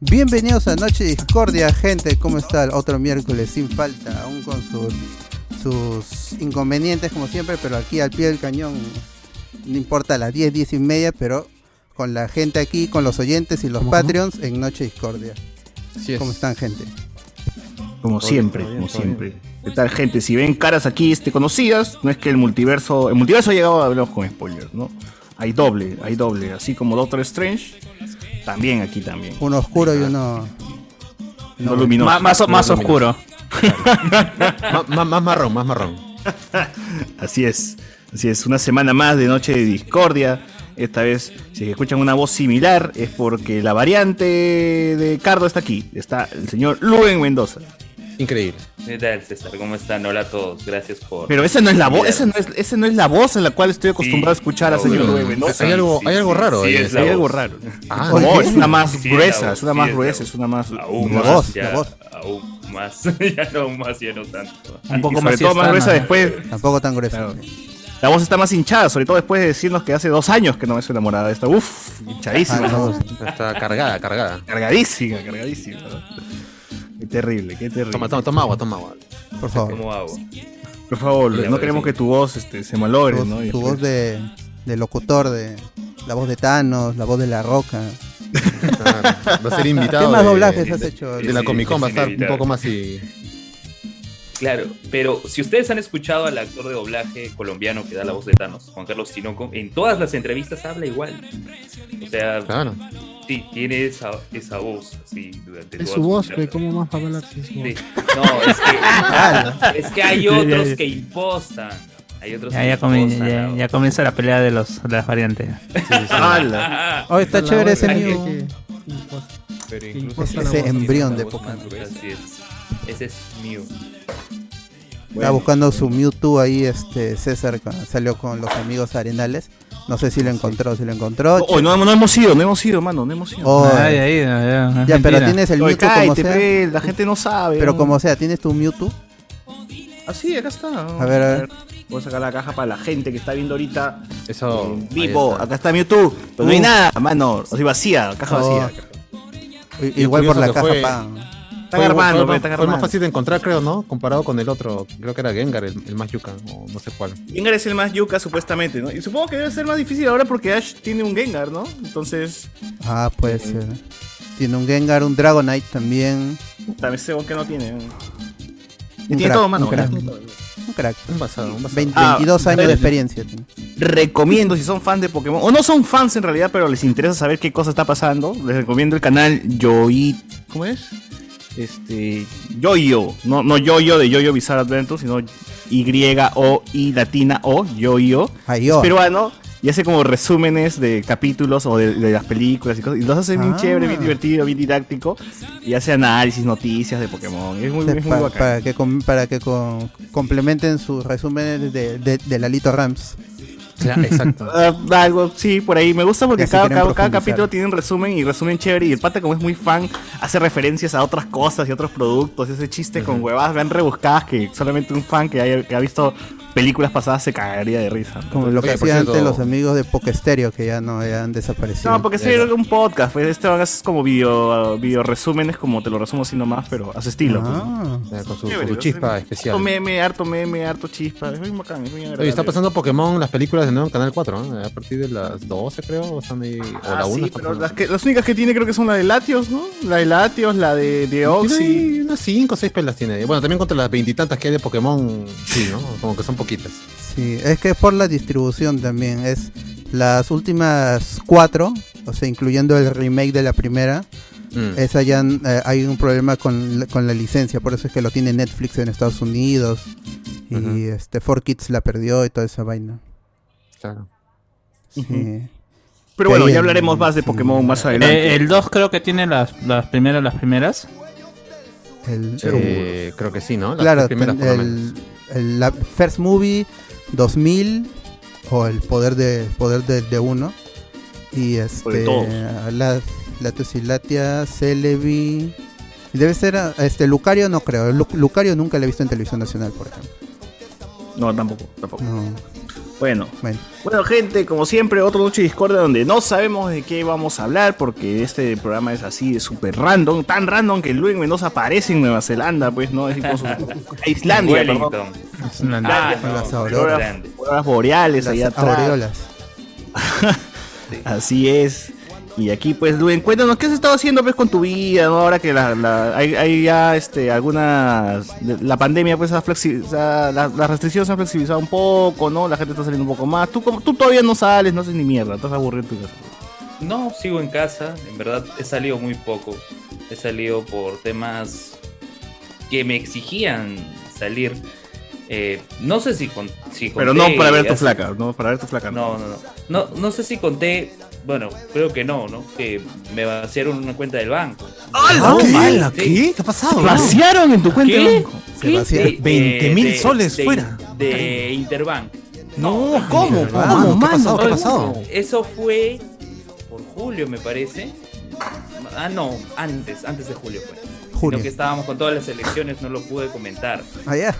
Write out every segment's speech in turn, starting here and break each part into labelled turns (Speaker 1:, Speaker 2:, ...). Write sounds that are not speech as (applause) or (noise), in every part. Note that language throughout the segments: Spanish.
Speaker 1: Bienvenidos a Noche Discordia, gente. ¿Cómo está? Otro miércoles sin falta, aún con sus, sus inconvenientes como siempre, pero aquí al pie del cañón, no importa las 10, 10 y media, pero con la gente aquí, con los oyentes y los Patreons en Noche Discordia. ¿Cómo están, gente?
Speaker 2: Como siempre, como siempre. ¿Qué tal, gente? Si ven caras aquí este, conocidas, no es que el multiverso. El multiverso ha llegado a hablar con spoilers, ¿no? Hay doble, hay doble. Así como Doctor Strange, también aquí también.
Speaker 1: Uno oscuro y uno.
Speaker 2: No, luminoso.
Speaker 3: Más- más-
Speaker 2: No
Speaker 3: más
Speaker 2: luminoso.
Speaker 3: oscuro.
Speaker 4: (laughs)
Speaker 2: Claro.
Speaker 4: Más- más marrón, más marrón.
Speaker 2: (laughs) Así es, así es. Una semana más de Noche de Discordia. Esta vez, si es que escuchan una voz similar, es porque la variante de Cardo está aquí. Está el señor Luen Mendoza.
Speaker 4: Increíble.
Speaker 5: ¿Qué tal, César? ¿Cómo están? Hola a todos. Gracias por.
Speaker 2: Pero esa no es la voz,
Speaker 5: Mira,
Speaker 2: esa no es, esa no es la voz a la cual estoy acostumbrado a escuchar a
Speaker 5: no,
Speaker 2: señor
Speaker 5: no,
Speaker 2: Luen Mendoza.
Speaker 4: Hay algo, hay algo raro.
Speaker 5: sí,
Speaker 4: ahí.
Speaker 5: es la
Speaker 2: Hay
Speaker 5: voz.
Speaker 2: algo raro.
Speaker 4: Ah,
Speaker 2: No,
Speaker 1: ¿por qué?
Speaker 2: es una más
Speaker 5: Sí, es la
Speaker 2: gruesa,
Speaker 5: voz,
Speaker 2: es una
Speaker 5: sí,
Speaker 2: más
Speaker 5: es la
Speaker 2: gruesa,
Speaker 5: voz.
Speaker 2: es una más.
Speaker 5: Aún
Speaker 1: La
Speaker 5: más.
Speaker 1: voz,
Speaker 5: ya,
Speaker 1: la voz.
Speaker 5: Aún más. (laughs) ya no, aún más, ya no tanto.
Speaker 3: Un poco
Speaker 2: y sobre
Speaker 3: más
Speaker 2: todo
Speaker 3: siestana.
Speaker 2: más gruesa después.
Speaker 1: Tampoco tan grueso.
Speaker 2: Claro. La voz está más hinchada, sobre todo después de decirnos que hace dos años que no es enamorada. Está uff,
Speaker 1: Ah,
Speaker 2: hinchadísima. la voz.
Speaker 1: no,
Speaker 4: Está cargada, cargada.
Speaker 2: Cargadísima, cargadísima. Qué terrible, qué terrible.
Speaker 4: Toma, toma, toma agua, toma agua.
Speaker 1: por favor.
Speaker 5: ¿Cómo hago?
Speaker 2: Por favor,
Speaker 4: Ya,
Speaker 2: no
Speaker 4: ahora
Speaker 2: queremos
Speaker 4: sí.
Speaker 2: que tu voz este, se malogre,
Speaker 1: Tu,
Speaker 2: ¿no?
Speaker 1: voz- tu voz de, de locutor, de la voz de Thanos, la voz de La Roca.
Speaker 4: Claro. (laughs) Va a ser invitado.
Speaker 1: ¿Qué más
Speaker 4: de-
Speaker 1: doblajes has hecho?
Speaker 4: De la
Speaker 5: Sí,
Speaker 4: Comic Con
Speaker 5: es
Speaker 4: va a estar un
Speaker 5: inevitable.
Speaker 4: poco más y.
Speaker 5: Claro, pero si ustedes han escuchado al actor de doblaje colombiano que da la voz de Thanos, Juan Carlos Tinoco, en todas las entrevistas habla igual. O sea,
Speaker 4: Claro.
Speaker 5: sí, tiene esa, esa voz así durante
Speaker 6: Es
Speaker 5: toda
Speaker 6: su voz,
Speaker 5: vida.
Speaker 6: güey, ¿cómo Ah, más va a hablar si es su voz?
Speaker 5: Sí. No, es
Speaker 6: (laughs)
Speaker 5: que, es que hay otros que impostan. Hay otros
Speaker 3: Ya,
Speaker 5: que
Speaker 3: ya, comi-
Speaker 5: impostan la
Speaker 3: ya-
Speaker 5: voz. ah,
Speaker 3: ya comienza la pelea de, los, de las variantes.
Speaker 6: (laughs)
Speaker 2: ¡Hala!
Speaker 1: Oh, está
Speaker 6: La
Speaker 1: chévere
Speaker 6: hora
Speaker 1: ese
Speaker 6: de-
Speaker 1: new-
Speaker 6: que- que-
Speaker 4: Pero
Speaker 6: que imposta la
Speaker 1: ese
Speaker 6: voz.
Speaker 1: embrión de
Speaker 5: Voz más
Speaker 1: Pokémon.
Speaker 5: gruesa, Así es. Ese es mío.
Speaker 1: Estaba buscando su Mewtwo ahí, este César con- salió con los amigos arenales. No sé si lo encontró, si lo encontró.
Speaker 2: Oh, oh, no, no hemos ido, no hemos ido, mano, no hemos ido.
Speaker 1: Oh,
Speaker 3: Ay, ahí, no, no, es
Speaker 1: ya, pero
Speaker 3: mentira.
Speaker 1: tienes el
Speaker 2: Oye,
Speaker 1: Mewtwo como
Speaker 2: cállate,
Speaker 1: sea.
Speaker 2: pe, la gente no sabe.
Speaker 1: Pero como sea, tienes tu Mewtwo.
Speaker 2: Ah, sí, acá está.
Speaker 1: A ver, a ver.
Speaker 2: Voy a sacar la caja para la gente que está viendo ahorita.
Speaker 4: Eso.
Speaker 2: en
Speaker 4: ahí
Speaker 2: vivo,
Speaker 4: está.
Speaker 2: acá está Mewtwo. Pero no hay
Speaker 1: Uf.
Speaker 2: nada, mano. Así vacía, caja
Speaker 1: Oh.
Speaker 2: vacía.
Speaker 1: I- Igual por
Speaker 4: curioso
Speaker 1: la
Speaker 4: que
Speaker 1: caja
Speaker 4: fue-
Speaker 1: pa.
Speaker 2: Están armando, pe,
Speaker 4: fue,
Speaker 2: están
Speaker 4: fue más
Speaker 2: armando.
Speaker 4: fácil de encontrar, creo, ¿no? Comparado con el otro. Creo que era Gengar, el, el más yuca, o no sé cuál.
Speaker 2: Gengar es el más yuca, supuestamente, ¿no? Y supongo que debe ser más difícil ahora porque Ash tiene un Gengar, ¿no? Entonces,
Speaker 1: Ah, puede ser. Tiene un Gengar, un Dragonite también.
Speaker 2: también sé que no tiene. ¿no? Y
Speaker 1: Un
Speaker 2: tiene
Speaker 1: crack,
Speaker 2: todo,
Speaker 1: un
Speaker 2: mano.
Speaker 1: crack.
Speaker 2: tiene todo.
Speaker 1: Un crack.
Speaker 4: Un basado, un basado.
Speaker 1: Vein-
Speaker 2: Ah,
Speaker 1: 22 años de
Speaker 2: bueno.
Speaker 1: experiencia. tiene.
Speaker 2: recomiendo si son fans de Pokémon o no son fans en realidad, pero les interesa saber qué cosa está pasando, les recomiendo el canal Yoi, ¿cómo es? Este Yoyo, no no Yoyo de Yoyo Bizarre Adventure, sino Y O I latina O Yoyo.
Speaker 1: Ahí,
Speaker 2: Es
Speaker 1: oh.
Speaker 2: peruano y hace como resúmenes de capítulos o de, de las películas y cosas. Y los hace bien
Speaker 1: Ah.
Speaker 2: chévere, bien divertido, bien didáctico. Y hace análisis, noticias de Pokémon. Es muy,
Speaker 1: Este,
Speaker 2: es muy
Speaker 1: pa-
Speaker 2: bacán.
Speaker 1: para que, com- para que com- complementen sus resúmenes de, de, de Lalito Rams.
Speaker 4: Claro, exacto.
Speaker 2: (laughs) Ah, algo, sí, por ahí. Me gusta porque
Speaker 1: Ya, si
Speaker 2: cada,
Speaker 1: quieren
Speaker 2: cada, cada
Speaker 1: profundizar.
Speaker 2: capítulo tiene un resumen y resumen chévere. Y el pata, como es muy fan, hace referencias a otras cosas y otros productos. Ese chiste con huevadas bien rebuscadas que solamente un fan que, haya- que ha visto películas pasadas se cagaría de risa. ¿no?
Speaker 1: Como lo que
Speaker 4: Oye, por
Speaker 1: hacían
Speaker 4: cierto-
Speaker 1: antes los amigos de Pokestéreo, que ya no ya han desaparecido.
Speaker 2: No, porque ese era un podcast. Pues este es como video, video resúmenes, como te lo resumo así nomás, pero a su estilo. pues, ¿no?
Speaker 1: Ah,
Speaker 4: Ya, Con su, con
Speaker 2: Chévere,
Speaker 4: su
Speaker 2: ¿no?
Speaker 4: chispa
Speaker 2: Harto
Speaker 4: especial.
Speaker 2: meme, harto meme, harto chispa. Es muy bacán, es muy
Speaker 4: Oye,
Speaker 2: agradable.
Speaker 4: está pasando Pokémon las películas de nuevo en Canal 4, ¿no? A partir de las 12, creo, están ahí, o
Speaker 2: Ah,
Speaker 4: la 1.
Speaker 2: sí, pero
Speaker 4: están pasando.
Speaker 2: las, que- las únicas que tiene creo que son la de Latios, ¿no? La de Latios, la de, de
Speaker 4: Tiene
Speaker 2: Oxy.
Speaker 4: ahí unas 5 o 6 pelas tiene. ahí. Bueno, también contra las veintitantas que hay de Pokémon, sí, ¿no? Como que son poquitas.
Speaker 1: sí, es que es por la distribución también. Es las últimas cuatro, o sea, incluyendo el remake de la primera,
Speaker 4: Mm.
Speaker 1: esa ya eh, hay un problema con, la- con la licencia, por eso es que lo tiene Netflix en Estados Unidos. Y
Speaker 4: Ujú.
Speaker 1: este 4Kids la perdió y toda esa vaina.
Speaker 4: Claro.
Speaker 1: Sí.
Speaker 2: Pero
Speaker 1: Que
Speaker 2: bueno,
Speaker 1: hay en-
Speaker 2: ya hablaremos más de Pokémon más adelante.
Speaker 3: Eh, el 2 creo que tiene las, las primeras, las primeras.
Speaker 1: El- el-
Speaker 4: Eh, creo que sí, ¿no? Las
Speaker 1: claro,
Speaker 4: tres primeras por lo menos.
Speaker 1: el, el- la First Movie 2000 o el poder de poder de, de uno. Y
Speaker 2: O de
Speaker 1: este
Speaker 2: todos.
Speaker 1: la, Latios y Latia, Celebi. Debe ser ah, este Lucario, no creo. Lu- Lucario nunca lo he visto en televisión nacional, por ejemplo.
Speaker 2: no, tampoco, tampoco.
Speaker 1: No.
Speaker 2: Mm. Bueno,
Speaker 1: Bueno,
Speaker 2: Bueno, gente, como siempre, otro noche de discordia donde no sabemos de qué vamos a hablar porque este programa es así de súper random, tan random que Luis Mendoza aparece en Nueva Zelanda, pues no es
Speaker 5: (laughs)
Speaker 2: decir, con su- a Islandia, perdón.
Speaker 5: Wellington.
Speaker 3: Es una-
Speaker 5: Ah,
Speaker 1: con
Speaker 5: no,
Speaker 1: las
Speaker 5: Florida
Speaker 1: auroras.
Speaker 5: Grande.
Speaker 2: Horas boreales
Speaker 1: las
Speaker 2: allá atrás.
Speaker 1: aureolas.
Speaker 2: Así es. Y aquí, pues, Luen, cuéntanos, ¿qué has estado haciendo, pues, con tu vida, no? Ahora que la, la- hay, hay ya, este, algunas... La pandemia, pues, ha flexi- o sea, la- las restricciones se han flexibilizado un poco, ¿no? La gente está saliendo un poco más. Tú, como- tú todavía no sales, no haces ni mierda, estás aburrido en tu casa.
Speaker 5: No, sigo en casa. En verdad he salido muy poco. He salido por temas que me exigían salir. Eh, no sé si, con, si
Speaker 2: Pero no
Speaker 5: conté
Speaker 2: para ver tu
Speaker 5: hace-
Speaker 2: flaca, no para ver tu flaca.
Speaker 5: No,
Speaker 2: No.
Speaker 5: no, no. No, no sé si conté. Bueno, creo que no, ¿no? Que me vaciaron una cuenta del banco.
Speaker 2: ¡Hala!
Speaker 5: Sí,
Speaker 4: ¿Qué?
Speaker 5: sí.
Speaker 4: ¿Qué? ¿Qué ha pasado?
Speaker 2: ¿Vaciaron en tu cuenta?
Speaker 5: ¿Qué?
Speaker 1: Se vaciaron.
Speaker 4: 20.000
Speaker 5: de-
Speaker 4: soles
Speaker 5: de-
Speaker 4: fuera.
Speaker 5: De Interbank.
Speaker 2: No, ¿cómo?
Speaker 4: ¿Qué
Speaker 2: ¿Cómo,
Speaker 4: ha
Speaker 2: mano?
Speaker 4: pasado? ¿Qué ha pasado?
Speaker 5: Eso fue por julio, me parece. Ah, no, antes, antes de julio fue.
Speaker 1: Junio.
Speaker 5: Sino que estábamos con todas las elecciones, no lo pude comentar.
Speaker 1: Allá.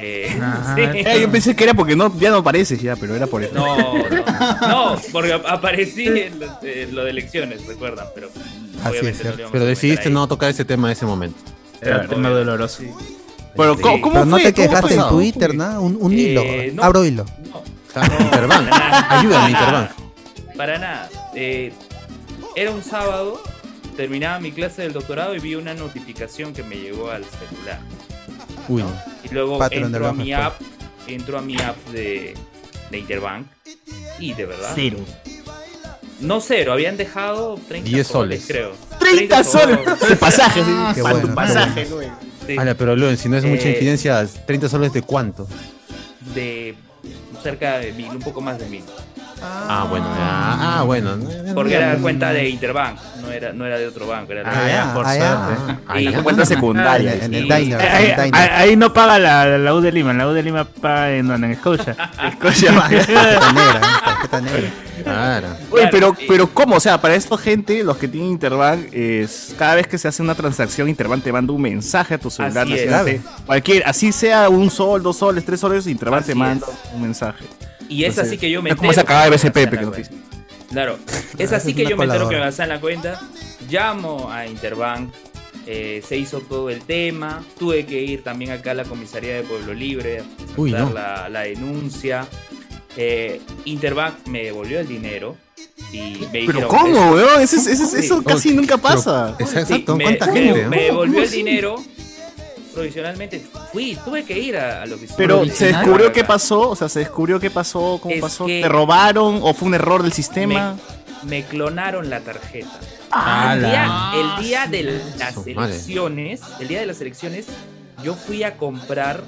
Speaker 5: Eh,
Speaker 3: Ah,
Speaker 5: sí.
Speaker 2: Eh, yo pensé que era porque no, ya no apareces ya, pero era por eso.
Speaker 5: No, no, no, porque ap- aparecí en lo, en lo de elecciones, recuerdan, pero pues, obviamente
Speaker 1: es,
Speaker 5: no
Speaker 1: cierto.
Speaker 5: lo íbamos
Speaker 4: Pero
Speaker 5: a
Speaker 4: decidiste
Speaker 5: comentar
Speaker 4: no tocar ese tema en ese momento.
Speaker 3: Era un tema doloroso.
Speaker 2: Pero, ¿cómo,
Speaker 5: Sí.
Speaker 2: cómo
Speaker 1: Pero no
Speaker 2: fue?
Speaker 1: te
Speaker 2: ¿Cómo
Speaker 1: quejaste
Speaker 2: fue?
Speaker 1: en Twitter, nada. Un, un
Speaker 5: Eh,
Speaker 1: hilo.
Speaker 5: no.
Speaker 1: Abro hilo.
Speaker 5: ahí. No,
Speaker 4: Claro,
Speaker 2: (laughs)
Speaker 4: Interbank.
Speaker 2: Ah.
Speaker 4: Ayúdame, Interbank.
Speaker 5: Para nada. Eh, era un sábado, terminaba mi clase del doctorado y vi una notificación que me llegó al celular.
Speaker 4: Uy, no.
Speaker 5: Y luego
Speaker 1: Patrón del
Speaker 5: entro a
Speaker 1: Banco
Speaker 5: mi
Speaker 1: Actual.
Speaker 5: app, entro a mi app de, de Interbank. Y de verdad.
Speaker 2: Cero.
Speaker 5: No cero, habían dejado 30
Speaker 4: 10
Speaker 5: soles,
Speaker 4: soles.
Speaker 5: creo.
Speaker 2: 30 soles de pasaje. sí.
Speaker 1: Qué
Speaker 2: Pa' tu
Speaker 1: bueno.
Speaker 2: pasaje.
Speaker 5: Sí,
Speaker 4: Ala, pero Luen, si no es mucha
Speaker 5: Eh.
Speaker 4: infidencia, 30 soles de cuánto.
Speaker 5: de cerca de mil, un poco más de mil.
Speaker 4: Ah, bueno, ah, ah, bueno.
Speaker 5: Porque era cuenta de Interbank, no era, no era de otro banco, era de
Speaker 2: Ah, ya, por
Speaker 1: allá.
Speaker 2: suerte.
Speaker 4: Ahí,
Speaker 2: En tu cuenta secundaria.
Speaker 1: En el
Speaker 5: Ah, Sí.
Speaker 1: diner.
Speaker 5: (laughs)
Speaker 3: Ahí,
Speaker 1: En el
Speaker 3: ahí-
Speaker 1: diner.
Speaker 3: ahí no paga la, la U de Lima, la U de Lima paga en donde en
Speaker 1: (laughs)
Speaker 3: Escocia.
Speaker 1: Tarjeta negra. ¿eh? Tarjeta negra.
Speaker 4: Claro.
Speaker 2: Oye, pero,
Speaker 5: Claro, sí.
Speaker 2: pero ¿cómo? O sea, para esta gente, los que tienen Interbank, es, cada vez que se hace una transacción, Interbank te manda un mensaje a tu celular.
Speaker 5: Así es.
Speaker 2: diciéndote, Cualquier, así sea un sol, dos soles, tres soles, Interbank
Speaker 5: Así
Speaker 2: te manda
Speaker 5: es.
Speaker 2: un mensaje.
Speaker 5: Ah, Y es así que yo me
Speaker 2: Es como esa
Speaker 5: entero que
Speaker 2: cagada de
Speaker 5: me
Speaker 2: BCP,
Speaker 5: vacían la
Speaker 2: que nos
Speaker 5: cuenta.
Speaker 2: dicen.
Speaker 4: (laughs)
Speaker 5: Claro,
Speaker 4: Ah,
Speaker 5: es así
Speaker 1: Es
Speaker 5: que
Speaker 1: una
Speaker 5: yo me entero que
Speaker 1: coladora.
Speaker 5: me hacían la cuenta. Llamo a Interbank, eh, se hizo todo el tema. Tuve que ir también acá a la comisaría de Pueblo Libre a presentar
Speaker 4: Uy, no.
Speaker 5: la, la denuncia. Eh, Interbank me devolvió el dinero y me
Speaker 2: Pero
Speaker 5: dijeron,
Speaker 2: ¿cómo, weón? Ese es- ese es- eso
Speaker 5: Sí.
Speaker 2: casi nunca pasa.
Speaker 4: Pero-
Speaker 5: Sí,
Speaker 4: Exacto,
Speaker 5: me-
Speaker 4: ¿cuánta
Speaker 5: me-
Speaker 4: gente?
Speaker 5: Me devolvió
Speaker 2: ¿Cómo
Speaker 5: el
Speaker 2: así?
Speaker 5: dinero provisionalmente. Fui, tuve que ir a, a la oficina.
Speaker 2: Pero se
Speaker 5: Original.
Speaker 2: descubrió qué pasó, o sea, se descubrió qué pasó, cómo
Speaker 5: Es
Speaker 2: pasó.
Speaker 5: que-
Speaker 2: ¿Te robaron o fue un error del sistema?
Speaker 5: Me clonaron la tarjeta.
Speaker 2: Ah,
Speaker 5: el,
Speaker 2: la-
Speaker 5: día, el día de las
Speaker 4: Su madre.
Speaker 5: elecciones, el día de las elecciones, yo fui a comprar.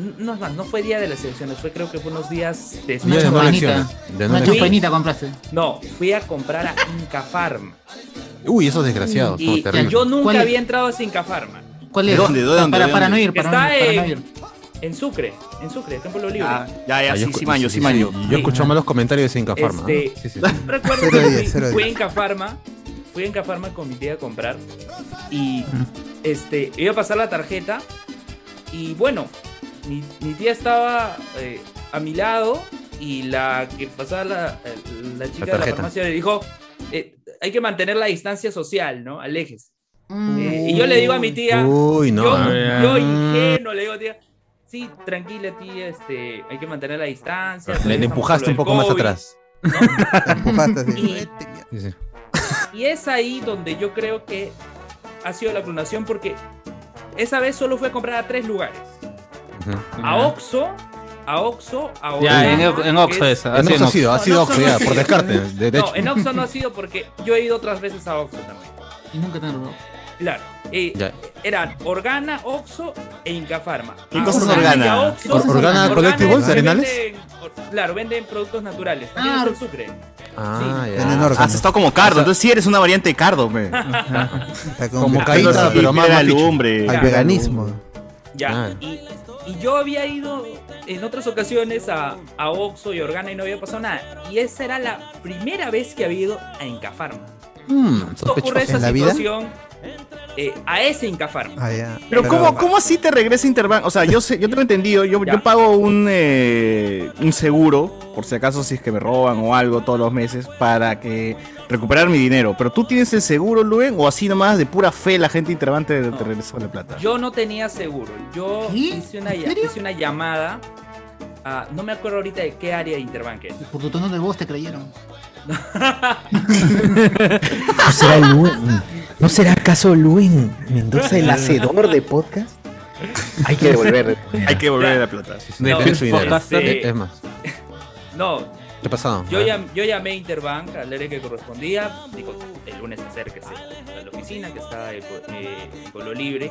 Speaker 5: n- No es más, no fue día de las elecciones, fue creo que fue unos días
Speaker 4: Ya
Speaker 5: después.
Speaker 4: de no
Speaker 7: chupanita.
Speaker 4: elecciones, de no
Speaker 7: Una
Speaker 5: Sí.
Speaker 4: elecciones.
Speaker 7: chupainita compraste.
Speaker 5: No, fui a comprar a Inca Farm.
Speaker 4: Uy, esos desgraciados,
Speaker 5: Y
Speaker 4: son terribles.
Speaker 5: yo
Speaker 7: ¿Cuál
Speaker 5: nunca
Speaker 7: es?
Speaker 5: había entrado a Inca Farm.
Speaker 7: ¿Cuál
Speaker 2: ¿De
Speaker 7: es?
Speaker 2: dónde, de dónde,
Speaker 7: Para,
Speaker 2: de
Speaker 7: para
Speaker 2: dónde?
Speaker 7: no ir, para, no ir,
Speaker 5: Está
Speaker 7: para no
Speaker 5: en-
Speaker 7: ir.
Speaker 5: En Sucre, en Sucre, acá en Pueblo Libre.
Speaker 2: Ah, ya, ya,
Speaker 4: Ah, yo
Speaker 2: sí,
Speaker 4: escu-
Speaker 2: sí, maño, sí, maño.
Speaker 4: Yo he escuchado malos comentarios de Inca Farma. ¿eh?
Speaker 5: Este- (laughs)
Speaker 4: Sí, sí.
Speaker 5: Recuerdo
Speaker 1: Cero
Speaker 5: que
Speaker 1: diez,
Speaker 5: fui-
Speaker 1: cero
Speaker 5: fui
Speaker 1: diez.
Speaker 5: en Cafarma, fui en Cafarma con mi tía a comprar y este iba a pasar la tarjeta y bueno, mi, mi tía estaba eh, a mi lado y la que pasaba la, la chica de la
Speaker 4: tarjeta.
Speaker 5: farmacia le dijo, eh, hay que mantener la distancia social, ¿no? Alejes.
Speaker 7: Mm.
Speaker 5: Eh, y yo le digo a mi tía,
Speaker 4: Uy, no.
Speaker 5: yo,
Speaker 4: ¿eh?
Speaker 5: yo ingenuo le digo, tía, sí, tranquila tía, este, hay que mantener la distancia.
Speaker 4: Le le
Speaker 5: estamos
Speaker 4: empujaste
Speaker 5: con
Speaker 4: un
Speaker 5: lo del
Speaker 4: poco más
Speaker 5: COVID".
Speaker 4: atrás.
Speaker 1: (laughs) Te empujaste así.
Speaker 5: Y-
Speaker 1: Vete, mierda.
Speaker 4: Sí, sí.
Speaker 5: Y es ahí donde yo creo que ha sido la clonación porque esa vez solo fue a comprar a tres lugares.
Speaker 4: Ujú.
Speaker 5: A Oxxo, a Oxxo, a
Speaker 3: Ya,
Speaker 5: Bodega,
Speaker 3: en, Ox- en
Speaker 5: que
Speaker 3: Oxxo
Speaker 5: es-
Speaker 3: es.
Speaker 4: En Oxxo ha sido, ha
Speaker 5: No,
Speaker 4: sido
Speaker 5: no,
Speaker 4: Oxxo,
Speaker 5: no,
Speaker 4: ya,
Speaker 5: no,
Speaker 4: por
Speaker 5: sí.
Speaker 3: (laughs)
Speaker 4: descarte, de de hecho.
Speaker 5: No, en Oxxo no ha sido porque yo he ido otras veces a Oxxo también.
Speaker 7: Y nunca te han robado.
Speaker 5: Claro. eh,
Speaker 4: Ya.
Speaker 5: Eran Organa, Oxxo e Incafarma.
Speaker 2: ¿Qué
Speaker 5: A
Speaker 2: cosas
Speaker 5: y
Speaker 2: Organa?
Speaker 5: a
Speaker 7: ¿Qué
Speaker 5: Oxxo,
Speaker 7: cosas Organa
Speaker 5: es
Speaker 4: Colectivos,
Speaker 5: que
Speaker 4: Arenales?
Speaker 5: venden- or- claro, venden productos naturales. También
Speaker 7: Ah,
Speaker 5: es en Sucre.
Speaker 4: Ah,
Speaker 5: Sí.
Speaker 1: En el
Speaker 4: ya.
Speaker 1: órgano.
Speaker 2: Has estado como Cardo, entonces sí eres una variante de Cardo, me.
Speaker 4: Ah.
Speaker 1: Está con-
Speaker 4: Como
Speaker 2: Cardo
Speaker 4: caída,
Speaker 2: sí,
Speaker 4: pero más
Speaker 2: Ah. era
Speaker 4: más pichu.
Speaker 2: lumbre.
Speaker 1: Al
Speaker 5: Ya.
Speaker 1: veganismo.
Speaker 5: Ya.
Speaker 4: Claro.
Speaker 1: Ah.
Speaker 5: Y, y yo había ido en otras ocasiones a, a Oxxo y Organa y no había pasado nada. Y esa era la primera vez que había ido a Encafarma.
Speaker 4: Mm,
Speaker 5: Ocurre
Speaker 7: Hmm,
Speaker 4: sospechoso.
Speaker 5: esa
Speaker 1: ¿En la vida?
Speaker 5: situación eh, a ese Incafarma.
Speaker 1: Ah, ya.
Speaker 2: Pero, ¿cómo, ¿cómo así te regresa Interbank? O sea, yo sé, yo te lo he entendido, yo,
Speaker 5: Ya.
Speaker 2: yo pago un, eh, un seguro, por si acaso si es que me roban o algo todos los meses, para que recuperar mi dinero. Pero tú tienes el seguro, Luen, o así nomás de pura fe la gente de Interbank te, te regresa la plata.
Speaker 5: Yo no tenía seguro. Yo
Speaker 7: ¿Qué?
Speaker 5: hice una,
Speaker 7: ¿En
Speaker 5: ll-
Speaker 7: serio?
Speaker 5: hice una llamada. a- no me acuerdo ahorita de qué área de Interbank era.
Speaker 7: Por tu tono de voz
Speaker 5: (laughs)
Speaker 7: te creyeron.
Speaker 8: ¿No será, Luen- ¿No será acaso Luen Mendoza el hacedor de podcast? Hay que devolver.
Speaker 2: Hay que volver a la plata.
Speaker 4: No,
Speaker 5: No,
Speaker 4: depende su dinero.
Speaker 5: podcaster.
Speaker 4: Es- Es más,
Speaker 5: No,
Speaker 4: ¿qué pasado?
Speaker 5: yo, llam- yo llamé a Interbank al área que correspondía. Dijo, el lunes acérquese a la oficina que está en Pu- eh, en Pueblo Libre.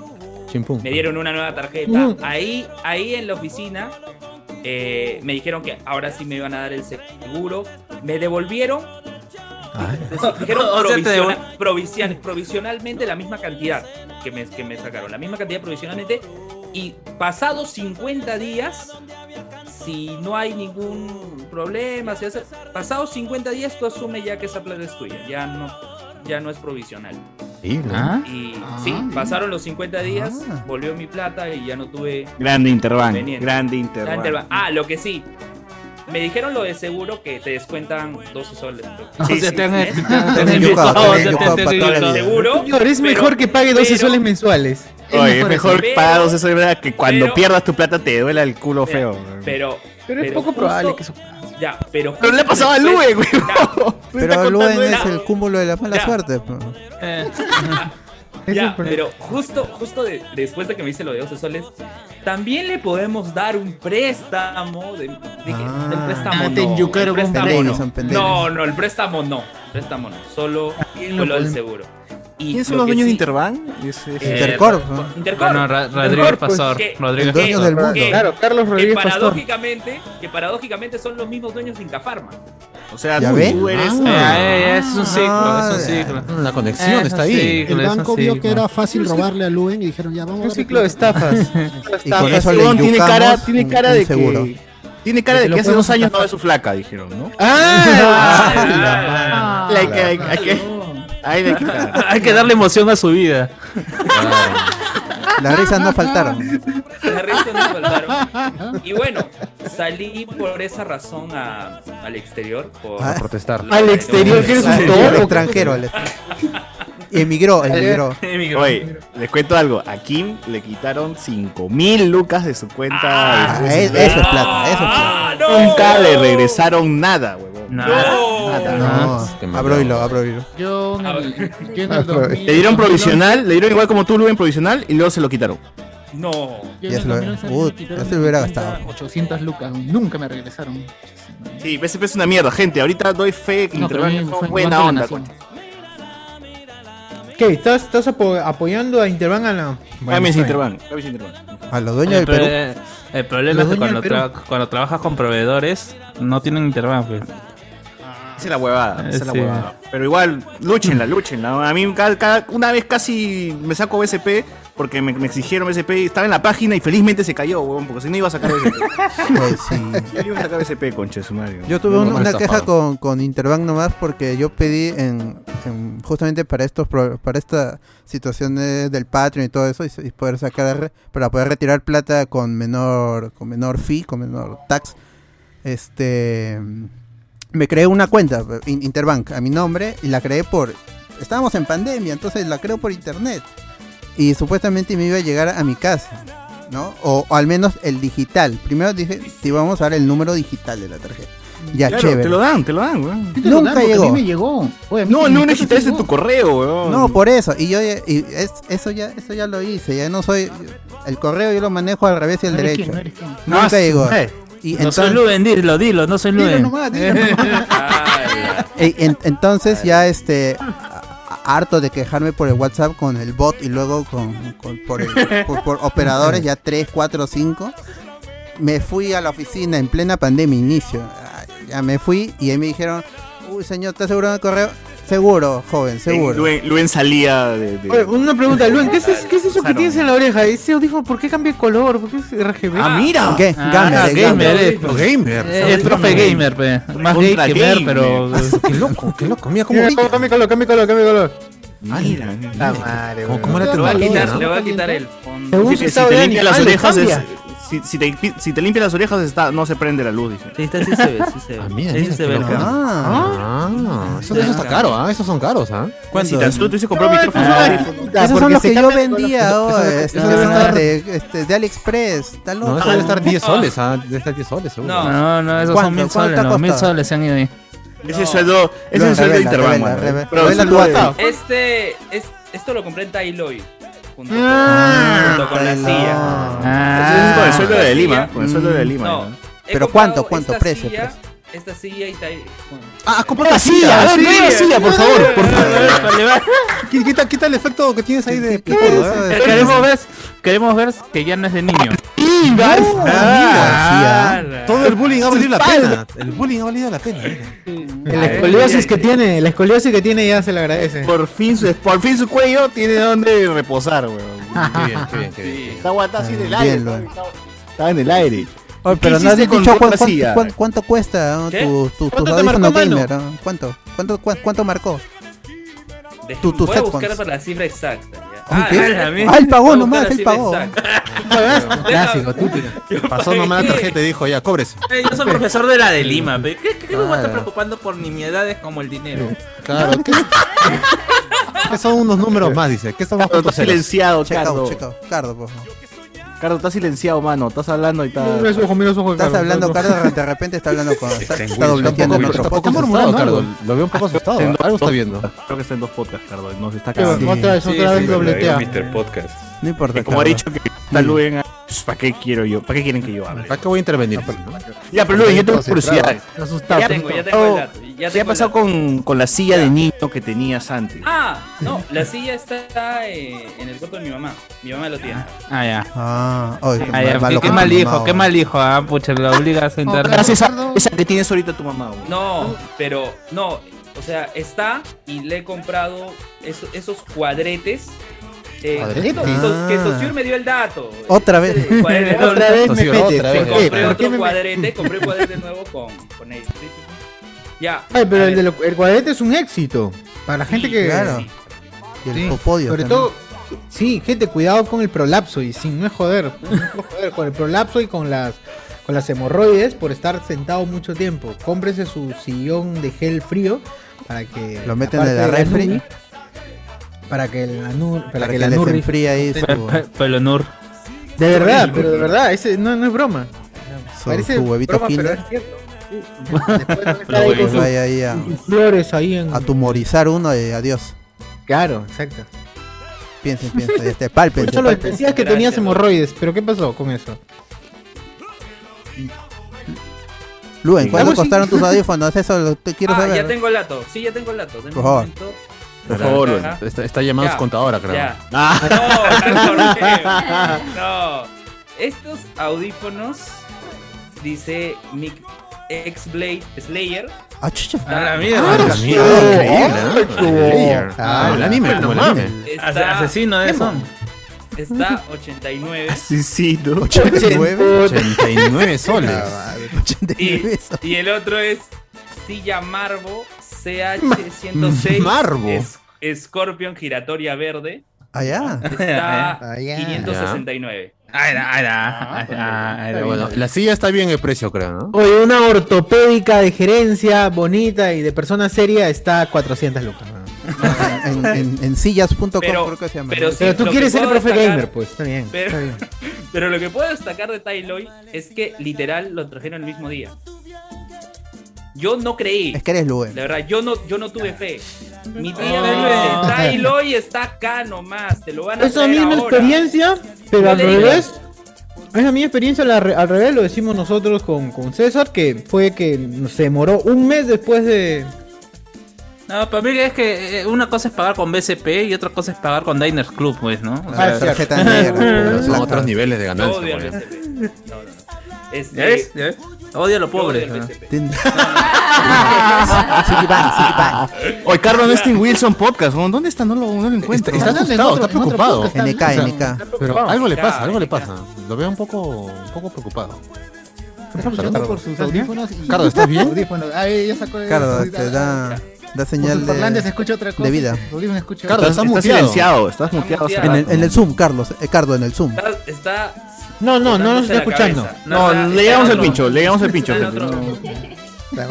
Speaker 4: Chimpum.
Speaker 5: Me dieron una nueva tarjeta.
Speaker 4: Mm.
Speaker 5: Ahí, ahí en la oficina eh, me dijeron que ahora sí me iban a dar el seguro. Me devolvieron.
Speaker 4: Ah.
Speaker 5: (laughs) Dijeron
Speaker 9: O sea, te
Speaker 5: provisiona- provisian- provisionalmente la misma cantidad que me, que me sacaron. La misma cantidad provisionalmente. Y pasados 50 días, si no hay ningún problema, si hace- pasados 50 días tú asumes ya que esa plata es tuya. Ya no, ya no es provisional.
Speaker 4: Sí, ¿no?
Speaker 5: Y
Speaker 7: Ah,
Speaker 5: sí,
Speaker 7: bien.
Speaker 5: pasaron los 50 días,
Speaker 1: Ah.
Speaker 5: volvió mi plata y ya no tuve
Speaker 2: Grande Interbank,
Speaker 5: Conveniente.
Speaker 2: grande
Speaker 5: la
Speaker 2: Interbank.
Speaker 5: Interbank. Ah, lo que sí. Me dijeron lo de seguro que te descuentan 12 soles.
Speaker 9: O
Speaker 5: Sí,
Speaker 9: sea,
Speaker 5: sí,
Speaker 9: te han-
Speaker 5: ¿ves?
Speaker 9: te
Speaker 5: (laughs)
Speaker 9: han- te han
Speaker 1: Te han
Speaker 9: enviudado,
Speaker 1: enviudado,
Speaker 9: o sea,
Speaker 1: te
Speaker 9: te
Speaker 1: han
Speaker 9: han
Speaker 1: enviudado.
Speaker 9: enviudado.
Speaker 5: Seguro.
Speaker 8: Señor, es
Speaker 5: pero-
Speaker 8: mejor que pague 12
Speaker 5: pero-
Speaker 8: soles mensuales.
Speaker 2: Oye, es mejor
Speaker 5: eso.
Speaker 2: pagar 12 soles, ¿verdad? Que cuando
Speaker 5: Pero-
Speaker 2: pierdas tu plata te duela el culo
Speaker 5: Pero-
Speaker 2: feo.
Speaker 5: Pero,
Speaker 8: Pero es
Speaker 5: Pero
Speaker 8: poco
Speaker 5: justo-
Speaker 8: probable que eso.
Speaker 5: ya, pero.
Speaker 2: Pero le ha pasado a Luen, güey. Tú estás
Speaker 1: Pero Luen
Speaker 2: contando
Speaker 1: es
Speaker 5: eso.
Speaker 1: el cúmulo de la mala
Speaker 5: Ya.
Speaker 1: suerte. po.
Speaker 9: Eh,
Speaker 8: Es
Speaker 5: (laughs) Ya,
Speaker 8: el problema.
Speaker 5: pero justo, justo de- después de que me hice lo de 12 soles, también le podemos dar un préstamo. De, dije,
Speaker 1: Ah.
Speaker 5: el préstamo
Speaker 7: Ah,
Speaker 5: no.
Speaker 7: te enyucaron
Speaker 5: el
Speaker 7: con
Speaker 5: préstamo
Speaker 1: pendejos,
Speaker 5: no.
Speaker 1: son pendejos.
Speaker 5: no, no, el préstamo no. El préstamo no. Solo
Speaker 8: lo
Speaker 5: fue lo del
Speaker 8: podemos-
Speaker 5: seguro. Y
Speaker 2: ¿Quiénes son
Speaker 5: lo
Speaker 2: los
Speaker 5: que
Speaker 2: dueños de
Speaker 5: sí-
Speaker 2: Interbank? Es- es-
Speaker 5: Eh,
Speaker 1: Intercorp,
Speaker 5: Ra-
Speaker 1: ¿no?
Speaker 5: Intercorp.
Speaker 9: bueno, Ra- Rodrigo
Speaker 8: Mejor,
Speaker 9: el Pastor.
Speaker 5: pues, que-
Speaker 9: Rodrigo
Speaker 1: el dueño
Speaker 5: que-
Speaker 1: del mundo.
Speaker 5: que-
Speaker 8: Claro, Carlos
Speaker 5: que
Speaker 8: Rodríguez Pastor.
Speaker 5: paradójicamente, que paradójicamente son los mismos dueños de Incafarma.
Speaker 2: O sea,
Speaker 1: ¿Ya
Speaker 2: tú,
Speaker 1: ven?
Speaker 2: tú eres.
Speaker 9: Eh,
Speaker 4: Ah. Mm,
Speaker 9: eh, es un ciclo, es un
Speaker 1: Ah,
Speaker 9: ciclo.
Speaker 4: La conexión
Speaker 9: Eso
Speaker 4: está ahí.
Speaker 9: sí.
Speaker 4: Sí.
Speaker 6: El
Speaker 9: Eso
Speaker 6: banco
Speaker 9: sí,
Speaker 6: vio que
Speaker 9: no.
Speaker 6: era fácil robarle a Luen y dijeron, ya vamos.
Speaker 8: Un ciclo de estafas.
Speaker 1: Y con
Speaker 2: Ese
Speaker 1: eso le
Speaker 2: huevón tiene
Speaker 1: yucamos
Speaker 2: cara, tiene
Speaker 1: un-
Speaker 2: cara
Speaker 1: un
Speaker 2: de
Speaker 1: seguro.
Speaker 2: que. Tiene cara
Speaker 8: Que
Speaker 2: de
Speaker 8: te
Speaker 2: que
Speaker 8: lo
Speaker 2: hace dos
Speaker 8: podemos
Speaker 2: años no ve su flaca, dijeron, ¿no?
Speaker 8: ¡Ah!
Speaker 5: Ah,
Speaker 2: Hay que- hay- hay que- hay de quitar.
Speaker 9: Hay que darle emoción a su vida.
Speaker 1: Las risas no faltaron.
Speaker 5: La risa nos faltaron. Y bueno, salí por esa razón a- al exterior. por-
Speaker 1: Ah,
Speaker 4: Protestar.
Speaker 8: Al exterior, que eres
Speaker 1: Ah,
Speaker 8: un
Speaker 1: el
Speaker 8: toro.
Speaker 1: extranjero. el extranjero.
Speaker 8: (laughs)
Speaker 5: (laughs)
Speaker 1: Emigró, emigró.
Speaker 2: Oye, les cuento algo. A Kim le quitaron 5 mil lucas de su cuenta.
Speaker 5: Ah,
Speaker 2: de-
Speaker 1: Ah,
Speaker 2: de
Speaker 1: es-
Speaker 2: su-
Speaker 1: eso es plata, eso es plata.
Speaker 5: ¡Ah, no!
Speaker 2: Nunca le regresaron nada, huevón.
Speaker 9: Nada.
Speaker 1: Ah, no. Abro hilo, abro hilo.
Speaker 7: Yo en el, yo en el 2000
Speaker 2: Le dieron provisional, le dieron igual como tú, Luen, provisional, y luego se lo quitaron.
Speaker 5: No.
Speaker 7: yo en
Speaker 1: Ya
Speaker 7: el
Speaker 1: se lo-
Speaker 7: 2011
Speaker 1: uh,
Speaker 7: me quitaron
Speaker 1: ya se lo hubiera
Speaker 7: de mi cuenta
Speaker 1: gastado.
Speaker 7: 800 lucas, nunca me regresaron.
Speaker 2: Sí, BCP es una mierda, gente. Ahorita doy fe que
Speaker 7: No, pero
Speaker 2: Interbank
Speaker 7: bien,
Speaker 2: es
Speaker 7: fue-
Speaker 2: buena
Speaker 7: banco de
Speaker 2: onda.
Speaker 7: nación.
Speaker 2: concha.
Speaker 8: ¿Qué? ¿Estás, estás apo- apoyando a Interbank a la.
Speaker 5: Ah,
Speaker 2: Cámbiame
Speaker 8: está bien.
Speaker 2: Interbank. cámbiame Interbank.
Speaker 1: A los dueños del
Speaker 9: Pero,
Speaker 1: Perú.
Speaker 9: eh, el problema es
Speaker 8: Los
Speaker 9: que
Speaker 8: dueños
Speaker 9: cuando,
Speaker 8: del Perú.
Speaker 9: tra- cuando trabajas con proveedores, no tienen Interbank. pues.
Speaker 2: Esa es la
Speaker 1: Eh,
Speaker 2: huevada, esa es la
Speaker 9: Sí.
Speaker 2: huevada. Pero igual, luchenla, luchenla. A mí cada, cada- una vez casi me saco BSP porque me, me exigieron BSP. Estaba en la página y felizmente se cayó, huevón, porque si no iba a sacar BSP.
Speaker 1: Pues sí.
Speaker 7: (laughs)
Speaker 2: Yo iba a sacar BSP, concha de su madre.
Speaker 1: Yo tuve
Speaker 4: No,
Speaker 1: un-
Speaker 4: no me
Speaker 1: una
Speaker 4: estafado.
Speaker 1: queja con, con Interbank nomás porque yo pedí en, en- justamente para estos pro- para esta situación de- del Patreon y todo eso y, s- y poder sacar para poder retirar plata con menor con menor fee, con menor tax. Este me creé una cuenta in- Interbank a mi nombre y la creé por estábamos en pandemia, entonces la creo por internet y supuestamente me iba a llegar a mi casa. ¿no? O, o al menos el digital. Primero dije, si vamos a dar el número digital de la tarjeta. Ya,
Speaker 2: Claro,
Speaker 1: chévere.
Speaker 2: te lo dan, te lo dan, weón.
Speaker 7: Sí te lo
Speaker 1: Nunca
Speaker 7: dan, porque
Speaker 1: llegó.
Speaker 7: A mí me llegó. Oye, a mí
Speaker 2: No,
Speaker 7: sí,
Speaker 2: no
Speaker 7: mi
Speaker 2: necesitas
Speaker 7: casa
Speaker 2: en
Speaker 7: llegó.
Speaker 2: tu correo, weón.
Speaker 1: No, por eso. Y yo y es, eso ya eso ya lo hice. Ya no soy el correo yo lo manejo al revés y al
Speaker 7: No eres
Speaker 1: derecho.
Speaker 7: quien, no eres quien.
Speaker 1: Nunca
Speaker 9: No,
Speaker 1: llegó.
Speaker 9: eh,
Speaker 1: Y
Speaker 9: no soy
Speaker 1: entonces,
Speaker 9: Luen, dilo, dilo, no soy
Speaker 7: Dilo
Speaker 9: Luen.
Speaker 7: nomás, dilo nomás.
Speaker 1: (laughs)
Speaker 5: Ah,
Speaker 1: eh, en- entonces ya este a- a- harto de quejarme por el WhatsApp con el bot y luego con, con- por, el- por- por operadores ya 3, 4, 5. Me fui a la oficina en plena pandemia inicio. Ah, Ya me fui y ahí me dijeron, "Uy, señor, ¿estás seguro del correo?" Seguro, joven, seguro.
Speaker 2: Luen, Luen salía de. de-
Speaker 8: Oye, una pregunta, Luen, ¿qué es, es- qué es eso que
Speaker 2: Usaron.
Speaker 8: tienes en la oreja? Ese audífono, ¿por qué cambia de color? ¿Por qué es RGB?
Speaker 2: Ah, mira.
Speaker 1: Ga-
Speaker 9: Ah,
Speaker 1: gamer, eh, gamer.
Speaker 9: gamer, eh,
Speaker 4: Los gamers.
Speaker 9: eh, el profe gamer, pe. más gay
Speaker 2: Contra
Speaker 9: que mer,
Speaker 2: gamer.
Speaker 9: pero (laughs)
Speaker 4: Qué loco, qué loco. Mira cómo
Speaker 8: Mira, cambia color, cambia color, cambia color.
Speaker 2: Mira.
Speaker 8: La madre,
Speaker 4: Como-
Speaker 8: weón.
Speaker 4: como la
Speaker 5: Le voy a
Speaker 4: tecnología,
Speaker 5: quitar,
Speaker 4: ¿no?
Speaker 5: le voy a quitar el fondo.
Speaker 8: Según
Speaker 2: Si
Speaker 8: su
Speaker 2: te, si
Speaker 8: estado
Speaker 2: te
Speaker 8: de
Speaker 2: limpia
Speaker 8: ánimo.
Speaker 2: las
Speaker 8: Ah, le
Speaker 2: orejas,
Speaker 8: cambia.
Speaker 2: es- si, si te, si te limpia las orejas, está, no se prende la luz. Dice.
Speaker 3: Sí, está, sí se ve, sí se ve.
Speaker 4: Ah, mira,
Speaker 3: Sí
Speaker 4: mira,
Speaker 3: se
Speaker 4: qué
Speaker 3: ve.
Speaker 4: loco.
Speaker 3: ¿no?
Speaker 1: Ah,
Speaker 4: Ah, eso, eso está caro, ¿ah? Esos son caros, ¿ah?
Speaker 1: ¿cuánto?
Speaker 2: Si tan solo tú se compró micrófono
Speaker 3: Ah.
Speaker 2: audífono.
Speaker 8: Ya,
Speaker 1: Esos son
Speaker 8: porque
Speaker 1: los
Speaker 8: se
Speaker 1: que yo
Speaker 8: cambian
Speaker 1: vendía oh, (laughs) este,
Speaker 4: Eso debe
Speaker 1: son
Speaker 4: estar-
Speaker 1: de, este, de AliExpress. Está loco.
Speaker 4: No, eso debe estar 10 soles, ¿ah? Debe estar 10 soles, seguro.
Speaker 5: No.
Speaker 9: No, no, esos
Speaker 1: ¿Cuánto?
Speaker 9: son mil
Speaker 1: ¿Cuánto te
Speaker 9: soles,
Speaker 1: ha
Speaker 9: no, mil
Speaker 1: costado?
Speaker 9: soles se han ido ahí.
Speaker 2: Ese es sueldo, ese
Speaker 1: Revela,
Speaker 2: es sueldo de
Speaker 1: revela,
Speaker 2: Interbank.
Speaker 1: revela,
Speaker 2: weón.
Speaker 1: revela.
Speaker 2: Pero
Speaker 1: Revela
Speaker 2: sueldo
Speaker 1: tu
Speaker 2: de-
Speaker 1: WhatsApp.
Speaker 5: Este, es, esto lo compré en Tailoy. Junto con,
Speaker 2: Ah,
Speaker 5: junto con la
Speaker 1: Taylor.
Speaker 5: silla.
Speaker 2: ese es con el
Speaker 9: Ah,
Speaker 2: sueldo de
Speaker 5: Ah.
Speaker 2: Lima. Con el sueldo de Lima.
Speaker 5: No,
Speaker 2: ¿no?
Speaker 5: he
Speaker 1: Pero
Speaker 5: comprado
Speaker 7: Ah,
Speaker 1: ¿cuánto? ¿Cuánto?
Speaker 5: esta
Speaker 1: Precio,
Speaker 8: pues.
Speaker 5: silla-
Speaker 1: precio.
Speaker 5: Esta silla y Tai. con-
Speaker 4: Ah, compra
Speaker 8: La silla, a ver, no hay una silla, por favor, por favor.
Speaker 4: Quita, quita el efecto que tienes ahí de pico, ¿eh?
Speaker 9: Eh, Queremos ver, queremos ver que ya no es de
Speaker 3: (laughs)
Speaker 9: niño.
Speaker 1: Ah,
Speaker 4: Todo el bullying ha valido la pena. El bullying ha valido la pena.
Speaker 8: La escoliosis que tiene, la escoliosis que tiene ya se le agradece.
Speaker 2: Por fin, su, por fin su cuello tiene donde reposar, weón.
Speaker 4: Qué bien, qué bien, qué bien.
Speaker 2: Está guatá así en
Speaker 4: Ah,
Speaker 2: el
Speaker 1: Bien,
Speaker 2: aire.
Speaker 1: lo-
Speaker 2: Estaba estaba en el aire.
Speaker 1: Oye, pero
Speaker 2: ¿Qué
Speaker 1: no has
Speaker 2: hiciste
Speaker 1: dicho
Speaker 2: con
Speaker 1: cuán-
Speaker 2: compra
Speaker 1: cuánto,
Speaker 2: silla?
Speaker 1: cuán- cuánto cuesta ¿no?
Speaker 5: ¿Qué?
Speaker 1: tu, tu, tus
Speaker 7: ¿Cuánto te
Speaker 1: audífonos
Speaker 7: marcó, mano?
Speaker 1: gamer. ¿no? ¿Cuánto? ¿Cuánto, cuánto, cuánto marcó?
Speaker 5: Déjame-
Speaker 1: Tú- tus
Speaker 5: voy a
Speaker 1: headphones.
Speaker 5: buscar para la cifra exacta. ya.
Speaker 1: ¿qué?
Speaker 5: la-
Speaker 9: Ah,
Speaker 5: voy
Speaker 1: Ah, él pagó
Speaker 5: a buscar
Speaker 1: nomás,
Speaker 5: la
Speaker 1: él
Speaker 5: cifra
Speaker 1: pagó.
Speaker 5: exacta.
Speaker 8: Clásico, típico.
Speaker 4: Pasó nomás la tarjeta y dijo, ya, cóbrese.
Speaker 3: Eh, Yo soy profesor de la de Lima. pe. ¿Qué, qué, qué me voy a estar
Speaker 1: Claro.
Speaker 3: preocupando por nimiedades como el dinero? (laughs)
Speaker 4: Claro, ¿qué? ¿Qué son unos números más, dice? ¿Qué son más
Speaker 2: Cardo, está
Speaker 4: puntos ceros?
Speaker 2: silenciado,
Speaker 1: Check out,
Speaker 2: Cardo.
Speaker 1: check out. Cardo, por favor.
Speaker 2: Cardo, está silenciado, mano. Estás hablando y tal.
Speaker 7: Mira su ojo, mira su ojo,
Speaker 1: Estás
Speaker 7: Carlos,
Speaker 1: hablando,
Speaker 7: mira su
Speaker 1: Cardo, de repente está hablando con. Está, está dobleteando en
Speaker 4: Tampoco, tampoco
Speaker 1: otro podcast.
Speaker 4: está asustado, Cardo. Lo veo un poco asustado. ¿eh? Algo está viendo.
Speaker 2: Creo que está en dos podcasts, Cardo. Nos está
Speaker 7: ojo.
Speaker 2: cagando.
Speaker 1: Sí.
Speaker 7: Otra vez, otra vez dobletea.
Speaker 10: Mr. Podcast.
Speaker 1: No importa.
Speaker 2: Que Como ha
Speaker 1: Cardo.
Speaker 2: dicho que está Luen. ¿Para qué quiero yo? ¿Para qué quieren que yo hable?
Speaker 4: ¿Para qué voy a intervenir?
Speaker 2: Ya, pero Luen, yo tengo curiosidad.
Speaker 8: Asustado.
Speaker 5: Ya tengo, ya tengo el dato. Ya
Speaker 2: ¿Qué ha
Speaker 5: tengo el
Speaker 2: pasado
Speaker 5: dato.
Speaker 2: con, con la silla de niño que tenías antes?
Speaker 5: Ah, no, la silla está eh, en el cuarto de mi mamá. Mi mamá lo tiene.
Speaker 3: Ah.
Speaker 9: ya.
Speaker 1: Ah, oye,
Speaker 9: Ah, ya.
Speaker 1: va lo
Speaker 9: Qué- Qué
Speaker 1: con
Speaker 9: mal
Speaker 1: tu
Speaker 9: hijo,
Speaker 1: mamá,
Speaker 9: qué
Speaker 1: oye.
Speaker 9: mal hijo, ah, pucha, lo obligas a internet.
Speaker 2: Haz esa, esa que tienes ahorita tu mamá, güey.
Speaker 5: No, pero no, o sea, está y le he comprado eso- esos cuadretes. eh,
Speaker 4: ¿Cuadretes?
Speaker 5: Que, so- que
Speaker 1: Ah.
Speaker 5: Saussure me dio el dato.
Speaker 1: Otra vez.
Speaker 5: Ese cuadrete-
Speaker 8: Otra vez me
Speaker 4: Socio,
Speaker 8: mete.
Speaker 4: otra
Speaker 8: ¿por
Speaker 4: vez.
Speaker 8: qué?
Speaker 5: Compré
Speaker 8: ¿Por qué
Speaker 5: otro
Speaker 8: me mete?
Speaker 5: cuadrete, compré un cuadrete nuevo con, con él. Ya.
Speaker 7: Ay, pero
Speaker 5: a ver,
Speaker 7: el, de lo- el cuadrete es un éxito. Para la gente
Speaker 5: sí,
Speaker 7: que.
Speaker 1: claro.
Speaker 5: sí.
Speaker 1: Y el
Speaker 7: Sí,
Speaker 1: popodio
Speaker 7: Sobre
Speaker 1: también.
Speaker 7: todo, sí, gente, cuidado con el prolapso y sin no es joder, no es joder, con el prolapso y con las con las hemorroides por estar sentado mucho tiempo. Cómprese su sillón de gel frío para que
Speaker 1: Lo meten
Speaker 7: aparte
Speaker 1: en la refri.
Speaker 7: nube, para que la nu- para,
Speaker 1: Para
Speaker 7: que,
Speaker 1: que
Speaker 7: la
Speaker 1: les
Speaker 7: nurri-
Speaker 1: enfríe ahí
Speaker 7: (laughs)
Speaker 1: su,
Speaker 9: Pe- pe- Pelonur.
Speaker 7: De verdad, pero de verdad, Ah, ese no, no es broma.
Speaker 1: su, su huevito
Speaker 7: broma, pero
Speaker 1: kinder. (laughs)
Speaker 7: es cierto. Sí. Después van a estar ahí con
Speaker 1: Pues
Speaker 7: sus-
Speaker 1: vaya ahí a,
Speaker 7: sus flores ahí en
Speaker 1: a tumorizar uno y adiós.
Speaker 7: Claro, exacto.
Speaker 1: Piensen, piensen. Este, palpen.
Speaker 7: Solo decías que tenías hemorroides, pero ¿qué pasó con eso?
Speaker 1: Luen, ¿cuánto
Speaker 7: Digamos, sí.
Speaker 1: costaron tus audífonos? Eso lo, te quiero
Speaker 5: Ah,
Speaker 1: saber.
Speaker 5: ya tengo el dato. Sí, ya tengo el dato. Dame
Speaker 1: Por
Speaker 5: un
Speaker 1: favor.
Speaker 5: momento.
Speaker 2: Por favor, Luen.
Speaker 4: Está, está llamando a su
Speaker 5: Ya,
Speaker 4: contadora, creo.
Speaker 5: Ya.
Speaker 2: Ah,
Speaker 5: No,
Speaker 4: (laughs)
Speaker 5: Carlos, no. Estos audífonos, dice mi X-Blade Slayer.
Speaker 1: Ah, chucha.
Speaker 9: A la
Speaker 4: Ah,
Speaker 9: mierda.
Speaker 4: la mierda, increíble, ¿eh? Ah, el anime, como el anime.
Speaker 9: Ase-
Speaker 5: Está,
Speaker 9: Asesino de son.
Speaker 5: está 89.
Speaker 2: sí, sí, ¿no?
Speaker 1: 89.
Speaker 4: 89 soles.
Speaker 5: Y,
Speaker 1: 89 eso.
Speaker 5: y el otro es Silla Marvo
Speaker 7: (laughs)
Speaker 5: CH106.
Speaker 4: Marvo.
Speaker 5: es- Scorpion giratoria verde.
Speaker 7: (laughs)
Speaker 1: Allá.
Speaker 9: (laughs)
Speaker 5: Está
Speaker 7: Ah, ya.
Speaker 5: 569.
Speaker 9: Ay, Ah, era, ay,
Speaker 5: Ah,
Speaker 9: era,
Speaker 5: pues
Speaker 9: ay, era, ay, era.
Speaker 4: Pero Ah, bueno, la silla está bien el precio, creo, ¿no?
Speaker 7: (laughs) Oye, una ortopédica de gerencia bonita y de persona seria está a 400 lucas. ¿no?
Speaker 1: En, en, en sillas.com
Speaker 5: Pero-
Speaker 1: creo que se llama.
Speaker 5: pero
Speaker 1: ¿no?
Speaker 5: sí.
Speaker 7: Pero tú
Speaker 5: lo
Speaker 7: quieres
Speaker 5: que
Speaker 7: ser
Speaker 5: puedo
Speaker 7: profe
Speaker 5: destacar-
Speaker 7: gamer, pues, está bien.
Speaker 5: pero-
Speaker 7: está bien.
Speaker 5: (laughs) Pero lo que puedo destacar de Tai Loy es que literal lo trajeron el mismo día. Yo no creí.
Speaker 1: Es que eres Luen.
Speaker 5: La verdad, yo no, yo no tuve fe. Mi tía me
Speaker 9: Ah.
Speaker 7: (laughs)
Speaker 5: dice, Tai Loy está acá nomás, te lo van a
Speaker 7: Es la
Speaker 5: traer
Speaker 7: misma
Speaker 5: ahora".
Speaker 7: experiencia, pero
Speaker 5: Yo
Speaker 7: al
Speaker 5: le digo.
Speaker 7: revés. Es la misma experiencia la re- al revés, lo decimos nosotros con, con César, que fue que se demoró un mes después de...
Speaker 9: No, para mí es que eh, una cosa es pagar con BCP y otra cosa es pagar con Diners Club, pues, ¿no?
Speaker 3: Ah,
Speaker 9: O sea, (laughs)
Speaker 1: La tarjeta negra.
Speaker 4: Pero son
Speaker 1: blanca.
Speaker 4: otros niveles de
Speaker 5: Yo
Speaker 4: ganancia.
Speaker 5: odio al
Speaker 4: pues.
Speaker 5: BCP. No, no, no. Este,
Speaker 9: ¿Ya ves? ¿Ya ves? Odio a los
Speaker 5: yo odio
Speaker 9: pobres.
Speaker 5: al
Speaker 9: ¿no?
Speaker 5: BCP.
Speaker 1: Ten-
Speaker 2: (laughs) Oye, Carlos, no está en Wilson Podcast. ¿no? ¿Dónde está? No lo, no lo encuentro.
Speaker 4: Está asustado, está preocupado.
Speaker 1: NK, NK.
Speaker 4: Pero algo le pasa, algo le
Speaker 5: Claro,
Speaker 4: pasa. Lo veo un poco, un poco preocupado.
Speaker 6: Está luchando por sus audífonos y
Speaker 4: Cardo, ¿estás bien?
Speaker 6: audífonos. Ah, eh, ya sacó el-
Speaker 1: Cardo,
Speaker 6: ahorita-
Speaker 1: te da. Da señal
Speaker 7: Por Fernández
Speaker 1: de,
Speaker 7: escucha otra cosa.
Speaker 1: de vida.
Speaker 7: Bolivia se escucha
Speaker 4: Carlos,
Speaker 7: otra
Speaker 4: estás
Speaker 2: estás
Speaker 4: muteado.
Speaker 2: silenciado, estás muteado. hace
Speaker 5: muteado.
Speaker 1: En el,
Speaker 2: rato.
Speaker 1: en el Zoom, Carlos. Eh, Cardo, en el Zoom.
Speaker 5: Está, está
Speaker 7: No, no, no lo
Speaker 5: dándose
Speaker 7: estoy
Speaker 5: la
Speaker 7: escuchando.
Speaker 5: cabeza.
Speaker 2: No,
Speaker 5: está-
Speaker 2: le llegamos
Speaker 5: está en
Speaker 2: el
Speaker 5: otro-
Speaker 2: pincho, le llegamos el pincho.
Speaker 5: Está en
Speaker 2: gente,
Speaker 5: otro-
Speaker 2: no.
Speaker 5: está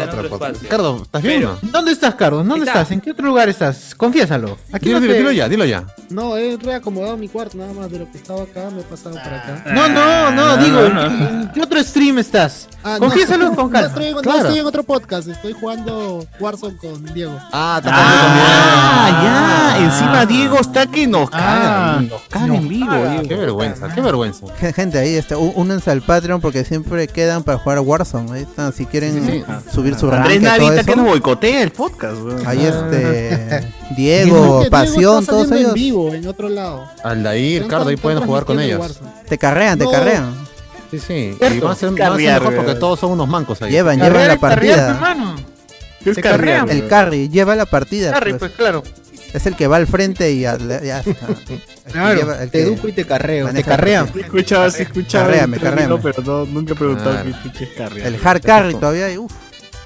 Speaker 5: en otro espacio.
Speaker 4: Carlos, ¿estás bien?
Speaker 5: Pero-
Speaker 4: o no?
Speaker 7: ¿Dónde estás, Carlos? ¿Dónde
Speaker 5: Está.
Speaker 7: estás? ¿En qué otro lugar estás? Confiésalo. Aquí
Speaker 4: Dilo,
Speaker 7: no
Speaker 4: dilo,
Speaker 7: te-
Speaker 4: dilo ya, dilo ya.
Speaker 6: No, he reacomodado mi cuarto, nada más de lo que estaba acá, me he pasado para acá.
Speaker 7: No, no, no,
Speaker 3: Ah,
Speaker 7: digo,
Speaker 3: no,
Speaker 7: ¿en qué- ¿en qué otro stream estás?
Speaker 6: Ah, no,
Speaker 7: Confiésalo
Speaker 6: no,
Speaker 7: con calma.
Speaker 6: estoy, en- no
Speaker 7: Claro.
Speaker 6: estoy en otro podcast, estoy jugando Warzone con Diego.
Speaker 4: Ah, está
Speaker 2: Ah, ya, encima Diego está que nos caga. Nos caga en vivo,
Speaker 4: Qué
Speaker 2: Diego.
Speaker 4: vergüenza, qué vergüenza.
Speaker 1: Gen- Gente, ahí está. Ú- Únanse al Patreon porque siempre quedan para jugar a Warzone. Ahí están. Si quieren
Speaker 4: Sí, sí, sí.
Speaker 1: subir su rank
Speaker 2: Andrés
Speaker 1: y todo
Speaker 2: Navita
Speaker 1: eso.
Speaker 2: que nos boicotea el podcast, weón.
Speaker 7: Ah.
Speaker 6: (laughs)
Speaker 7: (laughs)
Speaker 1: Ahí este.
Speaker 6: Ah. Diego
Speaker 1: Diego,
Speaker 6: está
Speaker 1: Pasión, todos
Speaker 6: saliendo en
Speaker 1: ellos.
Speaker 6: vivo, en otro lado.
Speaker 4: Aldair,
Speaker 6: Están-
Speaker 4: Cardo, ahí
Speaker 6: están
Speaker 4: pueden jugar con
Speaker 6: transmitiendo
Speaker 4: ellos.
Speaker 6: Warzone.
Speaker 1: Te carrean, te
Speaker 6: No.
Speaker 1: carrean.
Speaker 4: Sí, sí. Y
Speaker 2: Cierto.
Speaker 4: van a ser, van a ser
Speaker 2: Carriar,
Speaker 4: mejor porque
Speaker 2: weón.
Speaker 4: todos son unos mancos ahí.
Speaker 1: Llevan, llevan la partida.
Speaker 2: Es
Speaker 7: Te carrean.
Speaker 2: carrián,
Speaker 1: El
Speaker 2: weón.
Speaker 1: carry lleva la partida.
Speaker 7: Harry,
Speaker 1: pues.
Speaker 7: pues claro.
Speaker 1: Es el que va al frente y a- le- ya está. El que lleva- el
Speaker 7: te
Speaker 1: que-
Speaker 7: educo y te carreo.
Speaker 1: maneja
Speaker 7: Te carrean.
Speaker 1: la
Speaker 2: Escuchaba, sí, escuchaba.
Speaker 1: Carréame, carréame.
Speaker 2: Pero no, nunca he preguntado
Speaker 4: Claro.
Speaker 2: qué chucha es carrián.
Speaker 1: El hard carry todavía. y Uf,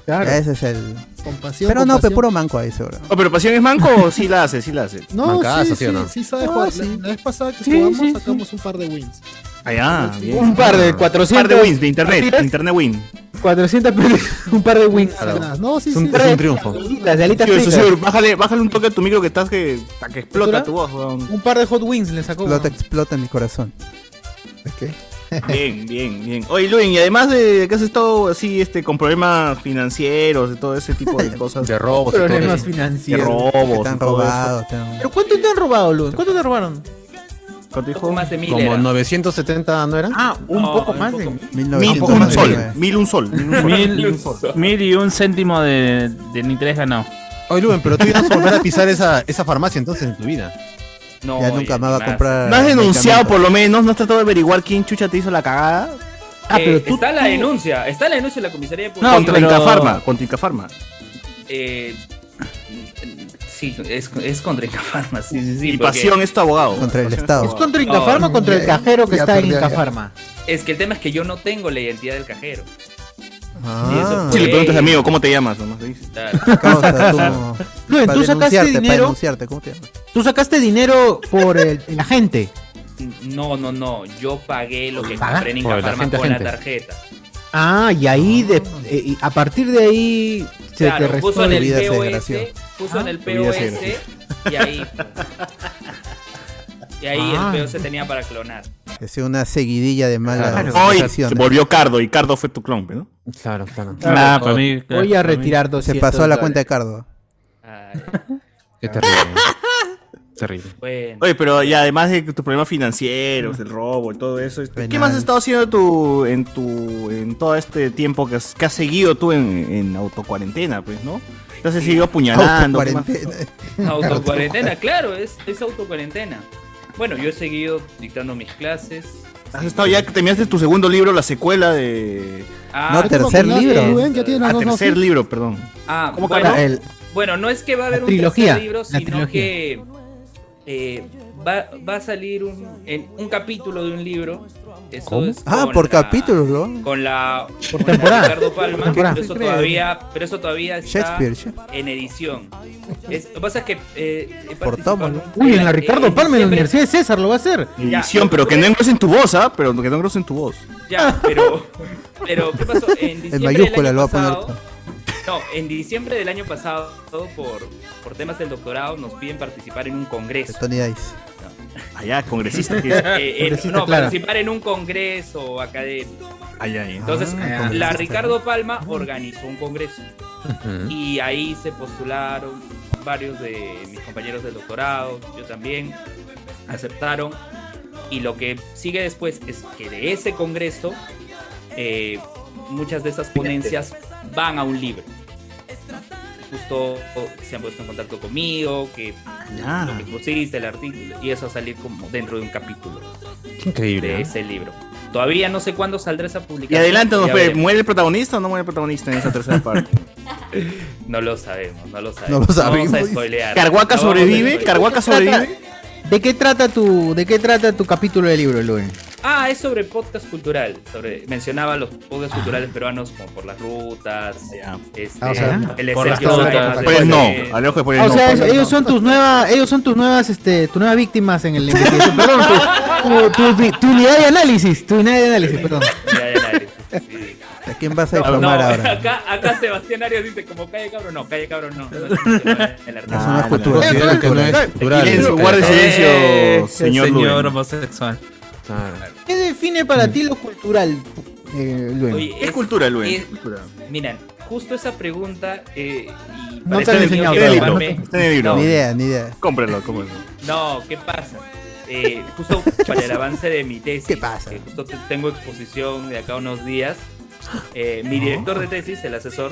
Speaker 1: ya
Speaker 7: Claro.
Speaker 1: ese es el.
Speaker 6: Compasión,
Speaker 1: Pero no, pe
Speaker 6: compasión.
Speaker 1: puro manco ahí seguro.
Speaker 2: No, pero pasión es manco o sí la hace, sí la hace.
Speaker 6: No,
Speaker 4: Mancadas,
Speaker 6: sí, sí,
Speaker 4: ¿sí o no?
Speaker 6: sí sabe
Speaker 1: No,
Speaker 6: jugar. La-
Speaker 1: sí.
Speaker 6: La, vez pasada que
Speaker 3: Sí,
Speaker 6: jugamos
Speaker 3: sí, sí.
Speaker 6: sacamos un par de wins.
Speaker 2: Allá, Ah,
Speaker 7: Un par de 400.
Speaker 2: Un par de wins de internet,
Speaker 7: partidas,
Speaker 2: internet win.
Speaker 7: 400 pérdidas, un par de (laughs) wins.
Speaker 6: Ganadas. No, sí,
Speaker 4: Es
Speaker 6: sí.
Speaker 4: un, es un triunfo.
Speaker 7: Las de alitas
Speaker 2: Tío, eso,
Speaker 7: fritas.
Speaker 2: sí, bájale, bájale un toque a tu micro que estás que, hasta que explota tu voz, weón.
Speaker 7: Un par de hot wings le sacó.
Speaker 1: Explota,
Speaker 7: weón.
Speaker 1: explota mi corazón.
Speaker 2: Bien, bien, bien. Oye, Luin, y además de que has estado así este, con problemas financieros, de todo ese tipo
Speaker 7: (laughs)
Speaker 2: de cosas.
Speaker 4: De robos y todo
Speaker 7: Problemas
Speaker 4: eso.
Speaker 2: de
Speaker 7: financieros.
Speaker 1: Que
Speaker 2: robos.
Speaker 1: están
Speaker 2: y todo eso.
Speaker 1: robados. están-
Speaker 7: ¿Pero cuánto te han robado, Luis? ¿Cuánto te robaron?
Speaker 2: ¿Cuánto
Speaker 5: Poco
Speaker 2: dijo?
Speaker 5: más de mil
Speaker 4: Como
Speaker 5: era.
Speaker 4: 970, ¿no era?
Speaker 7: Ah, un
Speaker 5: No,
Speaker 7: poco
Speaker 5: un
Speaker 7: más.
Speaker 5: poco
Speaker 7: de-
Speaker 2: Mil
Speaker 1: 1999.
Speaker 2: un sol. Mil un sol. Mil un sol.
Speaker 3: Mil, mil y un céntimo de, de interés ganado.
Speaker 4: Oye, Luven, pero tú ya no vas a volver a pisar esa, esa farmacia entonces en tu vida.
Speaker 5: No,
Speaker 1: Ya
Speaker 5: oye,
Speaker 1: nunca más va a
Speaker 5: nada.
Speaker 1: comprar.
Speaker 2: ¿No has denunciado
Speaker 1: medicamentos.
Speaker 2: por lo menos? Eh, ¿No has tratado de averiguar quién chucha te hizo la cagada?
Speaker 7: Ah,
Speaker 5: Eh,
Speaker 7: pero tú.
Speaker 5: está la denuncia, está la denuncia en la comisaría de
Speaker 2: No,
Speaker 5: policía.
Speaker 2: contra
Speaker 3: pero-
Speaker 2: Incafarma, contra Incafarma.
Speaker 5: Eh, sí, es, es contra Incafarma, sí, sí, sí.
Speaker 2: y
Speaker 5: porque Oh,
Speaker 2: pasión es tu abogado.
Speaker 1: Contra el
Speaker 2: (laughs) Pasión es tu
Speaker 1: Estado.
Speaker 7: ¿Es
Speaker 2: abogado.
Speaker 7: contra Incafarma o contra el cajero que está en Incafarma?
Speaker 5: Es que el tema es que yo no tengo la identidad del cajero. Y eso
Speaker 1: Ah,
Speaker 2: Si
Speaker 5: fue-
Speaker 2: le preguntas a amigo, ¿cómo te llamas? Nomás le dices.
Speaker 5: Claro.
Speaker 1: causa, tú-
Speaker 7: Luis,
Speaker 1: para
Speaker 7: tú sacaste
Speaker 1: denunciarte, para
Speaker 7: dinero.
Speaker 1: denunciarte, ¿cómo te llamas?
Speaker 7: Tú sacaste dinero por el, el agente.
Speaker 5: No, no, no. Yo pagué lo que
Speaker 7: ¿Paga?
Speaker 5: compré en
Speaker 4: Por la
Speaker 5: Incafarma
Speaker 4: gente,
Speaker 5: con
Speaker 4: gente.
Speaker 5: la tarjeta.
Speaker 7: Ah, y ahí, de- eh, y a partir de ahí, se te
Speaker 5: claro,
Speaker 7: restó
Speaker 5: puso en
Speaker 1: de
Speaker 5: el
Speaker 1: vida se
Speaker 5: POS,
Speaker 1: desgració.
Speaker 5: puso en el
Speaker 7: Ah.
Speaker 2: de vida
Speaker 5: POS
Speaker 2: se
Speaker 5: y
Speaker 7: (laughs)
Speaker 5: ahí. Y ahí
Speaker 7: Ah.
Speaker 5: el POS tenía para clonar.
Speaker 1: Es una seguidilla de malas
Speaker 4: Claro.
Speaker 2: Hoy se
Speaker 1: decisiones.
Speaker 2: volvió Cardo y Cardo fue tu clon, ¿no?
Speaker 4: Claro, claro.
Speaker 3: Ah, para mí.
Speaker 7: Voy a retirar 200
Speaker 1: Se pasó a la
Speaker 7: dólares.
Speaker 1: cuenta de Cardo.
Speaker 5: Ay,
Speaker 4: Qué terrible.
Speaker 2: (laughs)
Speaker 4: terrible.
Speaker 5: bueno.
Speaker 2: Oye, pero y además de tus problemas financieros, el robo y todo eso, este, ¿qué
Speaker 1: Penal.
Speaker 2: más has estado haciendo tú en tu en todo este tiempo que has, que has seguido tú en, en autocuarentena, pues, ¿no? Te has seguido apuñalando. ¿qué más?
Speaker 1: Autocuarentena.
Speaker 5: Autocuarentena, claro, es, es autocuarentena. Bueno, yo he seguido dictando mis clases.
Speaker 2: Has estado ya que terminaste tu segundo libro, la secuela de
Speaker 5: Ah,
Speaker 1: No, tercer
Speaker 6: Como que
Speaker 1: libro.
Speaker 6: Rubén, ya tiene
Speaker 2: ah,
Speaker 6: las dos
Speaker 2: tercer
Speaker 6: dosis.
Speaker 2: libro, perdón.
Speaker 5: ah,
Speaker 2: ¿Cómo
Speaker 5: bueno,
Speaker 7: Para el-
Speaker 5: bueno, no es que va a haber
Speaker 7: La
Speaker 5: un
Speaker 7: trilogía,
Speaker 5: tercer libro,
Speaker 7: la
Speaker 5: sino
Speaker 7: trilogía.
Speaker 5: que eh, va, va a salir un, en- un capítulo de un libro. Eso es
Speaker 1: Ah,
Speaker 5: con
Speaker 1: por
Speaker 5: la-
Speaker 1: capítulos, ¿no?
Speaker 5: con la por
Speaker 7: temporada.
Speaker 5: Ricardo Palma,
Speaker 7: Por temporada.
Speaker 5: Pero, eso todavía, pero eso todavía está
Speaker 1: Shakespeare, Shakespeare.
Speaker 5: en edición. Es, lo que pasa es que eh, he
Speaker 1: Por tomo, ¿no?
Speaker 5: participado-
Speaker 7: Uy, en la
Speaker 5: eh,
Speaker 7: Ricardo Palma, en la
Speaker 5: diciembre-
Speaker 7: Universidad de César lo va a hacer.
Speaker 5: Ya. eh.
Speaker 2: Edición, pero que no engrosen tu voz, ¿ah? Pero que no engrosen tu voz.
Speaker 5: Ya, pero, pero ¿qué pasó? En diciembre
Speaker 1: En mayúscula
Speaker 5: del
Speaker 1: lo va
Speaker 5: año
Speaker 1: a poner.
Speaker 5: pasado, No, en diciembre del año pasado, por, por temas del doctorado, nos piden participar en un congreso.
Speaker 1: Tony Dice.
Speaker 2: Allá, congresista. que
Speaker 5: (laughs)
Speaker 2: es.
Speaker 5: Eh, en-
Speaker 7: Congresista,
Speaker 5: no,
Speaker 7: claro.
Speaker 5: participar en un congreso académico.
Speaker 2: Allá, allá.
Speaker 5: Entonces,
Speaker 1: Ah,
Speaker 5: la
Speaker 1: congresista.
Speaker 5: Ricardo Palma organizó un congreso.
Speaker 4: Ujú.
Speaker 5: y ahí se postularon varios de mis compañeros del doctorado, yo también, aceptaron. Y lo que sigue después es que de ese congreso, eh, muchas de esas ponencias van a un libro. Justo o, se han puesto en contacto conmigo, que lo que pusiste, el artículo, y eso va a salir como dentro de un capítulo
Speaker 4: Qué
Speaker 5: de
Speaker 4: increíble. ¿eh?
Speaker 5: ese libro. Todavía no sé cuándo saldrá esa
Speaker 2: Y
Speaker 5: publicación.
Speaker 2: adelántanos,
Speaker 5: ya
Speaker 2: fe,
Speaker 5: veremos.
Speaker 2: ¿muere el protagonista o no muere el protagonista en
Speaker 5: (laughs)
Speaker 2: esa tercera parte?
Speaker 5: No lo sabemos, no lo sabemos.
Speaker 1: No lo sabemos.
Speaker 5: Vamos a spoilear.
Speaker 2: ¿Carhuaca
Speaker 5: No vamos a
Speaker 2: sobrevive?
Speaker 5: spoilear.
Speaker 2: ¿Carhuaca sobrevive?
Speaker 7: ¿De qué trata tu, de qué trata tu capítulo del libro, Luis?
Speaker 5: Ah, es sobre podcast cultural. Sobre, mencionaba los podcasts culturales peruanos como por las rutas. este,
Speaker 7: Ah, o sea,
Speaker 5: el
Speaker 2: por las
Speaker 5: Ezequiel
Speaker 2: rutas,
Speaker 5: Rayas de-
Speaker 2: pues no, al ojo de Pues
Speaker 7: Ah, o
Speaker 2: no,
Speaker 7: sea,
Speaker 2: pues
Speaker 7: es-
Speaker 2: no.
Speaker 7: ellos son tus nuevas, ellos son tus nuevas, este, tus nuevas víctimas en el (laughs) investigación. Perdón, tu, tu- tu- tu unidad de análisis, tu unidad de análisis, perdón.
Speaker 1: ¿A quién vas a
Speaker 5: No,
Speaker 1: informar
Speaker 5: no,
Speaker 1: ahora?
Speaker 5: Acá, acá Sebastián Arias dice como calle cabrón, no, calle cabrón no. no, no, no, no, el
Speaker 1: Eso no es
Speaker 5: artista.
Speaker 1: cultura.
Speaker 4: Consideran
Speaker 1: eso no es
Speaker 4: que no es
Speaker 1: cultura.
Speaker 4: cultural.
Speaker 2: Y en su guardia
Speaker 4: Claro.
Speaker 2: silencio,
Speaker 9: Eh,
Speaker 2: señor
Speaker 9: el señor
Speaker 2: Luen.
Speaker 9: homosexual.
Speaker 7: ¿Qué define para ti lo cultural, eh, Luen?
Speaker 5: Oye,
Speaker 2: Es cultura, Luen.
Speaker 5: es-
Speaker 2: es cultura.
Speaker 5: Miran, justo esa pregunta eh, y
Speaker 7: No
Speaker 5: para
Speaker 7: te han
Speaker 5: este niño
Speaker 7: enseñado,
Speaker 5: que
Speaker 7: claro.
Speaker 5: duerme-
Speaker 2: Está en el libro.
Speaker 1: Ni idea, ni idea.
Speaker 2: Cómpralo, cómpralo.
Speaker 5: No, ¿qué pasa? Eh, justo para el avance de mi tesis,
Speaker 1: ¿Qué pasa?
Speaker 5: que justo te- tengo exposición de acá a unos días, eh, mi director de tesis, el asesor,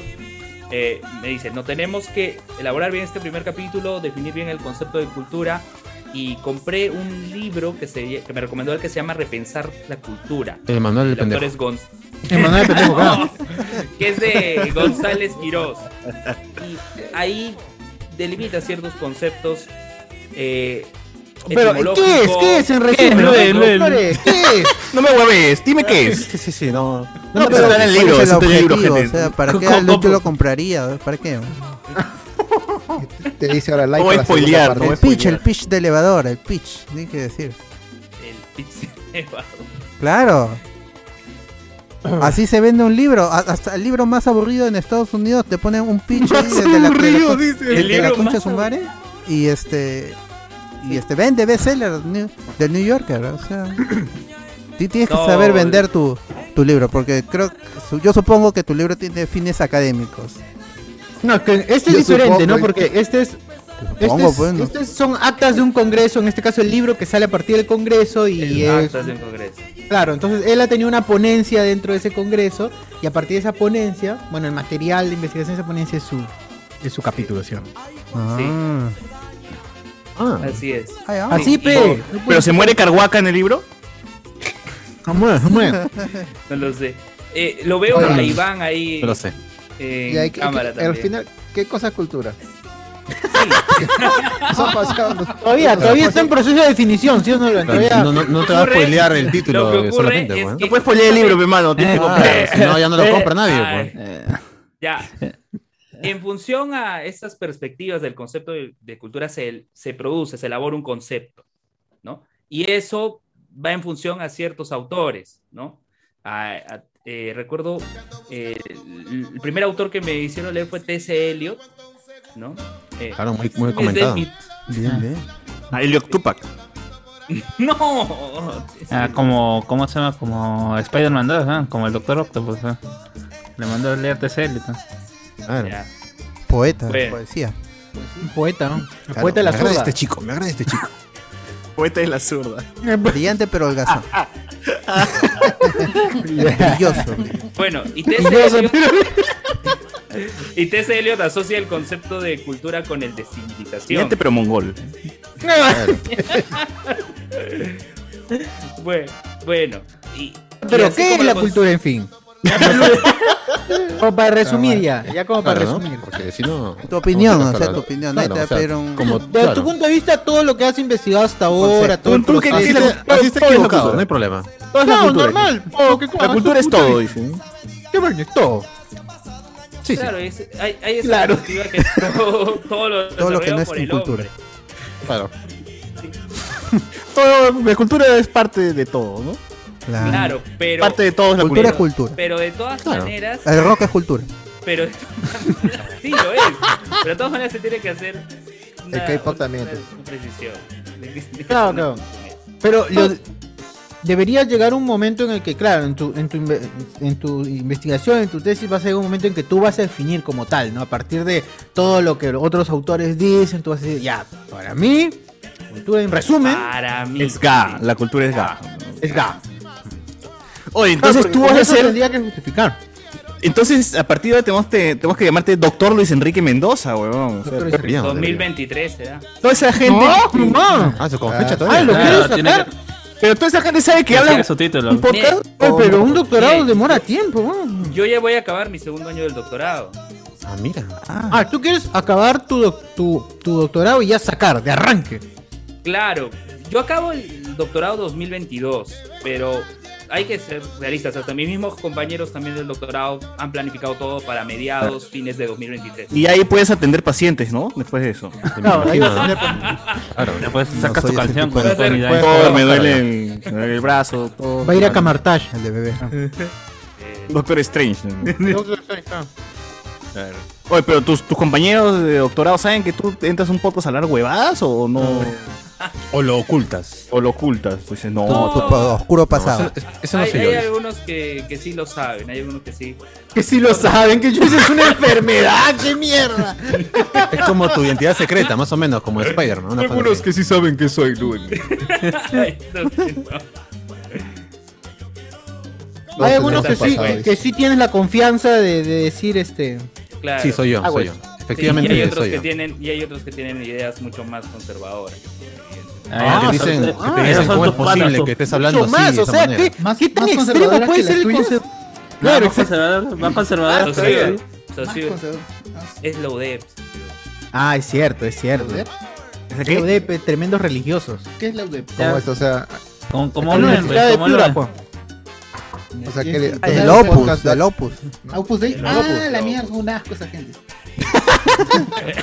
Speaker 5: eh, me dice, no tenemos que elaborar bien este primer capítulo, definir bien el concepto de cultura, y compré un libro que, se, que me recomendó el que se llama Repensar la Cultura.
Speaker 4: El manual del
Speaker 5: El autor
Speaker 4: pendejo.
Speaker 5: es Gonz-
Speaker 7: Emanuel Petejo, claro.
Speaker 5: no, (laughs) que es de González Quirós. Y ahí delimita ciertos conceptos. eh,
Speaker 7: Pero, ¿qué es?
Speaker 5: etimológicos.
Speaker 7: ¿Qué es en resumen?
Speaker 9: Luen,
Speaker 7: doctor?
Speaker 9: Luen?
Speaker 7: ¿Qué es? ¿Qué es?
Speaker 2: No me hueves, dime qué es.
Speaker 4: Sí, sí, sí, no.
Speaker 2: No,
Speaker 1: Pero,
Speaker 2: pero está en el libro,
Speaker 1: ¿cuál es
Speaker 2: está
Speaker 1: el
Speaker 2: en el libro,
Speaker 1: objetivo? O
Speaker 2: gente.
Speaker 1: sea, ¿para qué
Speaker 9: ¿Cómo-
Speaker 1: Lucho
Speaker 9: cómo?
Speaker 1: lo compraría? ¿Para qué?
Speaker 8: Te dice ahora like.
Speaker 2: ¿Cómo
Speaker 8: para la segunda
Speaker 2: spoilear?
Speaker 8: parte.
Speaker 2: ¿Cómo
Speaker 1: El pitch, el pitch de elevador, el pitch, tiene que decir.
Speaker 5: (laughs) El pizza elevado. (clears throat)
Speaker 1: Claro. Así se vende un libro. A- Hasta el libro más aburrido en Estados Unidos te ponen un pinche ahí de, de la, de la- de
Speaker 5: El
Speaker 1: la
Speaker 5: libro
Speaker 1: concha
Speaker 5: más
Speaker 1: su madre, y este y este vende bestseller New- del New Yorker, o sea,
Speaker 5: (clears throat)
Speaker 1: ti- tienes que
Speaker 5: No,
Speaker 1: saber
Speaker 5: el-
Speaker 1: vender tu, tu libro porque creo su- yo supongo que tu libro tiene fines académicos.
Speaker 7: No, que este es
Speaker 8: Yo
Speaker 7: diferente,
Speaker 8: supongo,
Speaker 7: ¿no?
Speaker 8: eh.
Speaker 7: Porque este es. Este,
Speaker 1: Supongo,
Speaker 7: es-
Speaker 1: pues, ¿no?
Speaker 7: este son actas de un congreso, en este caso el libro que sale a partir del congreso y
Speaker 5: El
Speaker 7: es
Speaker 5: actas de un Ah, congreso.
Speaker 7: Claro, entonces él ha tenido una ponencia dentro de ese congreso y a partir de esa ponencia, bueno, el material de investigación de esa ponencia es su, es su capitulación.
Speaker 1: Ah.
Speaker 4: Ah,
Speaker 5: Así es.
Speaker 1: Ay, ah.
Speaker 7: Así, pe. no puede-
Speaker 2: ¿Pero se muere Carhuaca en el libro?
Speaker 7: No mueve,
Speaker 2: (laughs)
Speaker 7: no mueve.
Speaker 5: (laughs) No lo sé. Eh, lo veo
Speaker 8: Oye.
Speaker 5: a Iván ahí
Speaker 4: no lo sé.
Speaker 5: en
Speaker 8: Y hay que-
Speaker 5: cámara
Speaker 8: al
Speaker 5: también.
Speaker 8: final, ¿qué cosa es cultura? Eso ha pasado.
Speaker 7: Todavía, todavía está en proceso de definición, ¿sí o no? Luen? Todavía-
Speaker 4: pues No, no, no te va a
Speaker 5: ocurre-
Speaker 4: spoilear el
Speaker 5: lo
Speaker 4: título
Speaker 5: que ocurre
Speaker 4: solamente,
Speaker 5: es
Speaker 4: pues.
Speaker 5: que-
Speaker 2: No puedes spoilear el libro, mi hermano. Tienes que
Speaker 4: Ah,
Speaker 2: comprar.
Speaker 4: si no, ya
Speaker 5: (laughs)
Speaker 4: no lo compra
Speaker 5: Ay. eh,
Speaker 4: nadie, pues.
Speaker 5: Ya. En función a estas perspectivas del concepto de, de cultura, se, se produce, se elabora un concepto, ¿no? Y eso va en función a ciertos autores, ¿no? A- a- eh, recuerdo, eh, el, el primer autor que me hicieron leer fue T.C. Eliot, ¿no? Eh,
Speaker 4: Claro, muy, muy
Speaker 5: es de
Speaker 4: comentado.
Speaker 5: mi- (laughs)
Speaker 1: Bien, bien.
Speaker 2: Ah, Elliot Tupac.
Speaker 5: No,
Speaker 9: Ah, como, ¿cómo se llama? Como Spider-Man 2, ¿ah? Como el Doctor Octopus, ¿ah? Le mandó a leer TCL y todo.
Speaker 4: Claro.
Speaker 5: Ya.
Speaker 1: Poeta,
Speaker 5: Bueno.
Speaker 1: poesía.
Speaker 7: Un poeta, ¿no? El poeta de la
Speaker 4: me agrada
Speaker 7: zurda. (laughs)
Speaker 4: este chico, me agrada este chico.
Speaker 2: Poeta de la zurda.
Speaker 1: Brillante pero
Speaker 7: (laughs)
Speaker 1: holgazán. Brilloso.
Speaker 5: Bueno,
Speaker 7: (laughs)
Speaker 5: y T.C. Eliot, (laughs) y T.C. Eliot asocia el concepto de cultura con el de civilización. (laughs)
Speaker 2: Siguiente, pero mongol. (laughs)
Speaker 5: Bue- Bueno, y, y
Speaker 7: Pero
Speaker 5: así
Speaker 7: ¿qué
Speaker 5: como
Speaker 7: es la
Speaker 5: cons-
Speaker 7: cultura, en fin? Como para resumir ya, ya como para
Speaker 4: Claro, ¿no?
Speaker 7: resumir.
Speaker 4: Porque si no.
Speaker 1: Tu opinión,
Speaker 4: no
Speaker 1: o
Speaker 4: sacas
Speaker 1: sea,
Speaker 4: la-
Speaker 1: tu opinión, ahí te va a pedir un-
Speaker 4: Como,
Speaker 7: Desde
Speaker 4: claro.
Speaker 7: tu punto de vista, todo lo que has investigado hasta ahora, todo el
Speaker 2: tú qué
Speaker 4: Así,
Speaker 7: proceso-
Speaker 2: tienes-
Speaker 4: está- así está
Speaker 2: todo es la
Speaker 4: equivocado,
Speaker 2: cultura.
Speaker 4: no hay problema.
Speaker 7: todo es la cultura. Oh, ¿qué cosa?
Speaker 2: La cultura es todo, dicen.
Speaker 7: ¿Qué bueno es todo?
Speaker 4: Sí, sí.
Speaker 5: Claro, es- hay, hay esa
Speaker 7: Claro.
Speaker 5: perspectiva que todo, todo lo,
Speaker 1: Todo lo que no
Speaker 5: desarrollado
Speaker 1: es
Speaker 5: por
Speaker 1: tu
Speaker 5: el hombre.
Speaker 1: cultura.
Speaker 4: Claro.
Speaker 2: (laughs) Todo, la cultura es parte de todo, ¿no?
Speaker 1: Claro.
Speaker 5: Claro, pero,
Speaker 2: parte de todo es la
Speaker 1: Cultura
Speaker 2: cultura.
Speaker 1: es cultura.
Speaker 5: pero de todas
Speaker 4: Claro.
Speaker 5: maneras,
Speaker 1: El rock es cultura.
Speaker 5: pero de todas maneras- (laughs) sí lo es. Pero de todas maneras se tiene que hacer una,
Speaker 8: El K-pop también,
Speaker 5: una-
Speaker 8: entonces.
Speaker 5: una precisión. (laughs)
Speaker 7: Claro, claro. Pero yo- debería llegar un momento en el que, claro, en tu, en, tu, inve- en tu investigación, en tu tesis, va a llegar un momento en que tú vas a definir como tal, ¿no? A partir de todo lo que otros autores dicen, tú vas a decir, ya, para mí, cultura en resumen,
Speaker 5: Para mí. Ah.
Speaker 2: Es ga, la cultura es ga.
Speaker 7: es GA.
Speaker 2: Oye, entonces tú vas a ser
Speaker 7: tendría que justificar.
Speaker 2: Entonces, a partir de ahora tenemos, te- tenemos que llamarte Doctor Luis Enrique Mendoza, weón. O sea,
Speaker 4: Qué bien,
Speaker 5: 2023 será.
Speaker 2: toda esa gente.
Speaker 7: no.
Speaker 4: Ah, eso con
Speaker 1: Ah.
Speaker 4: fecha
Speaker 7: Ah, lo
Speaker 4: todavía.
Speaker 7: quieres
Speaker 9: tiene
Speaker 7: sacar.
Speaker 2: Pero toda esa gente sabe que habla
Speaker 9: Tiene su título.
Speaker 2: un podcast.
Speaker 7: Oye, pero un
Speaker 5: Sí.
Speaker 7: doctorado demora tiempo. ¿no?
Speaker 5: Yo ya voy a acabar mi segundo año del doctorado.
Speaker 4: Ah, mira.
Speaker 7: Ah, tú quieres acabar tu, doc- tu, tu doctorado y ya sacar, de arranque.
Speaker 5: Claro, yo acabo el doctorado 2022, pero hay que ser realistas. Hasta mis mismos compañeros también del doctorado han planificado todo para mediados, fines de 2023.
Speaker 2: Y ahí puedes atender pacientes, ¿no? Después de eso.
Speaker 4: Claro, ahí vas a
Speaker 3: Después sacas
Speaker 1: soy
Speaker 3: tu
Speaker 1: ese
Speaker 3: canción
Speaker 1: tipo
Speaker 3: con
Speaker 1: de-
Speaker 3: Tony
Speaker 4: Puede
Speaker 3: Dice.
Speaker 4: ser.
Speaker 2: Todo, me duele el, me duele el brazo, todo. Ah.
Speaker 7: Va a ir a Camartage.
Speaker 1: El de bebé.
Speaker 5: Eh,
Speaker 2: Doctor Strange.
Speaker 11: (laughs)
Speaker 1: (laughs)
Speaker 2: Claro. Oye, pero tus, tus compañeros de doctorado saben que tú entras un poco a hablar huevadas o no.
Speaker 4: O lo ocultas.
Speaker 2: O lo ocultas. Pues dices, no.
Speaker 1: Tu, tu pa- oscuro pasado.
Speaker 4: No, eso, eso no
Speaker 5: hay,
Speaker 4: se
Speaker 5: hay
Speaker 4: yo.
Speaker 5: algunos que, que sí lo saben, hay algunos que sí.
Speaker 7: Que si lo saben, que yo es una enfermedad, qué mierda.
Speaker 4: Es como tu identidad secreta, más o menos, como de Spider-Man. una cosa así.
Speaker 2: sí saben que soy Luen.
Speaker 5: Ay, no, no.
Speaker 7: Hay algunos que
Speaker 5: Entonces,
Speaker 7: sí,
Speaker 5: pasado,
Speaker 7: que sí tienes la confianza de, de decir este.
Speaker 5: Claro.
Speaker 4: Sí, soy yo,
Speaker 7: Ah,
Speaker 4: soy
Speaker 7: bueno.
Speaker 4: yo.
Speaker 5: Sí, y hay
Speaker 4: Efectivamente,
Speaker 5: otros
Speaker 4: soy
Speaker 5: que
Speaker 4: yo.
Speaker 5: tienen y hay otros que tienen ideas mucho más conservadoras
Speaker 4: Ah,
Speaker 3: Ah,
Speaker 4: te dicen,
Speaker 3: son-
Speaker 4: que te
Speaker 3: esos
Speaker 4: dicen
Speaker 3: son
Speaker 4: cómo es
Speaker 3: tus patas,
Speaker 4: posible
Speaker 3: tú.
Speaker 4: que estés hablando así,
Speaker 7: Mucho más,
Speaker 4: de
Speaker 7: o
Speaker 4: esa
Speaker 7: sea,
Speaker 4: manera.
Speaker 7: ¿qué,
Speaker 6: Más-
Speaker 7: qué tan
Speaker 6: más
Speaker 7: extremo
Speaker 6: conservadoras
Speaker 7: puede
Speaker 6: que
Speaker 7: ser
Speaker 6: las
Speaker 7: el
Speaker 6: tuyas.
Speaker 7: conservador?
Speaker 9: Claro,
Speaker 7: Claro,
Speaker 9: más conservador, más
Speaker 5: Ah,
Speaker 9: conservador.
Speaker 5: Sociedad,
Speaker 9: sí.
Speaker 5: sociedad, es lo de
Speaker 7: Ah, es cierto, es cierto.
Speaker 6: ¿Qué?
Speaker 7: Los de tremendos religiosos.
Speaker 6: ¿Qué es la UDEP?
Speaker 9: Ya.
Speaker 10: ¿Cómo es? O sea,
Speaker 9: Como, como
Speaker 7: Como
Speaker 9: lo
Speaker 7: una
Speaker 9: ven,
Speaker 7: universidad de
Speaker 9: pues, como lo
Speaker 7: Piura,
Speaker 9: ven.
Speaker 7: po.
Speaker 10: o sea que le-
Speaker 6: Ah,
Speaker 1: El
Speaker 10: o sea,
Speaker 1: Opus,
Speaker 10: podcast-
Speaker 1: el Opus.
Speaker 6: Opus Dei.
Speaker 5: El
Speaker 6: Ah,
Speaker 5: Opus,
Speaker 6: la
Speaker 5: el
Speaker 6: mierda, un asco esa gente.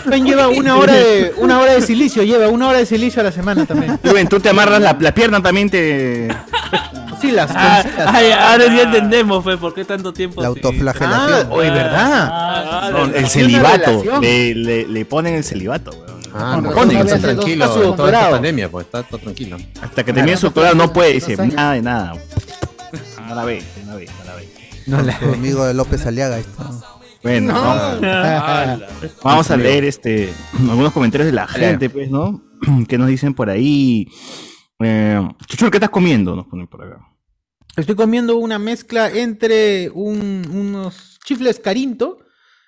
Speaker 7: También lleva una hora de una hora de silicio, lleva una hora de silicio a la semana también.
Speaker 2: Luen, tú te amarras la, la pierna también te.
Speaker 7: Sí, las
Speaker 9: Ah,
Speaker 7: consigas.
Speaker 9: ay, ahora ya entendemos, pues, por qué tanto tiempo.
Speaker 1: La
Speaker 9: sin-
Speaker 1: autoflagelación.
Speaker 7: oye, ¿verdad?
Speaker 9: Ah,
Speaker 2: No,
Speaker 9: de-
Speaker 2: el celibato. Le, le, le ponen el celibato, weón.
Speaker 4: Ah, no,
Speaker 6: Con razón,
Speaker 4: no, no, está
Speaker 6: había
Speaker 4: tranquilo,
Speaker 6: dos casos
Speaker 4: toda esta
Speaker 6: doctorados.
Speaker 4: pandemia, pues está todo tranquilo.
Speaker 2: Hasta que termine su doctorado no puede, dice, nada de nada. Mala vez, mala vez, mala vez.
Speaker 1: Tu amigo de López Aliaga. ahí está.
Speaker 2: Bueno,
Speaker 5: (laughs)
Speaker 2: vamos, vamos a leer este algunos comentarios de la gente, pues, ¿no? que nos dicen por ahí. Eh, Chuchul, ¿qué estás comiendo? Nos ponen por acá.
Speaker 7: Estoy comiendo una mezcla entre un- unos chifles carinto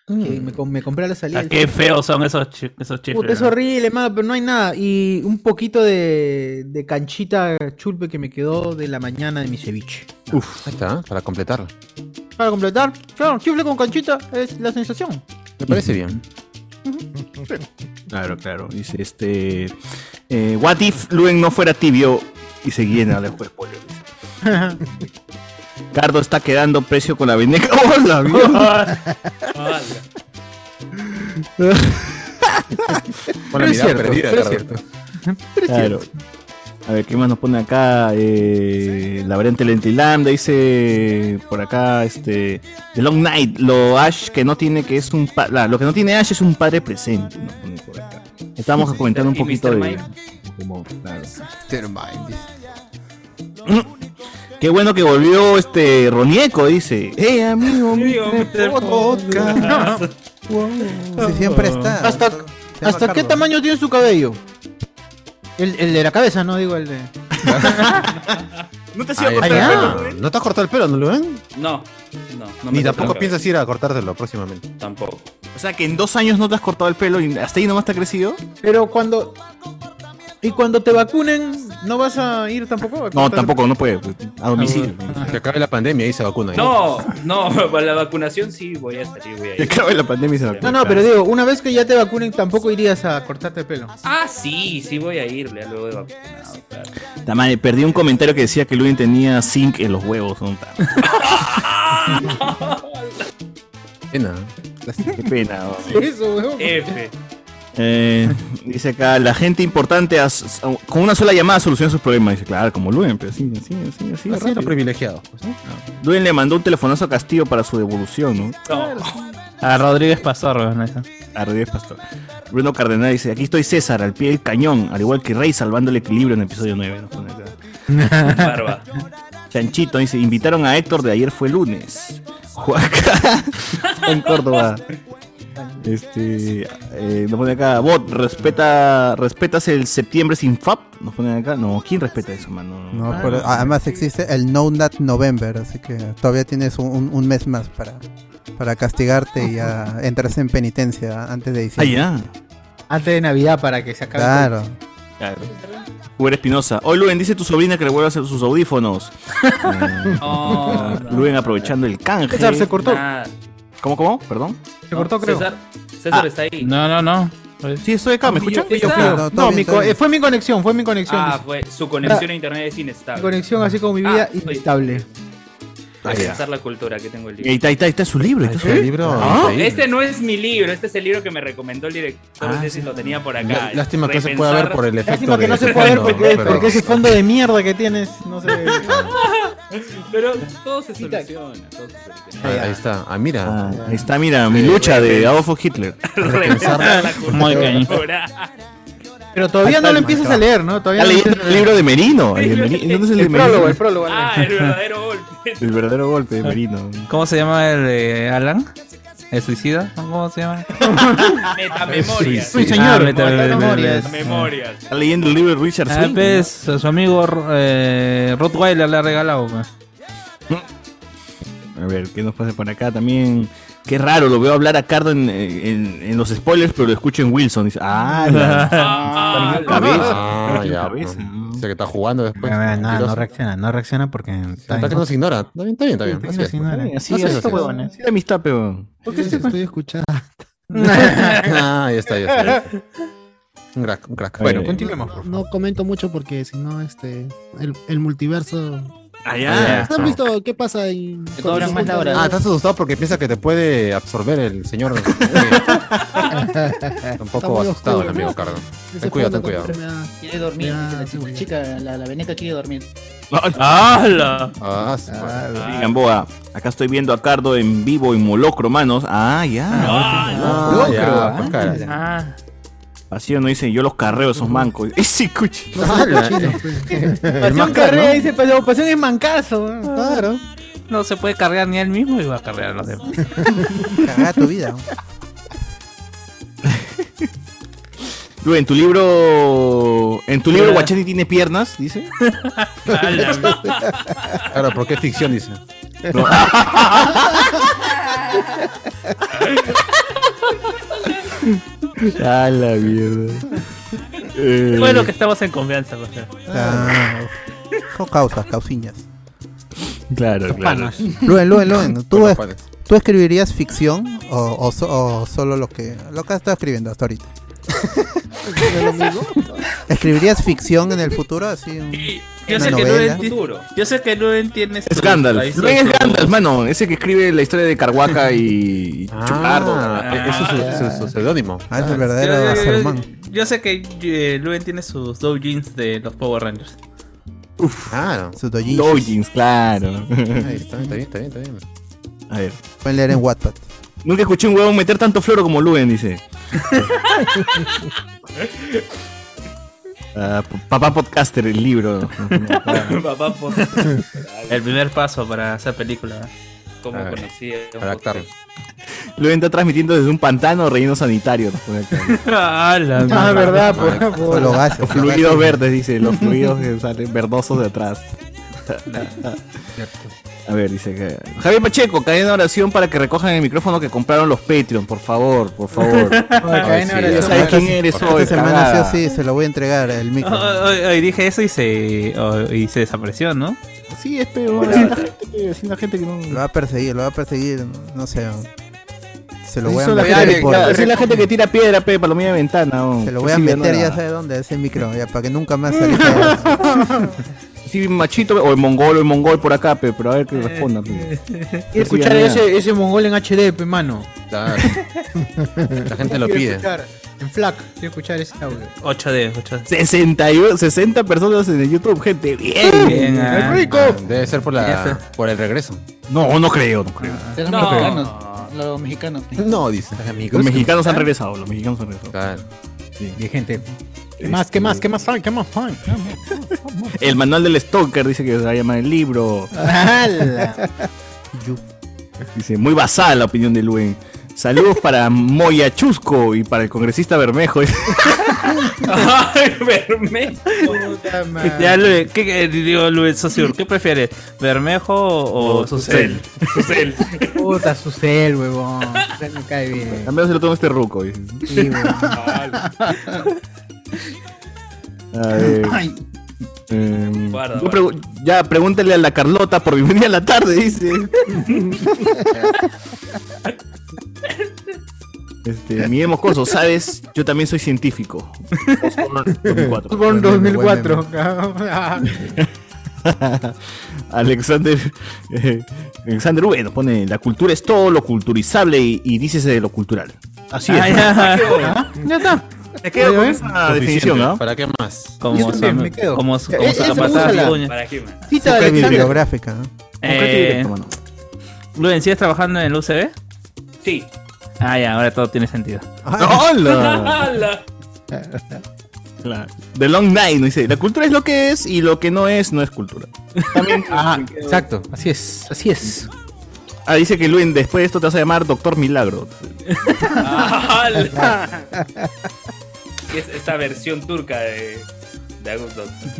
Speaker 7: que me, com- me compré a la salida.
Speaker 9: Ah, qué feos son esos, chi- esos chifles.
Speaker 7: Puta, es
Speaker 9: ¿no?
Speaker 7: (laughs) horrible, ma, pero no hay nada. Y un poquito de, de canchita chulpe que me quedó de la mañana de mi ceviche.
Speaker 4: Ahí está, para completarla.
Speaker 7: Para completar, claro, chifle con canchita es la sensación.
Speaker 4: Me parece bien.
Speaker 7: (laughs)
Speaker 2: Claro, claro. Dice este. eh, What if Luen no fuera tibio y se llena de juez polio? dice. Cardo está quedando precio con la veneca. (laughs) ¡Hola,
Speaker 4: (laughs)
Speaker 2: mierda!
Speaker 4: Con la
Speaker 7: Pero es
Speaker 4: mirada
Speaker 7: cierto,
Speaker 4: perdida,
Speaker 7: pero es
Speaker 4: claro.
Speaker 2: Claro. A ver, ¿qué más nos pone acá? Eh, la variante Lentilanda dice por acá, este, The Long Night, lo Ash que no tiene que es un pa- la- lo que no tiene Ash es un padre presente. Nos pone por acá. Estábamos comentando un
Speaker 5: ¿Y
Speaker 2: poquito
Speaker 5: Mr.
Speaker 2: de,
Speaker 5: Mime?
Speaker 2: como, claro.
Speaker 1: Termine, dice.
Speaker 2: (clears throat) Qué bueno que volvió este Ronieco, dice. Eh, amigo,
Speaker 5: Amigo,
Speaker 2: Mr.
Speaker 7: (laughs)
Speaker 2: Podcast.
Speaker 1: Sí,
Speaker 5: Ah.
Speaker 1: siempre está.
Speaker 7: Hasta-
Speaker 1: Se llama
Speaker 7: ¿Hasta qué
Speaker 1: Carlos.
Speaker 7: tamaño tiene su cabello? El, el de la cabeza, no digo el de.
Speaker 2: No te sigo
Speaker 4: Ahí
Speaker 2: cortando
Speaker 7: cortar
Speaker 2: el pelo,
Speaker 4: está.
Speaker 7: el
Speaker 2: Luen?
Speaker 4: ¿No te has cortado el pelo, no lo ven?
Speaker 5: No, no, no me
Speaker 4: Ni tampoco
Speaker 5: sorprende.
Speaker 4: piensas ir a cortártelo próximamente.
Speaker 5: Tampoco.
Speaker 2: O sea que en dos años no te has cortado el pelo y hasta ahí nomás te ha crecido.
Speaker 7: Pero cuando. Y cuando te vacunen, ¿no vas a ir tampoco?
Speaker 2: No,
Speaker 7: a cortarte?
Speaker 2: tampoco, no puede. pues, A domicilio.
Speaker 4: Ah, Que acabe la pandemia y se vacuna. ahí.
Speaker 5: No, no, (laughs) para la vacunación sí voy a salir, voy a
Speaker 2: Que
Speaker 5: ir.
Speaker 2: acabe la pandemia y se
Speaker 7: No,
Speaker 2: vacuna.
Speaker 7: no, pero digo, una vez que ya te vacunen, tampoco irías a cortarte el pelo.
Speaker 5: Ah, sí, sí voy a ir, ya luego de vacunado. claro.
Speaker 2: Ta madre, perdí un comentario que decía que Luen tenía zinc en los huevos. ¿no? Ta-
Speaker 4: (laughs) Pena.
Speaker 2: Qué pena. ¿no?
Speaker 7: (laughs) Eso, weón.
Speaker 5: F.
Speaker 2: Eh, dice acá, la gente importante as- as- con una sola llamada soluciona sus problemas. Dice, claro, como Luen, pero así, así, así, así.
Speaker 4: Así era
Speaker 2: rápido. Ah.
Speaker 4: privilegiado. pues, ¿no?
Speaker 2: Luen le mandó un telefonazo a Castillo para su devolución, ¿no?
Speaker 5: No,
Speaker 9: A Rodríguez Pastor, weón, eso.
Speaker 2: A Rodríguez Pastor. Bruno Cardenal dice, aquí estoy César, al pie del cañón, al igual que Rey, salvando el equilibrio en el episodio 9. ¿no? Pone acá.
Speaker 5: barba.
Speaker 2: Chanchito dice, invitaron a Héctor de ayer fue lunes. Juaca (laughs) en Córdoba. Este eh, nos pone acá, bot, respeta, respetas el septiembre sin FAP. Nos ponen acá. No, ¿quién respeta eso, mano? Ah,
Speaker 1: No, pero ah, además existe el No Nut November, así que todavía tienes un, un- un mes más para, para castigarte y ya entras en penitencia antes de
Speaker 2: Ah,
Speaker 1: diciembre.
Speaker 2: ya.
Speaker 7: Antes de Navidad para que se acabe.
Speaker 1: Claro.
Speaker 2: Claro. Uber Espinosa. Hoy Luen dice tu sobrina que le vuelva a hacer sus audífonos. Eh,
Speaker 5: No, no.
Speaker 2: Luen aprovechando el canje.
Speaker 7: César se cortó.
Speaker 5: Nada.
Speaker 2: ¿Cómo, cómo? Perdón.
Speaker 7: Se cortó, creo.
Speaker 4: Ah.
Speaker 5: César, César está ahí.
Speaker 9: No, no, no.
Speaker 2: Sí, estoy acá, ¿me escuchan?
Speaker 7: Yo fui yo.
Speaker 2: Ah,
Speaker 7: No,
Speaker 2: bien,
Speaker 7: mi
Speaker 2: está
Speaker 7: co-
Speaker 2: bien.
Speaker 7: eh, fue mi conexión, fue mi conexión.
Speaker 5: Ah,
Speaker 7: dice.
Speaker 5: fue su conexión
Speaker 7: Ah,
Speaker 5: a internet es inestable.
Speaker 7: Mi conexión, así como mi
Speaker 5: Ah,
Speaker 7: vida, inestable.
Speaker 5: Hay
Speaker 2: Ah,
Speaker 5: que
Speaker 2: ya.
Speaker 5: usar la cultura que tengo el
Speaker 2: Ahí
Speaker 5: libro.
Speaker 2: está, ahí está, ahí está su libro. ahí está su
Speaker 4: Ah,
Speaker 2: libro.
Speaker 5: No, ¿Ah, Este no es mi libro, este es el libro que me recomendó el director. no sé si lo tenía por acá.
Speaker 4: Lá- lástima que no se pueda
Speaker 5: Repensar-
Speaker 4: ver por el efecto
Speaker 7: Ah, Lástima que
Speaker 4: de
Speaker 7: no se
Speaker 4: ese
Speaker 7: puede
Speaker 4: (laughs)
Speaker 7: ver
Speaker 4: fondo,
Speaker 7: porque,
Speaker 4: ¿no? Pero-
Speaker 7: porque ese fondo de mierda que tienes no se ve.
Speaker 5: Pero todo se soluciona. todo se soluciona.
Speaker 1: (laughs)
Speaker 4: Ah, ahí está. Ah, mira.
Speaker 2: Ahí está, mira, mi lucha de Adolfo
Speaker 4: (laughs)
Speaker 2: Hitler.
Speaker 5: Repensar Ah, la
Speaker 2: Muy bien.
Speaker 5: cultura.
Speaker 7: Pero todavía no lo empiezas a leer, ¿no? Todavía
Speaker 2: Está
Speaker 7: no lo
Speaker 2: leyendo el libro de Merino. el de Merino. ¿Dónde es el de
Speaker 7: El
Speaker 2: Merino?
Speaker 7: prólogo, el prólogo. Ah.
Speaker 5: Ah, el verdadero golpe.
Speaker 2: El verdadero golpe de Merino.
Speaker 9: ¿Cómo se llama el eh, Alan? ¿El suicida?
Speaker 5: Ah,
Speaker 9: ¿Cómo se
Speaker 7: (laughs)
Speaker 9: llama?
Speaker 5: Metamemorias.
Speaker 9: Sí, señor. Ah, metamemorias.
Speaker 5: Memorias.
Speaker 2: Está leyendo el libro de Richard
Speaker 9: Ah,
Speaker 2: Swing.
Speaker 9: pues, a su amigo eh, Rottweiler le ha regalado. pues.
Speaker 2: A ver, ¿qué nos pasa por acá también? Qué raro, lo veo hablar a Cardo en, en- en los spoilers, pero lo escucho en Wilson. Dice, ah,
Speaker 7: (laughs)
Speaker 2: la- está en la cabeza.
Speaker 4: Ah, ya. O sea que está jugando (laughs) después.
Speaker 7: Nada, nada, no
Speaker 4: Mentiroso.
Speaker 7: reacciona, no reacciona porque.
Speaker 4: Está que nos ignora. Está bien, está bien, está bien. Así
Speaker 7: Sí, nos
Speaker 4: es.
Speaker 7: ignora.
Speaker 2: Así
Speaker 4: pues. Así
Speaker 2: es,
Speaker 4: es, así es.
Speaker 2: así la amistad, peón.
Speaker 7: ¿Por qué se
Speaker 10: Estoy
Speaker 12: (laughs)
Speaker 10: escuchando.
Speaker 4: Ah, ahí está, ahí está. ahí está. Un crack, un crack.
Speaker 7: Bueno,
Speaker 4: Eh,
Speaker 7: continuemos. por
Speaker 10: No comento mucho porque si no, este. El, el multiverso.
Speaker 9: Ah,
Speaker 7: Ah,
Speaker 2: Allá.
Speaker 10: ¿No ¿Has visto qué pasa en.
Speaker 13: cobran más la hora.
Speaker 10: Ah,
Speaker 4: Ah, estás asustado porque piensa que te puede absorber el señor. eh, (laughs) un poco
Speaker 10: muy
Speaker 4: asustado el
Speaker 10: oscuro.
Speaker 4: amigo Cardo.
Speaker 10: ese
Speaker 4: Ten cuidado, ten
Speaker 10: fondo
Speaker 4: cuidado.
Speaker 10: tampoco me da-
Speaker 13: Quiere dormir. dice la chica, chica, la, la veneca quiere
Speaker 7: (laughs)
Speaker 13: dormir.
Speaker 2: ¡Hala!
Speaker 4: Ah, sí, bueno.
Speaker 2: Sí, Gamboa, acá estoy viendo a Cardo en vivo en Molocro, manos. Ah, ya.
Speaker 4: Ah, ya, pues, cara.
Speaker 9: Ah,
Speaker 2: Vacío no dice, yo los carreo esos mancos. (laughs) Ese cuchi.
Speaker 1: Ah,
Speaker 7: Pasión Carrera dice, "Pero pasión es mancazo.
Speaker 10: Claro.
Speaker 9: no se puede cargar ni él mismo y va a cargar a los demás.
Speaker 1: Cagá tu vida.
Speaker 2: Luis, en tu libro. En tu libro Guachani tiene piernas,
Speaker 7: (laughs)
Speaker 2: dice.
Speaker 4: Claro, porque es ficción, dice. (laughs)
Speaker 2: No.
Speaker 1: (laughs)
Speaker 2: A la
Speaker 7: (laughs)
Speaker 2: mierda. Eh,
Speaker 3: Bueno, que estamos en confianza, pues. claro.
Speaker 1: Ah, son causas, causiñas.
Speaker 2: Claro, claro.
Speaker 1: Luen, Luen, Luen,
Speaker 4: Con
Speaker 1: ¿tú,
Speaker 4: los
Speaker 1: es-
Speaker 4: panes.
Speaker 1: ¿tú escribirías ficción o, o so- o solo lo que, lo que has estado escribiendo hasta ahorita? ¿Escribirías ficción en el futuro? Así, un-
Speaker 9: Yo
Speaker 1: una
Speaker 9: sé, que
Speaker 1: novela.
Speaker 9: Luen, ti- yo sé que Luen tiene
Speaker 2: Es
Speaker 9: su- ahí
Speaker 2: Gandalf.
Speaker 9: su-
Speaker 2: No es Gandalf, mano. Ese que escribe la historia de Carhuaca y Chupardo.
Speaker 4: Ah, eh, eso es su- su- su seudónimo.
Speaker 1: Ah, es el
Speaker 9: Yo,
Speaker 1: verdadero
Speaker 9: yo- yo-
Speaker 1: Saruman.
Speaker 9: yo sé que eh, Luen tiene sus doujins de los Power Rangers.
Speaker 10: Ah,
Speaker 4: Claro.
Speaker 1: Su
Speaker 9: (laughs)
Speaker 1: doujinshi.
Speaker 2: Dojins, claro.
Speaker 4: Ahí está, está bien, está bien, está bien.
Speaker 2: A ver.
Speaker 1: Pueden leer en Wattpad.
Speaker 2: Nunca escuché un huevón meter tanto floro como Luen, dice. Ah, p- papá podcaster, el
Speaker 4: (laughs)
Speaker 2: libro.
Speaker 5: Papá,
Speaker 2: (laughs)
Speaker 5: por-
Speaker 9: pues. El primer paso para hacer película.
Speaker 5: Como
Speaker 4: A ver,
Speaker 5: conocía.
Speaker 4: Adaptarlo.
Speaker 2: Luen está transmitiendo desde un pantano relleno sanitario.
Speaker 9: ah, la
Speaker 7: Ah, verdad,
Speaker 4: Madre.
Speaker 7: por- por-
Speaker 1: Solo gases.
Speaker 2: Los fluidos verdes, dice. Los fluidos que salen verdosos de atrás. A ver, dice que... Javier Pacheco, cadena de oración para que recojan el micrófono que compraron los Patreon, por favor, por (laughs) favor.
Speaker 7: Ay,
Speaker 4: sí,
Speaker 7: cadena de
Speaker 2: ya
Speaker 7: oración.
Speaker 2: sabes quién eres hoy,
Speaker 1: Esta semana sí
Speaker 2: cagada.
Speaker 1: o sí se lo voy a entregar el
Speaker 9: (laughs)
Speaker 1: micro.
Speaker 2: Ah,
Speaker 9: Hoy, hoy dije eso y se, oh, y se desapareció, ¿no?
Speaker 2: Sí, es peor. Haciendo gente, pe, haciendo gente que
Speaker 1: Lo
Speaker 2: no...
Speaker 1: va a perseguir, lo va a perseguir, no sé. Se lo voy a
Speaker 2: Eso es la gente
Speaker 1: meter
Speaker 2: que-
Speaker 1: por...
Speaker 2: claro, esa es la gente que tira piedra, pe, palomilla de ventana. oh.
Speaker 1: Se lo voy a
Speaker 2: Sí,
Speaker 1: meter
Speaker 2: no,
Speaker 1: ya
Speaker 2: no.
Speaker 1: sabe dónde, ese micro, ya para que nunca más
Speaker 2: (laughs)
Speaker 1: salga.
Speaker 2: Sí, machito, pe, o el mongol, o el mongol por acá, pe, pero a ver que respondan. pe.
Speaker 7: Quiero escuchar
Speaker 2: Sí,
Speaker 7: ese, ese mongol en HD, pe, mano.
Speaker 4: Claro. La gente lo
Speaker 7: Quiero
Speaker 4: pide.
Speaker 7: escuchar En FLAC, quiero escuchar ese audio.
Speaker 9: 8D, 8D.
Speaker 2: 61, 60 personas en el YouTube, gente, bien.
Speaker 9: Bien, ah.
Speaker 4: Ah, Debe ser por la
Speaker 9: Ese.
Speaker 4: por el regreso.
Speaker 2: No, no creo, no creo.
Speaker 7: Ah,
Speaker 13: Eran los mexicanos. Los mexicanos.
Speaker 4: No, dice.
Speaker 7: Pues,
Speaker 2: Los mexicanos han regresado, los mexicanos han regresado. Este,
Speaker 4: Claro.
Speaker 7: Bien, gente. ¿Qué más, qué más, qué más hay? ¿Qué más hay?
Speaker 2: El manual del Stalker dice que se va a llamar el
Speaker 7: (laughs)
Speaker 2: libro.
Speaker 7: ¡Hala!
Speaker 2: Dice, muy basada la opinión de Luen. Saludos para Moya Chusco y para el congresista Bermejo. (laughs)
Speaker 5: Ay, verme.
Speaker 7: Puta madre.
Speaker 9: Ya, Luis, ¿qué, qué- digo, Luis Sosur, ¿qué prefieres? ¿Bermejo o Susel?
Speaker 5: Susel.
Speaker 7: Puta, su cel, huevón. Susel me cae bien.
Speaker 2: Al menos se lo toma este ruco. dice.
Speaker 7: Sí, huevón.
Speaker 2: A ver, em,
Speaker 5: Guarda,
Speaker 2: yo pregu- ya, pregúntale a la Carlota por bienvenida a la tarde, dice. Este, Miguel Moscoso, ¿sabes? Yo también soy científico. Osborne 2004.
Speaker 7: Osborne 2004.
Speaker 2: Alexander eh, Alexander V nos pone la cultura es todo lo culturizable y, y dícese de lo cultural. Así es.
Speaker 9: Ah,
Speaker 7: (laughs)
Speaker 9: ya. Ah, ya está.
Speaker 2: Me quedo con esa
Speaker 9: Suficiente.
Speaker 2: definición, ¿no?
Speaker 4: ¿Para qué más?
Speaker 9: (laughs) Como
Speaker 2: Yo también
Speaker 9: Sam-
Speaker 2: me quedo.
Speaker 9: como- como
Speaker 2: Eh, esa
Speaker 9: Zapata,
Speaker 2: úsala.
Speaker 9: Luña.
Speaker 2: ¿Para qué más?
Speaker 7: Cita
Speaker 1: Busca
Speaker 7: de Alexander.
Speaker 1: bibliográfica, ¿no?
Speaker 9: Eh, Luen, ¿sigues trabajando en el UCB?
Speaker 5: Sí.
Speaker 9: Ah, ya, ahora todo tiene sentido. (laughs)
Speaker 5: ¡Hala!
Speaker 2: La- The Long Night nos dice, la cultura es lo que es y lo que no es no es cultura.
Speaker 7: (laughs) Ah, exacto, así es, así es.
Speaker 2: Ah, dice que Luen, después de esto te vas a llamar Doctor Milagro.
Speaker 5: Ah, (laughs) ¡Hala!
Speaker 7: (laughs)
Speaker 5: Que es esta versión turca de, de Agus Doctor.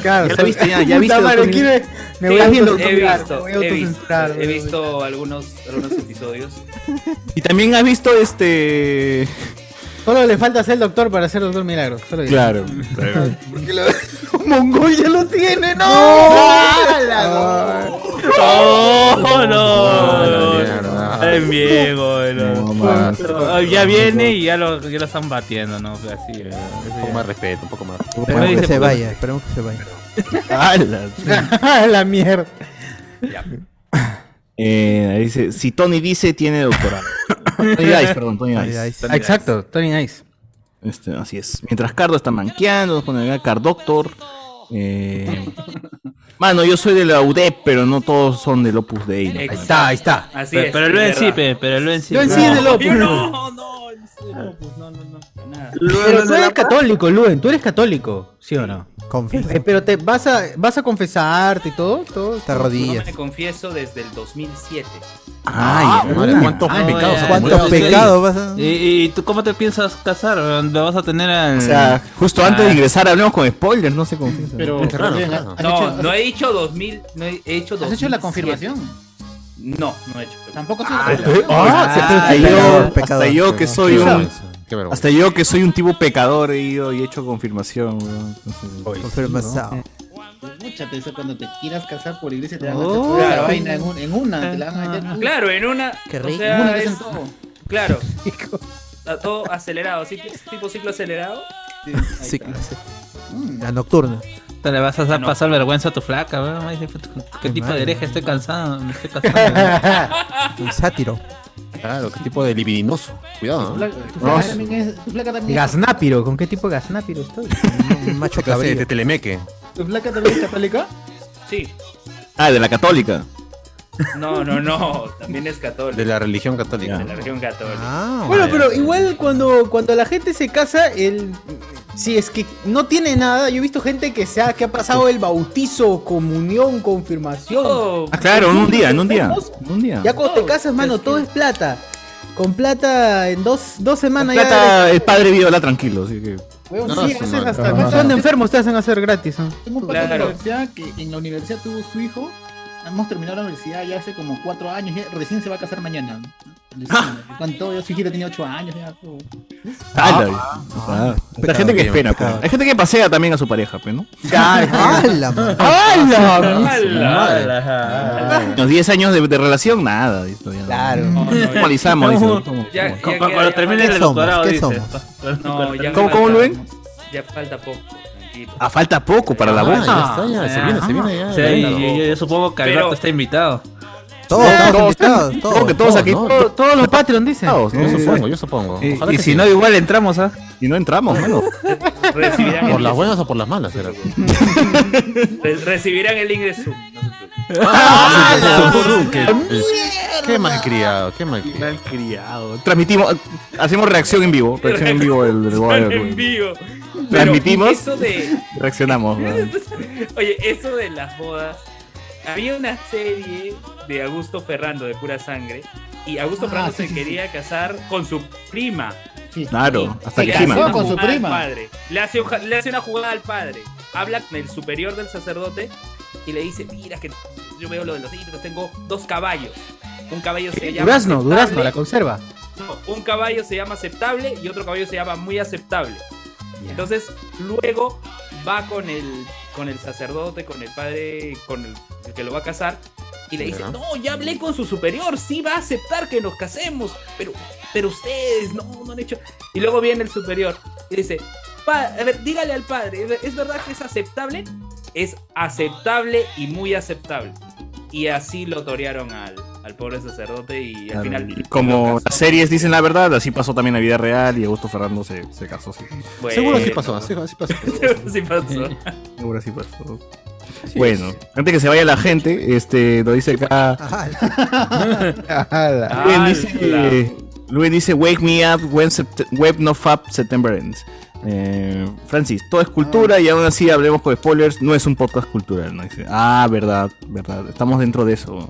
Speaker 7: Claro,
Speaker 5: Ya la viste, ya, ya
Speaker 7: (laughs) Puta
Speaker 5: viste,
Speaker 7: madre,
Speaker 5: doctor.
Speaker 7: quiere- me
Speaker 5: Sí,
Speaker 7: voy a
Speaker 5: he
Speaker 7: autocensurar,
Speaker 5: visto,
Speaker 7: me voy a
Speaker 5: he visto,
Speaker 7: autocensurar,
Speaker 5: he
Speaker 7: me
Speaker 5: visto algunos, algunos episodios.
Speaker 2: Y también has visto este.
Speaker 7: Solo le falta ser doctor para ser doctor milagro. Solo digo.
Speaker 2: Claro.
Speaker 7: Porque lo... Mongol ya lo tiene, no. ¡Hala, no!
Speaker 9: ¡Oh, no! Es bien, güey, no.
Speaker 2: más.
Speaker 9: Ah, Ya viene y ya lo, ya lo están batiendo, ¿no? Así, un poco
Speaker 4: más respeto, un poco más.
Speaker 1: Esperemos que se vaya, esperemos que se
Speaker 2: (laughs)
Speaker 1: vaya.
Speaker 7: (laughs) ¡Ah, la mierda!
Speaker 2: Eh, ahí dice, si Tony dice, tiene doctorado. Tony Dice, perdón, Tony
Speaker 7: Tony
Speaker 2: Dice.
Speaker 7: Dice. Ah, exacto, Tony Dice.
Speaker 2: Este, así es. Mientras Cardo está manqueando, nos pone acá Cardoctor. Eh, Mano, yo soy de la UDEP, pero no todos son del Opus Dei. ¿no?
Speaker 9: Ahí está, ahí está. Así Pero- es, pero Luen es sí, verdad. pe, pero Luen sí. Luen sí es del Opus. Yo no,
Speaker 13: no,
Speaker 5: pues,
Speaker 13: no, no, no, nada.
Speaker 7: Pero tú eres católico, Luen, tú eres católico, ¿sí o no? Eh, pero te vas a, vas a confesarte y todo, todo.
Speaker 1: Te
Speaker 5: No me confieso desde el 2007.
Speaker 7: Ay,
Speaker 1: Ah, madre, ¿cuántos
Speaker 9: ay,
Speaker 1: pecados
Speaker 9: ay,
Speaker 1: has
Speaker 9: ay,
Speaker 1: cometido?
Speaker 9: ay,
Speaker 1: pecados
Speaker 9: ay.
Speaker 1: vas a-
Speaker 9: ¿Y, y tú cómo te piensas casar? ¿Lo vas a tener al...?
Speaker 2: O sea, justo antes de
Speaker 9: Ah.
Speaker 2: ingresar hablamos con spoilers, no sé cómo.
Speaker 13: Pero, Luen, ¿has- has
Speaker 5: No,
Speaker 13: hecho- has-
Speaker 5: no he dicho 2000, no he hecho 2007.
Speaker 13: ¿Has hecho la confirmación?
Speaker 5: No, no he hecho.
Speaker 13: Tampoco
Speaker 5: se
Speaker 2: Ah, hasta, yo, hasta yo que soy un hasta yo que soy un tipo pecador he ido y he hecho confirmación. weón. Entonces,
Speaker 1: Confirmación.
Speaker 13: Escúchate eso cuando te quieras casar por iglesia te van a
Speaker 2: Oh.
Speaker 13: hacer toda
Speaker 2: Claro.
Speaker 13: la vaina en, un- en una, te la van a meter.
Speaker 5: Claro, en una.
Speaker 13: Qué
Speaker 5: o
Speaker 13: rico.
Speaker 5: sea,
Speaker 13: En una vez
Speaker 5: es-
Speaker 13: en todo. (laughs)
Speaker 5: Claro. Está todo acelerado. ¿sí? Tipo ciclo acelerado.
Speaker 1: Sí, sí. La nocturna.
Speaker 9: Te le vas a hacer pasar vergüenza a tu flaca, weón. Ay, pues, ¿Qué tipo de
Speaker 1: madre.
Speaker 9: hereje? Estoy cansado, me estoy casando.
Speaker 4: (laughs)
Speaker 1: Un sátiro.
Speaker 4: Claro, qué tipo de libidinoso. Cuidado, ¿no?
Speaker 13: Tu flaca también es- tu flaca también es-
Speaker 7: Gasnápiro, ¿con qué tipo de gasnápiro estoy?
Speaker 1: macho
Speaker 4: ¿Qué hace? De Telemeque.
Speaker 13: ¿Tu flaca también es católica?
Speaker 5: Sí.
Speaker 2: Ah, de la católica.
Speaker 5: No, no, no. También es católico.
Speaker 4: De la religión católica.
Speaker 5: De la región católica.
Speaker 7: Bueno, pero igual cuando, cuando la gente se casa, el, si es que no tiene nada, yo he visto gente que, se ha, que ha pasado el bautizo, comunión, confirmación.
Speaker 14: Oh,
Speaker 2: Ah, claro, en un día, en un día. En un día.
Speaker 7: Ya cuando te casas, mano, todo es plata. Con plata en dos, dos semanas ya.
Speaker 2: Plata, el padre viola tranquilo, así que.
Speaker 13: Weón,
Speaker 2: No,
Speaker 13: sí,
Speaker 2: su
Speaker 13: hacen
Speaker 2: madre.
Speaker 13: hasta.
Speaker 2: No, no,
Speaker 13: hacen-
Speaker 7: Cuando enfermos te hacen hacer gratis. ¿no?
Speaker 13: Tengo un pato de la
Speaker 7: Claro.
Speaker 13: universidad que en la universidad tuvo su hijo. Hemos terminado la universidad ya hace como cuatro años. ya recién se va a casar mañana. ¿Cuánto? Yo siquiera tenía ocho años. Ya, todo.
Speaker 2: Ah, ah, ah. Hay gente que espera, pues. Hay gente que pasea también a su pareja,
Speaker 5: (laughs)
Speaker 2: pues, ¿no?
Speaker 1: ¡Hala,
Speaker 2: (laughs)
Speaker 1: man!
Speaker 2: Los 10 años de, de relación, nada. Claro. Normalizamos, dice.
Speaker 5: Ya, ya
Speaker 9: Cuando-
Speaker 5: queda-
Speaker 9: cuando
Speaker 5: ya
Speaker 9: termine
Speaker 5: falta-
Speaker 9: el doctorado,
Speaker 2: ¿Qué
Speaker 9: dice.
Speaker 2: somos?
Speaker 5: No, ya
Speaker 2: ¿Cómo-
Speaker 5: falta-
Speaker 2: cómo lo ven?
Speaker 5: Ya falta poco. tranquilo.
Speaker 2: Ah, falta poco para la
Speaker 9: Ah,
Speaker 2: boda.
Speaker 9: ya está, ya, se viene, se viene ya. Sí, yo- yo- yo supongo que Alberto está invitado.
Speaker 1: Todos
Speaker 2: Eh,
Speaker 1: estamos
Speaker 2: todos
Speaker 1: invitados,
Speaker 2: están-
Speaker 1: todos.
Speaker 2: creo que todos aquí-
Speaker 1: ¿no?
Speaker 2: todos-
Speaker 7: Todos los Patreon dicen.
Speaker 2: Yo
Speaker 4: supongo, yo supongo.
Speaker 2: Y,
Speaker 4: Ojalá
Speaker 2: y
Speaker 4: que
Speaker 2: si
Speaker 4: sí.
Speaker 2: no, igual entramos, ¿ah? Si no entramos, bueno.
Speaker 5: Recibirán,
Speaker 4: Por las buenas o por las malas, era.
Speaker 5: re- recibirán el link de Zoom. No se preocupen.
Speaker 2: ¡Ah,
Speaker 4: Qué malcriado, qué malcriado.
Speaker 2: Transmitimos, hacemos reacción en vivo. Reacción en vivo del del boda del-
Speaker 5: en vivo.
Speaker 2: Transmitimos.
Speaker 5: Eso de,
Speaker 2: Reaccionamos. weón.
Speaker 5: (laughs) oye, eso de las bodas. Había una serie de Augusto Ferrando de pura sangre. Y Augusto
Speaker 13: Ah,
Speaker 5: Ferrando
Speaker 13: sí,
Speaker 5: se
Speaker 13: sí,
Speaker 5: quería casar con su prima.
Speaker 2: Claro, hasta
Speaker 5: Se
Speaker 2: que
Speaker 5: hace
Speaker 2: encima.
Speaker 5: una
Speaker 13: Con su
Speaker 5: jugada al
Speaker 13: prima.
Speaker 5: padre. Le, hace, oja- le hace una jugada al padre. Habla con el superior del sacerdote y le dice, mira que yo veo lo de los libros, tengo dos caballos. Un caballo se llama...
Speaker 7: Durazno,
Speaker 5: aceptable,
Speaker 7: durazno, la conserva.
Speaker 5: no, un caballo se llama aceptable y otro caballo se llama muy aceptable. Entonces, luego va con el, con el sacerdote, con el padre, con el, el que lo va a casar. Y le dice,
Speaker 4: Ya.
Speaker 5: no, ya hablé con su superior, sí va a aceptar que nos casemos, pero pero ustedes no, no han hecho. Y luego viene el superior y dice, "Pa- a ver, dígale al padre, ¿es- ¿es verdad que es aceptable? Es aceptable y muy aceptable. Y así lo torearon al, al pobre sacerdote y al final...
Speaker 2: Como las series dicen la verdad, así pasó también en la vida real y Augusto Fernando se, se casó así.
Speaker 5: Bueno.
Speaker 4: Seguro así pasó, así, así pasó.
Speaker 5: sí
Speaker 11: (laughs)
Speaker 5: pasó.
Speaker 2: Seguro así pasó. bueno, antes que se vaya la gente, este, lo dice acá. Luen dice, eh, Luen dice, Wake me up when sept- web no fab September ends. Eh, Francis, todo es cultura y aún así hablemos con spoilers. No es un podcast cultural, ¿no? Dice, ah, verdad, verdad. Estamos dentro de eso.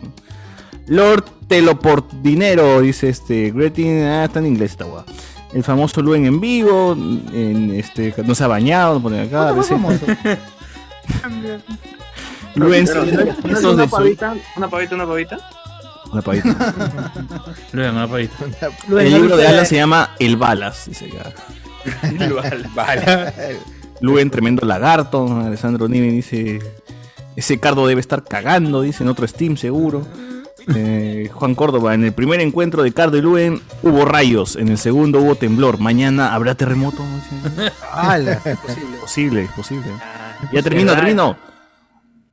Speaker 2: Lord Telopordinero, dice este. Gretin, ah, está en inglés esta guada. El famoso Luen en vivo, en este, no se ha bañado, pone acá. dice- Luen,
Speaker 15: Pero,
Speaker 2: sí,
Speaker 15: ¿no?
Speaker 2: esos
Speaker 15: una
Speaker 2: de su-
Speaker 15: pavita, una pavita, una pavita.
Speaker 2: (laughs) una pavita.
Speaker 9: Luego, no, pavito.
Speaker 2: El libro de Alan se llama El Balas, dice acá.
Speaker 9: Balas.
Speaker 2: Luen, tremendo lagarto. Alessandro Niven dice: Ese cardo debe estar cagando, dice en otro Steam, seguro. Eh, Juan Córdoba, en el primer encuentro de Cardo y Luen hubo rayos, en el segundo hubo temblor. Mañana habrá terremoto. Dice.
Speaker 7: ¡Hala!
Speaker 2: Posible, posible. Ya termino, termino.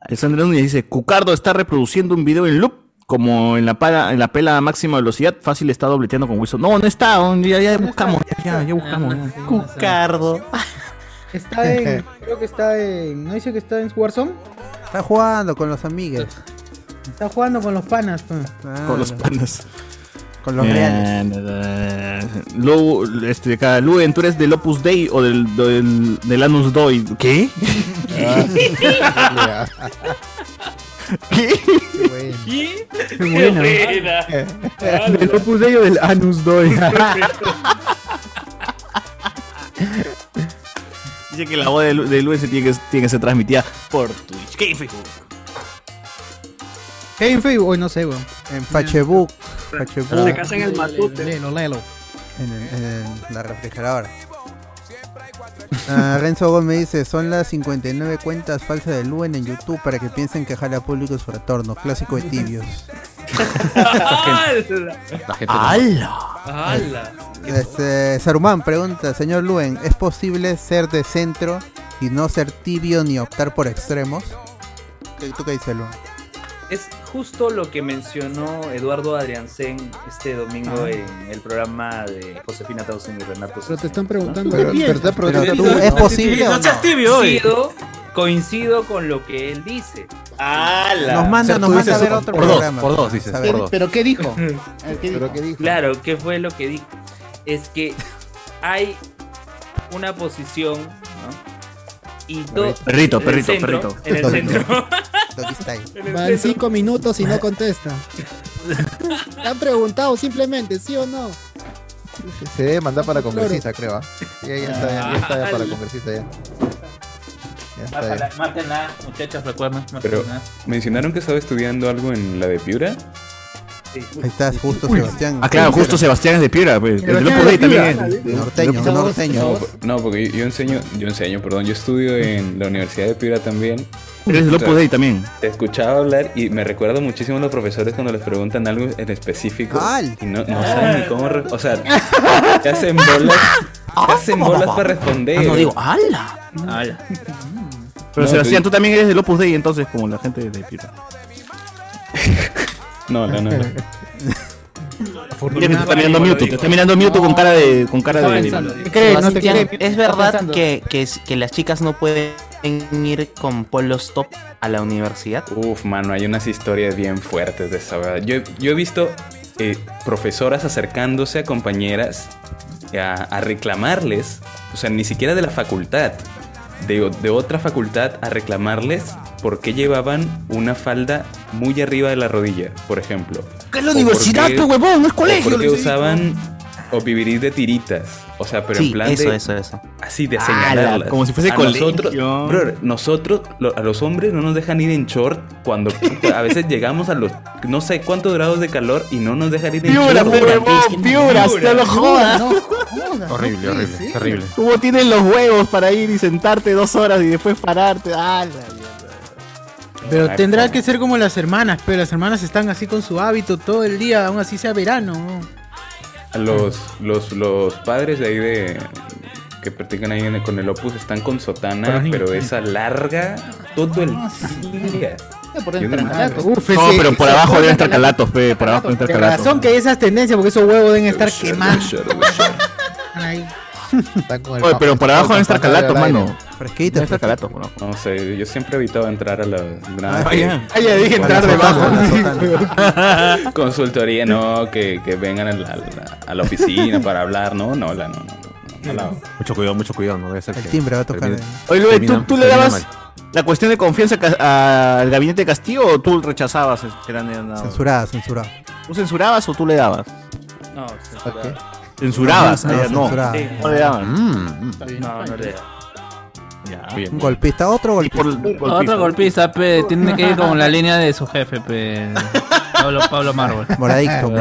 Speaker 2: Alessandro Núñez dice: Cucardo está reproduciendo un video en loop. Como en la, pala- en la pela a máxima velocidad, fácil está dobleteando con Wilson. No, no está, ya, ya buscamos, ya, ya buscamos. ya. Cucardo.
Speaker 7: Está en. Creo que está en. ¿No dice que está en Warzone?
Speaker 1: Está jugando con los amigos.
Speaker 7: Está jugando con los panas. pues. pe.
Speaker 2: Con los panas.
Speaker 1: Con los
Speaker 2: Eh,
Speaker 1: reales.
Speaker 2: eh, Lu, este, acá, Luen, ¿tú eres del Opus Dei o del, del, del Anus Doi? ¿Qué?
Speaker 7: Ah.
Speaker 5: ¿Qué?
Speaker 7: Qué ¿eh? bueno.
Speaker 2: Eh, Ah,
Speaker 7: Del Opus Dei o del Anus
Speaker 2: (laughs)
Speaker 7: Doi.
Speaker 2: (laughs) Dice que la voz de, Lu- de Luen se tiene que, tiene que ser transmitida por Twitch. ¿Qué Facebook?
Speaker 7: ¿Qué en Facebook? Hoy no sé, weón.
Speaker 1: En Facebook. Facebook.
Speaker 15: Se casan en el matute.
Speaker 7: Lelo, lelo.
Speaker 1: En, el- en el- la refrigeradora. Ah, Renzo Gómez dice, son las 59 cuentas falsas de Luen en YouTube para que piensen que jala público su retorno. Clásico de tibios.
Speaker 5: ¡Hala! ¡Hala!
Speaker 1: Este, Saruman pregunta, señor Luen, ¿es posible ser de centro y no ser tibio ni optar por extremos? ¿Qué- ¿Tú qué dices, Luen?
Speaker 5: Es justo lo que mencionó Eduardo Adriansen este domingo
Speaker 1: Ah.
Speaker 5: en el programa de Josefina Tausen y Renato
Speaker 10: Pero te
Speaker 5: Sosa.
Speaker 10: están preguntando.
Speaker 1: Pero-
Speaker 10: Bien.
Speaker 1: pero- pero- pero tú, ¿es posible o No seas no? tibio hoy.
Speaker 5: Coincido, coincido con lo que él dice. ¡Hala!
Speaker 1: Nos manda- O sea, tú nos manda dices a ver otro
Speaker 4: por dos,
Speaker 1: programa.
Speaker 4: por dos, dices.
Speaker 1: A ver.
Speaker 4: Por dos.
Speaker 13: ¿Pero qué
Speaker 5: (laughs)
Speaker 13: dijo?
Speaker 5: Pero
Speaker 13: qué dijo?
Speaker 5: Claro, ¿qué fue lo que dijo? Es que hay una posición, ¿no? Y todo.
Speaker 2: Perrito,
Speaker 5: en el
Speaker 2: perrito,
Speaker 5: centro,
Speaker 2: perrito.
Speaker 5: En el centro.
Speaker 10: Van cinco minutos y no contesta. Te han preguntado simplemente, ¿sí o no?
Speaker 12: Se debe mandar para
Speaker 10: Claro.
Speaker 12: congresista, creo. ¿ah? Ya, ya está, ya, ya está ya para congresista ya. Ya está ya.
Speaker 9: Mátenla, mátenla, muchachos, recuerden.
Speaker 14: Pero,
Speaker 9: mátenla.
Speaker 14: ¿mencionaron que estaba estudiando algo en la de Piura?
Speaker 1: Ahí estás, justo Sebastián.
Speaker 2: Ah, claro, justo Sebastián es de Piura. pues, El del Opus Dei también.
Speaker 1: Norteño, norteño.
Speaker 14: No, por- no, porque yo, yo enseño, yo enseño, perdón, yo estudio en la Universidad de Piura también.
Speaker 2: Eres del
Speaker 14: O sea,
Speaker 2: Opus Dei también.
Speaker 14: Te escuchaba hablar y me recuerda muchísimo a los profesores cuando les preguntan algo en específico
Speaker 1: ¡Al!
Speaker 14: y no, no saben ni cómo, re- o sea, (laughs) te hacen bolas, te hacen bolas para responder.
Speaker 2: Ah, no digo, ¡hala!
Speaker 9: Ah,
Speaker 2: Pero
Speaker 14: No,
Speaker 2: Sebastián,
Speaker 14: tú-
Speaker 2: tú también eres del Opus Dei, entonces, como la gente de Piura.
Speaker 14: (laughs) No, no, no. no.
Speaker 2: Mira que te está mirando Mewtwo, te está mirando Mewtwo con cara de. Con cara
Speaker 16: Estaba
Speaker 2: de
Speaker 16: pensando.
Speaker 2: ¿Qué
Speaker 16: Sebastián, ¿Es verdad
Speaker 2: pensando.
Speaker 16: que, que, es- que las chicas no pueden ir con polos top a la universidad?
Speaker 14: Uf, mano, hay unas historias bien fuertes de esa verdad. Yo, he- yo he visto eh, profesoras acercándose a compañeras a, a reclamarles, o sea, ni siquiera de la facultad, de, o- de otra facultad, a reclamarles por qué llevaban una falda muy arriba de la rodilla, por ejemplo.
Speaker 2: ¿Qué es la
Speaker 14: O por
Speaker 2: universidad,
Speaker 14: qué-
Speaker 2: pues, huevón? No es
Speaker 14: o
Speaker 2: colegio.
Speaker 14: por qué
Speaker 2: le digo.
Speaker 14: usaban opivirís de tiritas. O sea, pero
Speaker 16: Sí,
Speaker 14: en plan
Speaker 16: eso,
Speaker 14: de,
Speaker 16: eso, eso.
Speaker 14: Así de
Speaker 16: Ala,
Speaker 14: señalarlas.
Speaker 16: como si fuese
Speaker 14: a
Speaker 16: colegio.
Speaker 14: Nosotros, brother, nosotros, lo- a los hombres no nos dejan ir en short
Speaker 16: (laughs)
Speaker 14: cuando puta, a veces llegamos a los no sé cuántos grados de calor y no nos dejan ir en
Speaker 2: Piura,
Speaker 14: short.
Speaker 2: pues,
Speaker 14: Piura,
Speaker 2: huevón, Piura, hasta lo jodas.
Speaker 4: Horrible, horrible, terrible.
Speaker 2: ¿Cómo tienes los huevos para ir y sentarte dos horas y después pararte? ¡Ah, la mierda!
Speaker 7: Pero
Speaker 2: Exacto.
Speaker 7: tendrá que ser como las hermanas, pero las hermanas están así con su hábito todo el día, aún así sea verano. ¿no?
Speaker 14: a los, los, los padres de ahí de que practican ahí en el- con el Opus están con
Speaker 7: Para
Speaker 14: sotana,
Speaker 7: los niños,
Speaker 14: pero
Speaker 7: sí.
Speaker 14: esa larga todo el día.
Speaker 13: Por
Speaker 14: Yo de
Speaker 13: dentro,
Speaker 14: madre.
Speaker 13: calato.
Speaker 7: Uf,
Speaker 2: No,
Speaker 7: ese-
Speaker 2: pero por
Speaker 7: ese-
Speaker 2: abajo deben estar calatos, pe, por abajo deben estar
Speaker 7: Con
Speaker 2: calatos.
Speaker 7: razón que hay esas tendencias, porque esos huevos deben estar quemados. Ay. (laughs)
Speaker 2: Oye, pero por abajo deben estar calatos, mano.
Speaker 1: Fresquito,
Speaker 2: Deben estar calatos, por abajo.
Speaker 14: No sé, yo siempre he evitado entrar a la nada
Speaker 2: Ah,
Speaker 14: que-
Speaker 2: ya. Ah, ya dije entrar
Speaker 14: Con la
Speaker 2: debajo.
Speaker 14: sotana. Consultoría, no, que, que vengan a la, la- a la oficina para hablar, no, no, la, no, no, no, no la hago.
Speaker 4: Mucho cuidado, mucho cuidado, no debe ser.
Speaker 1: El timbre va a tocar.
Speaker 2: Oye, Luis, ¿tú,
Speaker 4: Termina-
Speaker 2: tú le
Speaker 4: termina
Speaker 2: dabas la cuestión de confianza ca- al gabinete de Castillo o tú rechazabas que le han dado?
Speaker 1: Censurada, censurada.
Speaker 2: ¿Tú censurabas o tú le dabas?
Speaker 5: No,
Speaker 2: Censurabas,
Speaker 1: No, Mm.
Speaker 2: ah, ya, no.
Speaker 1: censurada.
Speaker 2: Sí. No le daban.
Speaker 5: No, no le
Speaker 1: Un golpista, otro golpista.
Speaker 9: Otro golpista, pe, tiene que ir con la línea de su jefe,
Speaker 3: (laughs)
Speaker 9: pe. Pablo, Pablo Mármol.
Speaker 1: Moradicto,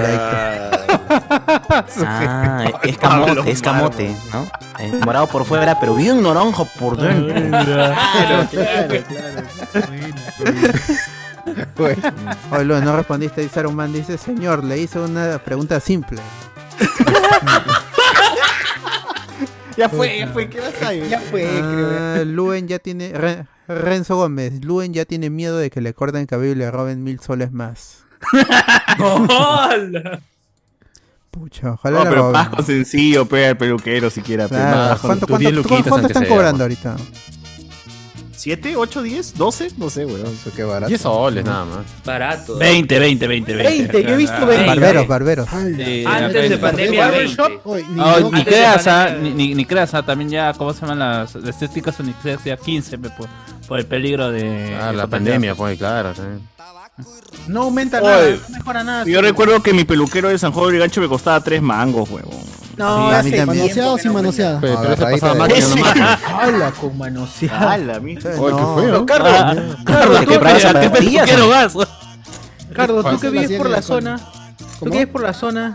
Speaker 16: Ah, es camote, es camote, ¿no? Eh, Morado por fuera, pero bien naranjo por dentro.
Speaker 2: Ah,
Speaker 1: Claro, claro, Oye, Luis, no respondiste. Y Saruman dice: Señor, le hice una pregunta simple.
Speaker 7: (laughs) Ya fue, ya fue, ¿qué vas a Ya fue,
Speaker 1: Ah, Luen ya tiene. Re- Renzo Gómez, Luen ya tiene miedo de que le corten el cabello y le roben mil soles más.
Speaker 7: (laughs)
Speaker 1: Pucha, ojalá
Speaker 2: No,
Speaker 1: le
Speaker 2: pero
Speaker 1: roben.
Speaker 2: Pasco sencillo, pe, al peluquero siquiera. pues, pe.
Speaker 1: Claro,
Speaker 2: Bajo,
Speaker 1: ¿Cuánto,
Speaker 2: tus
Speaker 1: cuánto-
Speaker 2: 10
Speaker 1: cuánto
Speaker 2: luquitas antes pues.
Speaker 1: están
Speaker 2: se llama.
Speaker 1: cobrando ahorita?
Speaker 2: ¿Siete, ocho, diez, doce? No sé, weón. Eso
Speaker 12: qué barato.
Speaker 2: 10
Speaker 4: soles nada
Speaker 2: más.
Speaker 5: Barato.
Speaker 2: 20, 20, 20, 20.
Speaker 7: 20, yo he
Speaker 2: Ah,
Speaker 7: visto 20.
Speaker 1: Barberos, barberos.
Speaker 9: Sí,
Speaker 5: Antes de
Speaker 9: depende.
Speaker 5: pandemia,
Speaker 7: Barbershop,
Speaker 5: 20.
Speaker 7: oye,
Speaker 9: Ah,
Speaker 7: ni-
Speaker 9: ni
Speaker 7: antes de
Speaker 9: creas, ah,
Speaker 7: pandemia.
Speaker 9: ni, ni, ni creas, ah, también ya, ¿cómo se llaman las las estéticas unisex? Ya 15, pe, por, por el peligro de.
Speaker 4: Ah,
Speaker 9: de
Speaker 4: la
Speaker 9: contagiarse.
Speaker 4: pandemia, pues, claro. sí.
Speaker 7: No aumenta
Speaker 2: Oye,
Speaker 7: nada, no mejora nada.
Speaker 2: Yo recuerdo que mi peluquero de San Juan de Gancho me costaba tres mangos, huevón.
Speaker 7: No,
Speaker 2: Sí,
Speaker 7: ya
Speaker 2: a mí
Speaker 7: sé,
Speaker 2: también.
Speaker 10: Manoseado o sin manoseada.
Speaker 2: Pe- pero ese
Speaker 10: Agarradita
Speaker 2: pasaba
Speaker 10: de-
Speaker 2: más que yo nomás. (laughs)
Speaker 7: (laughs) Hala, con manoseada.
Speaker 2: Hala, mi.
Speaker 7: No.
Speaker 2: feo.
Speaker 7: Carlos,
Speaker 2: Ah,
Speaker 7: Carlos,
Speaker 2: Carlos,
Speaker 7: tú
Speaker 2: qué brasa,
Speaker 7: que-
Speaker 2: qué
Speaker 7: peluquero
Speaker 2: peluquero
Speaker 7: vas.
Speaker 2: vas.
Speaker 7: Carlos, tú
Speaker 2: Fácil.
Speaker 7: que vives por la
Speaker 10: Así es,
Speaker 7: zona. Tú
Speaker 10: ¿Cómo?
Speaker 7: que vives por la zona.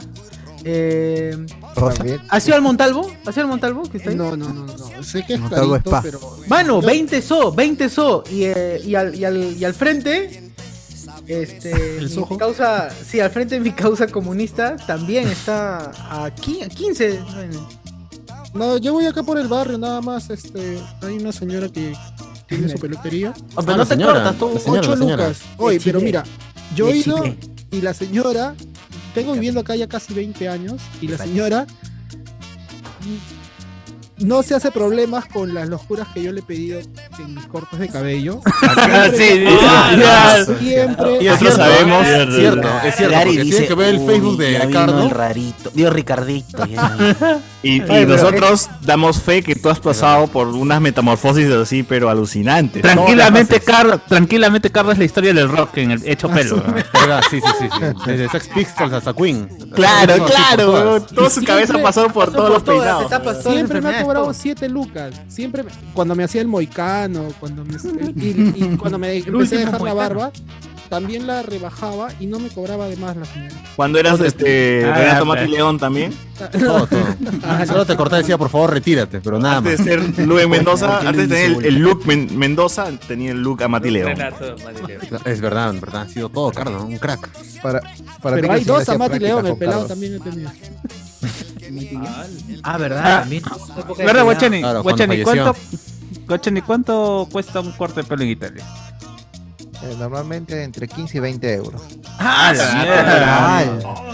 Speaker 7: Eh,
Speaker 1: Rosa.
Speaker 7: ¿Has ido al Montalvo? ¿Has ido al Montalvo? que está ahí?
Speaker 10: No, no, no, no. Sé que es
Speaker 1: Montalvo
Speaker 10: clarito,
Speaker 1: Spa.
Speaker 10: pero.
Speaker 7: Mano, 20 so, 20 so. Y, eh, y, al, y, al, y al frente, este,
Speaker 10: El
Speaker 7: mi
Speaker 10: Soho.
Speaker 7: causa, sí, al frente de mi causa comunista
Speaker 10: (laughs)
Speaker 7: también está a qui- a 15. bueno.
Speaker 10: No, yo voy acá por el barrio, nada más. Este, hay una señora que tiene
Speaker 7: (laughs)
Speaker 10: su peluquería.
Speaker 7: Ah, pero no te señora, cortas tú. la señora,
Speaker 10: Ocho
Speaker 7: la señora.
Speaker 10: lucas. Oye,
Speaker 7: Me
Speaker 10: pero
Speaker 7: chile.
Speaker 10: mira, yo he
Speaker 7: Me
Speaker 10: ido
Speaker 7: chile.
Speaker 10: y la señora, tengo viviendo acá ya casi 20 años, y la señora no se hace problemas con las locuras que yo le he pedido en mis cortes
Speaker 16: (laughs)
Speaker 10: de cabello.
Speaker 2: Sí,
Speaker 10: Ah,
Speaker 2: sí, sí.
Speaker 10: siempre.
Speaker 2: Y nosotros
Speaker 10: Cierto,
Speaker 2: sabemos.
Speaker 10: cierto,
Speaker 4: es cierto,
Speaker 16: Larry
Speaker 4: porque
Speaker 16: dice,
Speaker 4: tienes que ver el
Speaker 16: "Uy,
Speaker 4: Facebook de
Speaker 16: ya vino
Speaker 4: Ricardo".
Speaker 16: el rarito. Dios, Ricardito. ya.
Speaker 2: Y, y
Speaker 16: Ay, pero-
Speaker 2: nosotros damos fe que tú has pasado por unas metamorfosis así, pero alucinantes.
Speaker 9: Tranquilamente, Carlos, tranquilamente, Carlos es la historia del rock en el hecho pelo. ¿no?
Speaker 4: Verdad, Sí, sí, sí, sí. Desde Sex Pistols hasta Queen.
Speaker 2: Claro,
Speaker 4: Todas,
Speaker 2: claro,
Speaker 4: todas.
Speaker 2: huevón. Toda su cabeza pasó por todos los
Speaker 7: todas,
Speaker 2: peinados.
Speaker 7: etapas, todas las
Speaker 10: Siempre me ha
Speaker 7: enfermedades,
Speaker 10: cobrado
Speaker 7: todo.
Speaker 10: 7 lucas. Siempre, me- cuando me hacía el moicano, cuando me, y,
Speaker 7: (laughs)
Speaker 10: y cuando me empecé a
Speaker 7: último
Speaker 10: dejar la
Speaker 7: moicano.
Speaker 10: barba, también la rebajaba y no me cobraba de más la señora.
Speaker 2: Cuando eras este
Speaker 4: Ah,
Speaker 2: Renato
Speaker 4: pe.
Speaker 2: Mati León también.
Speaker 4: Todo, todo. Solo te cortaba y decía, por favor, retírate, pero nada más.
Speaker 2: Antes de ser
Speaker 4: (laughs)
Speaker 2: Luis Mendoza,
Speaker 4: Porque
Speaker 2: antes de
Speaker 4: Luis
Speaker 2: tener el,
Speaker 4: Mendoza.
Speaker 2: el look Men- Mendoza, tenía el look a Mati León.
Speaker 5: Renato Madileo.
Speaker 4: Es verdad, en verdad, ha sido todo, Carlos, un crack.
Speaker 12: Para,
Speaker 10: Pero hay dos a Mati León, el pelado también he tenido.
Speaker 7: Ah, ¿verdad?
Speaker 9: Ah,
Speaker 7: También.
Speaker 9: ¿Verdad, Guachani?
Speaker 4: Claro, cuando
Speaker 9: Guachani,
Speaker 4: falleció.
Speaker 9: ¿cuánto, Guachani, ¿cuánto cuesta un corte de pelo en Italia?
Speaker 12: Eh, normalmente entre 15 y 20 euros.
Speaker 9: ¡Ah, la mierda!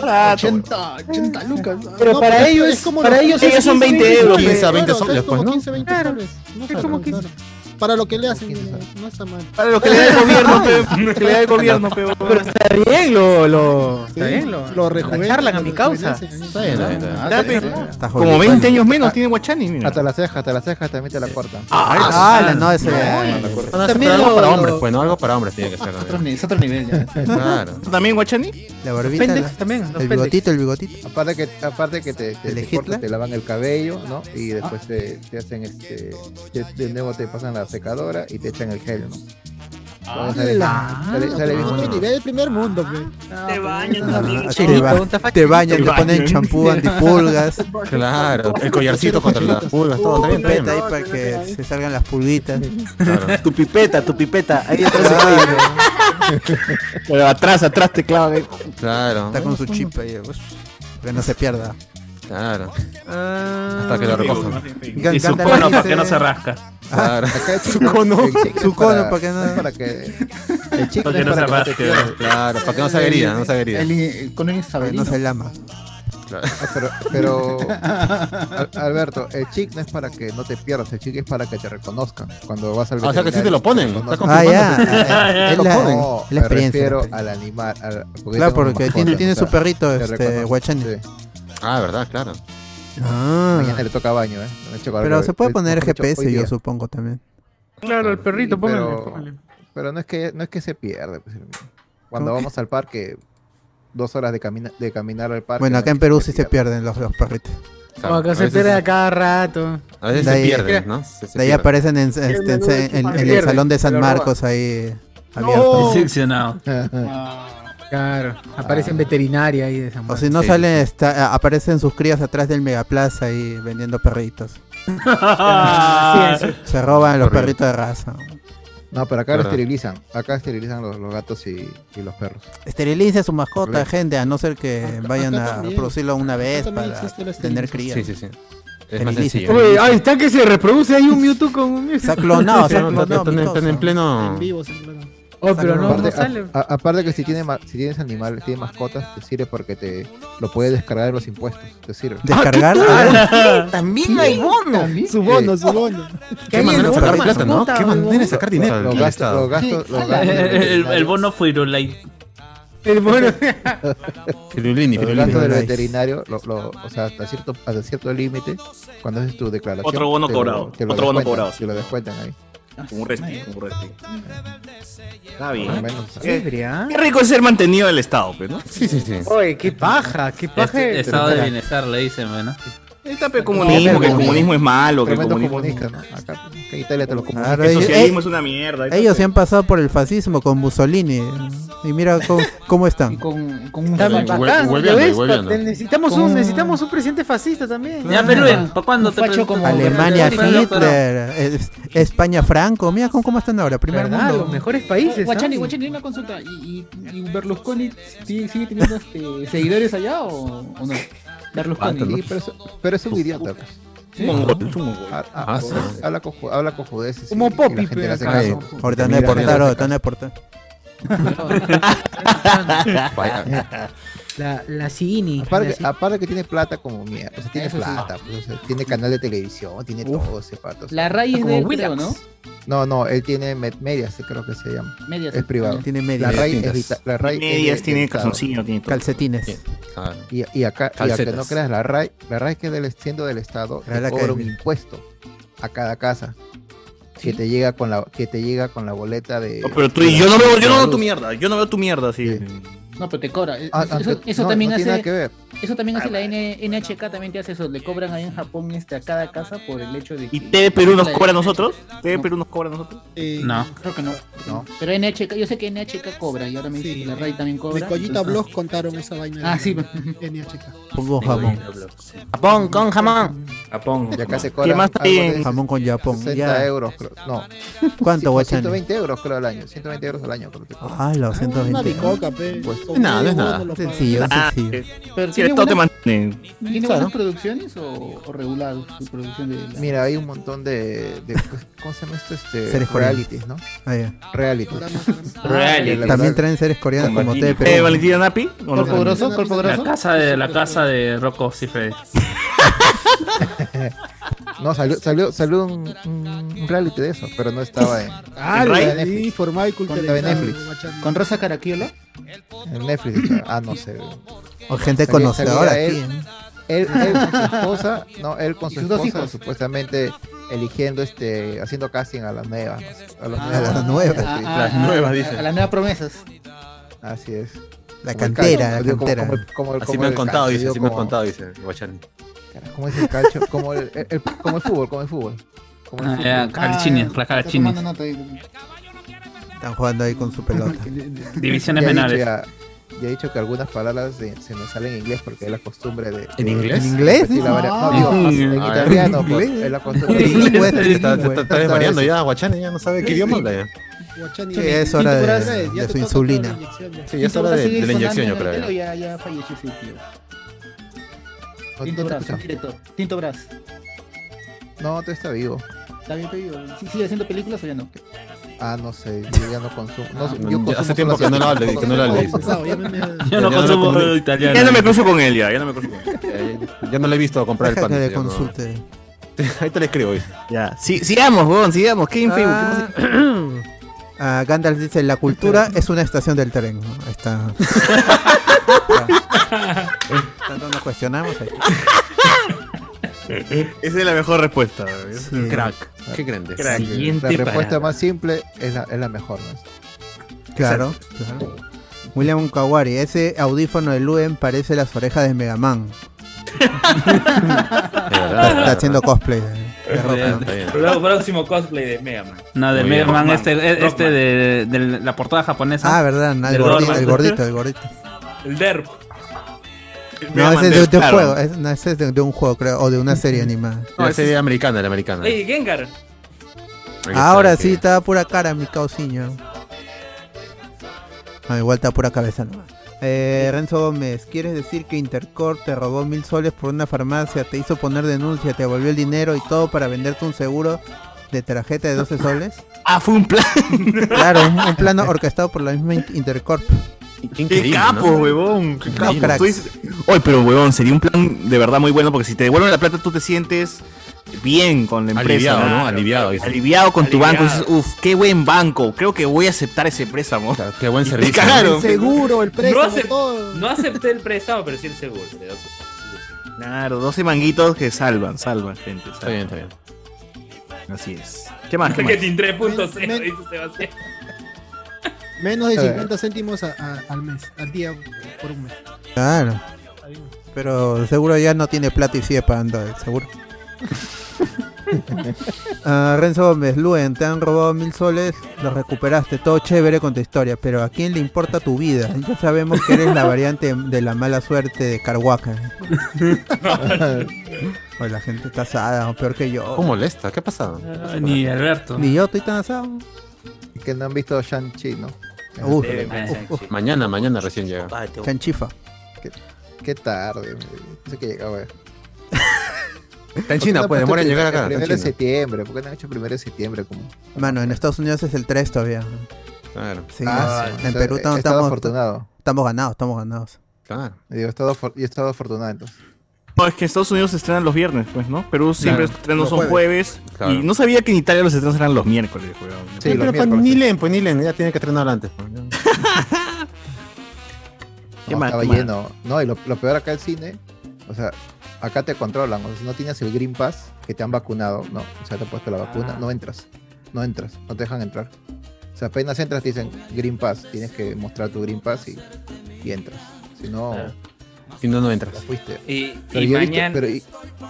Speaker 7: Ah,
Speaker 10: 80, 80 lucas.
Speaker 7: Pero
Speaker 10: No,
Speaker 7: para
Speaker 10: es-
Speaker 7: ellos-
Speaker 10: es como
Speaker 7: para
Speaker 10: los
Speaker 7: ellos
Speaker 10: 15,
Speaker 7: ellos son 20
Speaker 10: soles.
Speaker 7: euros.
Speaker 4: 15 a 20
Speaker 10: Claro,
Speaker 4: soles,
Speaker 10: es como
Speaker 4: pues, ¿no?
Speaker 10: 15 20 soles. No
Speaker 7: es
Speaker 10: está
Speaker 7: como
Speaker 10: mal,
Speaker 7: 15.
Speaker 10: claro. Para lo que le hacen, no, no está mal.
Speaker 2: Para lo que le da el gobierno, pe, que le da el gobierno, pe, huevón.
Speaker 7: Está bien, lo. lo está bien, lo.
Speaker 10: Lo
Speaker 7: la
Speaker 10: rejuvenecen.
Speaker 7: charlan a mi causa.
Speaker 10: Está
Speaker 4: bien,
Speaker 12: está bien,
Speaker 2: Ya, pe, Como
Speaker 12: jodido.
Speaker 2: 20 años menos tiene Guachani, mira.
Speaker 12: Hasta las cejas, hasta las cejas también te la cortan.
Speaker 2: Ah,
Speaker 1: la- no, ese-
Speaker 4: No, no,
Speaker 7: También
Speaker 4: pero algo para
Speaker 7: lo-
Speaker 4: hombres, pues, no, algo para hombres tiene que ser.
Speaker 13: Otro ni- Es otro nivel ya.
Speaker 4: Claro.
Speaker 2: ¿Tú también, Guachani?
Speaker 1: La barbita,
Speaker 7: pendejos
Speaker 1: la-
Speaker 7: también, los
Speaker 1: el
Speaker 7: pendejos.
Speaker 1: bigotito, el bigotito.
Speaker 12: Aparte que, aparte que te, te,
Speaker 1: ¿El
Speaker 12: te
Speaker 1: Hitler?
Speaker 12: cortan, te lavan el cabello, ¿no? Y después te, te hacen este. te- de nuevo te pasan la secadora y te echan el gel, ¿no?
Speaker 10: Ah,
Speaker 12: Entonces sale- sale- sale bien
Speaker 10: otro
Speaker 12: bonito.
Speaker 10: nivel del primer mundo, pe.
Speaker 15: Te bañan
Speaker 1: Ah,
Speaker 15: también.
Speaker 1: te,
Speaker 15: chorro.
Speaker 1: ba- te bañan,
Speaker 2: Te
Speaker 1: te ponen
Speaker 2: bañan.
Speaker 1: champú antipulgas.
Speaker 4: Claro, el collarcito contra
Speaker 1: (laughs)
Speaker 4: las pulgas, todo, está bien, está
Speaker 1: Pipeta
Speaker 4: bien.
Speaker 1: ahí para que se salgan las pulguitas.
Speaker 4: Claro.
Speaker 16: Tu pipeta, tu pipeta. Ahí atrás del cuello.
Speaker 1: Claro,
Speaker 2: Pero atrás, atrás te clavan. ahí.
Speaker 4: Claro.
Speaker 1: Está con su chip ahí. pues, Que no se pierda.
Speaker 4: Claro. Hasta que
Speaker 2: Ah,
Speaker 4: lo recojan.
Speaker 1: Y su Cantarán cono, dice- ¿para qué no se rasca?
Speaker 4: Claro. (laughs)
Speaker 1: Acá es su cono. Su cono, ¿para qué no?
Speaker 12: Para que.
Speaker 4: El chicle Para que es no para se que no te rasque, quieras. claro, para que no se avería, no se avería.
Speaker 12: El- el cono es
Speaker 4: no se
Speaker 1: lama.
Speaker 12: pero, pero, Al- Alberto, el chic no es para que no te pierdas, el chic es para que te reconozcan cuando vas al
Speaker 4: Ah, O sea, que sí te lo ponen,
Speaker 12: veterinario,
Speaker 4: está
Speaker 12: te reconozcan.
Speaker 1: (laughs)
Speaker 4: confirmando Ah, ya.
Speaker 12: Ah,
Speaker 4: que sí te- Es
Speaker 12: te lo
Speaker 4: la-
Speaker 12: ponen.
Speaker 4: es
Speaker 12: No,
Speaker 4: la
Speaker 12: me
Speaker 4: experiencia.
Speaker 12: refiero al animal. al-
Speaker 1: Claro,
Speaker 12: tengo
Speaker 1: porque
Speaker 12: mascotas,
Speaker 1: tiene, tiene
Speaker 12: o sea,
Speaker 1: su perrito,
Speaker 12: te
Speaker 1: este,
Speaker 12: reconocen.
Speaker 1: Guachani.
Speaker 4: Ah, verdad, claro.
Speaker 1: Ah.
Speaker 12: Mañana le toca baño, ¿eh? Me he hecho
Speaker 1: Pero
Speaker 12: algo-
Speaker 1: se puede
Speaker 12: hoy-
Speaker 1: poner
Speaker 12: hoy- hoy
Speaker 1: GPS, yo
Speaker 12: día.
Speaker 1: supongo también.
Speaker 7: Claro, el perrito, póngale,
Speaker 12: pero,
Speaker 7: póngale.
Speaker 12: Pero no es que no es que se pierde. pues, hermano. Cuando
Speaker 1: Ok.
Speaker 12: vamos al parque, dos horas de, camina- de caminar al parque.
Speaker 1: Bueno,
Speaker 12: no
Speaker 1: acá en
Speaker 12: es que
Speaker 1: Perú sí se pierden los, los perritos.
Speaker 12: Claro,
Speaker 7: acá se pierde a cada rato.
Speaker 4: A veces
Speaker 1: De
Speaker 4: se
Speaker 1: ahí-
Speaker 4: pierden, ¿no? Se- se
Speaker 1: de ahí
Speaker 4: pierden.
Speaker 1: aparecen en,
Speaker 7: Pierden,
Speaker 1: este, en-
Speaker 7: menudo
Speaker 1: en- en el
Speaker 7: pierden,
Speaker 1: salón de San
Speaker 7: pero roban.
Speaker 1: Marcos ahí abierto.
Speaker 9: Diseccionado.
Speaker 7: (laughs) Claro, aparece en veterinaria ahí de San
Speaker 1: O si no
Speaker 7: Marcos.
Speaker 1: salen, está- aparecen sus crías atrás del Megaplaza ahí vendiendo
Speaker 7: (laughs)
Speaker 1: perritos.
Speaker 7: Ah, sí, sí.
Speaker 1: Se roban los
Speaker 12: Horrible.
Speaker 1: perritos de raza.
Speaker 12: No, pero acá lo
Speaker 1: Verdad.
Speaker 12: esterilizan. Acá esterilizan los, los gatos y, y los perros.
Speaker 1: Esterilice a su mascota,
Speaker 12: Horrible.
Speaker 1: gente, a no ser que vayan
Speaker 12: acá
Speaker 1: a
Speaker 12: también.
Speaker 1: producirlo una vez
Speaker 12: también
Speaker 1: para
Speaker 12: existe la
Speaker 1: tener crías.
Speaker 12: esterilización.
Speaker 4: Sí, sí, sí. Es más
Speaker 1: Esterilice.
Speaker 4: sencillo.
Speaker 7: Oye, ahí está que se reproduce ahí un Mewtwo con un
Speaker 1: Se
Speaker 12: (laughs)
Speaker 7: (laughs)
Speaker 1: ha clonado, se ha clonado,
Speaker 4: Están en- están en pleno.
Speaker 7: Oh, pero no, no
Speaker 12: aparte, a-
Speaker 7: sale.
Speaker 12: a- aparte que si, tiene ma- si tienes animales, tienes mascotas, te sirve porque te lo puedes descargar en los impuestos. Te sirve.
Speaker 1: ¿Descargar?
Speaker 12: Ah,
Speaker 7: (laughs)
Speaker 1: Ah,
Speaker 12: Sí,
Speaker 16: También hay bono.
Speaker 12: también.
Speaker 10: Su bono, su bono.
Speaker 12: Qué manera de sacar plata, ¿no?
Speaker 4: Qué manera de sacar dinero
Speaker 12: Los
Speaker 4: del
Speaker 12: gastos-
Speaker 4: Estado.
Speaker 12: los gastos-
Speaker 10: (laughs)
Speaker 12: los
Speaker 9: El,
Speaker 12: gastos
Speaker 9: el- el bono Firulai.
Speaker 7: El bono.
Speaker 4: Firulini,
Speaker 12: Los
Speaker 4: Firulini.
Speaker 12: gastos del veterinario, lo- lo- o sea, hasta cierto, hasta cierto límite, cuando haces tu declaración.
Speaker 2: Otro bono
Speaker 12: te lo-
Speaker 2: cobrado,
Speaker 12: te lo
Speaker 2: otro bono
Speaker 12: descuentan,
Speaker 2: cobrado.
Speaker 12: Te lo descuentan ahí.
Speaker 2: Como un resti, como un resti. Está
Speaker 12: Por lo
Speaker 2: bien. Eh,
Speaker 12: menos,
Speaker 2: Qué,
Speaker 7: Libre, ¿ah?
Speaker 2: qué rico es ser mantenido del Estado, pues, ¿no? Sí, sí, sí.
Speaker 7: Oye, qué paja, qué paja.
Speaker 9: Este- estado de
Speaker 2: Pero- Eh,
Speaker 9: bienestar, le dicen, bueno.
Speaker 2: Está pe comunismo, que el comunismo es malo, que el
Speaker 12: Tremendo
Speaker 2: comunismo
Speaker 12: comunista, ¿no? Acá, que en Italia te lo comunistas.
Speaker 1: Claro,
Speaker 2: El
Speaker 1: ellos-
Speaker 2: socialismo
Speaker 1: eh,
Speaker 2: es una mierda.
Speaker 1: Ellos se han pasado por el fascismo con Mussolini. Y mira cómo, cómo están.
Speaker 13: Con, con
Speaker 7: Está
Speaker 1: Hue-
Speaker 7: bacán,
Speaker 1: hueveando,
Speaker 7: Ah, ¿lo ves?
Speaker 1: hueveando.
Speaker 7: Te- Necesitamos
Speaker 13: Con-
Speaker 7: un, necesitamos un presidente fascista también.
Speaker 9: Ya, Perú, ¿para cuándo te
Speaker 7: facho como
Speaker 1: Alemania,
Speaker 7: Venezuela,
Speaker 1: Hitler, es- España, Franco. Mira cómo, cómo están ahora, primer
Speaker 7: ¿Verdad?
Speaker 1: mundo.
Speaker 7: Los mejores países.
Speaker 13: Guachani,
Speaker 7: ¿ah?
Speaker 13: Guachani, una consulta. ¿Y, y, y Berlusconi sigue, sigue teniendo este, seguidores allá o, o no? Berlusconi.
Speaker 12: Sí, Ah, pero, es, pero es un idiota. Pues.
Speaker 13: Sí. Mongol,
Speaker 1: es un mongol.
Speaker 12: Ha- ha-
Speaker 1: Ah, sí.
Speaker 12: habla, con, ju- habla con judeces.
Speaker 7: Como Poppy, pero acá.
Speaker 1: Ahorita van a deportar, ahorita van a deportar.
Speaker 12: Vaya.
Speaker 7: (laughs) La, la Cini.
Speaker 12: Aparte,
Speaker 7: la
Speaker 12: que- aparte que tiene plata como mierda. O sea, tiene
Speaker 7: Eso sí.
Speaker 12: plata. pues, o sea, tiene canal de televisión, tiene todo ese pato. o sea.
Speaker 13: La raíz
Speaker 12: Como
Speaker 13: de él,
Speaker 12: Willax.
Speaker 13: creo, ¿no?
Speaker 12: No, no, él tiene med- medias, creo que se llama.
Speaker 13: Medias.
Speaker 12: Es privado.
Speaker 1: Tiene medias.
Speaker 12: La RAI es
Speaker 1: Distintas.
Speaker 12: vita- la RAI es
Speaker 2: Medias,
Speaker 12: de-
Speaker 2: tiene
Speaker 12: del Estado.
Speaker 2: calzoncillo, tiene todo.
Speaker 1: Calcetines.
Speaker 12: Y, y acá, y aunque
Speaker 1: Ah, Calcetas.
Speaker 12: no creas, la RAI, la RAI que es del, siendo del Estado,
Speaker 1: Real
Speaker 12: te cobra un
Speaker 1: Academia.
Speaker 12: impuesto a cada casa. Que te llega con la, que te llega con la boleta de.
Speaker 2: No, pero tú y yo no veo, yo no veo tu mierda, yo no veo tu mierda así.
Speaker 13: No, pero te cobra.
Speaker 12: Ah,
Speaker 13: Eso,
Speaker 12: ah,
Speaker 13: eso-
Speaker 12: que-
Speaker 13: eso
Speaker 12: no,
Speaker 13: también
Speaker 12: no
Speaker 13: hace.
Speaker 12: tiene nada que ver.
Speaker 13: Eso también
Speaker 5: Ah,
Speaker 13: hace la Eh, N- NHK, también te hace eso. Le cobran ahí en Japón este, a cada casa por el hecho de.
Speaker 2: ¿Y TV Perú nos
Speaker 13: la-
Speaker 2: cobra a nosotros? ¿TV Perú nos cobra a nosotros?
Speaker 13: No. Creo que no. Pero NHK, yo sé que NHK cobra y ahora me dice que la RAI también cobra.
Speaker 10: De Collita
Speaker 13: entonces-
Speaker 10: Blog contaron esa vaina.
Speaker 13: Ah,
Speaker 10: en-
Speaker 13: sí.
Speaker 10: En NHK.
Speaker 1: Pongo jamón.
Speaker 16: Japón con jamón.
Speaker 5: Japón.
Speaker 12: Y acá te
Speaker 1: ¿Qué
Speaker 12: cobran
Speaker 1: más
Speaker 12: algo
Speaker 1: hay
Speaker 12: de
Speaker 1: en jamón con Japón?
Speaker 12: 60
Speaker 1: Ya.
Speaker 12: euros, creo. No.
Speaker 1: ¿Cuánto, Guachani?
Speaker 12: 120 Pues euros, creo, al año. 120 euros al año, creo. que- Pues,
Speaker 1: Ah, los 120.
Speaker 12: una bicoca,
Speaker 1: pe.
Speaker 12: Con nada, medio es nada. bono lo
Speaker 1: Sencillo,
Speaker 12: pagas.
Speaker 1: sencillo.
Speaker 12: eh,
Speaker 13: Pero
Speaker 2: Sí,
Speaker 13: tiene
Speaker 2: todo te
Speaker 13: buenas-
Speaker 2: mantiene.
Speaker 13: ¿Tiene
Speaker 12: Claro.
Speaker 13: buenas producciones o, o regular su producción de la-
Speaker 12: Mira, hay un montón de, de- ¿cómo se llama esto? Este,
Speaker 1: Series coreanas.
Speaker 12: realities, ¿no?
Speaker 1: Ah, ya.
Speaker 12: Realities. (laughs) Ah,
Speaker 1: Reality. También traen series coreanas como
Speaker 2: Valentina-
Speaker 1: TV, pero-
Speaker 2: Eh, Valentina Napi. ¿o no?
Speaker 13: Cuerpo grosso, cuerpo
Speaker 9: La
Speaker 13: grosso.
Speaker 9: casa de, la casa de Rocco Cifre.
Speaker 12: No, salió, salió, salió un, un reality de eso, pero no estaba en,
Speaker 10: Ah,
Speaker 12: en
Speaker 10: la
Speaker 12: Netflix.
Speaker 10: ahí, formal y
Speaker 12: Estaba en
Speaker 10: culturalizado,
Speaker 12: Netflix.
Speaker 10: Guachani.
Speaker 13: ¿Con Rosa Caraquiola?
Speaker 12: En Netflix. estaba. Ah, no sé.
Speaker 1: O gente
Speaker 12: Salía-
Speaker 1: conocedora
Speaker 12: salía
Speaker 1: aquí.
Speaker 12: él-
Speaker 1: ¿eh?
Speaker 12: Él, él con su esposa, no, él con
Speaker 13: Y
Speaker 12: su
Speaker 13: sus dos
Speaker 12: esposa,
Speaker 13: hijos.
Speaker 12: supuestamente eligiendo este, haciendo casting a las nuevas. no sé, A las
Speaker 13: Ah,
Speaker 12: nuevas.
Speaker 13: a las nuevas. Ah, ah, ah, a- a las nuevas promesas.
Speaker 12: Así es.
Speaker 1: La
Speaker 12: Como el
Speaker 1: cantera,
Speaker 12: calcio,
Speaker 1: la
Speaker 12: digo, como-
Speaker 1: cantera.
Speaker 12: como el- como el-
Speaker 4: Así
Speaker 12: como
Speaker 4: me han
Speaker 12: el
Speaker 4: contado,
Speaker 12: calcio,
Speaker 4: dice,
Speaker 12: digo,
Speaker 4: así me han
Speaker 12: como-
Speaker 4: contado, dice Guachani.
Speaker 12: ¿Cómo es el calcio? Como el, el- el- como el fútbol, como el fútbol. Como el
Speaker 9: Ah,
Speaker 12: fútbol.
Speaker 9: ya, Calcini, la
Speaker 13: está
Speaker 9: Calcini.
Speaker 13: tomando nota ahí.
Speaker 1: Están jugando ahí con
Speaker 12: (laughs)
Speaker 1: su pelota.
Speaker 9: Divisiones
Speaker 12: Ya he
Speaker 9: menores.
Speaker 12: dicho Ya, ya he dicho que algunas palabras se, se me salen en inglés porque es la costumbre de.
Speaker 4: ¿En
Speaker 12: de-
Speaker 4: inglés?
Speaker 12: de repetir la
Speaker 4: Ah.
Speaker 12: varia- no, digo,
Speaker 4: Ah,
Speaker 12: en
Speaker 4: ah,
Speaker 12: italiano,
Speaker 4: en
Speaker 12: pues,
Speaker 4: inglés.
Speaker 12: es la costumbre. pues,
Speaker 4: Trilingüe,
Speaker 12: Trilingüe,
Speaker 4: está- está- está- Está
Speaker 12: trilingüe.
Speaker 4: desvariando ya, Guachani, ya no sabe qué idioma habla ya.
Speaker 10: Guachani,
Speaker 1: Sí, es
Speaker 10: Quinto
Speaker 1: hora de-
Speaker 10: grado, ya
Speaker 1: de
Speaker 10: te
Speaker 1: su
Speaker 10: toca
Speaker 1: insulina.
Speaker 10: otra inyección, ya.
Speaker 4: Sí, ya es hora de, de la inyección, yo creo.
Speaker 13: Ya, ya falleció ese tío. Tinto
Speaker 12: no te
Speaker 13: Brass, en
Speaker 12: escucha.
Speaker 13: directo. Tinto Brass.
Speaker 12: No, te está vivo.
Speaker 13: ¿Está bien pedido? ¿Sí- ¿Sigue haciendo películas o ya no?
Speaker 12: Ah, no sé, yo ya no consumo. No,
Speaker 13: Ah,
Speaker 12: sé,
Speaker 13: no,
Speaker 12: yo
Speaker 13: ya
Speaker 12: consumo
Speaker 13: hace tiempo
Speaker 12: solo
Speaker 13: que no lo
Speaker 12: asiático,
Speaker 13: hable, que no lo hable.
Speaker 12: consumo-
Speaker 13: Ya me-
Speaker 2: Ya no consumo eh, italiano. Ya no me cruzo con él, ya, ya no me cruzo con
Speaker 4: él. eh, Ya no le he visto comprar el
Speaker 2: Deja
Speaker 4: pan.
Speaker 2: que le
Speaker 4: ya no.
Speaker 2: consulte.
Speaker 4: (laughs) Ahí te le escribo.
Speaker 2: Ya, sí, sigamos, weón, sigamos. ¿Qué en
Speaker 1: Ah.
Speaker 2: Facebook? ¿Qué más-
Speaker 1: (clears throat) Ah, Gandalf dice, la cultura es una estación del tren. Ahí está. Tanto nos cuestionamos
Speaker 2: (laughs) Esa es la mejor respuesta. weón. Es un
Speaker 12: Sí.
Speaker 2: crack.
Speaker 12: Qué grande.
Speaker 2: Crack.
Speaker 12: La respuesta más simple es la, es la mejor. ¿no?
Speaker 1: Claro.
Speaker 12: Exacto.
Speaker 1: William Kawari, ese audífono de Luen parece las orejas
Speaker 12: (laughs)
Speaker 1: de Megaman. está, está haciendo cosplay. de- de Rockman.
Speaker 5: Luego, próximo cosplay de Mega Man.
Speaker 9: No, de
Speaker 5: Muy
Speaker 9: Mega
Speaker 5: bien.
Speaker 9: Man,
Speaker 5: Rockman.
Speaker 9: este, e- este de, de la portada japonesa.
Speaker 1: Ah, verdad, no, el
Speaker 9: Del
Speaker 1: gordito,
Speaker 9: Rockman.
Speaker 1: el gordito, el gordito.
Speaker 5: El derp.
Speaker 1: No,
Speaker 5: Mega
Speaker 1: ese
Speaker 5: Man
Speaker 1: es de,
Speaker 5: Death,
Speaker 1: de un
Speaker 5: claro.
Speaker 1: juego, es- no, ese es de, de un juego, creo, o de una serie animada.
Speaker 4: La serie americana, la americana.
Speaker 5: Ey, Gengar.
Speaker 1: Ahora sí, estaba pura cara mi cauciño. Ah, igual está pura cabeza nomás. Eh, Renzo Gómez, ¿quieres decir que Intercorp te robó mil soles por una farmacia, te hizo poner denuncia, te volvió el dinero y todo para venderte un seguro de tarjeta de
Speaker 2: (laughs)
Speaker 1: 12 soles?
Speaker 2: Ah, fue un plan.
Speaker 1: Claro, un, un plano orquestado por la misma In- Intercorp.
Speaker 2: Qué capo, huevón. Qué capo.
Speaker 1: cracks.
Speaker 2: Tú dices- Oye, pero huevón, sería un plan de verdad muy bueno porque si te devuelven la plata tú te sientes bien con la empresa.
Speaker 4: Aliviado, ¿no? Aliviado, dices.
Speaker 2: Aliviado con tu banco.
Speaker 4: Aliviado.
Speaker 2: Dices, uff, qué buen banco. Creo que voy a aceptar ese préstamo.
Speaker 4: qué buen
Speaker 2: Te cagaron.
Speaker 10: seguro, el
Speaker 5: No,
Speaker 10: préstamo,
Speaker 5: acep-
Speaker 10: todo.
Speaker 5: no acepté el préstamo, pero sí el seguro. de dos.
Speaker 2: Claro, 12 manguitos que salvan, salvan, gente. Está bien, está bien. Así es.
Speaker 5: (laughs)
Speaker 2: ¿Qué más? ¿Qué más?
Speaker 5: Marketing 3.0,
Speaker 10: Men-
Speaker 5: dice Sebastián.
Speaker 10: Menos de
Speaker 1: A ver.
Speaker 10: 50 céntimos a- a- al mes, al día, por un mes.
Speaker 1: Claro. Pero seguro ya no tiene plata y sigue pagando, eh,
Speaker 12: (laughs)
Speaker 1: seguro. Ah, Renzo Gómez, Luen, te han robado mil soles, los recuperaste, todo chévere con tu historia, pero ¿a quién le importa tu vida? Ya sabemos que eres la variante de la mala suerte de Carhuaca. pues la gente está asada, o peor que yo.
Speaker 4: ¿Cómo molesta? ¿Qué ha pasado?
Speaker 9: Ah, ni Alberto.
Speaker 1: Ni yo estoy tan asado.
Speaker 12: Y que no han visto Shang-Chi, ¿no?
Speaker 1: Uf,
Speaker 12: Eh,
Speaker 1: uf, uf.
Speaker 4: Mañana, mañana recién llega.
Speaker 1: Chanchifa.
Speaker 12: Qué, qué tarde, me- no sé qué llega, (laughs) güey.
Speaker 4: Está en China, pues, demora en llegar acá.
Speaker 12: Primero
Speaker 4: está
Speaker 12: de
Speaker 4: en China.
Speaker 12: septiembre, ¿por qué no han hecho primero de septiembre? Como?
Speaker 1: Mano, en Estados Unidos es el 3 todavía.
Speaker 4: Claro.
Speaker 1: Sí,
Speaker 12: Ah,
Speaker 1: en
Speaker 12: sí.
Speaker 1: Perú
Speaker 12: He estado
Speaker 1: estamos, estamos,
Speaker 12: afortunado.
Speaker 1: estamos ganados, estamos ganados.
Speaker 4: Claro.
Speaker 12: Digo, he estado, afor- yo he estado afortunado entonces.
Speaker 2: No, es que en Estados Unidos se estrenan los viernes, pues, ¿no? Perú siempre
Speaker 12: Claro.
Speaker 2: los estrenos
Speaker 12: Los
Speaker 2: son jueves.
Speaker 4: Claro.
Speaker 2: Y no sabía que en Italia los estrenos eran los miércoles, weón.
Speaker 4: Sí, pero pues, ni leen, pues ni leen, ya tiene que estrenar antes.
Speaker 12: (laughs)
Speaker 4: pues.
Speaker 2: Qué
Speaker 12: no,
Speaker 2: mal,
Speaker 12: estaba
Speaker 2: qué mal.
Speaker 12: lleno. No, y lo, lo peor acá el cine, o sea, acá te controlan. O sea, si no tienes el Green Pass que te han vacunado, no, o sea, te han puesto la vacuna,
Speaker 13: Ah.
Speaker 12: no entras, no entras, no te dejan entrar. O sea, apenas entras te dicen Green Pass, tienes que mostrar tu Green Pass y, y entras. Si no,
Speaker 4: Si no, no entras.
Speaker 12: ya fuiste.
Speaker 5: Y-
Speaker 12: Pero
Speaker 5: y
Speaker 12: yo he visto-
Speaker 5: mañana-
Speaker 12: pero y-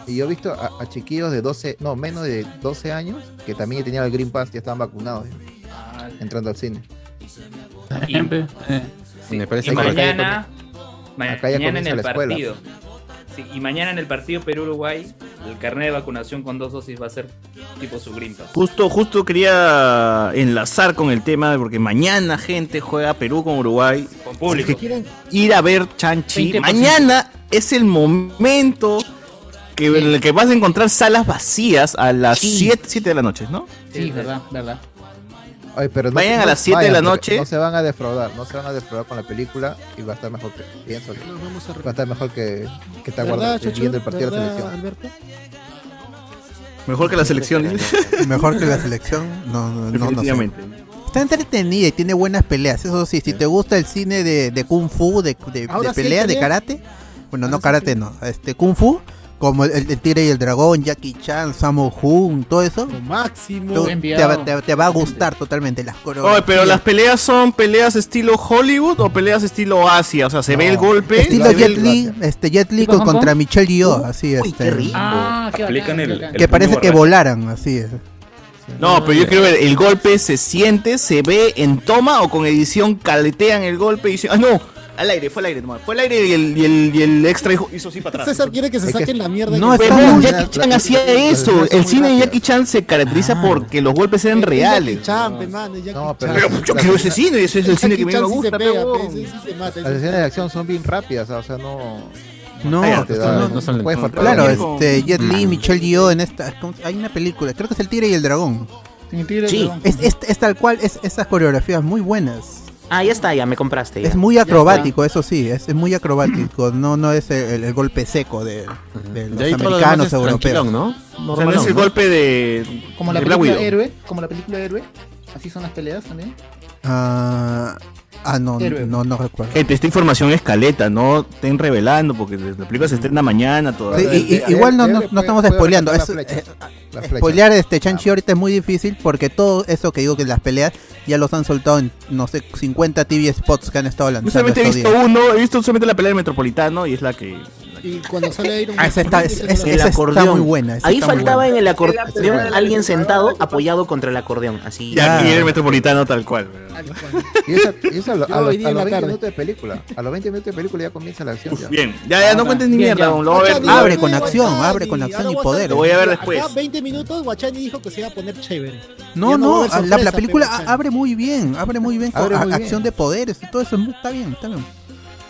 Speaker 12: y yo he visto a, a chiquillos de 12, no, menos de 12 años que también tenían el Green Pass, ya estaban vacunados ¿eh? entrando al cine.
Speaker 5: Ah. Y-
Speaker 4: Me
Speaker 5: Y
Speaker 4: parece que
Speaker 5: mañana, ma-
Speaker 12: Acá ya
Speaker 5: mañana en
Speaker 12: comienza
Speaker 5: el
Speaker 12: la escuela.
Speaker 5: partido. Sí, y mañana en el partido Perú-Uruguay, el carnet de vacunación con dos dosis va a ser tipo su Green Pass.
Speaker 2: Justo, justo quería enlazar con el tema, porque mañana, gente, juega Perú con Uruguay.
Speaker 5: Con público.
Speaker 2: Si es que quieren ir a ver Chanchi,
Speaker 5: 20%.
Speaker 2: mañana es el momento que, en el que vas a encontrar salas vacías a las 7, 7 de la noche, ¿no?
Speaker 13: Sí, verdad, verdad.
Speaker 12: Ay, pero no-
Speaker 2: Vayan a
Speaker 12: no
Speaker 2: las 7 de
Speaker 12: vayan,
Speaker 2: la
Speaker 12: porque
Speaker 2: noche.
Speaker 12: No se van a defraudar, no se van a defraudar con la película y va a estar mejor que. Pienso que va a estar mejor que, que está
Speaker 10: ¿Verdad,
Speaker 12: guardando
Speaker 10: Chuchu?
Speaker 12: viendo el partido de la
Speaker 10: ¿Verdad,
Speaker 12: selección.
Speaker 10: Alberto?
Speaker 2: Mejor que la selección.
Speaker 1: (laughs) Mejor que la selección, no, no, no, no sé.
Speaker 2: Definitivamente.
Speaker 1: Está entretenida y tiene buenas peleas, eso sí, si te gusta el cine de, de kung fu, de, de, de
Speaker 10: Ahora sí hay
Speaker 1: pelea, de
Speaker 10: pelea.
Speaker 1: karate, bueno, no karate, no, este kung fu, como el, el tigre y el dragón, Jackie Chan, Sammo Hung, todo eso,
Speaker 10: máximo,
Speaker 1: tú-
Speaker 10: buen
Speaker 1: te,
Speaker 10: viado.
Speaker 1: va- te- te va a gustar totalmente las coreografías.
Speaker 2: Oye, pero las peleas son peleas estilo Hollywood o peleas estilo Asia. O sea, se ve el golpe.
Speaker 1: Estilo
Speaker 2: se ve
Speaker 1: Jet
Speaker 2: el-
Speaker 1: Li, este Jet Li
Speaker 2: ¿Tipo Hong
Speaker 1: contra
Speaker 2: Kong?
Speaker 1: Michelle Yeoh, así este,
Speaker 13: Ah, qué
Speaker 14: Aplican el, el
Speaker 1: que parece
Speaker 14: puño
Speaker 1: que
Speaker 14: borracho.
Speaker 1: volaran, así es.
Speaker 2: No, pero yo quiero ver, el golpe se siente, se ve en toma o con edición caletean el golpe y dicen, ah, no, al aire, fue al aire, nomás, fue al aire y el, y el, y el extra hizo, hizo así para atrás.
Speaker 10: César quiere que se
Speaker 2: Es que-
Speaker 10: saquen la mierda.
Speaker 2: No,
Speaker 10: que-
Speaker 2: está bien, Jackie Chan hacía eso. El cine de Jackie Chan se caracteriza porque los golpes eran
Speaker 10: Ah. Es
Speaker 2: reales.
Speaker 10: Jackie Chan, pe, mano, es Jackie
Speaker 12: No,
Speaker 10: Chan.
Speaker 12: pero,
Speaker 2: Pero yo quiero ese cine, ese es el cine que a mí me
Speaker 10: Jackie Chan sí se
Speaker 2: gusta.
Speaker 10: pega, pe, sí, sí se mata,
Speaker 12: Las
Speaker 10: ese-
Speaker 12: escenas de acción son bien rápidas, o sea, no.
Speaker 1: No,
Speaker 4: Ah, ya, te da-
Speaker 1: no,
Speaker 4: no sale.
Speaker 1: puede
Speaker 4: No,
Speaker 1: faltar.
Speaker 4: no,
Speaker 1: Claro,
Speaker 4: no.
Speaker 1: este, Jet Li,
Speaker 4: Mm.
Speaker 1: Michelle Yeoh en esta. ¿cómo se- Hay una película, creo que es El Tigre y el Dragón.
Speaker 13: y el
Speaker 1: sí,
Speaker 13: Dragón.
Speaker 1: es, es- es tal cual, es esas coreografías muy buenas.
Speaker 16: Ah, ya está, ya me compraste. ya.
Speaker 1: Es muy
Speaker 16: Ya
Speaker 1: acrobático, eso sí, es, es muy acrobático. (clears throat) No, no es el, el golpe seco de, de los
Speaker 4: De ahí todo lo
Speaker 1: americanos
Speaker 4: demás es
Speaker 1: europeos.
Speaker 4: tranquilón, ¿no?
Speaker 1: O
Speaker 4: sea, no es el golpe
Speaker 2: de.
Speaker 13: Como la
Speaker 1: de Black
Speaker 13: película
Speaker 1: Widow.
Speaker 13: héroe, como la película héroe, así son las peleas también.
Speaker 1: Ah, ah, no,
Speaker 13: Héroe.
Speaker 1: no, no recuerdo.
Speaker 2: Gente, esta información es caleta, no estén revelando porque la película se estrena mañana
Speaker 1: Sí,
Speaker 2: todavía. Eh,
Speaker 1: y- y- igual no, no, no estamos spoileando. Es, eh,
Speaker 12: La flecha.
Speaker 1: spoilear este Chanchi ahorita es muy difícil porque todo eso que digo que las peleas ya los han soltado en, no sé, 50 TV spots que han estado
Speaker 2: Yo
Speaker 1: lanzando.
Speaker 2: solamente eh, he
Speaker 1: estos
Speaker 2: visto
Speaker 1: días.
Speaker 2: uno, he visto solamente la pelea del Metropolitano y es la que.
Speaker 10: Y cuando sale Iron
Speaker 1: Ah, esa está-
Speaker 10: Man,
Speaker 1: es-
Speaker 10: dice,
Speaker 1: es-
Speaker 10: "No,
Speaker 1: es-
Speaker 16: El
Speaker 1: Esa está
Speaker 16: acordeón.
Speaker 1: muy buena, esa
Speaker 16: Ahí
Speaker 1: está muy
Speaker 16: faltaba
Speaker 1: buena.
Speaker 16: en el
Speaker 1: Es la
Speaker 16: acordeón
Speaker 1: primera
Speaker 16: alguien sentado apoyado contra el acordeón. Así. Ah.
Speaker 2: Ya, y el Metropolitano tal cual.
Speaker 12: Y esa, y esa a, lo-
Speaker 16: Yo
Speaker 12: a los,
Speaker 16: hoy día
Speaker 12: a
Speaker 16: en
Speaker 12: los
Speaker 16: la
Speaker 12: 20
Speaker 16: tarde.
Speaker 12: minutos de película. A los 20 minutos de película ya comienza la acción. ya.
Speaker 2: Bien, ya, ya, no cuentes ni
Speaker 12: Bien,
Speaker 2: mierda,
Speaker 12: ya.
Speaker 2: lo voy a ver.
Speaker 1: Abre con acción, abre con acción y poder.
Speaker 2: Lo voy a ver después.
Speaker 10: Acá 20 minutos, Guachani dijo que se iba a poner chévere. Ya
Speaker 1: No,
Speaker 10: va a
Speaker 1: no,
Speaker 10: haber
Speaker 1: la, la
Speaker 10: sorpresa,
Speaker 1: película
Speaker 10: pero,
Speaker 1: a-
Speaker 10: Guachani.
Speaker 1: abre muy bien, abre muy bien con
Speaker 10: Abre
Speaker 1: a-
Speaker 10: muy bien.
Speaker 1: acción de poderes y todo eso, muy- está bien, está bien.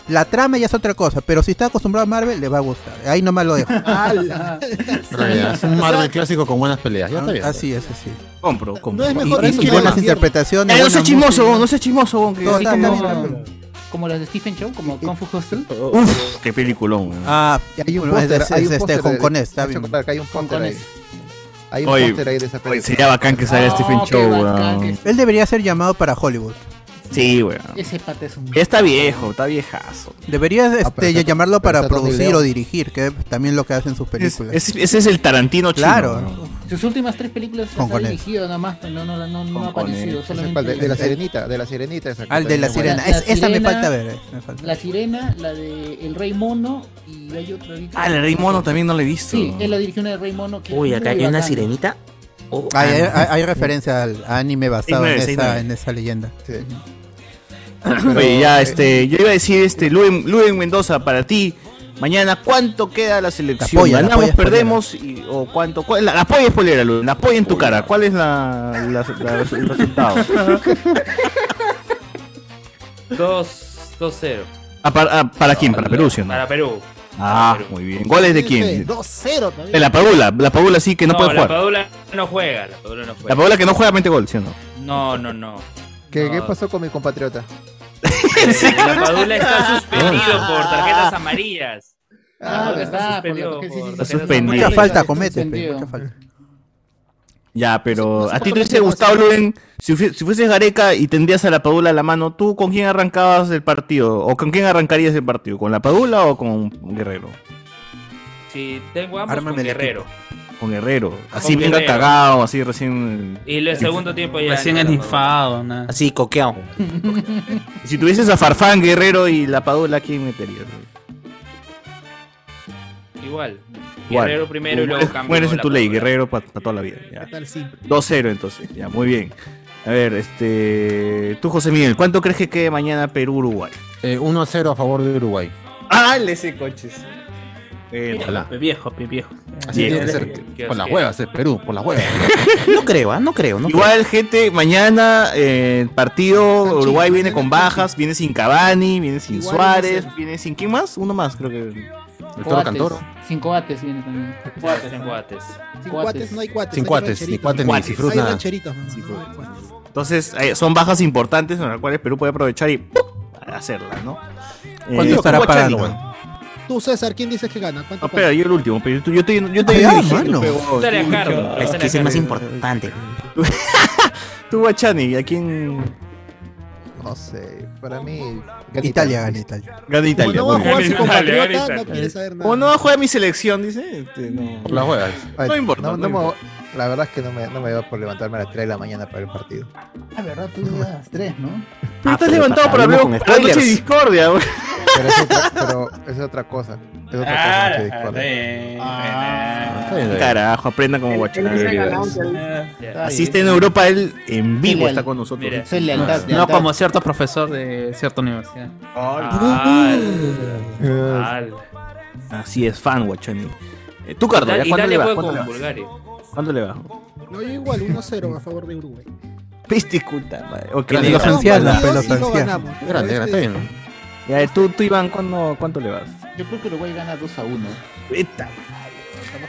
Speaker 1: La trama ya es otra cosa, pero si está acostumbrado a Marvel, le va a gustar. Ahí nomás lo dejo.
Speaker 13: (laughs)
Speaker 10: ¡Hala!
Speaker 4: Ah, ya, es un Marvel clásico con buenas peleas, ya está bien.
Speaker 1: Así es, así.
Speaker 2: Compro, compro.
Speaker 1: Y- y, y buenas
Speaker 13: Eh,
Speaker 1: interpretaciones.
Speaker 2: Ya, no
Speaker 1: buena
Speaker 2: seas chismoso,
Speaker 1: música.
Speaker 2: no seas chismoso, que
Speaker 1: Todo
Speaker 2: sí,
Speaker 1: está
Speaker 2: como-
Speaker 1: bien, está bien.
Speaker 13: Como las de Stephen Chow, como Kung Fu Hostel.
Speaker 2: Uf, qué peliculón. weón.
Speaker 1: Oh, Ah,
Speaker 12: Hay un
Speaker 1: bueno, es de-
Speaker 12: póster, hay
Speaker 1: es
Speaker 12: un
Speaker 1: de este
Speaker 12: póster de-
Speaker 1: hongkonés, está
Speaker 12: hay un-
Speaker 1: bien.
Speaker 12: Hay un póster ahí. Hay un
Speaker 2: Oye,
Speaker 12: póster ahí de esa
Speaker 2: oye,
Speaker 12: película.
Speaker 2: sería bacán que salga
Speaker 12: Oh,
Speaker 2: Stephen
Speaker 12: qué
Speaker 2: Chow,
Speaker 12: bacán
Speaker 2: weón.
Speaker 1: Él debería ser llamado para Hollywood.
Speaker 2: Sí, weón.
Speaker 13: Ese pata es un.
Speaker 2: Ya Está viejo, está viejazo.
Speaker 1: Deberías este,
Speaker 2: está-
Speaker 1: llamarlo
Speaker 2: pero
Speaker 1: para
Speaker 2: está Tony
Speaker 1: producir
Speaker 2: León.
Speaker 1: o dirigir, que es también lo que hacen sus películas.
Speaker 2: es- ese es el Tarantino chino,
Speaker 1: Claro.
Speaker 2: ¿no?
Speaker 13: Sus últimas tres películas
Speaker 1: Con
Speaker 13: las ha
Speaker 1: Conan.
Speaker 13: dirigido nada más, no, no, no, no, ha
Speaker 2: este.
Speaker 13: aparecido.
Speaker 12: Ese es cual,
Speaker 13: Solamente
Speaker 12: de, de la sirenita, de la sirenita. Esa que
Speaker 1: Al Ah, de la
Speaker 12: también
Speaker 1: sirena.
Speaker 12: es buena.
Speaker 1: Es- esa me
Speaker 13: Sirena,
Speaker 1: falta ver. eh, me falta.
Speaker 13: La sirena, la de El Rey Mono y hay otra ahorita.
Speaker 2: Ah, el Rey Mono también no lo he visto.
Speaker 13: Sí, él la dirigió una de Rey Mono. que
Speaker 16: Uy,
Speaker 13: es
Speaker 16: acá
Speaker 13: muy
Speaker 16: hay una
Speaker 13: bacana.
Speaker 16: sirenita. Oh,
Speaker 1: Hay, hay-
Speaker 16: ah, no.
Speaker 1: hay- hay referencia al anime basado
Speaker 2: Seis nueve,
Speaker 1: en,
Speaker 2: seis
Speaker 1: esa,
Speaker 2: nueve.
Speaker 1: en esa leyenda.
Speaker 2: Oye,
Speaker 1: eh,
Speaker 2: ya, este, yo iba a decir, este, Luen, Luen Mendoza, para ti, mañana, ¿cuánto queda la selección?
Speaker 1: apoya, la
Speaker 2: ¿Ganamos,
Speaker 1: apoya, spoilera.
Speaker 2: perdemos? Y, ¿O cuánto? cuál- la, la apoya spoilera, Luen, la apoya en tu cara. ¿Cuál es la, la- la- el resultado?
Speaker 5: (laughs) 2-0.
Speaker 2: Ah, para, ah, ¿para quién? ¿Para Perú, sí o no?
Speaker 5: Para Perú.
Speaker 2: Ah, muy bien. ¿Goles de quién?
Speaker 10: 2-0 también.
Speaker 2: De la Padula, la Padula sí que no,
Speaker 5: la
Speaker 2: puede jugar.
Speaker 5: Padula no juega, la Padula no juega.
Speaker 2: La Padula que no juega, mete gol, ¿sí o no?
Speaker 5: No, no, no.
Speaker 12: ¿Qué,
Speaker 5: No.
Speaker 12: ¿Qué pasó con mi
Speaker 2: (laughs)
Speaker 12: compatriota?
Speaker 5: La Padula está
Speaker 2: Ah.
Speaker 5: suspendido por
Speaker 1: Ah.
Speaker 5: tarjetas amarillas. La Padula está
Speaker 13: Ah,
Speaker 5: suspendido
Speaker 13: por la-
Speaker 5: por
Speaker 13: sí, sí,
Speaker 5: tarjetas
Speaker 2: sí. Suspendido.
Speaker 5: amarillas.
Speaker 1: Mucha falta comete,
Speaker 13: suspendido.
Speaker 1: pe, mucha falta.
Speaker 2: Ya, pero a ti
Speaker 13: por qué
Speaker 2: te hubiese
Speaker 13: no
Speaker 2: gustado,
Speaker 13: se-
Speaker 2: Luen, si, fui- si fueses Gareca y tendrías a la Padula a la mano, ¿tú con quién arrancabas el partido? ¿O con quién arrancarías el partido? ¿Con la Padula o con Guerrero?
Speaker 5: Si tengo ambos con Guerrero.
Speaker 2: Con Guerrero. Así
Speaker 5: Con
Speaker 2: venga
Speaker 5: Guerrero.
Speaker 2: cagado, así recién...
Speaker 5: Y el segundo tiempo ya.
Speaker 9: Recién
Speaker 5: no, la
Speaker 9: esnifado, nada.
Speaker 16: Así, coqueado.
Speaker 2: Si tuvieses a Farfán, Guerrero y la Padula, ¿quién meterías?
Speaker 5: Padula. (laughs) Igual.
Speaker 2: Igual.
Speaker 5: Guerrero primero y
Speaker 2: Tú
Speaker 5: luego
Speaker 2: mueres-
Speaker 5: cambio.
Speaker 2: Mueres en
Speaker 5: la
Speaker 2: tu ley,
Speaker 5: Padula.
Speaker 2: Guerrero para toda la vida. ya.
Speaker 10: Tal sí.
Speaker 2: 2-0 entonces, ya, muy bien. A ver, este... Tú, José Miguel, ¿cuánto crees que quede mañana Perú-Uruguay?
Speaker 4: Eh, 1 a 0 a favor de Uruguay.
Speaker 2: ¡Ah, ese coche! Eh,
Speaker 4: Ojalá.
Speaker 9: Pe viejo, pe viejo.
Speaker 4: Así
Speaker 9: Bien.
Speaker 4: tiene que ser. Por las huevas, eh, Perú, por las huevas.
Speaker 16: (laughs) No creo, ah, no creo. No
Speaker 2: Igual, gente, mañana eh, partido Uruguay
Speaker 4: ¿eh?
Speaker 2: viene con bajas, viene sin Cavani, viene sin
Speaker 13: Igual
Speaker 2: Suárez,
Speaker 7: eh.
Speaker 13: no sé.
Speaker 2: viene sin ¿quién más? Uno más, creo que. El
Speaker 13: Coates, Sin coates viene también.
Speaker 5: Cuates en cuates.
Speaker 10: Sin cuates no hay cuates.
Speaker 2: Sin
Speaker 10: hay rancheritos.
Speaker 2: cuates, ni cuates, ni
Speaker 10: Hay
Speaker 2: cifrut, nada.
Speaker 10: rancheritos, mamá, no hay cuates.
Speaker 2: Entonces, eh, son bajas importantes en las cuales Perú puede aprovechar y ¡pum! hacerla, ¿no? Eh,
Speaker 1: ¿Cuánto estará
Speaker 2: para
Speaker 1: pagando?
Speaker 10: Tú, César, ¿quién dices que gana? ¿Cuánto
Speaker 2: No, espera, yo el último, pero yo, yo estoy, yo estoy
Speaker 1: Ah,
Speaker 2: dirigiendo,
Speaker 1: mano.
Speaker 2: pe, huevón.
Speaker 5: Dale a Carlos,
Speaker 16: Es
Speaker 5: dale
Speaker 16: que ese
Speaker 5: a
Speaker 16: es más
Speaker 5: Carlos.
Speaker 16: importante.
Speaker 2: (laughs) Tú, Guachani, ¿a quién
Speaker 12: No sé, para mí.
Speaker 1: Italia gana Italia.
Speaker 2: gana Italia?
Speaker 12: Como no va a
Speaker 2: Muy
Speaker 12: jugar
Speaker 2: bien.
Speaker 12: su compatriota, no quiere saber nada.
Speaker 2: Como no va a jugar mi selección, dice. este, no.
Speaker 4: Por las huevas.
Speaker 12: Ay,
Speaker 2: No importa,
Speaker 12: no-
Speaker 2: no
Speaker 12: no me-
Speaker 2: importa.
Speaker 12: la verdad es que no me, no me va por levantarme a las 3 de la mañana para el partido.
Speaker 13: Ah, verdad,
Speaker 2: (laughs)
Speaker 13: tú a las tres, ¿no?
Speaker 2: Ah, Pero estás levantado para hablar
Speaker 12: hablemos
Speaker 2: con
Speaker 12: con spoilers.
Speaker 2: de Discordia, güey.
Speaker 12: Pero es otra, pero es otra cosa. Es otra
Speaker 5: Ah,
Speaker 12: cosa. que discorre.
Speaker 2: Ah, Carajo, aprenda como Guachani. Asiste
Speaker 9: bien.
Speaker 2: en Europa, él en vivo
Speaker 9: leal.
Speaker 2: está con nosotros.
Speaker 9: Mira,
Speaker 13: soy lealtad,
Speaker 9: No
Speaker 13: lealtad.
Speaker 9: como ciertos profesor de cierta universidad. Ah,
Speaker 2: Al. Así es, fan, Guachani. Eh, tú, Cardo,
Speaker 5: Italia-
Speaker 2: ¿ya cuánto le
Speaker 5: Italia
Speaker 2: vas?
Speaker 5: juega
Speaker 2: ¿Cuánto
Speaker 5: con
Speaker 2: le vas?
Speaker 5: Bulgaria.
Speaker 2: ¿Cuánto le vas?
Speaker 10: No, yo igual 1-0 a favor de Uruguay.
Speaker 2: Piste culta, madre. Ok,
Speaker 1: Grande,
Speaker 2: le
Speaker 1: los
Speaker 2: vas.
Speaker 1: ancianos,
Speaker 2: Vale.
Speaker 1: pe, los Sí, sí, lo ancianos. ganamos,
Speaker 2: eh,
Speaker 12: pero Grande, grande, este-
Speaker 2: Ya, tú, tú Iván, ¿cuándo- ¿cuánto le vas?
Speaker 7: Yo creo que Uruguay gana 2 a 1.
Speaker 2: Estamos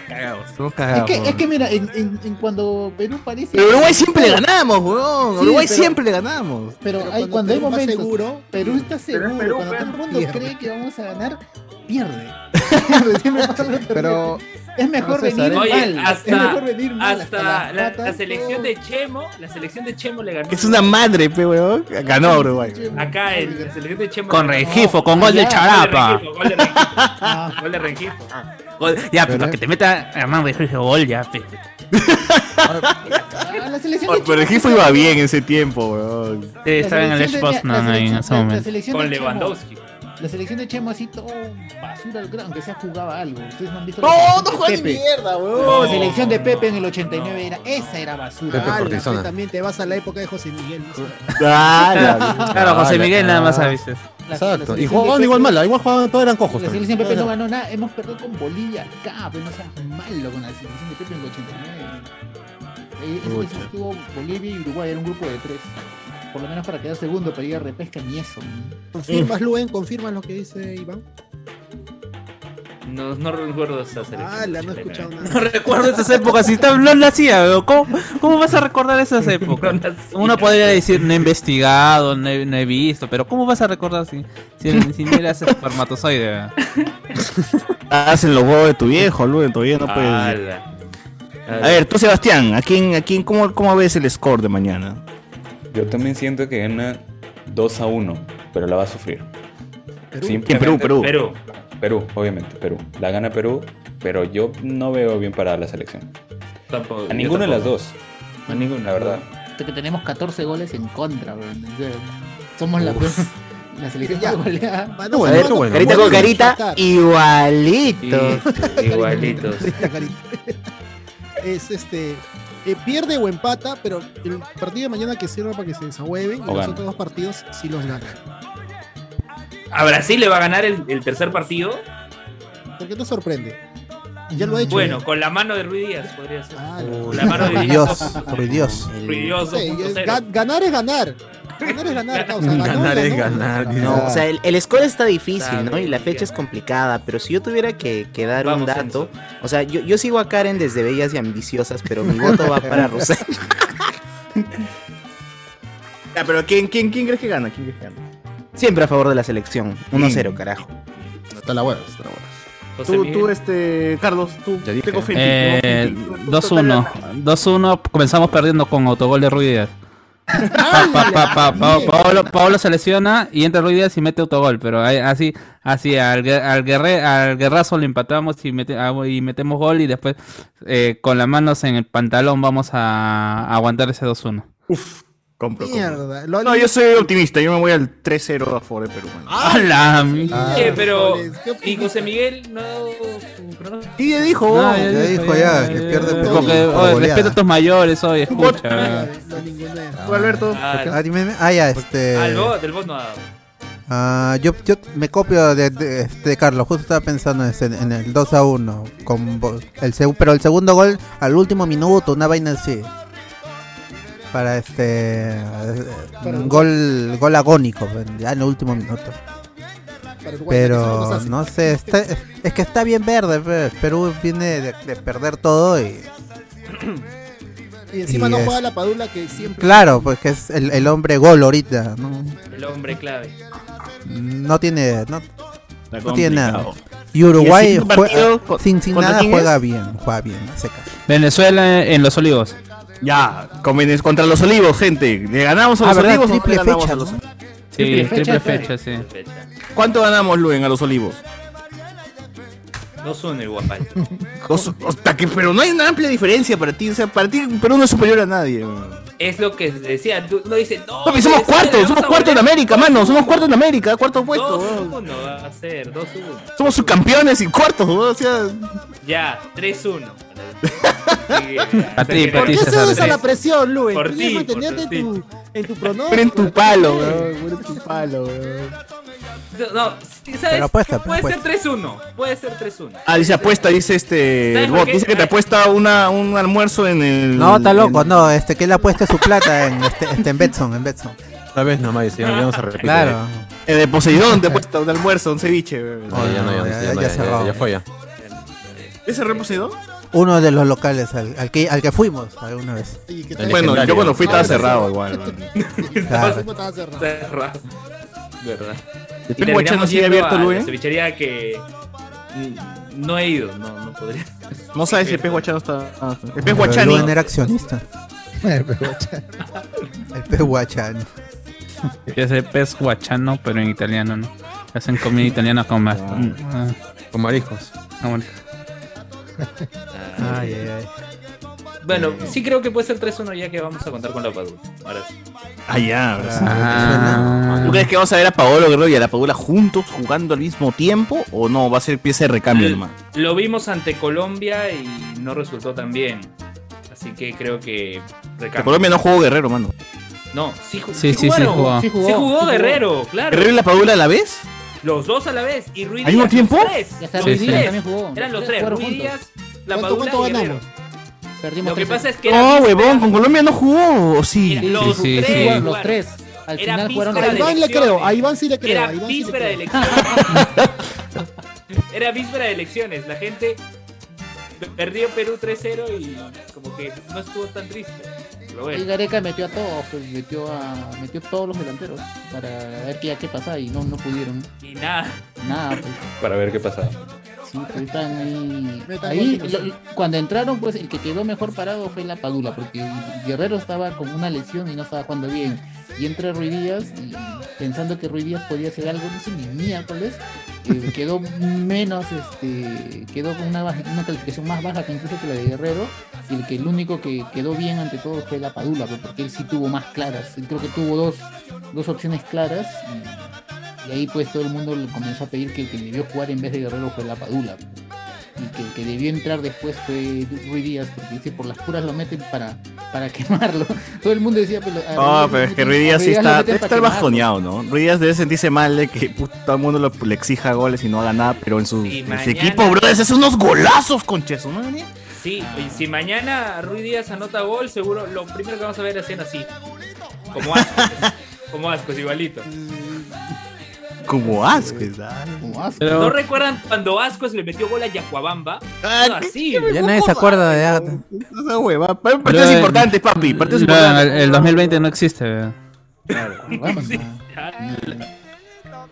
Speaker 2: cagados.
Speaker 17: Estamos
Speaker 7: Es
Speaker 17: cagados.
Speaker 7: que, es que mira, en, en- en cuando Perú parece.
Speaker 2: Ah, Pero Uruguay siempre le ganamos, weón.
Speaker 7: Sí,
Speaker 2: Uruguay
Speaker 7: pero-
Speaker 2: siempre le ganamos. Pero
Speaker 7: Pero, hay,
Speaker 2: cuando
Speaker 7: cuando hay
Speaker 2: Perú está
Speaker 7: momentos.
Speaker 2: seguro,
Speaker 7: Perú está
Speaker 2: pero
Speaker 7: seguro.
Speaker 2: Perú,
Speaker 7: cuando todo el
Speaker 2: Perú
Speaker 7: mundo
Speaker 2: pierde.
Speaker 7: cree que vamos a ganar, pierde.
Speaker 12: (laughs) Pero
Speaker 7: Es mejor
Speaker 12: No, César,
Speaker 7: venir
Speaker 12: ¿eh?
Speaker 7: mal.
Speaker 5: Oye,
Speaker 7: es
Speaker 5: hasta,
Speaker 7: mejor venir mal.
Speaker 5: hasta
Speaker 7: las
Speaker 5: la,
Speaker 7: patas,
Speaker 5: la selección de Chemo, la selección de Chemo le ganó.
Speaker 2: Que es una madre, pe, weón. Ganó Uruguay.
Speaker 5: Acá el, la selección de Chemo.
Speaker 2: Con
Speaker 5: le ganó.
Speaker 2: Rengifo, con gol de
Speaker 5: Ya, Gol
Speaker 2: Charapa.
Speaker 5: de
Speaker 11: (laughs)
Speaker 5: Rengifo. Gol de Rengifo.
Speaker 3: Gol-
Speaker 9: pues,
Speaker 3: Ya, pero que te meta Hernán de Jorge Gol, ya. pe.
Speaker 7: todo. Ah, (laughs) la selección
Speaker 2: Oye,
Speaker 7: de
Speaker 2: Pero el
Speaker 7: Chemo
Speaker 2: Gifo
Speaker 7: está-
Speaker 2: iba bien en ese tiempo, weón.
Speaker 3: Sí, estaba en el Lech
Speaker 7: selección de- la
Speaker 3: Poznan ahí en
Speaker 7: selección-
Speaker 3: ese
Speaker 7: la- la
Speaker 3: momento.
Speaker 7: selección
Speaker 3: Con
Speaker 7: de Chemo-
Speaker 3: Lewandowski.
Speaker 7: La selección de Chemo así todo basura al grano, aunque sea jugaba algo. Ustedes no han visto
Speaker 2: No,
Speaker 7: la selección
Speaker 2: no
Speaker 7: de
Speaker 2: juega ni
Speaker 7: Pepe.
Speaker 2: mierda, weón.
Speaker 7: La selección de Pepe en el 89 era esa era basura.
Speaker 12: Pepe
Speaker 7: Ah, la-
Speaker 12: Cortisona.
Speaker 11: También te vas a la época de José Miguel. ¿no?
Speaker 3: Claro, José Miguel nada más a veces.
Speaker 12: Exacto. Y
Speaker 7: selección
Speaker 12: jugaban
Speaker 7: de
Speaker 12: igual
Speaker 7: Pepe-
Speaker 12: mal, igual jugaban, todos eran cojos.
Speaker 7: La
Speaker 12: también.
Speaker 7: selección de Pepe no ganó nada, hemos perdido con Bolivia acá, pero no seas malo con la selección de Pepe en el 89. Eh, ese-
Speaker 12: Pucha.
Speaker 7: ese estuvo Bolivia y Uruguay, era un grupo de tres. Por lo menos para quedar segundo, para ir a repesca ni eso.
Speaker 11: ¿Confirmas, Luen? ¿Confirmas lo que dice Iván?
Speaker 5: No, no recuerdo esa selección.
Speaker 11: Ah, la no he escuchado nada.
Speaker 3: No recuerdo esas épocas. Si está, no nacía, weón. ¿Cómo, ¿Cómo vas a recordar esas épocas? Uno podría decir, no he investigado, no he, no he visto, pero ¿cómo vas a recordar si, si, si no eras espermatozoide? weón?
Speaker 2: Hacen los huevos de tu viejo, Luen, todavía no puedes.
Speaker 5: Ah, Ala.
Speaker 2: A ver, tú, Sebastián, ¿a quién, a quién, cómo, cómo ves el score de mañana?
Speaker 14: Yo también siento que gana 2 a 1, pero la va a sufrir.
Speaker 2: Perú.
Speaker 14: Simplemente-
Speaker 2: ¿Quién? Perú, Perú.
Speaker 5: Perú.
Speaker 14: Perú, obviamente, Perú. La gana Perú, pero yo no veo bien parada la selección.
Speaker 5: Tampoco,
Speaker 14: A
Speaker 5: Oh, yo
Speaker 14: ninguna de las
Speaker 5: tampoco.
Speaker 14: dos. A ninguna, la verdad.
Speaker 7: que tenemos 14 goles en contra, bro. O sea, Somos la, la
Speaker 11: (laughs)
Speaker 7: selección más goleada.
Speaker 11: Van
Speaker 2: a ver, carita con carita, igualito.
Speaker 12: (laughs)
Speaker 5: Igualitos.
Speaker 11: Es este. eh, pierde o empata, pero el partido de mañana que sirva para que se desahueven y
Speaker 5: O
Speaker 11: los
Speaker 5: gana.
Speaker 11: otros dos partidos sí los ganan.
Speaker 5: A Brasil le va a ganar el, el tercer partido.
Speaker 11: ¿Por qué te sorprende? Ya
Speaker 7: Mm.
Speaker 11: lo ha hecho. eh. Ah,
Speaker 5: Bueno,
Speaker 11: ya.
Speaker 5: con la mano de Ruiz Díaz podría ser.
Speaker 1: Uy,
Speaker 5: la mano
Speaker 11: (laughs)
Speaker 5: de
Speaker 1: por Dios, por Dios.
Speaker 5: Ruidioso.
Speaker 11: Sí, es
Speaker 5: 2.0.
Speaker 11: ga- ganar es ganar. Ganar
Speaker 5: (laughs)
Speaker 11: es ganar, causa. Ganó, ganó.
Speaker 17: No, o sea, el, el score está difícil,
Speaker 5: Sabe,
Speaker 17: ¿no? Y la fecha es complicada, pero si yo tuviera que, que dar un
Speaker 5: Vamos,
Speaker 17: dato, o sea, yo, yo sigo a Karen desde Bellas y Ambiciosas, pero mi voto va
Speaker 5: (laughs)
Speaker 17: para Rosel.
Speaker 2: (laughs) Ya, pero ¿quién, quién, ¿quién crees que gana? ¿Quién crees que gana?
Speaker 17: Siempre a favor de la selección. 1-0, carajo.
Speaker 4: Hasta la hueva, hasta la hueva.
Speaker 5: José
Speaker 2: Tú,
Speaker 5: Miguel.
Speaker 2: tú, este, Carlos, tú,
Speaker 4: Ya dije.
Speaker 2: tengo fe en ti,
Speaker 3: Eh,
Speaker 2: tengo fe en
Speaker 3: 2-1.
Speaker 2: ti.
Speaker 3: 2-1, comenzamos perdiendo con autogol de Ruiz Díaz.
Speaker 1: Ah,
Speaker 3: Pa- pa- pa- pa- pa- Paolo, Paolo se lesiona y entra Ruiz Díaz y mete autogol, pero ahí- así, así al, gue- al, guerre- al guerrazo le empatamos y, mete- ah, y metemos gol y después eh, con las manos en el pantalón vamos a, aguantar ese 2-1.
Speaker 2: Uf, compro. compro.
Speaker 11: Mierda. Lo-
Speaker 2: No, yo soy optimista, yo me voy al 3-0 a favor de Perú. mano.
Speaker 11: Ah,
Speaker 3: ¡Hala!
Speaker 2: Ah.
Speaker 5: Oye, pero. Y José Miguel no ha dado su pronóstico.
Speaker 2: Sí, ya dijo.
Speaker 3: No,
Speaker 2: ya
Speaker 1: Ya dijo ya, que pierde Perú
Speaker 3: Porque,
Speaker 1: por
Speaker 3: eh, oye,
Speaker 1: goleada.
Speaker 3: respeta a tus mayores hoy, escucha.
Speaker 2: Tú, Alberto.
Speaker 1: Ah, dime, dime. Ah, ya, este.
Speaker 5: Al bot, el bot no ha dado.
Speaker 1: Ah, yo, yo me copio de, de- este, Carlos, justo estaba pensando en, ese- en el 2 a 1, con, bo- el, seg- pero el segundo gol al último minuto, una vaina así. Para este eh, un gol gol agónico, ya en el último minuto. Pero no sé, está- es que está bien verde, pe- Perú viene de, de perder todo y
Speaker 11: Y encima
Speaker 1: Y
Speaker 11: no
Speaker 1: es-
Speaker 11: juega la padula que siempre.
Speaker 1: claro, pues que es el, el hombre gol ahorita, ¿no?
Speaker 5: El hombre clave.
Speaker 1: No tiene, no, no
Speaker 2: complicado.
Speaker 1: tiene nada. Y Uruguay
Speaker 2: ¿Y el siguiente
Speaker 1: juega-
Speaker 2: partido con-
Speaker 1: sin, sin
Speaker 2: contra
Speaker 1: nada
Speaker 2: quién
Speaker 1: juega
Speaker 2: es?
Speaker 1: bien, juega bien, se cae.
Speaker 3: Venezuela en Los Olivos.
Speaker 2: Ya, con Vene- contra los olivos, gente. ¿Le ganamos a
Speaker 3: Ah,
Speaker 2: los
Speaker 3: ¿verdad?
Speaker 2: olivos o no
Speaker 3: Triple
Speaker 2: le ganamos
Speaker 3: fecha,
Speaker 2: a los
Speaker 3: ¿no?
Speaker 2: olivos?
Speaker 3: Sí, triple fecha, sí.
Speaker 2: ¿Cuánto ganamos, Luen, a los olivos?
Speaker 5: No son igual.
Speaker 2: Dos- hasta que, pero no hay una amplia diferencia para ti. O sea, para ti Perú no es superior a nadie.
Speaker 5: Es lo que decía. tú- No dice. No,
Speaker 2: Papi, somos
Speaker 5: Venezuela,
Speaker 2: cuartos,
Speaker 5: vamos
Speaker 2: somos
Speaker 5: a
Speaker 2: cuartos en
Speaker 5: volver
Speaker 2: América, mano. Somos cuartos en América, cuarto puesto. weón.
Speaker 5: 2-1 va a ser, 2-1.
Speaker 2: Somos subcampeones y cuartos, weón, o sea.
Speaker 5: Ya,
Speaker 2: (laughs)
Speaker 5: 3-1.
Speaker 3: A ti,
Speaker 5: ¿Por
Speaker 11: ¿Por
Speaker 3: Patricia
Speaker 11: qué cedes a
Speaker 3: Sardes.
Speaker 11: la presión, Luen?
Speaker 5: Por
Speaker 11: Tú
Speaker 5: ti,
Speaker 11: debes
Speaker 5: por
Speaker 11: mantenerte en tu, en
Speaker 2: (laughs)
Speaker 11: tu pronóstico.
Speaker 2: Pero en tu palo,
Speaker 11: weón.
Speaker 2: weón. en tu palo, weón.
Speaker 5: No, no, sí, ¿sabes?
Speaker 2: Pero apuesta,
Speaker 5: puede
Speaker 2: apuesta.
Speaker 5: ser 3-1. Puede ser 3-1.
Speaker 2: Ah, dice apuesta, dice este.
Speaker 5: ¿Sabes
Speaker 2: el
Speaker 5: por
Speaker 2: bot.
Speaker 5: qué?
Speaker 2: Dice que te apuesta una, un almuerzo en el.
Speaker 1: No, está loco, no, este que él ha puesto su plata en este, este, en Betson, en Betson.
Speaker 4: Una vez nomás, y ya, ya no se repite.
Speaker 1: Claro.
Speaker 2: El de (laughs) Poseidón te ha puesto un almuerzo, un ceviche. weón.
Speaker 4: No, ya no, ya,
Speaker 1: ya,
Speaker 4: ya,
Speaker 1: ya
Speaker 4: ya,
Speaker 1: cerró.
Speaker 4: ya, ya fue ya.
Speaker 2: ¿Es el Poseidón?
Speaker 1: Uno de los locales al, al que, al que fuimos alguna vez.
Speaker 2: tal? Bueno, yo cuando fui
Speaker 4: Ah,
Speaker 2: estaba cerrado igual,
Speaker 11: (laughs)
Speaker 1: Claro.
Speaker 5: Estaba cerrado. Verdad.
Speaker 2: ¿El
Speaker 5: Y
Speaker 2: Pingüe
Speaker 5: terminamos
Speaker 2: Chano sigue
Speaker 5: yendo
Speaker 2: abierto,
Speaker 5: a la
Speaker 2: Luis?
Speaker 5: cevichería que mm, no he ido, no, no podría.
Speaker 2: (laughs) No sabes si el pez guachano está. ah, El pez
Speaker 1: Pero
Speaker 2: guachani.
Speaker 1: Luan era accionista. (laughs) El pez guachani. El pez guachani.
Speaker 3: Que es el pez guachano, pero en italiano, ¿no? Hacen comida italiana con mm, ah. más.
Speaker 4: Con mariscos.
Speaker 2: Ah,
Speaker 1: Ay, ay, ay.
Speaker 2: Eh.
Speaker 5: Bueno, sí creo que puede ser 3-1 ya que vamos a contar con la Padula. Ahora sí.
Speaker 2: Ah, ya, ahora sí.
Speaker 5: Ah.
Speaker 2: ¿Tú crees que vamos a ver a Paolo Guerrero y a la Paula juntos jugando al mismo tiempo? ¿O no? ¿Va a ser pieza de recambio, hermano?
Speaker 5: Lo vimos ante Colombia y no resultó tan bien. Así que creo que. recambio.
Speaker 2: Que Colombia no jugó Guerrero, mano.
Speaker 5: No, sí, ju-
Speaker 2: Sí, sí, sí
Speaker 5: jugaron.
Speaker 2: jugó.
Speaker 5: Sí jugó,
Speaker 2: Sí jugó.
Speaker 5: Guerrero, claro.
Speaker 2: ¿Guerrero y la Paula a la vez?
Speaker 5: Los dos a la vez. ¿Y Ruiz
Speaker 2: ¿Al mismo
Speaker 5: Díaz,
Speaker 2: tiempo?
Speaker 5: los tres,
Speaker 2: Ya
Speaker 7: está,
Speaker 5: los
Speaker 7: Ruiz Díaz
Speaker 5: tres.
Speaker 7: también jugó.
Speaker 5: Eran los
Speaker 7: Tres
Speaker 5: tres,
Speaker 7: jugaron
Speaker 5: Ruiz
Speaker 7: juntos.
Speaker 5: Díaz, la
Speaker 7: ¿Cuánto-
Speaker 5: Padula
Speaker 7: cuánto
Speaker 5: y Guerrero.
Speaker 7: ganamos? Perdimos
Speaker 5: Lo que
Speaker 7: 3-0.
Speaker 5: pasa es que
Speaker 2: No, huevón, con Colombia no jugó. ¿O sí?
Speaker 7: los
Speaker 2: Sí, sí,
Speaker 7: tres,
Speaker 2: sí.
Speaker 7: jugaron los tres.
Speaker 5: Era
Speaker 7: Al final jugaron
Speaker 5: víspera
Speaker 7: los
Speaker 5: de
Speaker 7: tres.
Speaker 5: Iván le elecciones. creo, a
Speaker 7: Iván sí le
Speaker 5: Era víspera
Speaker 7: (laughs)
Speaker 5: de elecciones. Era víspera de elecciones. La gente perdió Perú 3-0 y como que no estuvo tan triste. Pero
Speaker 7: Y
Speaker 5: bueno.
Speaker 7: Gareca metió a todos, pues, metió a metió a todos los delanteros para ver qué, qué pasaba y no, no pudieron.
Speaker 5: Y nada.
Speaker 7: Nada, pues.
Speaker 14: Para ver qué pasaba.
Speaker 7: Sí, pues, están ahí.
Speaker 5: Metan
Speaker 7: Ahí,
Speaker 5: gol,
Speaker 7: lo- lo- cuando entraron, pues el que quedó mejor parado fue la Padula, porque Guerrero estaba con una lesión y no estaba jugando bien. Y entra Ruiz Díaz, y pensando que Ruiz Díaz podía hacer algo, no sé ni miércoles, eh, quedó menos, este, quedó con una, baja- una calificación más baja que incluso que la de Guerrero. Y el que el único que quedó bien ante todo fue la Padula, pues, porque él sí tuvo más claras. Él creo que tuvo dos, dos opciones claras. Y, y ahí pues todo el mundo le comenzó a pedir que el que debió jugar en vez de Guerrero fue la Padula y que el que debió entrar después fue Ruiz Díaz, porque dice por las puras lo meten para, para (laughs) quemarlo. Todo el mundo decía, pues, lo- a
Speaker 2: Ah,
Speaker 7: Ruiz
Speaker 2: pero es
Speaker 7: lo
Speaker 2: que
Speaker 7: meten-
Speaker 2: Ruiz
Speaker 7: a
Speaker 2: Díaz sí
Speaker 7: Ruiz lo
Speaker 2: está,
Speaker 7: meten
Speaker 2: debe
Speaker 7: para
Speaker 2: estar
Speaker 7: quemarlo.
Speaker 2: bajoneado, ¿no? Ruiz Díaz debe sentirse mal de que puta, todo el mundo lo- le exija goles y no haga nada, pero en su, en su
Speaker 5: mañana-
Speaker 2: equipo, brothers, hace unos golazos, conches, ¿no?
Speaker 5: Sí, y si mañana Ruiz Díaz anota gol, seguro lo primero que vamos a ver es haciendo así. Como ascos. como ascos, igualito.
Speaker 2: Como asco, ¿sabes?
Speaker 5: ¿No recuerdan cuando Ascos le metió gol a Yacuabamba? No, así.
Speaker 1: Ah, Ya nadie se acuerda de Agatha.
Speaker 2: Esa hueva. Partidos importantes, papi. Partidos
Speaker 3: No,
Speaker 2: importantes.
Speaker 3: el, el 2020 no existe, weón.
Speaker 7: Pues
Speaker 2: (laughs)
Speaker 7: Vamos, no.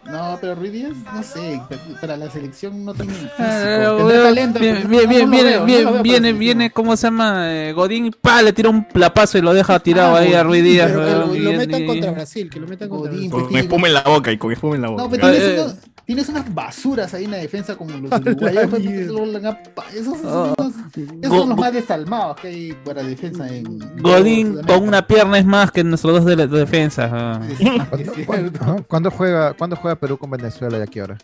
Speaker 7: No, pero Ruiz Díaz, no sé, pa- para la selección no tiene físico.
Speaker 3: Ah,
Speaker 7: Tendrá
Speaker 3: weón,
Speaker 7: talento,
Speaker 3: bien,
Speaker 7: pero
Speaker 3: bien,
Speaker 7: no-
Speaker 3: bien,
Speaker 7: no lo
Speaker 3: viene,
Speaker 7: veo, no
Speaker 3: bien,
Speaker 7: lo veo para
Speaker 3: viene,
Speaker 7: selección.
Speaker 3: viene, ¿cómo se llama? Eh, Godín y pa, le tira un plapazo y lo deja tirado ahí a Ruiz Díaz.
Speaker 7: Ah, Pero que
Speaker 3: weón,
Speaker 7: lo-
Speaker 3: y-
Speaker 7: lo
Speaker 3: y-
Speaker 7: metan
Speaker 3: y-
Speaker 7: contra Brasil, que lo metan contra Brasil.
Speaker 2: Con espuma en la boca y con espuma en la boca.
Speaker 7: No, pero tienes,
Speaker 2: Eh,
Speaker 7: unos- tienes unas basuras ahí en la defensa como los uruguayos. pues, lo- la- esos, son unos- esos
Speaker 3: Go-
Speaker 7: son los más desalmados que hay para defensa. En,
Speaker 3: Godín con una pierna es más que nuestros dos de, la- de defensa. weón.
Speaker 7: Es cierto. (laughs)
Speaker 12: Ajá, ¿Cuándo juega, ¿Cuándo juega Perú con Venezuela y aquí ahora?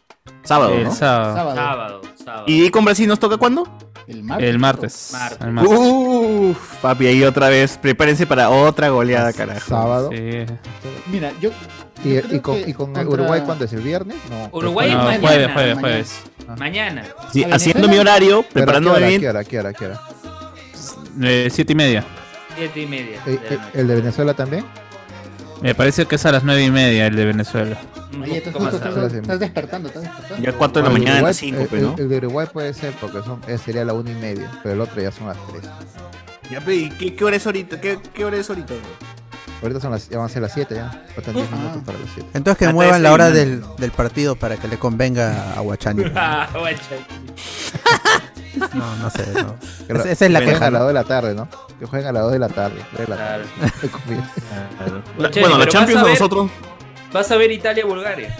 Speaker 2: Sábado,
Speaker 3: El
Speaker 2: ¿no?
Speaker 3: sábado. Sábado.
Speaker 5: Eh, Sábado, sábado.
Speaker 2: ¿Y con Brasil nos toca cuándo?
Speaker 7: El
Speaker 3: El martes.
Speaker 5: Martes.
Speaker 3: El martes.
Speaker 2: Uf, papi, ahí otra vez. Prepárense para otra goleada, carajo.
Speaker 12: Sábado.
Speaker 3: Sí.
Speaker 7: Mira, yo.
Speaker 12: ¿Y,
Speaker 7: yo
Speaker 12: y
Speaker 7: creo
Speaker 12: con,
Speaker 7: que
Speaker 12: y con
Speaker 7: contra-
Speaker 12: Uruguay cuándo es? ¿El viernes? No.
Speaker 5: Uruguay es
Speaker 3: No,
Speaker 5: mañana.
Speaker 3: jueves, jueves, jueves.
Speaker 5: Mañana.
Speaker 2: Sí,
Speaker 12: A
Speaker 2: haciendo
Speaker 12: Venezuela.
Speaker 2: mi horario,
Speaker 12: Pero ¿a qué
Speaker 2: preparándome
Speaker 12: hora,
Speaker 2: bien.
Speaker 12: ¿Qué hora? ¿Qué hora? ¿Qué hora?
Speaker 3: Eh, siete y media.
Speaker 5: Siete y media.
Speaker 12: Eh, eh, ¿El de Venezuela también?
Speaker 3: Me parece que es a las nueve y media el de Venezuela.
Speaker 7: Oye,
Speaker 12: eh,
Speaker 7: estás,
Speaker 12: ¿Cómo
Speaker 7: estás-
Speaker 12: estás?
Speaker 7: estás despertando, estás despertando.
Speaker 3: Ya cuatro de
Speaker 12: El
Speaker 3: la
Speaker 12: de
Speaker 3: mañana,
Speaker 12: Uruguay- eh,
Speaker 3: cinco,
Speaker 12: el-
Speaker 3: pues, ¿no?
Speaker 12: El, el de Uruguay puede ser porque son, eh, sería la una y media, pero el otro ya son las tres.
Speaker 2: Ya, pe, ¿y ¿qué, qué hora es ahorita? ¿Qué, qué hora es ahorita?
Speaker 12: Ahorita son las, ya van a ser las siete ya. Faltan diez
Speaker 2: Ah.
Speaker 12: minutos para las siete.
Speaker 1: Entonces que
Speaker 2: Hasta
Speaker 1: muevan la hora del,
Speaker 2: desayunando.
Speaker 1: del partido para que le convenga
Speaker 12: (laughs)
Speaker 1: a Guachani.
Speaker 5: (laughs) Ah, guacha.
Speaker 2: (laughs)
Speaker 1: No, no sé. no.
Speaker 12: Que lo-
Speaker 1: Esa- esa es la
Speaker 12: que jueguen
Speaker 1: queja,
Speaker 12: a las
Speaker 1: ¿no?
Speaker 12: dos de la tarde, ¿no? Que jueguen a las dos de la tarde. tres de la tarde. (laughs)
Speaker 2: La-
Speaker 5: Che,
Speaker 2: bueno, la
Speaker 5: pero
Speaker 2: Champions
Speaker 5: vas a ver-
Speaker 2: nosotros.
Speaker 5: Vas a ver Italia-Bulgaria.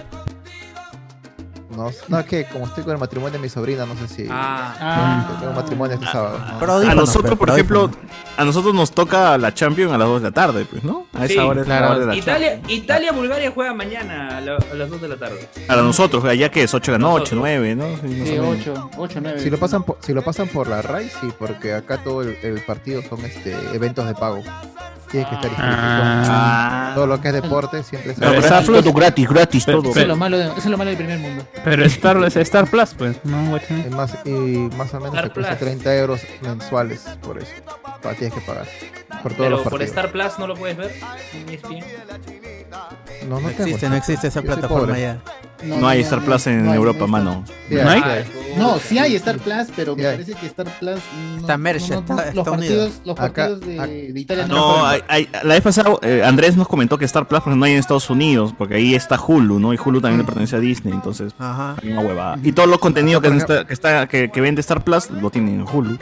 Speaker 12: No, no, es que como estoy con el matrimonio de mi sobrina, no sé si.
Speaker 5: Ah.
Speaker 12: Yo Tengo matrimonio
Speaker 2: Ah.
Speaker 12: este sábado. ¿no?
Speaker 2: a nosotros, por ejemplo, a nosotros nos toca la Champions a las 2 de la tarde, pues, ¿no? A esa
Speaker 5: Sí.
Speaker 2: hora es la hora de la Champions.
Speaker 5: Italia- Italia-Bulgaria juega mañana a, la- a las 2 de la tarde.
Speaker 2: Para nosotros, allá que es 8 de la noche,
Speaker 5: Nosotros.
Speaker 2: 9, ¿no? Sí, más
Speaker 7: Sí,
Speaker 2: o menos.
Speaker 7: ocho, ocho, nueve.
Speaker 12: Si lo pasan por, si lo pasan por la RAI, sí, porque acá todo el, el partido son este eventos de pago. Tienes que estar inscrito.
Speaker 2: Ah.
Speaker 12: Todo lo que es deporte siempre es
Speaker 2: Pero está todo gratis, gratis, todo.
Speaker 7: Eso es, lo malo de- eso es lo malo del primer mundo.
Speaker 3: Pero Star, (laughs) es Star Plus, pues. No, Guachani.
Speaker 12: Y más, y más o menos
Speaker 5: Star
Speaker 12: te cuesta
Speaker 5: Plus.
Speaker 12: 30 euros mensuales por eso. Pa- Tienes que pagar. Por todos
Speaker 5: Pero
Speaker 12: los
Speaker 5: por
Speaker 12: partidos.
Speaker 5: E Star Plus no lo puedes ver. en ESPN.
Speaker 12: No, no
Speaker 18: No
Speaker 12: tengo.
Speaker 18: existe, no existe esa
Speaker 12: Yo soy
Speaker 18: plataforma
Speaker 12: pobre.
Speaker 18: ya.
Speaker 2: No, hay Star Plus en Europa, mano.
Speaker 12: Sí,
Speaker 2: ¿No hay?
Speaker 13: No, sí hay Star Plus, pero me
Speaker 12: Ya.
Speaker 13: parece que Star Plus. No,
Speaker 18: Está merged,
Speaker 13: no- no-
Speaker 18: está-
Speaker 13: los
Speaker 18: está unido.
Speaker 13: partidos, los
Speaker 12: Acá-
Speaker 13: partidos de, de Italia
Speaker 2: No,
Speaker 13: los
Speaker 2: hay- hay- la vez pasada eh, Andrés nos comentó que Star Plus por ejemplo, no hay en Estados Unidos, porque ahí está Hulu, ¿no? Y Hulu también le pertenece a Disney, entonces hay una huevada. Y todos los contenidos que,
Speaker 12: Acá, por
Speaker 2: está, que, está- que- que vende Star Plus lo tienen en Hulu.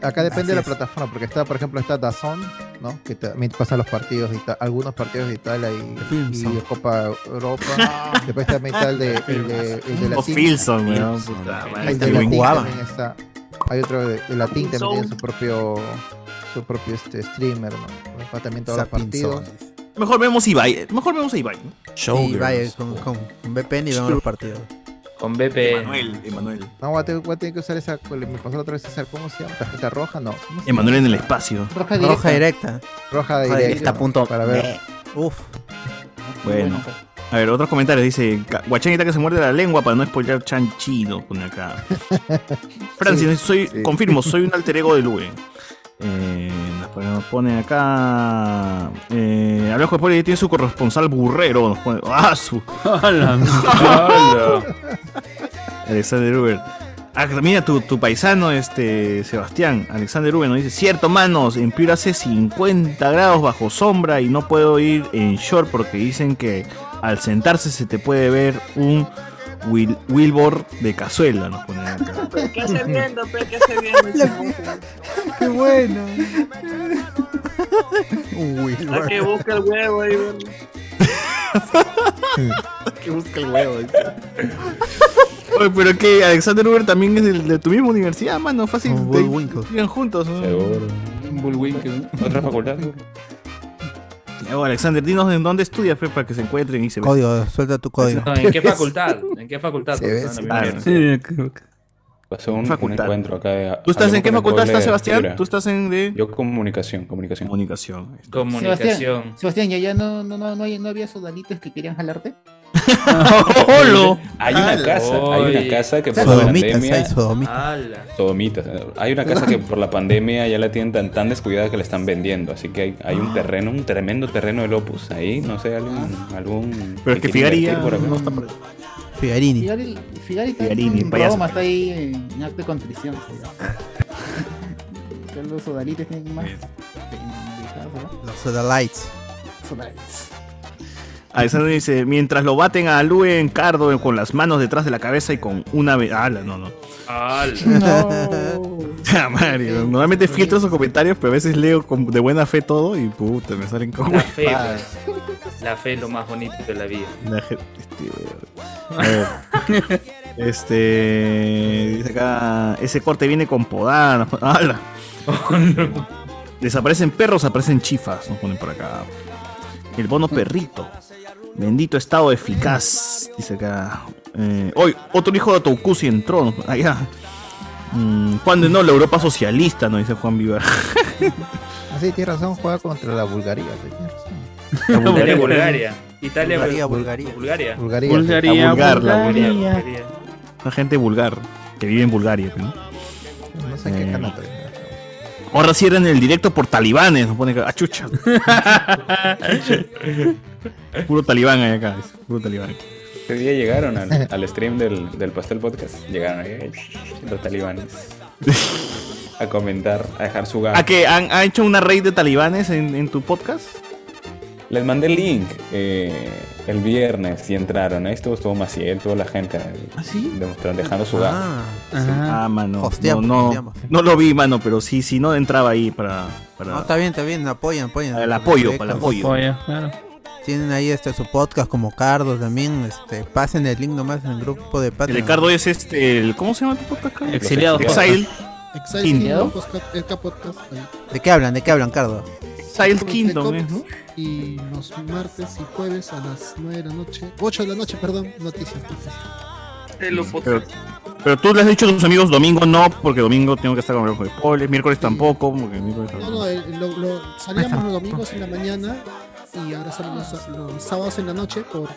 Speaker 12: Acá depende de la
Speaker 18: Así es.
Speaker 12: plataforma, porque está, por ejemplo, está Dazón, ¿no? Que también pasa los partidos, de Ita- algunos partidos de Italia y, y
Speaker 18: Filmson.
Speaker 12: Copa Europa. Después también está el de, el de, el de la
Speaker 2: O
Speaker 12: TIM.
Speaker 2: Filmson, Oh, weón,
Speaker 12: Filmson.
Speaker 2: puta madre.
Speaker 12: El de
Speaker 2: Ahí
Speaker 12: la TIM
Speaker 2: también jugaba.
Speaker 12: también está. Hay otro de, de la TIM también tiene su propio, su propio este, streamer, ¿no? Está también todos los partidos.
Speaker 2: Mejor vemos Ibai, mejor vemos a Ibai. ¿no?
Speaker 18: Sí, vaya, con, con, con VPN y vemos los partidos.
Speaker 5: Con VPN.
Speaker 2: Emanuel, Emanuel.
Speaker 12: No, voy a, tener, voy a tener que usar esa. Me pasó la otra vez César, ¿cómo se llama? ¿Tarjeta roja? No. ¿Cómo se
Speaker 2: Emanuel en el
Speaker 12: llama?
Speaker 2: espacio.
Speaker 18: Roja directa.
Speaker 12: Roja
Speaker 18: Roja
Speaker 12: directa.
Speaker 18: directa punto
Speaker 12: Para ver.
Speaker 18: Uf.
Speaker 2: Bueno. pues. A ver, otros comentarios. Dice, "Ca- guachanita que se muerde la lengua para no spoiler chan chino. Pone (laughs) acá. Francis, soy, confirmo, soy un alter ego de Lue. (laughs) Eh, nos pone- nos pone acá. Eh, Alejo de Poli tiene su corresponsal burrero. Nos pone. ¡Ah, su! (laughs) Alexander Uber. Ah, que mira, tu, tu paisano, este Sebastián, Alexander Uber, nos dice: Cierto, manos, en Piura hace 50 grados bajo sombra y no puedo ir en short porque dicen que al sentarse se te puede ver un Wil- Wilbur de cazuela. Nos pone acá.
Speaker 15: Pero ¿Qué hace viendo? pero ¿Qué hace viendo?
Speaker 18: Qué bueno. Uy,
Speaker 15: Ah, que busca el huevo ahí, bueno.
Speaker 14: que busca el huevo.
Speaker 2: Oye, pero que Alexander Uber también es del- de tu misma universidad, mano, fácil. de- Viven juntos. ¿no?
Speaker 5: Un bullwinkel.
Speaker 14: Otra facultad.
Speaker 2: Ya, bueno, Alexander, dinos en dónde estudias pues, para que se encuentren y se vean.
Speaker 18: Código, suelta tu código.
Speaker 5: No,
Speaker 18: (laughs)
Speaker 5: ¿En qué facultad? ¿En qué facultad?
Speaker 18: Se ve,
Speaker 5: Porque
Speaker 18: se
Speaker 5: son la misma
Speaker 18: ve.
Speaker 2: Ah,
Speaker 5: mierda.
Speaker 14: Pasó un, un
Speaker 2: Facultad.
Speaker 14: encuentro acá. de-
Speaker 2: ¿Tú estás en
Speaker 14: hablamos
Speaker 2: qué
Speaker 14: con el
Speaker 2: facultad
Speaker 14: doble
Speaker 2: estás,
Speaker 14: de
Speaker 2: Sebastián?
Speaker 14: cultura.
Speaker 2: ¿Tú estás en de...?
Speaker 14: Yo comunicación, comunicación.
Speaker 2: Comunicación.
Speaker 13: (laughs) Sebastián,
Speaker 5: Comunicación.
Speaker 13: Sebastián, ¿ya, ya no, no, no, no, hay- no había sodalitos que querían jalarte?
Speaker 2: ¡Holo!
Speaker 14: Hay
Speaker 2: Ah,
Speaker 14: una casa, hay
Speaker 5: Oye.
Speaker 14: una casa que por la
Speaker 18: Sodomitas, hay
Speaker 14: pandemia...
Speaker 18: sodomitas.
Speaker 5: ¡Hala!
Speaker 14: Sodomitas. eh, Hay una casa que por la pandemia ya la tienen tan, tan descuidada que la están vendiendo. Así que hay, hay un terreno, un tremendo terreno de Opus ahí. No sé, algún. algún
Speaker 2: Pero es que
Speaker 14: quiere
Speaker 2: Figari ya
Speaker 14: invertir por acá.
Speaker 2: no está por-
Speaker 18: Figarini.
Speaker 13: Figari, Figari está
Speaker 2: Figarini,
Speaker 13: en
Speaker 2: payaso.
Speaker 13: Roma, está ahí en, en acto de contrición. (laughs) Son Los sodalitos tienen más. pendejadas, ¿no?
Speaker 18: Los Sodalites.
Speaker 13: Sodalites.
Speaker 2: Alexander dice, mientras lo baten a Lue en cardo con las manos detrás de la cabeza y con una... ve- ¡Hala, no, (laughs) no!
Speaker 5: ¡Hala!
Speaker 2: Ah, Mario, normalmente filtro esos comentarios, pero a veces leo con- de buena fe todo y puta, me salen como...
Speaker 5: La fe, pues. La fe es lo más bonito de la vida.
Speaker 2: La gente- este, weón. A ver. Este, Dice acá. Ese corte viene con podada. (laughs) ¡Hala! Desaparecen perros, aparecen chifas. Nos ponen por acá. El bono perrito. Bendito estado eficaz. Dice acá. Eh, hoy, otro hijo de Tokusi entró. ¿no? Allá. Mm, Juan de no, la Europa socialista, nos dice Juan Vivar.
Speaker 12: Ah, sí, tienes razón, juega contra la Bulgaria. sí, tienes razón.
Speaker 5: Italia, Bulgaria.
Speaker 18: Bulgaria,
Speaker 5: Italia, Bul-
Speaker 18: Bulgaria.
Speaker 5: Bulgaria.
Speaker 12: Bulgaria.
Speaker 2: Bulgaria, vulgar, la
Speaker 5: Bulgaria,
Speaker 2: vulgar.
Speaker 5: Bulgaria.
Speaker 2: La gente vulgar que vive en Bulgaria. pues, ¿no?
Speaker 12: No sé en qué
Speaker 2: Eh.
Speaker 12: canal estoy.
Speaker 2: Ahora cierran el directo por talibanes, nos pone "Ah, acá. ¡Achucha! (laughs) puro talibán hay acá, dice, puro talibán.
Speaker 14: Ese día llegaron al, (laughs) al stream del, del Pastel Podcast. Llegaron ahí los
Speaker 2: (laughs)
Speaker 14: talibanes a comentar, a dejar su gato.
Speaker 2: ¿A que han, ha hecho una raid de talibanes en, en tu podcast?
Speaker 14: Les mandé el link eh, el viernes y entraron. Ahí estuvo, estuvo Maciel, toda la gente demostrando, dejando su gato.
Speaker 2: Ah, mano.
Speaker 18: Hosteamos,
Speaker 2: no, no,
Speaker 18: hosteamos.
Speaker 2: no lo vi, mano, pero sí, si no entraba ahí para. para-
Speaker 18: No, está bien, está bien, apoyan, apoyan.
Speaker 2: Para el apoyo,
Speaker 18: Proyectos.
Speaker 2: para el apoyo. Apoyo,
Speaker 18: Tienen ahí este su podcast como Cardo también, este, pasen el link nomás en el grupo de
Speaker 2: El
Speaker 18: Patreon.
Speaker 2: Ricardo es este. el- ¿Cómo se llama tu podcast? Carlos?
Speaker 9: Exiliados
Speaker 2: Exile.
Speaker 10: Exile
Speaker 2: Kingdom.
Speaker 10: Podcast- el Capodcast, ahí.
Speaker 18: ¿De qué hablan? ¿De qué hablan, Cardo?
Speaker 2: Exile
Speaker 10: Sobre
Speaker 2: Kingdom,
Speaker 10: cómics,
Speaker 2: ¿eh? ¿es, ¿no?
Speaker 10: Y los martes y jueves a las 9 de la noche, 8 de la noche, perdón, noticias. noticias.
Speaker 15: Te Eh, lo pot-
Speaker 2: Pero, pero tú le has dicho a tus amigos domingo no, porque domingo tengo que estar con el ojo de pole, miércoles tampoco, porque miércoles
Speaker 10: No, no, el- lo- lo- salíamos los domingos en la mañana y ahora salimos a- los sábados en la noche por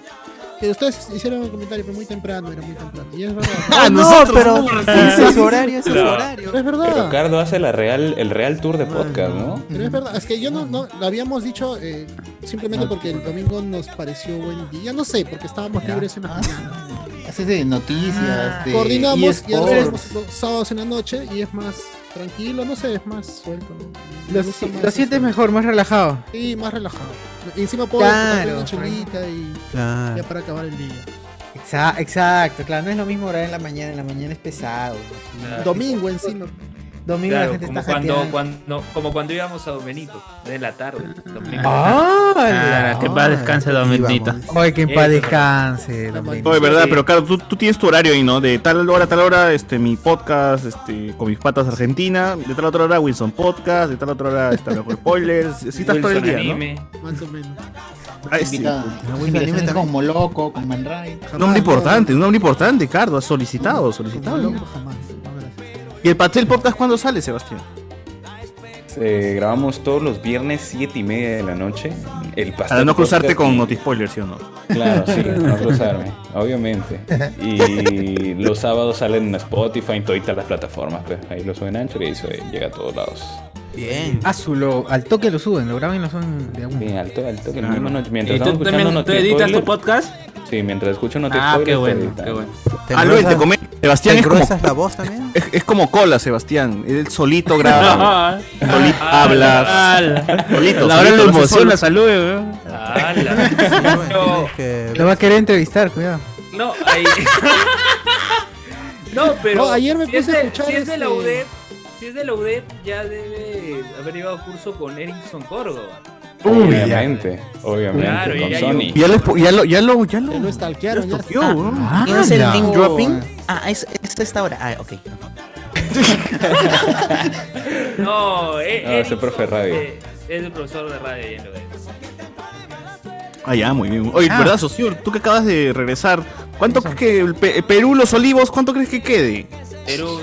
Speaker 10: Que ustedes hicieron el comentario, pero muy temprano, era muy temprano. Y es verdad.
Speaker 1: Ah, no,
Speaker 10: nosotros,
Speaker 1: pero
Speaker 10: no,
Speaker 1: ese es su horario, ese es su
Speaker 14: No.
Speaker 1: horario.
Speaker 10: Pero es verdad.
Speaker 14: Pero Cardo hace la real, el real tour de podcast, ¿no?
Speaker 10: Pero es verdad, es que yo no, no lo habíamos dicho eh, simplemente porque el domingo nos pareció buen día. No sé, porque estábamos libres en la mañana.
Speaker 13: Haces de
Speaker 18: Ah.
Speaker 13: noticias, de
Speaker 10: Coordinamos y ahora
Speaker 13: eSports.
Speaker 10: hacemos los sábados en la noche y es más tranquilo, no sé, es más suelto. Me
Speaker 7: Lo,
Speaker 10: gusta más
Speaker 7: lo sientes mejor, más relajado.
Speaker 10: Sí, más relajado. Y encima puedo
Speaker 7: Claro,
Speaker 10: tomarme una chelita y
Speaker 7: Claro.
Speaker 10: ya para acabar
Speaker 18: (laughs)
Speaker 10: el día.
Speaker 7: Exa- Exacto, claro, no es lo mismo orar en la mañana, en la mañana es pesado.
Speaker 5: Claro.
Speaker 10: Domingo encima.
Speaker 7: Domingo la
Speaker 5: Claro,
Speaker 7: gente
Speaker 5: como
Speaker 7: está
Speaker 5: cuando,
Speaker 7: jateando.
Speaker 5: cuando, como cuando íbamos a Domenito, de la tarde. domingo.
Speaker 7: ¡Ah!
Speaker 3: que en paz descanse, don Benito.
Speaker 7: Ay, que en paz
Speaker 3: Eso.
Speaker 7: descanse, don
Speaker 2: No, es verdad,
Speaker 7: Benito.
Speaker 2: pero claro, tú, tú tienes tu horario ahí, ¿no? De tal hora a tal hora, este, mi podcast, este, con mis patas Argentina, de tal a otra hora Wilson Podcast, de tal a otra hora está
Speaker 10: (laughs)
Speaker 2: mejor spoilers, si estás todo el día, ¿no?
Speaker 10: Más o menos.
Speaker 2: Ay, sí.
Speaker 13: Invitado.
Speaker 7: Ah,
Speaker 13: Invitaciones como loco, con Manray.
Speaker 2: Un hombre importante, un hombre importante, Cardo, has solicitado, solicitado. ¿Y el pastel podcast cuándo sale, Sebastián?
Speaker 14: Eh, grabamos todos los viernes, 7 y media de la noche. El pastel
Speaker 2: Para no cruzarte
Speaker 14: podcast
Speaker 2: con
Speaker 14: y-
Speaker 2: Notispoilers, ¿sí o no?
Speaker 14: Claro, sí, no cruzarme, obviamente. Y los sábados salen en Spotify, en todas las plataformas. Pues. Ahí lo suben ancho y ahí sube- llega a todos lados.
Speaker 7: Bien. Ah, su, lo- al toque lo suben, lo graban y lo suben
Speaker 14: Sí,
Speaker 7: de uno.
Speaker 14: alto, alto.
Speaker 7: Claro.
Speaker 14: Mientras
Speaker 7: ¿Y tú
Speaker 14: estamos escuchando
Speaker 7: también- tú
Speaker 14: Notispoilers-
Speaker 7: editas tu
Speaker 3: podcast?
Speaker 14: Sí, mientras escucho no
Speaker 3: Ah, qué bueno, qué bueno.
Speaker 2: Aló, Ah, te comento, Sebastián es como,
Speaker 18: la voz también?
Speaker 2: es, es como cola, Sebastián. Él solito graba.
Speaker 3: No.
Speaker 2: solito
Speaker 3: (laughs) Ah,
Speaker 2: habla.
Speaker 3: ala.
Speaker 2: Solito.
Speaker 3: La hora
Speaker 2: solito,
Speaker 3: lo
Speaker 2: no se
Speaker 3: emociona,
Speaker 2: solo-
Speaker 3: salude, weón.
Speaker 7: Lo va a querer entrevistar, cuidado.
Speaker 5: No, ahí. (laughs) no, pero.
Speaker 10: No, ayer me
Speaker 5: si es
Speaker 10: puse a
Speaker 5: de-
Speaker 10: escuchar
Speaker 5: Si es de la
Speaker 10: este-
Speaker 5: UDEP, si es de la UDEP, ya debe haber llevado curso con Erickson
Speaker 10: (laughs)
Speaker 5: Córdoba.
Speaker 2: Uy, ya.
Speaker 14: obviamente, obviamente,
Speaker 5: Claro, y
Speaker 14: con
Speaker 5: ya
Speaker 14: Sony.
Speaker 2: Ya, lo, ya, lo, ya lo, ya lo,
Speaker 10: Lo stalkearon, ya
Speaker 2: Yo, weón.
Speaker 7: Ah,
Speaker 16: ¿Y no es el
Speaker 2: Ala.
Speaker 16: link dropping? Ah, es, es esta hora. Ah, ok.
Speaker 5: No,
Speaker 10: Ah,
Speaker 5: eh,
Speaker 14: No, ese profe de radio.
Speaker 5: eh, es el profesor de radio ahí en la UDEP.
Speaker 2: Ah, ya, muy bien. Oye,
Speaker 5: Ah.
Speaker 2: ¿verdad, socio? Tú que acabas de regresar, ¿cuánto crees que el Pe- Perú, los olivos, cuánto crees que quede?
Speaker 5: Perú,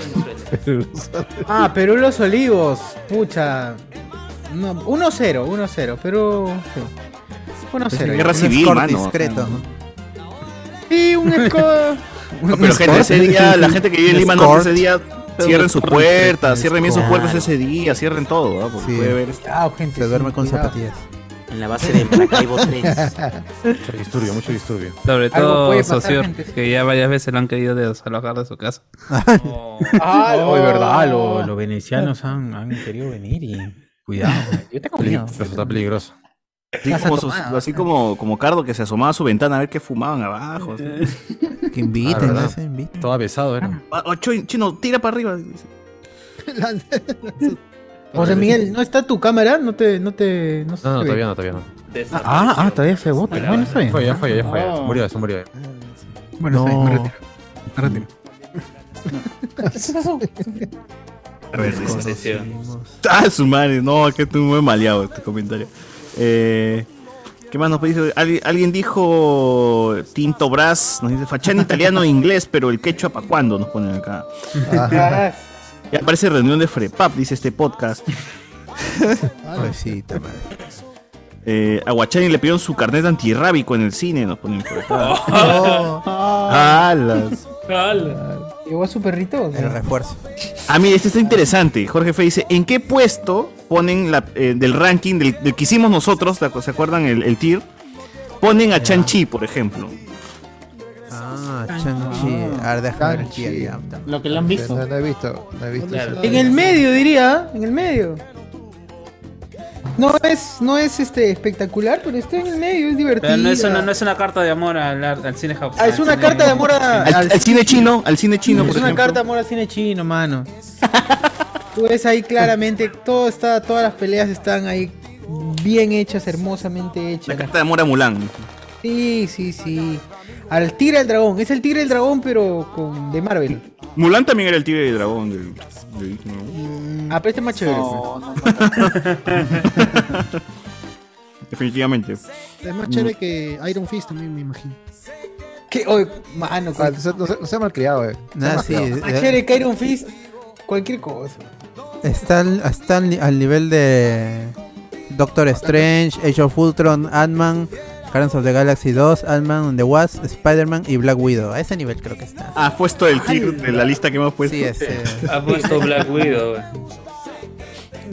Speaker 7: Ah, Perú los olivos. Pucha. No, 1-0, 1-0, Perú. sí. 1-0.
Speaker 2: Es guerra
Speaker 7: Un
Speaker 2: civil,
Speaker 7: score
Speaker 2: mano.
Speaker 7: discreto. Sí, un score.
Speaker 2: No, pero gente, ese día, la gente que vive en
Speaker 7: Un
Speaker 2: Lima Norte ese
Speaker 7: escort.
Speaker 2: día, cierren sus
Speaker 7: Escort.
Speaker 2: puertas, cierren bien sus
Speaker 7: Escort.
Speaker 2: puertas ese día, cierren todo, ¿ah? Porque puede haber-
Speaker 7: Ah, gente.
Speaker 18: Se
Speaker 7: sí,
Speaker 18: duerme con
Speaker 7: cuidado.
Speaker 18: zapatillas.
Speaker 16: En la base de Maracaibo 3.
Speaker 4: Mucho disturbio, mucho disturbio.
Speaker 3: Sobre
Speaker 16: Algo
Speaker 3: todo,
Speaker 16: puede pasar,
Speaker 3: socio,
Speaker 16: gente.
Speaker 3: que ya varias veces lo han querido desalojar de su
Speaker 7: (laughs)
Speaker 3: casa.
Speaker 7: Ah,
Speaker 8: No,
Speaker 7: no.
Speaker 8: es verdad,
Speaker 7: Oh.
Speaker 8: lo- los venecianos han, han querido venir y. Cuidado.
Speaker 4: (laughs)
Speaker 7: (laughs)
Speaker 8: Yo te
Speaker 4: Peli-
Speaker 8: confío.
Speaker 4: Eso está peligroso.
Speaker 2: Así,
Speaker 8: Casa
Speaker 2: como, sus-
Speaker 8: tomada.
Speaker 2: así como, como Cardo que se asomaba a su ventana a ver qué fumaban abajo.
Speaker 18: Eh. Que inviten,
Speaker 4: Ah, ¿verdad?
Speaker 18: ese inviten.
Speaker 4: Todo besado era.
Speaker 2: Ah, oh, chino, tira para arriba.
Speaker 7: (laughs) José Miguel, ¿no está tu cámara? ¿No te.? No, te, no, se
Speaker 4: No, no,
Speaker 7: ve?
Speaker 4: todavía no, todavía no.
Speaker 7: Ah, ah, todavía se vota. Bueno, está bien.
Speaker 4: Fue ya, fue ya, fue
Speaker 7: Ah.
Speaker 4: ya. Murió, se murió.
Speaker 7: Bueno, está bien, me retiro.
Speaker 8: (laughs)
Speaker 7: Me retiro.
Speaker 2: A ver, dice. Ah, su madre, no, que estoy muy maleado este comentario. Eh, ¿Qué más nos dice? Al- alguien dijo Tinto Brass, nos dice Fachán italiano e inglés, pero el quechua para cuándo nos ponen acá.
Speaker 7: Ajá.
Speaker 2: Y aparece reunión de Frepap, dice este podcast.
Speaker 18: Pobrecita, madre.
Speaker 2: Eh, a Guachani le pidieron su carnet antirrábico en el cine, nos ponen
Speaker 5: (laughs)
Speaker 2: por acá.
Speaker 5: Oh.
Speaker 8: Ah,
Speaker 2: Alas.
Speaker 7: Oh. ¿Llegó a su perrito? o qué?
Speaker 18: Refuerzo.
Speaker 2: Ah, mira, este está interesante. Jorge Fe dice, ¿en qué puesto ponen la, eh, del ranking del, del que hicimos nosotros, la- ¿se acuerdan el, el tier? Ponen a Chanchi, por ejemplo.
Speaker 18: Ah, Chang-Chi. A ver, déjame ver quién ya.
Speaker 13: Lo que le han visto.
Speaker 12: No, no he visto, no he visto. eso.
Speaker 7: En el medio, diría. En el medio. No es, no es este espectacular, pero está en el medio, es divertido.
Speaker 3: Pero no es, una, no es una carta de amor al, ar- al cine japonés.
Speaker 7: Ah, es una carta de amor a-
Speaker 2: Al, al cine chino, al cine chino,
Speaker 7: es
Speaker 2: por
Speaker 7: una
Speaker 2: ejemplo.
Speaker 7: carta de amor al cine chino, mano. Tú ves ahí claramente, todo está, todas las peleas están ahí bien hechas, hermosamente hechas.
Speaker 2: La carta de amor a Mulan.
Speaker 7: Sí, sí, sí. Al Tigre del Dragón. Es el Tigre del Dragón, pero con de Marvel.
Speaker 2: Mulan también era el tigre de dragón. del- del- ¿no?
Speaker 7: Ah, pero este es más chévere.
Speaker 5: Oh,
Speaker 7: pues.
Speaker 13: No, no,
Speaker 2: (laughs) Definitivamente.
Speaker 10: Es más chévere que Iron Fist también, me imagino.
Speaker 7: Que, oh, mano,
Speaker 12: Ah, no, se- no, se- no sea malcriado, eh. No sea
Speaker 18: Nah, sí,
Speaker 12: malcriado.
Speaker 7: Más Ah, chévere que Iron Fist. Cualquier cosa.
Speaker 18: Está, al, está al, ni- al nivel de Doctor Strange, Age of Ultron, Ant-Man,
Speaker 1: Guardians of the Galaxy 2, Ant-Man and the Wasp, Spider-Man y Black Widow. A ese nivel creo que está.
Speaker 2: Has Mm. puesto el tick de la lista que hemos puesto.
Speaker 1: Sí, es,
Speaker 7: este.
Speaker 1: eh.
Speaker 5: Ha puesto Black Widow. eh.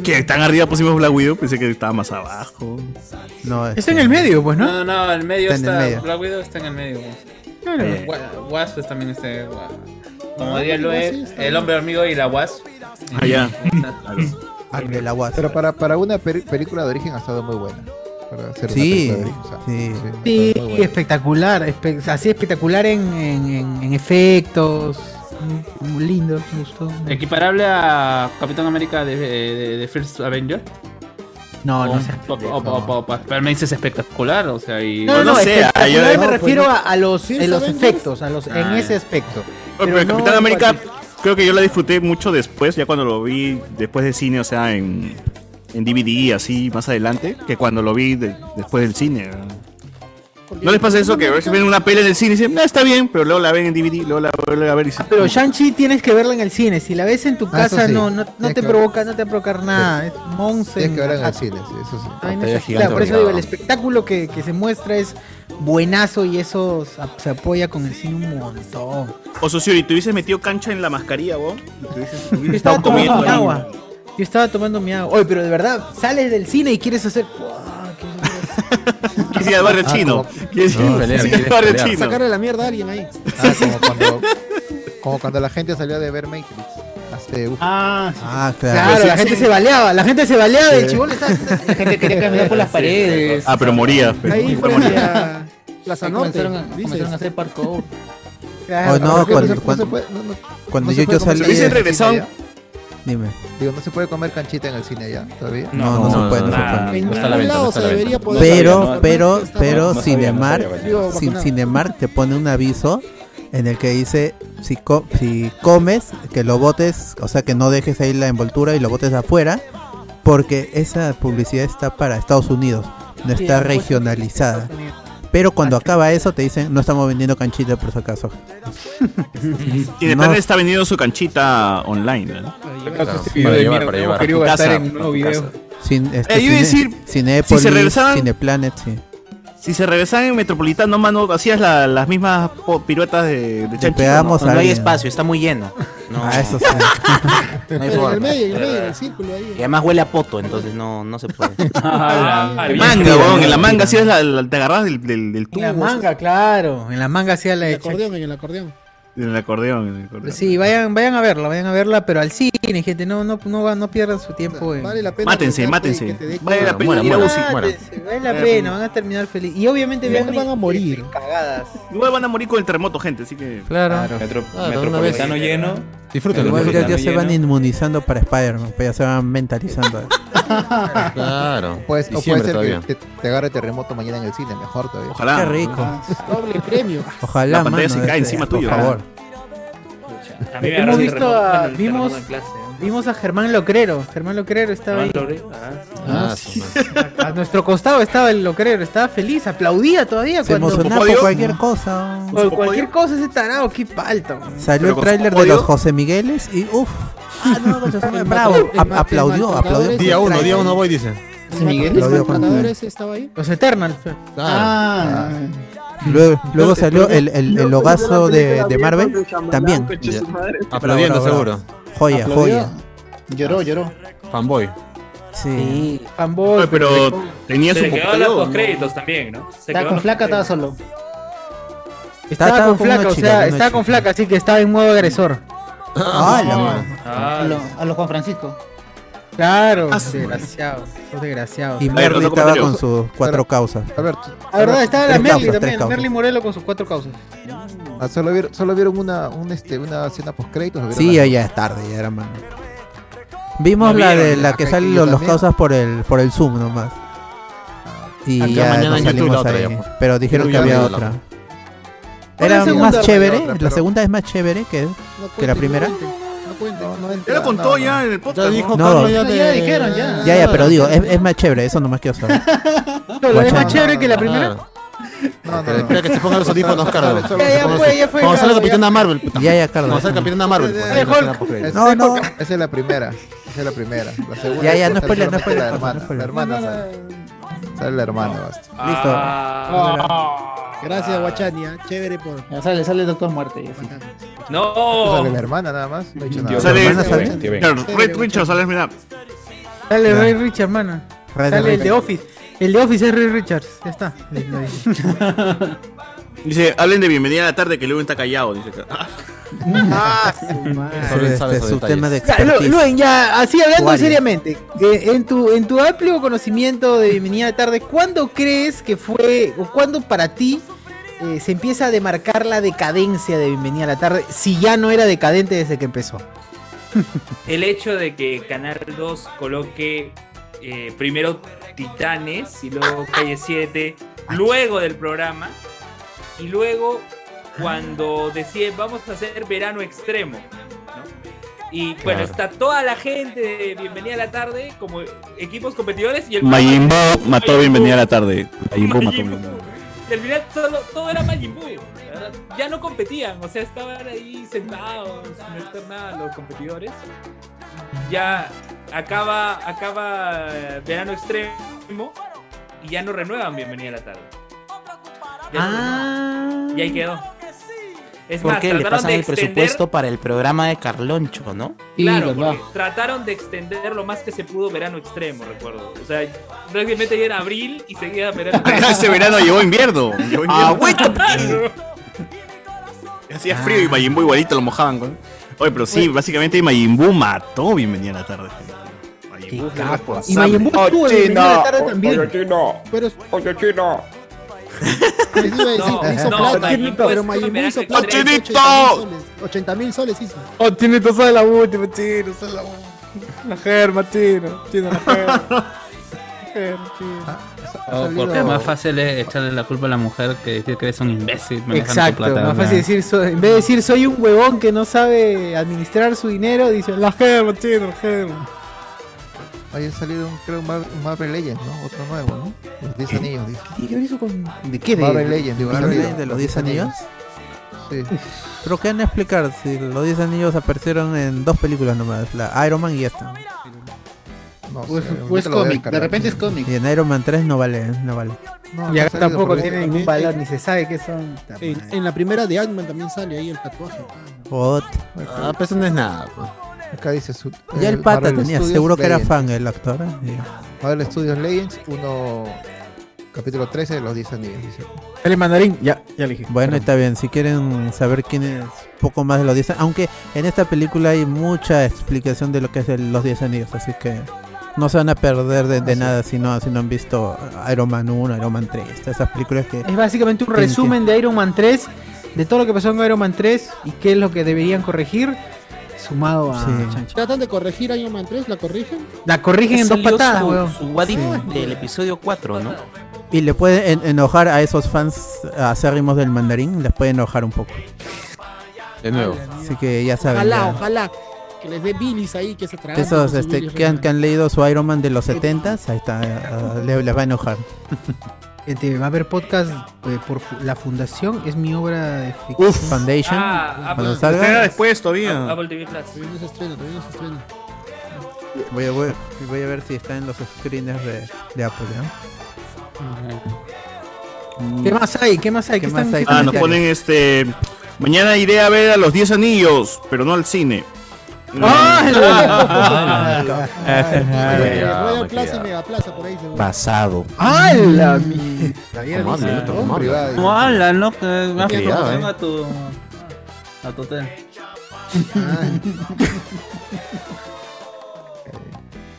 Speaker 2: Que tan arriba pusimos Black Widow, pensé que estaba más abajo.
Speaker 1: No,
Speaker 7: Está en el medio, pues, ¿no?
Speaker 9: No, no, el medio
Speaker 7: Está en el
Speaker 9: está.
Speaker 7: medio.
Speaker 9: Black Widow está en el medio. pues.
Speaker 7: Claro.
Speaker 9: Eh, Wa- Wasp es también este. wa- Como
Speaker 7: Ah,
Speaker 9: diría Loe,
Speaker 7: sí, está
Speaker 9: el
Speaker 7: bien.
Speaker 9: hombre hormigo y la Wasp.
Speaker 2: Ah, ya.
Speaker 12: Pero para, para una peri- película de origen ha estado muy buena. Para hacer una
Speaker 7: Sí,
Speaker 12: película de origen, o sea,
Speaker 7: Sí,
Speaker 12: muy bueno.
Speaker 7: espectacular, espe- así espectacular en, en- en- en efectos, Mm, muy- muy lindo, me gustó.
Speaker 9: (laughs) Equiparable a Capitán América de, de- de First Avenger.
Speaker 7: No,
Speaker 9: O-
Speaker 7: no sé.
Speaker 9: o- o- o- o- Pero me dices espectacular, o sea, y.
Speaker 7: No, no,
Speaker 3: ah,
Speaker 7: espectacular me
Speaker 9: No, pues,
Speaker 7: refiero
Speaker 9: no.
Speaker 7: a, a los,
Speaker 9: First
Speaker 7: en los
Speaker 9: Avengers.
Speaker 7: efectos, a los, en
Speaker 9: Ah,
Speaker 7: ese
Speaker 9: ya.
Speaker 7: aspecto.
Speaker 2: Oye, pero
Speaker 7: Pero no
Speaker 2: Capitán
Speaker 7: en
Speaker 2: América, creo que yo la disfruté mucho después, ya cuando lo vi después del cine, o sea, en, en DVD, así más adelante, que cuando lo vi de- después del cine. ¿No les pasa eso? Que a veces ven una peli en el cine y dicen, no, está bien, pero luego la ven en DVD, luego la vuelven a ver y dicen,
Speaker 7: Ah, Pero Shang-Chi tienes que verla en el cine. Si la ves en tu
Speaker 2: Ah, eso
Speaker 7: casa,
Speaker 2: sí.
Speaker 7: no, no, no
Speaker 2: Tienes
Speaker 7: te
Speaker 2: que-
Speaker 7: provoca, no te va a provocar nada. Es Monse.
Speaker 12: Tienes que verla en el cine, sí, eso sí.
Speaker 7: Ay, no
Speaker 12: Pantalla
Speaker 7: sé,
Speaker 12: gigante
Speaker 7: claro, por eso digo,
Speaker 12: obligado.
Speaker 7: el espectáculo que, que se muestra es buenazo y eso se ap- se apoya con el cine un montón.
Speaker 2: o "Oh, socio, y te hubieses metido cancha en la mascarilla, vos. Y te hubieses- hubieses
Speaker 7: Yo
Speaker 2: estado
Speaker 7: estaba
Speaker 2: comiendo
Speaker 7: tomando mi
Speaker 2: ahí.
Speaker 7: agua. Yo estaba tomando mi agua. Oye, pero de verdad, sales del cine y quieres hacer.
Speaker 2: Quieres ir al barrio chino. Quieres ir
Speaker 7: (laughs)
Speaker 12: No,
Speaker 2: quieres ir
Speaker 12: pelear,
Speaker 2: al barrio
Speaker 12: pelear.
Speaker 2: chino.
Speaker 10: Sacarle la mierda a alguien ahí.
Speaker 12: Ah, como cuando, como cuando la gente salió de ver Matrix. Hace, uf.
Speaker 7: Ah,
Speaker 12: claro.
Speaker 7: Claro, la gente se baleaba, la gente se baleaba y el
Speaker 12: Sí. (laughs)
Speaker 7: chivolo estaba haciendo así.
Speaker 13: La gente quería caminar por las paredes.
Speaker 2: Ah, pero moría. pero-
Speaker 10: Ahí
Speaker 2: pero
Speaker 10: fue
Speaker 2: moría.
Speaker 10: (laughs) la Plaza
Speaker 13: Ahí
Speaker 10: Norte.
Speaker 13: comenzaron, a, comenzaron a hacer parkour.
Speaker 10: Ah,
Speaker 1: Oh,
Speaker 12: ¿por
Speaker 1: no,
Speaker 12: qué
Speaker 1: cuando-
Speaker 12: se-
Speaker 1: cuando-
Speaker 12: se puede- no, no-
Speaker 1: cuando
Speaker 12: no
Speaker 1: yo-
Speaker 12: se puede
Speaker 1: yo
Speaker 12: comer
Speaker 1: salí-
Speaker 12: canchita
Speaker 1: Hubiesen
Speaker 12: en el
Speaker 1: regresado-
Speaker 12: cine
Speaker 1: Dime.
Speaker 12: allá? Digo, no se puede comer canchita en el cine ya, todavía.
Speaker 1: No, no, se puede, no
Speaker 12: nada,
Speaker 1: se puede.
Speaker 12: no está a la venta, no está a la venta.
Speaker 1: Pero,
Speaker 12: No, no,
Speaker 1: pero,
Speaker 12: no está-
Speaker 1: pero,
Speaker 12: no sabía, no
Speaker 1: Cinemark,
Speaker 12: sabía, vaya.
Speaker 1: Cin- Cinemark te pone un aviso en el que dice si, co- si comes, que lo botes, o sea, que no dejes ahí la envoltura y lo botes afuera, porque esa publicidad está para Estados Unidos,
Speaker 7: Sí,
Speaker 1: no está
Speaker 7: por supuesto.
Speaker 1: regionalizada. Pero cuando acaba eso te dicen, no estamos vendiendo canchita por si acaso.
Speaker 2: Cineplanet
Speaker 1: No.
Speaker 2: está vendiendo su canchita online. ¿no?
Speaker 1: Claro, este video para de llevar, mierda, para hemos llevar. querido gastar en un nuevo video. Sin, este,
Speaker 2: iba a
Speaker 1: Cine-
Speaker 2: decir,
Speaker 1: Cinépolis,
Speaker 2: Eh, si se regresaban-
Speaker 1: Cineplanet, sí.
Speaker 2: Si se regresaban en Metropolitano, mano, hacías la- las mismas po- piruetas de, de Chanchi.
Speaker 1: pegamos
Speaker 2: ¿no?
Speaker 1: a
Speaker 16: No hay
Speaker 1: alguien.
Speaker 16: espacio, está muy
Speaker 1: (laughs)
Speaker 16: lleno. (laughs) No.
Speaker 1: Ah, eso sí.
Speaker 16: No hay
Speaker 10: En
Speaker 16: forma.
Speaker 10: el medio, en el
Speaker 2: (laughs)
Speaker 10: medio, en el círculo ahí.
Speaker 16: Y además huele a poto, entonces no, no se
Speaker 1: (laughs)
Speaker 16: puede.
Speaker 5: Ah, la-
Speaker 2: En manga, weón, en la manga hacías la, la- te agarras del, del, del
Speaker 7: En
Speaker 2: tubo.
Speaker 7: la manga, claro. En la manga hacía la
Speaker 10: El
Speaker 7: de
Speaker 10: acordeón, en el acordeón.
Speaker 2: En el acordeón. en el acordeón.
Speaker 7: Sí, vayan, vayan a verla, vayan a verla, pero al cine, gente, no, no, no, va- no pierdan su tiempo. en-
Speaker 10: Vale la pena.
Speaker 2: Mátense,
Speaker 10: arriesgarte y
Speaker 2: mátense.
Speaker 10: que te dé
Speaker 2: Vale la
Speaker 10: cólera.
Speaker 2: pena ir a UCI.
Speaker 7: Mátense, vale la pena, van a terminar feliz. Y obviamente
Speaker 2: Igual
Speaker 7: vean
Speaker 2: van a
Speaker 7: morir. Cagadas.
Speaker 2: Igual van a morir con el terremoto, gente, así que.
Speaker 1: Claro.
Speaker 14: Metro- metropolitano lleno.
Speaker 1: Pero Igual ya, ya se van inmunizando para Spider-Man, pues ya se van mentalizando.
Speaker 12: Claro. Pues, o puede
Speaker 1: Diciembre
Speaker 12: ser
Speaker 1: todavía.
Speaker 12: que te, te agarre terremoto mañana en el cine, mejor todavía.
Speaker 1: Ojalá. Qué rico.
Speaker 10: Doble premio.
Speaker 1: Ojalá,
Speaker 2: La pantalla
Speaker 1: mano,
Speaker 2: se cae
Speaker 1: este,
Speaker 2: encima
Speaker 1: por
Speaker 2: tuyo.
Speaker 1: favor.
Speaker 5: A mí me agarró
Speaker 7: Hemos
Speaker 5: el
Speaker 7: visto
Speaker 5: terremoto-
Speaker 7: a,
Speaker 5: bueno, el
Speaker 7: vimos,
Speaker 5: terremoto en clase, ¿no?
Speaker 7: vimos a Germán Locrero. Germán Locrero estaba ahí.
Speaker 5: Germán Locrero, ah, sí.
Speaker 7: Ah,
Speaker 5: Ah,
Speaker 7: sí. A nuestro costado estaba el Locrero, estaba feliz, aplaudía todavía.
Speaker 1: Se
Speaker 7: cuando-
Speaker 1: emocionó por cualquier cosa.
Speaker 7: Por cualquier cosa ese tarado, qué palta. man.
Speaker 1: Salió el tráiler de los José Migueles y uff. Ah, no, José Miguel, bravo.
Speaker 7: El
Speaker 1: A-
Speaker 7: ma- el
Speaker 1: Aplaudió,
Speaker 7: matador
Speaker 1: aplaudió.
Speaker 7: es Día el uno, tráiler. día uno
Speaker 12: voy, dice.
Speaker 7: José Miguel,
Speaker 1: Aplaudió
Speaker 7: ¿los
Speaker 1: con-
Speaker 7: matadores
Speaker 10: estaba ahí?
Speaker 7: Los Eternals.
Speaker 12: Ah.
Speaker 1: Luego, luego salió el, el, el hogazo de, de Marvel. También.
Speaker 4: Aplaudiendo,
Speaker 1: Bravo, bravo.
Speaker 4: seguro.
Speaker 1: Joya, joya.
Speaker 13: Lloró, lloró.
Speaker 4: Ah, Fanboy.
Speaker 1: Sí.
Speaker 7: Fanboy.
Speaker 2: pero tenía
Speaker 5: Se
Speaker 2: su
Speaker 5: le quedó
Speaker 2: poco-
Speaker 5: los postcréditos también, ¿no? Se
Speaker 13: Estaba
Speaker 5: quedó
Speaker 13: con
Speaker 5: los
Speaker 13: flaca, estaba solo.
Speaker 7: Estaba,
Speaker 1: Estaba
Speaker 7: con
Speaker 1: con
Speaker 7: flaca,
Speaker 1: una
Speaker 7: o
Speaker 1: chica,
Speaker 7: sea,
Speaker 1: con una
Speaker 7: estaba con
Speaker 1: chica.
Speaker 7: flaca, así que estaba en modo agresor.
Speaker 1: Ah, la madre.
Speaker 5: Ah,
Speaker 13: a, los Juan Francisco.
Speaker 7: Claro,
Speaker 13: Ah, su-
Speaker 7: desgraciado, sos desgraciado.
Speaker 1: Y Merly estaba con sus cuatro causas.
Speaker 12: Alberto.
Speaker 7: La Ah, verdad, estaba la
Speaker 1: Tres
Speaker 7: Merly
Speaker 1: causas, tres
Speaker 7: también,
Speaker 1: causas.
Speaker 7: Merly Morelo con sus cuatro causas.
Speaker 12: Ah, solo vieron, solo vieron una, un, este, una escena post créditos.
Speaker 1: Sí, ya, ya es tarde, ya era mano. Vimos
Speaker 12: No
Speaker 1: la
Speaker 12: vieron,
Speaker 1: de la
Speaker 12: acá
Speaker 1: que
Speaker 12: que
Speaker 1: salen
Speaker 12: yo
Speaker 1: los, los
Speaker 12: también. Ah,
Speaker 1: causas por el por el Zoom nomás.
Speaker 12: Acá
Speaker 1: Y ya
Speaker 12: mañana
Speaker 1: nos
Speaker 12: en YouTube
Speaker 1: salimos
Speaker 12: la otra,
Speaker 1: ahí.
Speaker 12: ya, pues.
Speaker 1: Pero dijeron
Speaker 12: Yo
Speaker 1: que
Speaker 12: ya
Speaker 1: había
Speaker 12: vi la otra.
Speaker 1: otra.
Speaker 10: Ahora
Speaker 1: Era
Speaker 10: la segunda
Speaker 1: más
Speaker 10: la
Speaker 1: chévere,
Speaker 10: otra,
Speaker 1: la
Speaker 10: pero-
Speaker 1: segunda es más chévere que, que la primera.
Speaker 10: No cuente.
Speaker 2: Ya lo contó ya en el podcast.
Speaker 10: dijo
Speaker 1: No. Carlos,
Speaker 10: ya
Speaker 1: te-
Speaker 10: ya dijeron, ya.
Speaker 1: Ya, ya, pero digo, es, es más chévere, eso nomás quiero
Speaker 7: (laughs)
Speaker 1: saber.
Speaker 7: Solo, ¿Es
Speaker 1: Guachán.
Speaker 7: más chévere que la primera?
Speaker 4: Espera que se pongan los audífonos, Carlos.
Speaker 7: Ya, ya
Speaker 4: Se pongan
Speaker 7: fue,
Speaker 4: los-
Speaker 7: ya fue,
Speaker 4: Vamos a hacer la
Speaker 7: Carlos,
Speaker 4: Capitana Marvel, puta.
Speaker 1: Ya, ya, Carlos.
Speaker 4: Vamos a hacer Capitana Marvel. pues,
Speaker 7: Ya,
Speaker 4: en la
Speaker 7: Hulk.
Speaker 4: escena post-créditos.
Speaker 12: No,
Speaker 1: no.
Speaker 12: no. Esa es la primera. Esa es la primera. La segunda
Speaker 1: Ya, ya,
Speaker 12: es solamente
Speaker 1: no spoiler, no spoiler,
Speaker 12: La
Speaker 1: no
Speaker 12: hermana, la
Speaker 1: spoiler.
Speaker 12: hermana sale. Sale la hermana, basta.
Speaker 7: Ah.
Speaker 19: Listo.
Speaker 20: Ah.
Speaker 19: Gracias,
Speaker 7: ¿eh?
Speaker 19: Guachania. Chévere por.
Speaker 21: Ya sale, sale el doctor muerte. y así.
Speaker 5: No.
Speaker 12: Sale la hermana nada más. No he dicho nada.
Speaker 2: Sale
Speaker 12: ¿La hermana sale?
Speaker 2: Red Richard, sale, mira.
Speaker 7: Dale, Ray Richard, mano.
Speaker 2: Ray
Speaker 7: Dale el
Speaker 2: Richard.
Speaker 7: de Office. El de Office es Ray Richards.
Speaker 12: (laughs)
Speaker 7: Ya está. Le- le dije.
Speaker 2: Dice, hablen de bienvenida a la tarde que Luen está callado. Dice. Ah.
Speaker 12: Ah.
Speaker 1: Sobre este,
Speaker 2: sabe esos
Speaker 1: su tema de
Speaker 7: Ya, Lu-
Speaker 1: expertise.
Speaker 7: Luen, ya, así hablando
Speaker 1: Usuario.
Speaker 7: seriamente, eh, en, tu, en tu amplio conocimiento de Bienvenida a la Tarde, ¿cuándo crees que fue, o cuándo para ti eh, se empieza a demarcar la decadencia de Bienvenida a la Tarde, si ya no era decadente desde que empezó?
Speaker 5: El hecho de que Canal 2 coloque eh, primero Titanes y luego Calle 7, luego del programa, y luego cuando deciden vamos a hacer verano extremo. ¿no? Y bueno,
Speaker 2: Claro.
Speaker 5: está toda la gente de Bienvenida a la Tarde como equipos competidores y el
Speaker 2: Majin Buu mató a bienvenida a la tarde. Majin Buu mató a
Speaker 5: Majin
Speaker 2: bienvenida.
Speaker 5: Y al final solo- todo era Majin Buu. la verdad. Ya no competían, o sea, estaban ahí sentados, no hacer nada los competidores. Ya acaba, acaba eh, verano extremo y ya no renuevan Bienvenida a la tarde. Ya no renuevan. Y ahí quedó. Es más,
Speaker 14: Porque Ah. le
Speaker 5: trataron
Speaker 14: pasan
Speaker 5: de
Speaker 14: el
Speaker 5: extender-
Speaker 14: presupuesto para el programa de Carloncho, ¿no?
Speaker 5: Claro, porque trataron de extender lo más que se pudo verano extremo, recuerdo. O sea, prácticamente ya era abril y seguía
Speaker 2: (laughs)
Speaker 5: verano extremo.
Speaker 2: Ah, Ese verano llegó invierno. Llegó
Speaker 7: Ah,
Speaker 2: invierno.
Speaker 5: (laughs)
Speaker 2: Hacía frío
Speaker 7: Ah,
Speaker 2: y Majin Buu igualito lo mojaban. con- Oye, pero sí, básicamente Majin Buu mató bienvenida a la tarde. Majin Buu es
Speaker 7: Y Majin Buu
Speaker 2: responsable.
Speaker 5: ¡Oh,
Speaker 7: estuvo en Bienvenida a la Tarde también.
Speaker 19: Pero
Speaker 11: Oye,
Speaker 19: les
Speaker 11: chino.
Speaker 19: iba a decir,
Speaker 11: No,
Speaker 19: hizo
Speaker 11: no,
Speaker 19: plata,
Speaker 11: Majin Buu
Speaker 19: pero
Speaker 11: estuvo
Speaker 19: Majin Buu
Speaker 11: en
Speaker 19: hizo
Speaker 11: verano
Speaker 19: plata.
Speaker 11: extremo.
Speaker 19: 80 mil soles hizo.
Speaker 7: Oh, Tinito, sale la última, Tino, sale la última. La germa, Tino, Tino,
Speaker 19: (laughs)
Speaker 7: la germa.
Speaker 3: Oh, porque más fácil es echarle la culpa a la mujer que decir que eres un imbécil. manejando tu
Speaker 7: Exacto,
Speaker 3: plata,
Speaker 7: más
Speaker 3: ¿no?
Speaker 7: fácil decir, soy- en vez de decir soy un huevón que no sabe administrar su dinero, dice la germa, Tino, la germa.
Speaker 12: Ahí ha salido un, creo, un Mar- un Marvel Legends, ¿no? Otro nuevo, ¿no? Los 10 anillos, dice.
Speaker 7: ¿Qué ver eso con.?
Speaker 12: ¿De qué? De-
Speaker 1: Marvel Legends,
Speaker 12: de
Speaker 1: Marvel
Speaker 12: Marvel
Speaker 1: Legends de los 10 anillos.
Speaker 12: Sí.
Speaker 1: Pero qué han de explicar si los 10 anillos aparecieron en dos películas nomás, la Iron Man y esta.
Speaker 12: No
Speaker 21: Pues-
Speaker 12: sé,
Speaker 21: pues
Speaker 12: ahorita lo voy a
Speaker 21: cómic,
Speaker 12: descargar.
Speaker 21: de repente es cómic.
Speaker 1: Y en Iron Man 3 no vale, ¿eh? no vale.
Speaker 12: No,
Speaker 7: y
Speaker 12: no ha
Speaker 7: acá
Speaker 12: salido
Speaker 7: tampoco
Speaker 12: porque
Speaker 7: tiene
Speaker 12: también-
Speaker 7: ningún valor, ni se sabe qué son.
Speaker 19: En, en la primera de Ant-Man también sale ahí el tatuaje.
Speaker 1: Pot.
Speaker 12: Ah, pues eso no es nada. pues. Acá dice su,
Speaker 1: Ya el pata
Speaker 12: Marvel
Speaker 1: tenía,
Speaker 12: Studios
Speaker 1: seguro que era
Speaker 12: Legends.
Speaker 1: fan el actor. ¿eh? Sí.
Speaker 12: Marvel Studios Legends, uno capítulo 13 de los 10 anillos, dice.
Speaker 7: El mandarín, ya, ya le dije.
Speaker 1: Bueno, está bien, si quieren saber quién es poco más de los 10 aunque en esta película hay mucha explicación de lo que es el- los 10 anillos, así que no se van a perder de, de
Speaker 12: Ah,
Speaker 1: nada si no, si no han visto Iron Man 1, Iron Man 3, todas esas películas que...
Speaker 7: Es básicamente un
Speaker 1: que- que-
Speaker 7: resumen de Iron Man 3, de todo lo que pasó en Iron Man 3 y qué es lo que deberían corregir, sumado a. Chan-
Speaker 19: Tratan de corregir Iron Man 3, ¿la corrigen?
Speaker 7: La corrigen en dos
Speaker 14: Salió
Speaker 7: patadas,
Speaker 14: su-
Speaker 7: weón.
Speaker 14: Su what if del episodio 4, ¿no?
Speaker 1: Y le puede en- enojar a esos fans acérrimos del mandarín, les puede enojar un poco.
Speaker 4: De nuevo.
Speaker 1: Así que ya saben.
Speaker 19: Ojalá,
Speaker 1: ya.
Speaker 19: ojalá. Que les dé bilis ahí, que se tragan.
Speaker 1: Esos este, que, han, que han leído su Iron Man de los 70s, ahí está, eh, les, les va a enojar.
Speaker 7: Este, va a haber podcast eh, por fu- la fundación, es mi obra de ficción. Ah,
Speaker 1: Uf, Foundation.
Speaker 5: Ah,
Speaker 1: Cuando
Speaker 5: Apple-
Speaker 1: salga,
Speaker 2: Era después todavía.
Speaker 5: Apple TV Plus.
Speaker 19: Todavía no se estrena, todavía no se estrena.
Speaker 1: Voy a, voy, voy a ver si está en los screeners de, de Apple. ¿no?
Speaker 7: ¿Qué más hay? ¿Qué más hay? ¿Qué están- qué
Speaker 2: Ah,
Speaker 7: están
Speaker 2: nos
Speaker 7: haciendo?
Speaker 2: ponen este. Mañana iré a ver a los 10 anillos, pero no al cine.
Speaker 7: (laughs) ¡Ah!
Speaker 3: pues,
Speaker 2: (laughs)
Speaker 19: Eh,
Speaker 2: ya,
Speaker 19: Royal
Speaker 2: me
Speaker 19: Plaza,
Speaker 2: queda.
Speaker 19: Mega Plaza, por ahí seguro.
Speaker 14: Pasado.
Speaker 7: ¡Ah, la mi-
Speaker 14: Tomable,
Speaker 7: dice,
Speaker 14: tomable.
Speaker 7: ¿no? Privada, dice.
Speaker 3: Como habla, ¿no? Que Más
Speaker 14: Cuidado,
Speaker 3: promoción
Speaker 14: eh.
Speaker 3: a tu. a tu hotel.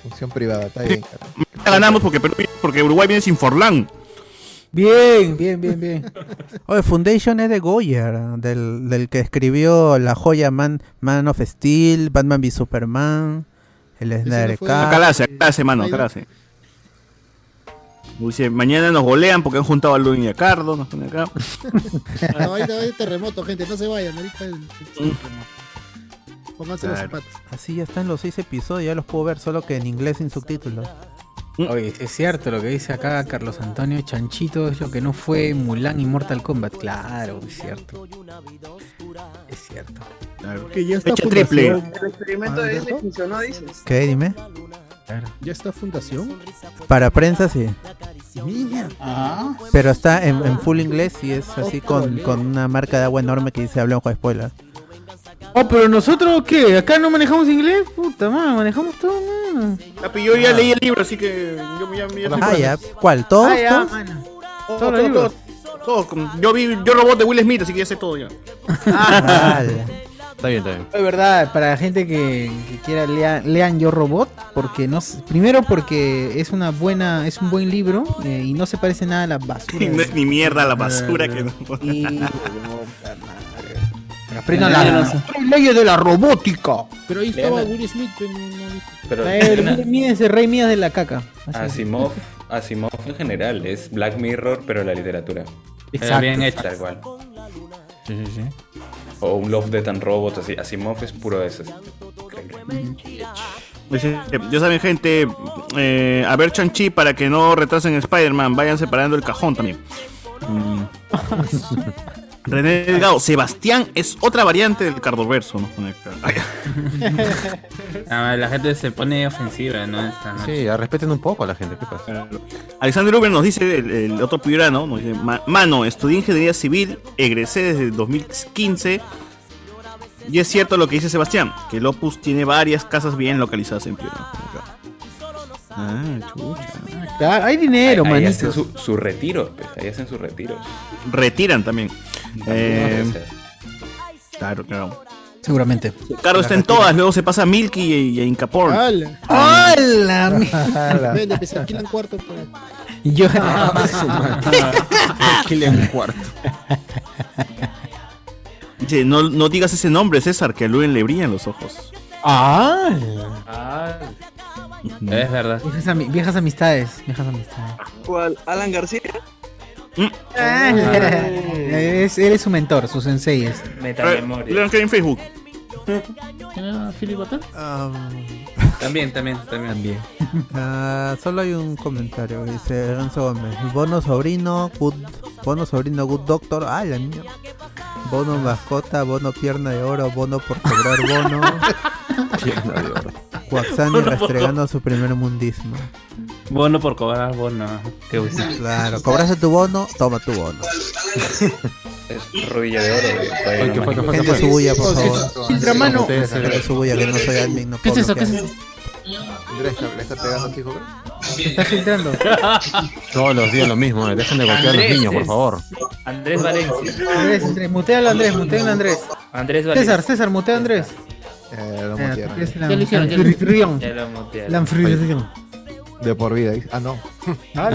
Speaker 12: Función privada, está bien. cara.
Speaker 2: Ya ganamos porque, Perú- porque Uruguay viene sin Forlán.
Speaker 7: Bien, bien, bien, bien.
Speaker 1: Oye, Foundation es de Goyer, del, del que escribió la joya Man, Man of Steel, Batman v Superman, el Snyder Cut.
Speaker 2: Acá la hace, acá la hace, mano, acá la hace. Dice, mañana nos golean porque han juntado a Luis y a Cardo. Nos ponen
Speaker 7: (laughs)
Speaker 2: acá.
Speaker 19: Ah, No, ahí ahí hay terremoto, gente, no se vayan. Ahorita el- pónganse los
Speaker 1: Claro.
Speaker 19: zapatos.
Speaker 1: Así ya están los seis episodios, ya los puedo ver, solo que en inglés sin subtítulos.
Speaker 7: Mm. Oye, es cierto lo que dice acá Carlos Antonio Chanchito, es lo que no fue Mulan y Mortal Kombat. Claro, es cierto. Es cierto.
Speaker 19: Que ya está
Speaker 7: Fecha triple.
Speaker 19: fundación.
Speaker 11: El experimento de Disney funcionó, dices.
Speaker 1: ¿Qué? Dime.
Speaker 19: ¿Ya está fundación?
Speaker 1: Para prensa sí.
Speaker 22: Mira. Ah.
Speaker 1: Pero está en, en full inglés y es así con, con una marca de agua enorme que dice hablamos con spoiler.
Speaker 7: Oh, pero nosotros qué? Acá no manejamos inglés, puta madre, manejamos todo. mano.
Speaker 2: Papi, yo ya leí el libro, así que yo ya, ya
Speaker 1: Ah, ya. ¿Cuál? ¿Todos?
Speaker 7: Ah, ya,
Speaker 1: todos?
Speaker 7: mano.
Speaker 2: Todo,
Speaker 7: Todos los
Speaker 2: todo,
Speaker 7: libros.
Speaker 2: todo, todo, con- Yo vi yo robot de Will Smith, así que ya sé todo
Speaker 1: (laughs)
Speaker 2: ya.
Speaker 1: Ah,
Speaker 4: Está bien, está bien.
Speaker 7: Es verdad, para la gente que, que quiera lea- lean Yo Robot, porque no s- primero porque es una buena, es un buen libro eh, y no se parece nada a la basura. Ah,
Speaker 2: Y no es ni mierda la basura que no.
Speaker 7: (laughs)
Speaker 2: Ah,
Speaker 7: Aprendan la- las leyes de la robótica.
Speaker 23: Pero ahí estaba
Speaker 14: Leana.
Speaker 23: Will Smith, pero no- no-
Speaker 14: Pero
Speaker 7: El Will Smith es el rey mías de la caca.
Speaker 14: Asimov, Asimov en general es Black Mirror, pero la literatura.
Speaker 3: Exacto. Bien hecho.
Speaker 14: Tal cual. O un Love, Death and Robots, así. Asimov es puro de esos.
Speaker 2: Dice, Ya saben, gente, eh, a ver Chanchi para que no retrasen Spider-Man, vayan separando el cajón también. Mm.
Speaker 3: (laughs)
Speaker 2: René Delgado, Ah, Sebastián es otra variante del Cardoverso, ¿no? Ay,
Speaker 3: Ah, la gente se pone ofensiva, ¿no? Esta noche.
Speaker 4: Ah, Sí, ya respeten un poco a la gente, ¿qué pasa?
Speaker 2: Alexander Uber nos dice, el, el otro piurano, nos dice, "Ma- mano, estudié ingeniería civil, egresé desde el 2015. Y es cierto lo que dice Sebastián, que el Opus tiene varias casas bien localizadas en Piura. Ah, chucha.
Speaker 7: Claro, Ah, hay dinero,
Speaker 14: ahí
Speaker 2: manito.
Speaker 14: hacen su, su retiro, pues, ahí hacen sus retiros. Ah,
Speaker 2: Retiran también. Eh, claro, claro.
Speaker 7: Seguramente.
Speaker 2: Claro, está en todas, luego se pasa a Milky y, y a Incaporn.
Speaker 23: ¡Hala!
Speaker 14: (laughs)
Speaker 7: ¡Hala!
Speaker 23: Ala. Vende, pues alquilan cuarto para.
Speaker 1: (laughs)
Speaker 7: Yo.
Speaker 1: Ah,
Speaker 4: Alquilen cuarto.
Speaker 2: Dice, no, no digas ese nombre, César, que a Luen le brillan los ojos.
Speaker 7: Ah.
Speaker 3: Ah. Es verdad.
Speaker 7: Viejas, ami- viejas amistades, viejas amistades.
Speaker 11: ¿Cuál? ¿Alan García?
Speaker 7: Mm.
Speaker 15: Ah.
Speaker 11: Ah.
Speaker 7: Es- él es su mentor, su sensei es.
Speaker 3: Eh.
Speaker 5: Metamemoria.
Speaker 2: Leon que hay en Facebook.
Speaker 22: ¿Quién era Philip Butler?
Speaker 3: También, también, también.
Speaker 1: Ah, solo hay un comentario, dice Renzo Gómez. Bono sobrino, good, bono sobrino, good doctor. Ah, la mierda. Bono mascota, bono pierna de oro, bono por cobrar
Speaker 7: (laughs)
Speaker 1: bono.
Speaker 3: Pierna de oro.
Speaker 1: Cuaxani
Speaker 3: Bono por-
Speaker 1: rastregando su primer mundismo.
Speaker 3: Bono por cobrar, bono. Qué gusto.
Speaker 1: Claro, cobraste tu bono, toma tu bono.
Speaker 14: Es rodilla de oro. güey. Todavía no me-
Speaker 1: Gente su bulla, por favor.
Speaker 14: Filtra, mano.
Speaker 1: Gente su bulla, que no soy admin, no
Speaker 14: ¿Qué es
Speaker 1: puedo
Speaker 14: eso? ¿Qué es
Speaker 1: bloquear.
Speaker 12: Andrés, ¿le está pegando a ti, joven?
Speaker 7: Se está filtrando.
Speaker 4: Todos los días lo mismo, eh, dejen de golpear a los
Speaker 7: Andrés
Speaker 4: niños, por
Speaker 7: es-
Speaker 4: favor.
Speaker 5: Andrés Valencia.
Speaker 7: Andrés, Andrés, mutealo Andrés, mutealo Andrés.
Speaker 5: Andrés Valencia.
Speaker 7: César, César, mutea a Andrés.
Speaker 12: Eh, lo
Speaker 7: Eh,
Speaker 12: mutearon.
Speaker 7: es la- Ya lo hicieron, ya lo hicieron. Ya lo mutearon. La anfitrión.
Speaker 12: De por vida. ¿eh? Ah, no. (laughs)
Speaker 7: (laughs)
Speaker 3: La,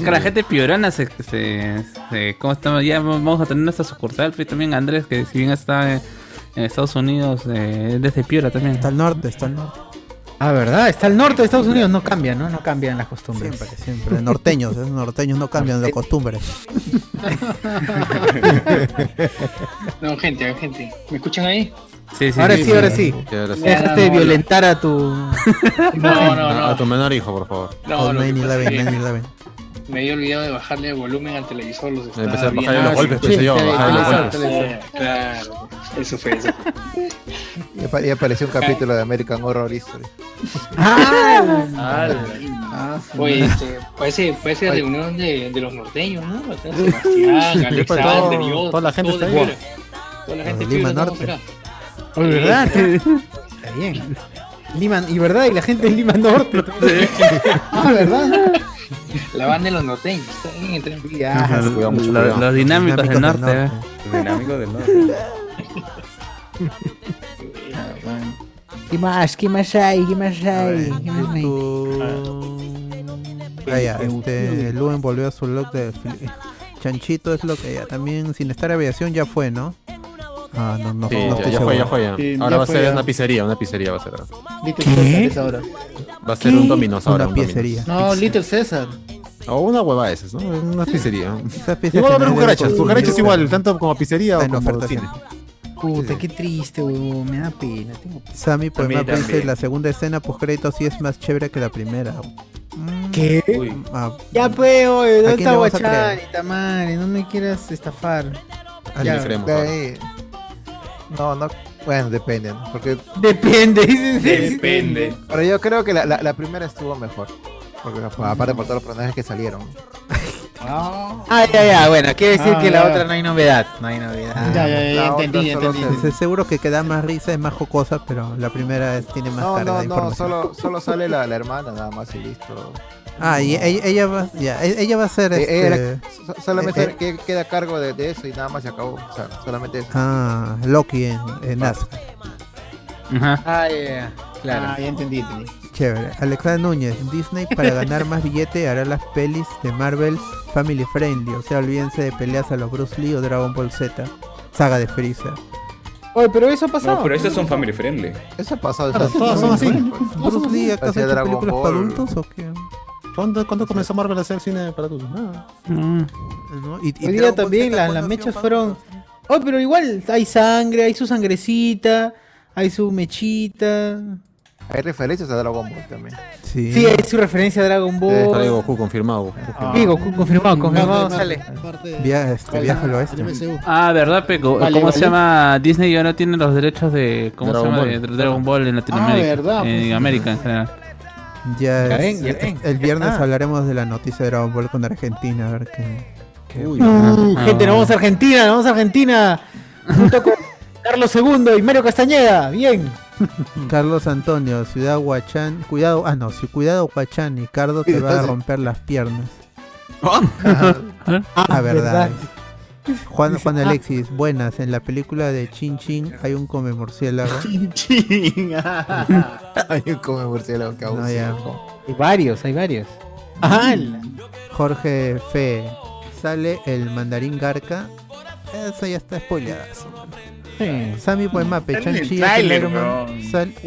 Speaker 3: que la Ah, gente piorana se, se, se- ¿cómo estamos? Ya vamos a tener nuestra sucursal, pues, también Andrés, que si bien está en, en Estados Unidos, eh, es desde Piura también. Está
Speaker 1: al norte, está al norte.
Speaker 7: Ah, ¿verdad? Está al (laughs) norte de Estados Unidos, no cambia, ¿no? No cambian las costumbres.
Speaker 1: Siempre, siempre. Norteños, esos norteños no cambian
Speaker 7: (laughs)
Speaker 1: de costumbres.
Speaker 11: No, gente, gente. ¿Me escuchan ahí? Este
Speaker 7: ahora sí, ahora sí.
Speaker 4: Sí, ahora sí.
Speaker 7: Déjate de este, violentar a tu.
Speaker 11: (laughs) No, no,
Speaker 12: Ah,
Speaker 4: A- A
Speaker 11: no.
Speaker 4: tu menor hijo, por favor.
Speaker 11: No, lo que pasa es que
Speaker 1: 9-11.
Speaker 11: Me había olvidado de bajarle el volumen al televisor. Los estaba
Speaker 4: Empezar a
Speaker 11: viendo. Ah,
Speaker 4: bajarle los golpes,
Speaker 11: sí,
Speaker 4: pensé yo,
Speaker 11: televisor,
Speaker 4: bajarle los
Speaker 11: televisor,
Speaker 4: golpes.
Speaker 11: Claro, eso fue eso. fue.
Speaker 12: Y apa- y apareció un capítulo de American Horror History.
Speaker 11: Ah,
Speaker 12: Ah, su
Speaker 11: Oye,
Speaker 12: madre.
Speaker 11: este, parece, parece reunión de, de los norteños, ¿no? Acá Sebastián,
Speaker 12: Sí, pues,
Speaker 11: Alexander,
Speaker 12: todo-
Speaker 11: yo,
Speaker 12: toda la gente
Speaker 11: todo
Speaker 12: está ahí.
Speaker 11: de- Toda la
Speaker 1: Los
Speaker 11: gente
Speaker 1: de Lima
Speaker 11: pibe, estamos
Speaker 1: Norte.
Speaker 11: acá.
Speaker 7: Oh, ¿verdad? Está bien. Lima, y verdad, y la gente de Lima Norte. (laughs) ah, ¿verdad?
Speaker 11: La banda de los norteños, está bien, está bien.
Speaker 7: Ajá,
Speaker 3: Los- cuidado, mucho los- cuidado. los dinámicos del norte,
Speaker 7: ¿eh?
Speaker 14: Los dinámicos del norte.
Speaker 11: Ah,
Speaker 7: ¿Qué más? ¿Qué más hay? ¿Qué más hay? ¿Qué más hay?
Speaker 1: Ah, ya, este, Luen volvió a su blog de fili- Chanchito es lo que ya también sin estar aviación ya fue, ¿no? Ah, no, no,
Speaker 4: Sí,
Speaker 1: no
Speaker 4: ya- ya,
Speaker 1: estoy
Speaker 4: fue, ya
Speaker 1: seguro.
Speaker 4: fue. Ya.
Speaker 1: Sí,
Speaker 4: ahora
Speaker 1: ya
Speaker 4: va a
Speaker 1: fue,
Speaker 4: ser
Speaker 1: ya.
Speaker 4: una pizzería, una pizzería va a ser.
Speaker 1: ¿Qué?
Speaker 4: ahora. Va a ser un dominos ahora.
Speaker 1: Una pizzería.
Speaker 4: No,
Speaker 7: Little César.
Speaker 4: O una hueva de esas, ¿no? Una pizzería.
Speaker 1: pizzas
Speaker 4: Igual va a haber
Speaker 1: tienen
Speaker 4: cucarachas.
Speaker 1: un-
Speaker 4: Cucarachas igual, tanto como pizzería o
Speaker 1: Está en
Speaker 4: como
Speaker 1: oferta
Speaker 4: cine.
Speaker 7: Puta, qué triste, huevón. Me da pena. Tengo...
Speaker 1: Sammy por
Speaker 7: También,
Speaker 1: dice
Speaker 7: también.
Speaker 1: la segunda escena post crédito sí es más chévere que la primera. Mm,
Speaker 7: ¿Qué?
Speaker 1: Ah,
Speaker 7: Ya, pues, oye,
Speaker 1: ¿A
Speaker 7: ¿dónde
Speaker 1: quién
Speaker 7: está
Speaker 1: le vas a
Speaker 7: Guachani,
Speaker 1: creer?
Speaker 7: madre? No me quieras estafar.
Speaker 12: Ah,
Speaker 7: Ya.
Speaker 12: le creemos,
Speaker 7: Ya,
Speaker 12: ahora. No, no. Bueno, depende. ¿no? Porque...
Speaker 1: (laughs)
Speaker 7: Depende.
Speaker 12: Pero yo creo que la, la- la primera estuvo mejor. Porque aparte por todos los personajes que salieron.
Speaker 24: Ah, ya, ya, bueno, quiere decir
Speaker 12: Ah,
Speaker 24: que la
Speaker 12: ya.
Speaker 24: otra no hay novedad. No hay novedad.
Speaker 12: La otra solo se-
Speaker 1: Sí, Seguro que queda más risa, es más jocosa, pero la primera es- tiene más
Speaker 12: No,
Speaker 1: carga
Speaker 12: no,
Speaker 1: de
Speaker 12: no,
Speaker 1: información.
Speaker 12: solo, solo sale la, la hermana nada más y listo.
Speaker 1: Ah, y ella, ella va, ya, e- ella va a ser
Speaker 12: Eh,
Speaker 1: este...
Speaker 12: era- so- solamente
Speaker 1: eh, eh,
Speaker 12: que- queda a cargo de, de eso y nada más se acabó. O sea, solamente eso.
Speaker 1: ah, Loki en, en Nazca.
Speaker 24: Ah, ya, ya, claro.
Speaker 25: Ah, ya entendí, entendí.
Speaker 1: Chévere. Alexa Núñez, Disney para ganar más billete hará las pelis de Marvel Family Friendly. O sea, olvídense de peleas a los Bruce Lee o Dragon Ball Z. Saga de Freezer.
Speaker 24: Oye, pero eso ha pasado.
Speaker 14: No, pero esas son family friendly.
Speaker 12: Eso ha pasado.
Speaker 1: Claro,
Speaker 12: eso-
Speaker 1: todas
Speaker 12: eso-
Speaker 1: son así.
Speaker 12: pues.
Speaker 1: Bruce
Speaker 12: Todas son
Speaker 1: Lee,
Speaker 12: así.
Speaker 1: ¿acaso
Speaker 12: Hacía
Speaker 1: ha hecho
Speaker 12: Dragon
Speaker 1: películas para
Speaker 12: Ball.
Speaker 1: adultos o qué?
Speaker 4: ¿Cuándo, cuándo comenzó Marvel a hacer cine para adultos? Nada.
Speaker 14: Ah.
Speaker 1: ¿No?
Speaker 7: Y,
Speaker 1: Y- y
Speaker 7: Hoy día
Speaker 1: Dragon Ball
Speaker 7: también
Speaker 1: Z,
Speaker 7: la-
Speaker 1: ¿cuándo
Speaker 7: las
Speaker 1: ha
Speaker 7: mechas fueron. Oh, pero igual hay sangre, hay su sangrecita, hay su mechita.
Speaker 12: Hay referencias a Dragon Ball también.
Speaker 1: Sí,
Speaker 7: Sí, hay su referencia a Dragon Ball.
Speaker 4: Sale Goku confirmado.
Speaker 1: Ah.
Speaker 4: Goku.
Speaker 7: Sí, Goku confirmado, confirmado,
Speaker 25: Parte-
Speaker 7: sale.
Speaker 25: parte-
Speaker 1: Via- este, viaja al oeste.
Speaker 3: (laughs) Ah, ¿verdad, Peco?
Speaker 26: Vale,
Speaker 3: ¿Cómo
Speaker 26: vale.
Speaker 3: se llama? Disney ya no tiene los derechos de. ¿Cómo
Speaker 26: Dragon
Speaker 3: se llama?
Speaker 26: Ball.
Speaker 3: De Dra- Dragon Ball en Latinoamérica.
Speaker 26: Ah, verdad,
Speaker 3: En
Speaker 26: pues.
Speaker 3: América en general.
Speaker 1: Ya,
Speaker 3: Ya
Speaker 1: es- este,
Speaker 3: ven, ya ven,
Speaker 1: el
Speaker 3: ya
Speaker 1: viernes
Speaker 3: está.
Speaker 1: hablaremos de la noticia de Dragon Ball con Argentina, a ver qué. qué-
Speaker 7: Uh, gente, nos vamos a Argentina, nos vamos a Argentina. Junto con (laughs) Carlos II y Mario Castañeda. Bien.
Speaker 1: (laughs) Carlos Antonio, Ciudad Huachán, cuidado, ah no, si cuidado Huachán y Cardo te va a
Speaker 7: Entonces-
Speaker 1: romper las piernas.
Speaker 7: Ah,
Speaker 1: ah, verdad.
Speaker 7: verdad.
Speaker 1: Juan, Juan
Speaker 7: ah.
Speaker 1: Alexis, buenas, en la película de Chin Chin hay un come murciélago.
Speaker 7: (laughs) Chin (laughs) Chin.
Speaker 12: Hay un come murciélago que aún
Speaker 1: No,
Speaker 12: sí.
Speaker 1: ya.
Speaker 7: Hay varios, hay varios.
Speaker 1: Jorge Fe, sale el mandarín garca. Eso ya está spoileada. Sammy pues, Poemape,
Speaker 7: Sale en el
Speaker 1: Chanchi
Speaker 7: tráiler, weón.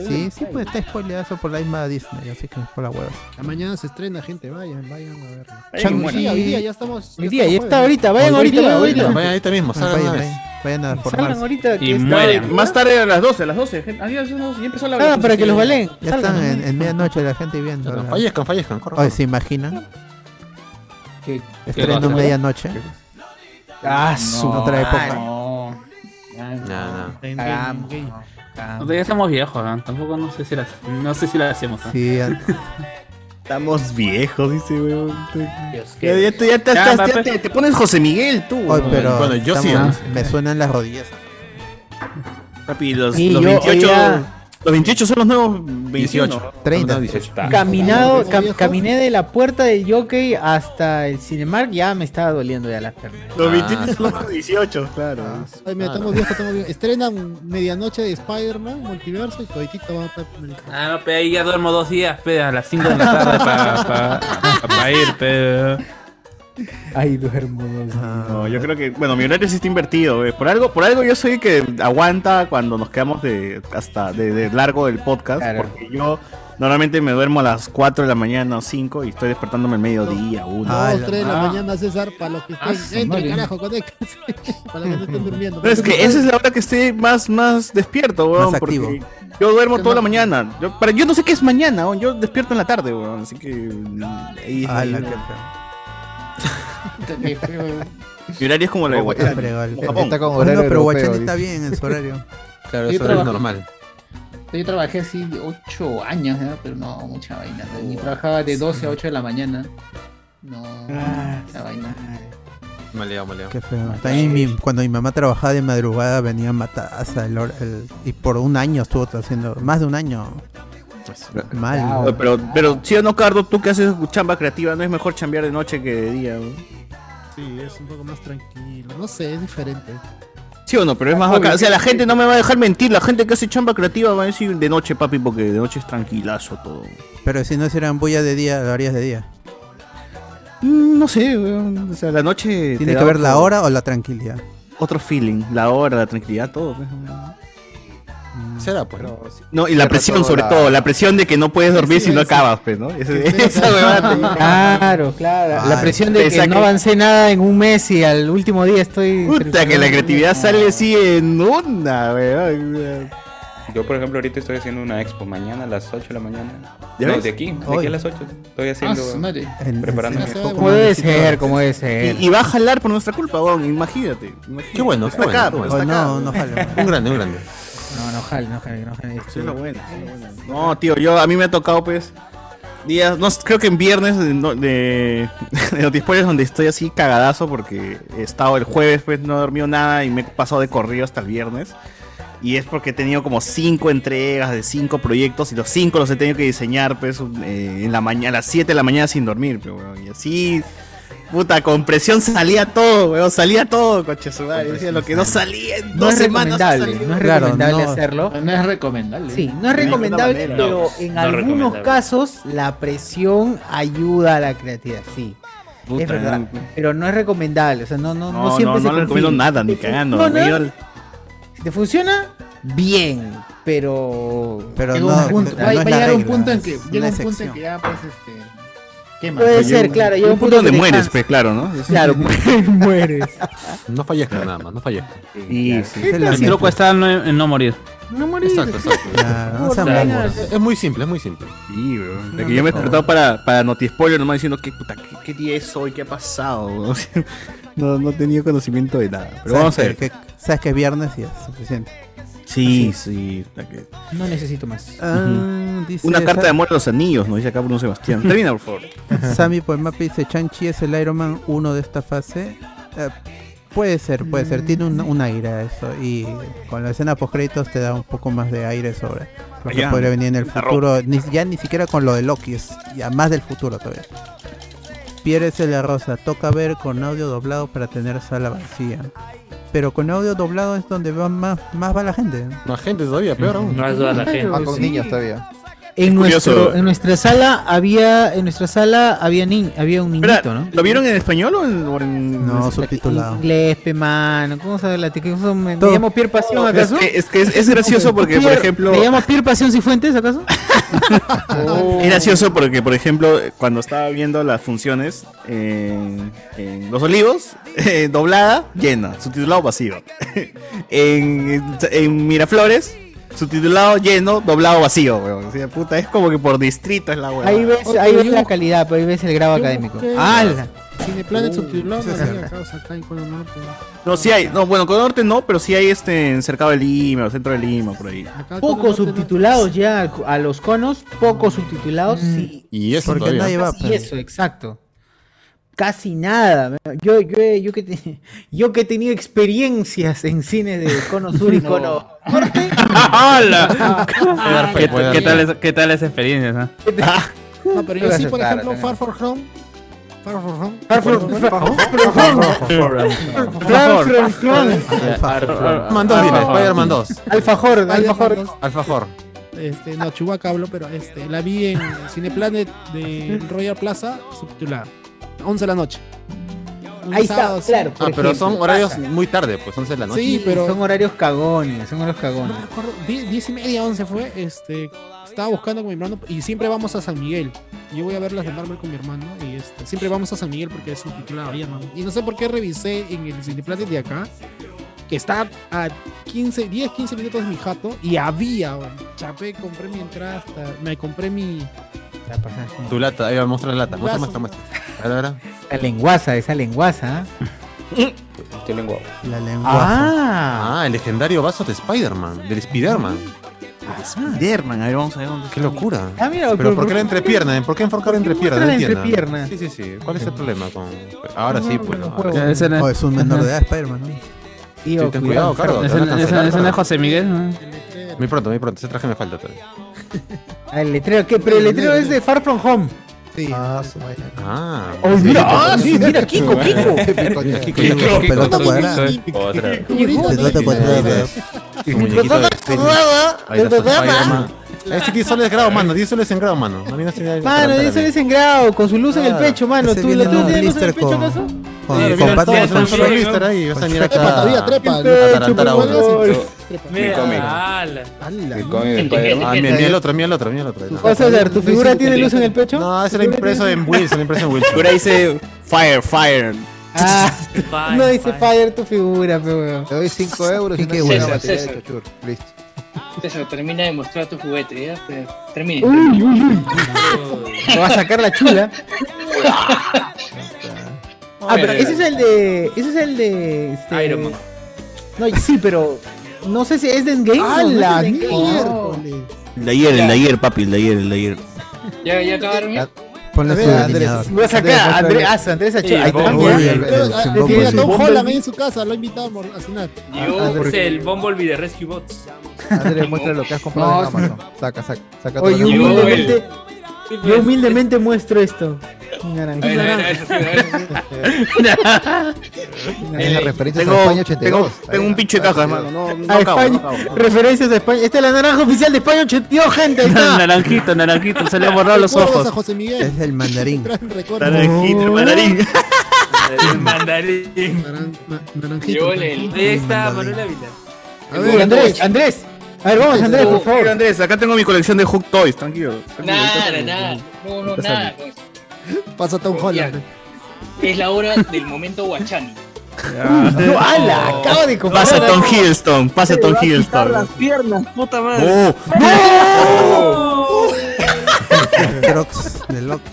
Speaker 1: Sí, sí, pues está spoileazo por la misma Disney, así que por la hueva.
Speaker 25: La mañana se estrena, gente. Vayan, vayan a ver.
Speaker 1: Chang-
Speaker 25: Hoy día, hoy día ya estamos.
Speaker 7: Hoy día, ya
Speaker 25: estamos
Speaker 7: está
Speaker 25: jueves.
Speaker 7: ahorita, vayan ahorita, vayan ahorita.
Speaker 25: salgan
Speaker 1: vayan,
Speaker 25: una vez.
Speaker 1: vayan, vayan a formarse.
Speaker 7: ahorita
Speaker 3: que Y está- mueren.
Speaker 2: Más tarde a las 12, a las 12. gente. Adiós, adiós, ya empezó la
Speaker 1: Ah, para que los
Speaker 7: valen.
Speaker 1: Ya están en, en medianoche la gente viendo. la-
Speaker 4: Fallezcan, fallezcan, corran.
Speaker 1: Oye, ¿se imaginan?
Speaker 7: ¿Qué-
Speaker 1: Estreno
Speaker 7: qué cosa?
Speaker 1: medianoche.
Speaker 7: Ah, su
Speaker 1: No, otra época.
Speaker 3: No.
Speaker 7: Ah,
Speaker 3: Nosotros ya estamos viejos, ¿no? Tampoco no sé si la, no sé si la hacemos. ¿no?
Speaker 1: Sí,
Speaker 2: Estamos viejos, dice, weón.
Speaker 3: qué-
Speaker 2: Ya, ya te, ya te-
Speaker 3: Ya,
Speaker 2: estás-
Speaker 3: va,
Speaker 2: ya
Speaker 3: pues.
Speaker 2: te- te pones José Miguel, tú.
Speaker 1: Oye,
Speaker 2: weón.
Speaker 1: pero
Speaker 2: bueno, yo
Speaker 1: estamos-
Speaker 2: sí.
Speaker 1: Me suenan las rodillas.
Speaker 2: Papi, los,
Speaker 7: Sí,
Speaker 2: los
Speaker 7: yo,
Speaker 2: 28,
Speaker 7: oiga.
Speaker 2: los 28 son los nuevos
Speaker 1: 18,
Speaker 2: 28.
Speaker 1: 30.
Speaker 2: Ah,
Speaker 7: Caminado, cam- caminé de la puerta del jockey hasta el Cinemark, ya me estaba doliendo ya las piernas.
Speaker 2: Los 28
Speaker 7: (laughs)
Speaker 2: son los nuevos 18, claro.
Speaker 1: Ah,
Speaker 25: Ay, mira, estamos viejos, estamos viejos. Estrenan medianoche de Spider-Man, multiverso y toditito va a estar.
Speaker 3: (laughs) Ah, no, pe, ahí ya duermo dos días, pe, a las 5 de la tarde para ir, pe.
Speaker 7: Ay, duermo.
Speaker 2: Ah. No, yo creo que, bueno, mi horario sí está invertido. eh. Por algo, por algo yo soy el que aguanta cuando nos quedamos de hasta de, de largo del podcast, porque yo normalmente me duermo a las 4 de la mañana o 5 y estoy despertándome al mediodía, 1.
Speaker 1: Ah,
Speaker 25: Dos, tres de la mañana, César, para los que estén. entre,
Speaker 2: madre.
Speaker 25: carajo, conéctense. (laughs) para los que no estén durmiendo.
Speaker 2: No, es que esa es la hora que estoy más, más despierto, weón.
Speaker 1: Más
Speaker 2: porque
Speaker 1: activo.
Speaker 2: Yo duermo toda la mañana. Yo, para, yo no sé qué es mañana, weón. Yo despierto en la tarde, weón. Así que. mm, ahí-
Speaker 1: Ala,
Speaker 2: ahí-
Speaker 1: qué
Speaker 26: Qué feo.
Speaker 2: Mi horario es como la de Guayana, como Japón.
Speaker 12: Está con
Speaker 1: Ah,
Speaker 12: horario
Speaker 1: no, pero
Speaker 12: europeo,
Speaker 1: Guachani
Speaker 12: dice.
Speaker 1: está bien en su horario.
Speaker 12: Claro,
Speaker 26: Yo
Speaker 12: eso es
Speaker 26: trabajo-
Speaker 12: normal.
Speaker 26: Yo trabajé así de 8 años, ¿eh? pero no, mucha vaina. ¿no? Y trabajaba de 12 a 8 de la mañana. No, mucha vaina.
Speaker 4: Me he liado, me he liado.
Speaker 1: Qué feo. También mi- cuando mi mamá trabajaba de madrugada venía mataza el hor- el- y por un año estuvo haciendo, más de un año. Mal.
Speaker 2: Oye, Pues, Pero, pero si o no, Cardo, tú que haces chamba creativa, ¿no es mejor chambear de noche que de día? weón?
Speaker 25: Sí, es un poco más tranquilo. No sé, es diferente.
Speaker 2: Sí o no, pero es más
Speaker 25: Obvio,
Speaker 2: bacán. O sea,
Speaker 25: sí,
Speaker 2: la
Speaker 25: sí.
Speaker 2: gente no me va a dejar mentir. La gente que hace chamba creativa va a decir de noche, papi, porque de noche es tranquilazo todo.
Speaker 1: Pero si no hicieran bulla de día, lo harías de día.
Speaker 2: Mm, No sé, weón. O sea, la noche.
Speaker 1: Tiene que ver la hora o la tranquilidad.
Speaker 2: Otro feeling. La hora, la tranquilidad, todo. pues, weón.
Speaker 4: Será, pues. ¿no?
Speaker 2: No, y la
Speaker 4: Cierra
Speaker 2: presión,
Speaker 4: todo
Speaker 2: sobre
Speaker 4: la-
Speaker 2: todo. La presión de que no puedes dormir
Speaker 4: Sí,
Speaker 2: si no
Speaker 4: sí.
Speaker 2: acabas, pues, ¿no? Ese-
Speaker 4: Sí, sí,
Speaker 2: (laughs) esa huevada te-
Speaker 7: Claro, claro. la
Speaker 2: Ay,
Speaker 7: presión de
Speaker 2: pesa
Speaker 7: que no
Speaker 2: que-
Speaker 7: avancé nada en un mes y al último día estoy.
Speaker 2: Puta, que la creatividad sale así en onda, weón.
Speaker 14: Yo, por ejemplo, ahorita estoy haciendo una expo mañana a las 8 de la mañana.
Speaker 2: ¿Ya
Speaker 14: no,
Speaker 2: ves?
Speaker 14: de aquí, de
Speaker 2: Hoy.
Speaker 14: aquí a las 8. Estoy haciendo.
Speaker 2: Ah, su madre.
Speaker 14: preparando
Speaker 2: En-
Speaker 14: mi
Speaker 2: en-
Speaker 14: expo.
Speaker 7: ¿Cómo debe ser? ¿Cómo debe ser?
Speaker 2: Y, y va a jalar por nuestra culpa, weón. Imagínate. imagínate.
Speaker 4: Qué bueno, qué
Speaker 2: Está
Speaker 4: bueno,
Speaker 2: acá,
Speaker 4: qué bueno.
Speaker 2: está acá.
Speaker 4: Oh, No, no
Speaker 2: (laughs)
Speaker 4: jala. Un grande, un grande.
Speaker 7: No, no jale, no jale, no jale.
Speaker 2: Eso es lo bueno. No, tío, yo a mí me ha tocado pues días, no, creo que en viernes de, no- de, (laughs) de Notispoilers donde estoy así cagadazo porque he estado el jueves, pues no he dormido nada y me he pasado de corrido hasta el viernes. Y es porque he tenido como cinco entregas de cinco proyectos y los cinco los he tenido que diseñar pues eh, en la mañana, a las 7 de la mañana sin dormir, pero y así puta, con presión salía todo, weón, salía todo, coche su madre, decía lo que no salía en
Speaker 7: No
Speaker 2: dos
Speaker 7: es
Speaker 2: semanas
Speaker 7: recomendable,
Speaker 2: salió.
Speaker 7: no es recomendable hacerlo.
Speaker 13: No es recomendable.
Speaker 7: Sí, no es recomendable,
Speaker 13: ninguna manera.
Speaker 7: pero
Speaker 13: No,
Speaker 7: en
Speaker 13: no es
Speaker 7: algunos
Speaker 13: recomendable.
Speaker 7: casos la presión ayuda a la creatividad, sí.
Speaker 2: Puta,
Speaker 7: es verdad,
Speaker 2: no.
Speaker 7: pero no es recomendable, o sea, no, no, no,
Speaker 2: No,
Speaker 7: siempre
Speaker 2: no, no le
Speaker 7: se confía.
Speaker 2: recomiendo nada, ni
Speaker 7: Si
Speaker 2: cagando,
Speaker 7: funciona,
Speaker 2: me dio el-
Speaker 7: Si te funciona, bien, pero...
Speaker 18: Pero
Speaker 7: Llega
Speaker 18: no,
Speaker 7: un punto-
Speaker 18: no
Speaker 7: va-
Speaker 18: es
Speaker 7: va
Speaker 18: la
Speaker 7: a llegar un
Speaker 18: regla,
Speaker 7: punto en
Speaker 18: es
Speaker 7: que...
Speaker 18: una
Speaker 7: llega un punto en
Speaker 18: excepción.
Speaker 13: que ya, pues, este. Quema.
Speaker 7: Puede
Speaker 13: Pues,
Speaker 7: ser,
Speaker 13: yo-
Speaker 7: claro, llega
Speaker 2: Un punto donde
Speaker 7: que te
Speaker 2: mueres,
Speaker 7: cansa.
Speaker 2: pues claro, ¿no?
Speaker 7: (laughs)
Speaker 4: (laughs)
Speaker 7: Claro, mueres.
Speaker 4: No fallezca nada más, no fallezca.
Speaker 2: Y
Speaker 3: El truco está en no, en no morir.
Speaker 7: No morir.
Speaker 4: Exacto, exacto.
Speaker 3: Claro, no sean
Speaker 4: Claro.
Speaker 3: bobos.
Speaker 4: Es muy simple, es muy simple.
Speaker 2: Sí, weón. De
Speaker 4: No,
Speaker 2: que yo me he
Speaker 4: por
Speaker 2: despertado para, para Notispoiler nomás diciendo qué puta, qué, qué día es hoy, qué ha pasado, (laughs) weón. (laughs) No, no tenía conocimiento de nada. Pero vamos a ver.
Speaker 18: Que, sabes que es viernes y es suficiente.
Speaker 2: Sí, sí. está que-
Speaker 7: No necesito más.
Speaker 18: Ah, dice
Speaker 2: Una carta
Speaker 18: Sa-
Speaker 2: de amor a los anillos, nos dice acá Bruno Sebastián. Termina, por favor.
Speaker 4: (laughs)
Speaker 18: Sammy por el mapa pues, dice, Chanchi es el Iron Man 1 de esta fase. Eh, puede ser, puede ser. Tiene un, un aire a eso. Y con la escena post créditos te da un poco más de aire sobre lo que
Speaker 1: Ya.
Speaker 18: podría venir en el
Speaker 1: La
Speaker 18: futuro. Ni- ya ni siquiera con lo de Loki, es ya más del futuro todavía. Pierre de la Rosa, toca ver con audio doblado para tener sala vacía. Pero con audio doblado es donde va más, más va la gente.
Speaker 4: Más gente todavía, peor aún.
Speaker 18: Más va la gente.
Speaker 12: Más con
Speaker 18: Sí.
Speaker 12: niños todavía.
Speaker 7: En,
Speaker 2: curioso.
Speaker 7: nuestro, en nuestra sala había en nuestra sala había ni- había un niñito,
Speaker 2: Espera,
Speaker 7: ¿no?
Speaker 2: ¿Lo vieron en español o en.? o en-
Speaker 18: No, subtitulado.
Speaker 7: Inglés, pe mano. ¿Cómo sabes la ¿Qué cosa? ¿Me, me
Speaker 2: Todo.
Speaker 7: llamo Pierre Pasión
Speaker 2: No, es
Speaker 7: acaso?
Speaker 2: que- es que es- es gracioso porque, por
Speaker 7: Pierre-
Speaker 2: ejemplo-
Speaker 7: ¿Me llamo Pierre Pasión Cifuentes acaso?
Speaker 2: Es gracioso porque, por ejemplo, cuando estaba viendo las funciones en, en Los Olivos, (laughs) eh, doblada, llena, subtitulado vacío. (laughs) en, en Miraflores, subtitulado lleno, doblado vacío, weón. O sea, puta, es como que por distrito es la weón.
Speaker 7: Ahí ves, ahí ves la calidad, pero ahí ves el grado
Speaker 10: Yo
Speaker 7: académico.
Speaker 10: busqué-
Speaker 7: ¡Hala!
Speaker 10: Cineplanet
Speaker 2: Uh,
Speaker 10: subtitulado
Speaker 2: sí,
Speaker 10: no
Speaker 2: sí.
Speaker 10: había acá, o sea, acá en Cono Norte.
Speaker 2: No, sí hay, no, bueno, con norte no, pero sí hay este en cercado de Lima, o centro de Lima, por ahí.
Speaker 10: Acá Cono
Speaker 7: Pocos
Speaker 10: Norte no-
Speaker 7: subtitulados ya a los conos, pocos subtitulados, sí.
Speaker 4: Y eso
Speaker 7: Porque
Speaker 4: todavía.
Speaker 7: nadie va, Casi pero- eso, exacto. Casi nada. Yo, yo, he- yo, que, te- (laughs) yo que he tenido experiencias en cines de cono sur (laughs) y
Speaker 13: No.
Speaker 7: cono (laughs)
Speaker 3: ¡Hala! ¿Qué,
Speaker 13: bueno.
Speaker 3: qué tal, es- ¿Qué tal esa experiencia? no?
Speaker 10: No, pero yo sí, por
Speaker 7: Claro,
Speaker 10: ejemplo,
Speaker 7: claro.
Speaker 10: Far From Home. Far From Home.
Speaker 7: Far From- Far From- Far From Home.
Speaker 4: Man 2, dile, Spider-Man 2.
Speaker 7: Alfajor,
Speaker 10: Alfajor.
Speaker 4: Alfajor. Ah,
Speaker 10: Este, no, Chihuahua hablo, pero este, la vi en Cineplanet de Royal Plaza, subtitulada. 11 de la noche. Un
Speaker 7: Ahí está,
Speaker 10: sábado, sí.
Speaker 7: claro.
Speaker 4: Ah,
Speaker 7: Por
Speaker 4: pero
Speaker 7: ejemplo,
Speaker 4: son horarios
Speaker 7: pasa.
Speaker 4: muy tarde, pues 11 de la noche.
Speaker 10: Sí, pero-
Speaker 7: Son horarios cagones, son horarios cagones.
Speaker 10: Me acuerdo, die- diez y media, 11 fue, este, estaba buscando con mi hermano y siempre vamos a San Miguel. Yo voy a ver las de Marvel con mi hermano y este, siempre vamos a San Miguel porque es subtitulada había, mano. Y no sé por qué revisé en el Cineplanet de acá que está a 15, 10, 15 minutos de mi jato y había, weón. chapé, compré mi entrada, hasta- me compré mi
Speaker 4: Tu lata, ahí va, muestra la lata. Muestra,
Speaker 10: Vaso.
Speaker 4: muestra, muestra. A ver, a ver.
Speaker 7: La lenguaza,
Speaker 4: (laughs)
Speaker 7: esa lenguaza.
Speaker 14: Estoy lenguado.
Speaker 18: La
Speaker 7: Ah,
Speaker 4: Ah, el legendario vaso de Spider-Man, del Spider-Man.
Speaker 2: Spider-Man, a ver, vamos a ver dónde
Speaker 4: Qué locura.
Speaker 7: Ah, mira,
Speaker 4: pero
Speaker 7: pero-
Speaker 4: ¿por qué la entrepierna? ¿Por qué enforcar la entrepierna? No
Speaker 7: muestra la
Speaker 4: entiendo.
Speaker 7: entrepierna?
Speaker 4: Sí, sí, sí. ¿Cuál es el problema con.? Ahora sí, pues. No, ahora sí.
Speaker 3: Ese no
Speaker 18: Oh, es un
Speaker 1: (laughs)
Speaker 18: menor de edad, Spider-Man. ¿no?
Speaker 7: tío,
Speaker 4: Sí, ten cuidado, Carlos,
Speaker 3: Ese
Speaker 4: te van a
Speaker 3: no- ese no-
Speaker 4: cancelar,
Speaker 3: ese no es
Speaker 4: Carlos.
Speaker 3: José Miguel. ¿no?
Speaker 4: Muy pronto, muy pronto. Ese traje me falta todavía.
Speaker 7: Ah, El letrero, ¿qué? Pero el letrero es de Far From Home.
Speaker 10: Sí.
Speaker 12: Ah, su madre.
Speaker 4: Ah.
Speaker 7: Oh, mira, ah,
Speaker 4: Kiko.
Speaker 7: sí, mira, Kiko, Kiko.
Speaker 4: Kiko,
Speaker 18: Kiko,
Speaker 4: Kiko,
Speaker 18: pelota
Speaker 4: Kiko,
Speaker 18: cuadrada.
Speaker 4: Kiko.
Speaker 14: Otra.
Speaker 4: Kiko,
Speaker 18: Pelota
Speaker 4: Kiko,
Speaker 18: cuadrada.
Speaker 4: Tu muñequito de tenis. Ahí está, Spider-Man. Ese 10 soles grado, mano. 10 soles en grado, mano. A mí no se me da-
Speaker 7: Mano,
Speaker 4: me da
Speaker 7: eso es en grado, con su luz en el
Speaker 4: Claro.
Speaker 7: pecho, mano.
Speaker 18: Ese
Speaker 7: ¿Tú,
Speaker 18: viene
Speaker 7: ¿tú
Speaker 18: un
Speaker 7: tienes luz en
Speaker 18: blister
Speaker 7: el pecho
Speaker 18: con-
Speaker 7: acaso?
Speaker 18: Con,
Speaker 4: Mira,
Speaker 18: con
Speaker 4: mira,
Speaker 18: patas.
Speaker 4: todos son solo
Speaker 18: con-
Speaker 4: blister ahí, vas a
Speaker 18: con-
Speaker 4: mirar acá.
Speaker 10: Trepa, todavía trepa.
Speaker 7: El pecho,
Speaker 4: Atarantara
Speaker 7: por
Speaker 4: uno.
Speaker 7: favor.
Speaker 14: Mi cómic.
Speaker 5: ¡Hala!
Speaker 14: Mi cómic de Spider-Man.
Speaker 4: Ah, mira, mira el otro, mira el otro, mira el otro.
Speaker 7: O sea, César, ¿tu figura tiene luz en el pecho?
Speaker 4: No, ese era
Speaker 7: ¿Tu figura
Speaker 4: impreso
Speaker 7: tiene-
Speaker 2: (laughs)
Speaker 4: en Wilson, impreso en
Speaker 2: Por
Speaker 4: Wilson.
Speaker 2: ahí dice Fire, Fire.
Speaker 7: Ah, (laughs)
Speaker 5: Fire,
Speaker 7: no dice
Speaker 5: fire.
Speaker 7: Fire tu figura, pe weón.
Speaker 12: Te doy 5 euros y
Speaker 18: Qué
Speaker 12: no
Speaker 18: bueno.
Speaker 12: la batería de
Speaker 15: César.
Speaker 12: Chochur. Listo.
Speaker 15: César, termina de mostrar tu juguete, ya. Te- Termina.
Speaker 7: Uy, uy, uy.
Speaker 5: (laughs)
Speaker 7: Te va a sacar
Speaker 2: (laughs)
Speaker 7: la chula. (laughs) Ah, pero ese es el de. Ese es el de. este,
Speaker 5: Iron Man.
Speaker 7: No, sí, pero. No sé si es de Endgame.
Speaker 10: ¡Ah,
Speaker 7: o no
Speaker 10: la
Speaker 7: es de Endgame.
Speaker 10: miércoles!
Speaker 2: El de ayer, el de ayer, papi, el de ayer, el de ayer.
Speaker 15: ¿Ya, ya acabaron ya?
Speaker 7: Ah,
Speaker 18: Ponle su delineador.
Speaker 7: Vas acá, Andrés Asa, Andrés Acho.
Speaker 15: Sí,
Speaker 7: Ahí está.
Speaker 15: Bumblebee.
Speaker 7: mira.
Speaker 15: Muy bien,
Speaker 7: Pero,
Speaker 15: bien,
Speaker 7: ah,
Speaker 15: sin
Speaker 7: eh,
Speaker 15: Bumblebee.
Speaker 7: tiene
Speaker 15: Bumblebee.
Speaker 7: Tom
Speaker 10: Holland
Speaker 7: Holland
Speaker 10: ahí en su casa, lo invitamos a cenar.
Speaker 7: Ah,
Speaker 5: Yo es el Bumblebee de Rescue Bots.
Speaker 12: Andrés, muestra lo que has comprado
Speaker 7: No,
Speaker 12: en Amazon. Saca, saca, saca.
Speaker 7: Oye,
Speaker 12: todo lo que-
Speaker 7: humildemente, yo
Speaker 3: pues.
Speaker 7: humildemente muestro esto. Naranja.
Speaker 12: A ver, a ver, a ver, a ver,
Speaker 7: (laughs) Naranja.
Speaker 12: Es la referencia a España 82.
Speaker 2: Eh, Tengo, tengo un pinche caja, hermano. No, no
Speaker 7: A
Speaker 2: acabo, no
Speaker 7: España,
Speaker 2: acabo.
Speaker 7: referencias a España. Esta es la naranja oficial de España
Speaker 3: (laughs)
Speaker 7: 82, gente. Ahí está.
Speaker 3: naranjito, naranjito, se le han
Speaker 7: (laughs)
Speaker 3: borrado los
Speaker 7: Recuerdos
Speaker 3: ojos.
Speaker 7: a José Miguel.
Speaker 1: Es
Speaker 7: (laughs)
Speaker 1: el mandarín.
Speaker 3: Naranjito, el mandarín.
Speaker 5: El mandarín.
Speaker 10: Naranjito.
Speaker 5: Yo le- Ahí está, Manuela Vila.
Speaker 7: A ver, Andrés, Andrés. A ver, vamos, Andrés, por favor.
Speaker 2: Andrés, acá tengo mi colección de Hook Toys, tranquilo. tranquilo,
Speaker 15: Nada,
Speaker 2: ahorita-
Speaker 15: nada. No, no,
Speaker 2: ahorita
Speaker 15: nada.
Speaker 2: sale.
Speaker 5: pues.
Speaker 10: Pasa Tom Holland.
Speaker 15: Es la hora del momento guachani.
Speaker 7: (laughs) No, ala, acabo de comprar.
Speaker 2: Pasa Tom
Speaker 7: algo.
Speaker 2: Hiddleston, pasa
Speaker 7: Te
Speaker 2: Tom
Speaker 7: va a quitar
Speaker 2: Hiddleston.
Speaker 7: las
Speaker 15: piernas, puta
Speaker 2: ¡Oh!
Speaker 1: Crocs de Loki.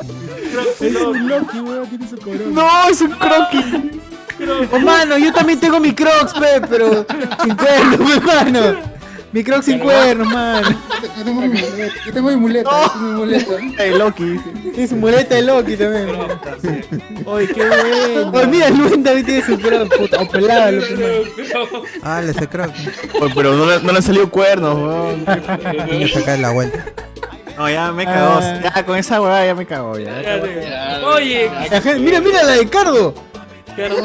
Speaker 10: Es un Loki, weón, tiene su corona.
Speaker 7: No, es un croquis. Oh, mano, yo también tengo mi crocs, pe, pero sin cuernos, (laughs) pe, mano. Mi crocs sin cuernos, mano.
Speaker 13: Yo tengo mi muleta, yo tengo mi muleta, yo tengo mi muleta.
Speaker 7: De Loki. (laughs) Es muleta de Loki también. Ay, qué bueno. Pues mira, Luen también tiene su crocs, puta. O pelado, lo primero.
Speaker 1: Ah, le se croc.
Speaker 2: Oye, pero no le, no le han salido cuernos, weón.
Speaker 1: Tiene que sacar la vuelta.
Speaker 2: No, ya me cagó.
Speaker 7: Ah.
Speaker 2: Ya con esa weá ya me cagó. Ya.
Speaker 5: Oye,
Speaker 7: La gente- Mira, mira la de Cardo.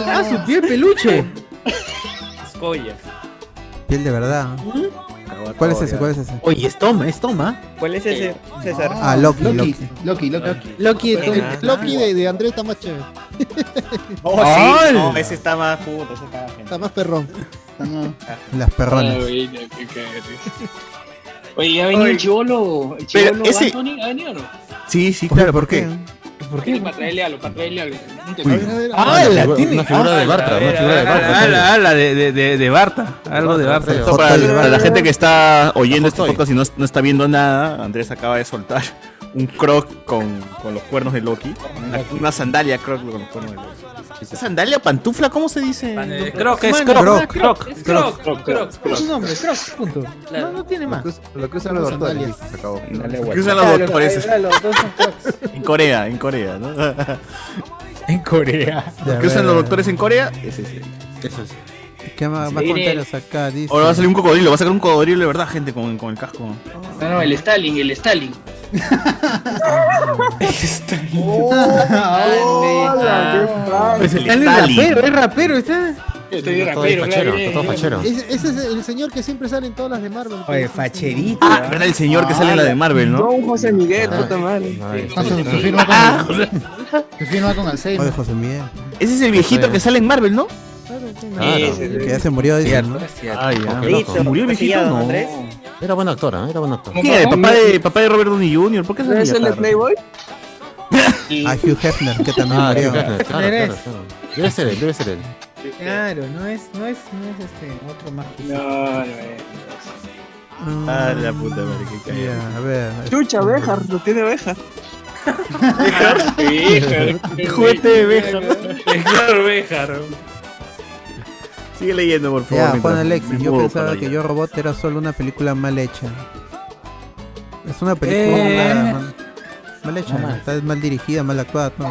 Speaker 7: Ah, su piel peluche.
Speaker 5: Escoya.
Speaker 1: Piel de verdad. ¿Cuál es ese? ¿Cuál es ese?
Speaker 7: ¿Mm? Oye, es Tom, es Tom, ¿ah?
Speaker 11: ¿Cuál es
Speaker 5: Eh,
Speaker 11: ese, César?
Speaker 1: Ah, Loki, Loki.
Speaker 13: Loki, Loki.
Speaker 7: Loki,
Speaker 13: Loki.
Speaker 7: el- el-
Speaker 10: Loki de, de Andrés está más chévere.
Speaker 11: Oh, sí. No,
Speaker 7: ¡Ay!
Speaker 11: ese está más puto, ese está
Speaker 10: Está más perrón.
Speaker 1: Las
Speaker 15: Ah,
Speaker 1: perronas.
Speaker 3: Eh,
Speaker 15: Oye, ¿ya ha venido
Speaker 2: Oye.
Speaker 15: el chivolo? ¿El
Speaker 2: Pero
Speaker 15: chivolo
Speaker 2: ese-
Speaker 15: Anthony? ¿Ha venido o no?
Speaker 2: Sí, sí, claro, ¿por qué?
Speaker 15: ¿Por qué? Para traerle algo, para traerle algo. Un tema.
Speaker 7: Ah, la
Speaker 15: Una
Speaker 7: tiene.
Speaker 15: figura de Bartra, una figura de Bartra.
Speaker 3: Ala, ala, Ah, de, de, de, de Barta. Algo de Barta.
Speaker 2: Esto para, para la gente que está oyendo este podcast y no, no está viendo nada, Andrés acaba de soltar un croc con, con los cuernos de Loki. Una, una sandalia croc con los cuernos de Loki. ¿Es ¿Sandalia, pantufla? ¿Cómo se dice?
Speaker 3: Eh, croc, es croc, croc, croc,
Speaker 2: Es
Speaker 3: croc,
Speaker 2: croc,
Speaker 3: croc,
Speaker 2: croc.
Speaker 7: Su nombre, crocs,
Speaker 3: (laughs)
Speaker 7: punto. No, no tiene más.
Speaker 12: Lo que usan los doctores. listo, Se acabó.
Speaker 2: ¿Qué usan los doctores? (laughs) En Corea, en Corea, ¿no?
Speaker 7: En Corea.
Speaker 2: ¿Qué usan los doctores en Corea? Ah, Es ese. Eso es.
Speaker 1: ¿Qué más, más
Speaker 15: Sí,
Speaker 1: comentarios acá? Dice.
Speaker 2: Ahora va a salir un cocodrilo, va a sacar un cocodrilo de verdad, gente, con, con el casco.
Speaker 15: No, no, el Stalin, el Stalin.
Speaker 7: Pues está en el
Speaker 2: Stalin.
Speaker 7: rapero, es rapero, está.
Speaker 15: Estoy
Speaker 4: Está todo
Speaker 15: rapero,
Speaker 4: fachero,
Speaker 15: claro.
Speaker 4: está todo fachero.
Speaker 10: Ese, ese es el señor que siempre sale en todas las de Marvel.
Speaker 7: Oye, facherito.
Speaker 2: Ah, ¿verdad? El señor que sale en la de Marvel, ¿no?
Speaker 11: Don José Miguel, puta madre. (laughs) Ah.
Speaker 13: Que firma con Alzheimer.
Speaker 1: Oye, José Miguel.
Speaker 2: Ese es el viejito que sale en Marvel, ¿no?
Speaker 1: Que ya se murió, dice, ¿no?
Speaker 2: Ah, ya.
Speaker 11: Listo.
Speaker 2: ¿Murió el viejito?
Speaker 11: Casillado,
Speaker 2: No.
Speaker 11: Andrés.
Speaker 4: Era buena actora, era buena actora.
Speaker 2: ¿Quién? ¿El papá de, papá de Robert Downey Jr.? ¿Por qué
Speaker 11: ¿No
Speaker 2: se
Speaker 11: es el de Playboy?
Speaker 1: A Hugh Hefner, que también
Speaker 4: Ah,
Speaker 1: murió.
Speaker 4: Hugh Hefner, claro,
Speaker 7: ¿Quién
Speaker 4: claro,
Speaker 7: eres?
Speaker 4: claro. Debe ser él, debe ser él.
Speaker 7: Claro, no es, no es, no es este otro más.
Speaker 11: No, no es.
Speaker 2: Ah, la puta madre, qué cagada.
Speaker 1: Ya, a ver.
Speaker 11: Chucha, abejas, lo tiene abejas.
Speaker 2: Juguete de abejas.
Speaker 5: Claro, Béjar.
Speaker 2: Sigue leyendo, por favor.
Speaker 1: Ya,
Speaker 2: mientras
Speaker 1: Juan
Speaker 2: me
Speaker 1: Alexis, yo
Speaker 2: mudo
Speaker 1: pensaba
Speaker 2: para
Speaker 1: que
Speaker 2: allá.
Speaker 1: Yo Robot era solo una película mal hecha. Es una película
Speaker 7: Eh.
Speaker 1: mal, mal hecha, está mal dirigida, mal actuada. todo.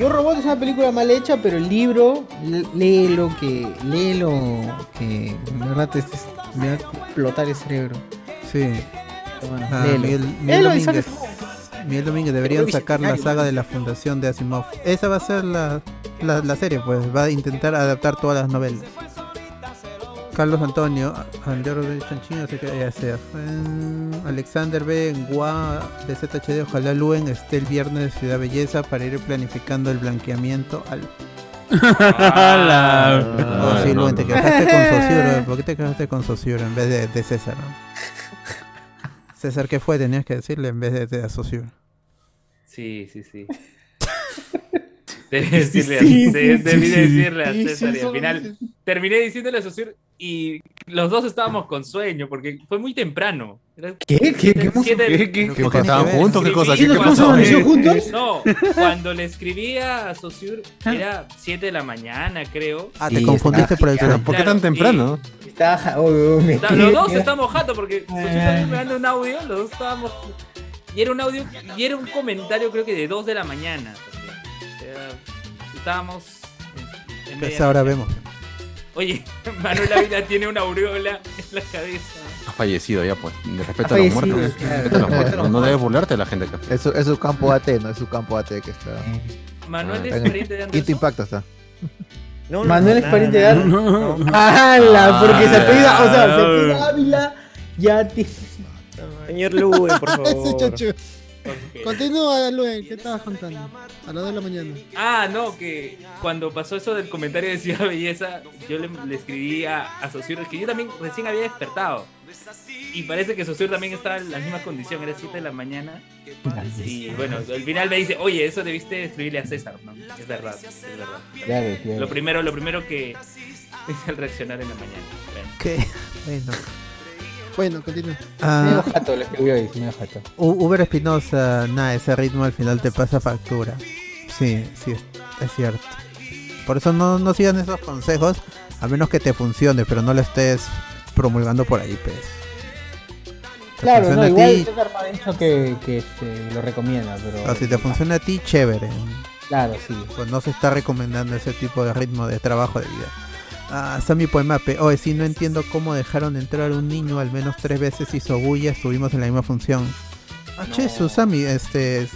Speaker 7: Yo Robot es una película mal hecha, pero el libro, l- léelo que, léelo que, en verdad te, te- me va a explotar el cerebro.
Speaker 1: Sí.
Speaker 7: Bueno,
Speaker 1: Ah,
Speaker 7: léelo.
Speaker 1: Miguel, Miguel
Speaker 7: Léelo y
Speaker 1: Domínguez.
Speaker 7: sales-
Speaker 1: Miguel Domínguez, deberían sacar la
Speaker 7: visionario,
Speaker 1: saga
Speaker 7: mano.
Speaker 1: de la fundación de Asimov. Esa va a ser la, la, la serie, pues va a intentar adaptar todas las novelas. Carlos Antonio, Andero de Chanchín, así que ya sea. Mm, Alexander B. Gua de ZHD, ojalá Luen esté el viernes de Ciudad Belleza para ir planificando el blanqueamiento al.
Speaker 3: Ala.
Speaker 1: Oh, sí,
Speaker 4: Ah, no,
Speaker 1: Luen, te
Speaker 4: no.
Speaker 1: quejaste
Speaker 4: (laughs)
Speaker 1: con Sociuro. ¿Por qué te quejaste con Sociuro en vez de, de César? no? César, ¿qué fue? Tenías que decirle en vez de, de a Sociuro.
Speaker 5: Sí, sí, sí. Debí decirle, a- de- debí decirle a César y al final terminé diciéndole a Sosur y los dos estábamos con sueño porque fue muy temprano. Era
Speaker 7: ¿Qué? ¿Qué? ¿Qué?
Speaker 5: siete-
Speaker 7: ¿Qué? ¿Qué?
Speaker 4: ¿Qué porque estaban
Speaker 1: ver.
Speaker 4: juntos? ¿Qué cosa?
Speaker 5: Sí,
Speaker 4: ¿Qué
Speaker 5: los
Speaker 4: cosa?
Speaker 5: dos
Speaker 7: pasó?
Speaker 5: eh,
Speaker 7: juntos?
Speaker 5: No, cuando le escribía a Sosur era 7 de la mañana, creo.
Speaker 1: Ah, te
Speaker 7: Sí,
Speaker 1: confundiste
Speaker 7: está-
Speaker 1: por el
Speaker 4: Pero, ¿Por qué
Speaker 5: Claro,
Speaker 4: tan
Speaker 5: y-
Speaker 4: temprano?
Speaker 7: Está, ja- oh, oh, me
Speaker 5: Está- los dos
Speaker 7: quedé-
Speaker 5: estamos mojando porque Sosur también me manda un audio, los dos estábamos. Y era un audio, y era un comentario creo que de 2 de la mañana. también. O sea, estábamos en- en media-
Speaker 1: ahora vemos.
Speaker 5: Oye, (laughs) Manuel Ávila tiene una aureola en la cabeza.
Speaker 4: Ha fallecido ya, pues. De
Speaker 27: Ha
Speaker 4: respeto a los
Speaker 27: fallecido,
Speaker 4: muertos.
Speaker 27: claro.
Speaker 4: Respeto a los muertos. No debes burlarte de la gente
Speaker 27: (laughs)
Speaker 4: acá.
Speaker 12: Es su, es su campo AT, no es su campo AT que está.
Speaker 1: Eh,
Speaker 5: Manuel
Speaker 12: Ah,
Speaker 5: es
Speaker 12: en el
Speaker 5: pariente de Anderson.
Speaker 12: Quinto impacto está.
Speaker 7: Manuel es pariente de Ávila.
Speaker 12: No.
Speaker 7: ¡Hala! Porque se apellida, o sea, se apellida
Speaker 12: Ah.
Speaker 7: Ávila, ya te.
Speaker 28: Señor Luen,
Speaker 11: (laughs)
Speaker 28: por
Speaker 29: Ese
Speaker 28: favor.
Speaker 29: chacho. Continúa, Luen, ¿qué estabas contando? A las 2 de la mañana.
Speaker 5: Ah, no, que cuando pasó eso del comentario de Ciudad Belleza, yo le, le escribí a, a Saussure, que yo también recién había despertado. Y parece que Sosur también estaba en la misma condición, era 7 de la mañana. Y bueno, al final me dice, oye, eso debiste escribirle a César, ¿no? Es verdad, es verdad.
Speaker 30: Claro, claro.
Speaker 5: Lo primero, lo primero que (laughs) hice al reaccionar en la mañana. Bueno.
Speaker 1: ¿Qué? Bueno.
Speaker 29: Bueno, continúa.
Speaker 1: Ah.
Speaker 30: Medio jato le escribió ahí, medio jato.
Speaker 1: U- Uber Espinosa, nada, ese ritmo al final te pasa factura. Sí, sí, es- es cierto. Por eso no, no sigan esos consejos, a menos que te funcione, pero no lo estés promulgando por ahí, pues. Te
Speaker 7: Claro,
Speaker 12: Pues,
Speaker 1: funciona
Speaker 7: no,
Speaker 1: a
Speaker 7: igual
Speaker 1: ti,
Speaker 7: César me ha dicho que, que este, lo recomienda, pero.
Speaker 12: Ah,
Speaker 1: o si te funciona a ti, chévere.
Speaker 7: Claro, sí.
Speaker 1: Pues no se está recomendando ese tipo de ritmo de trabajo de vida. Ah, Sammy Poemape, oye, sí, no entiendo cómo dejaron entrar un niño al menos tres veces hizo bulla, estuvimos en la misma función. Ah, che, Susami, este,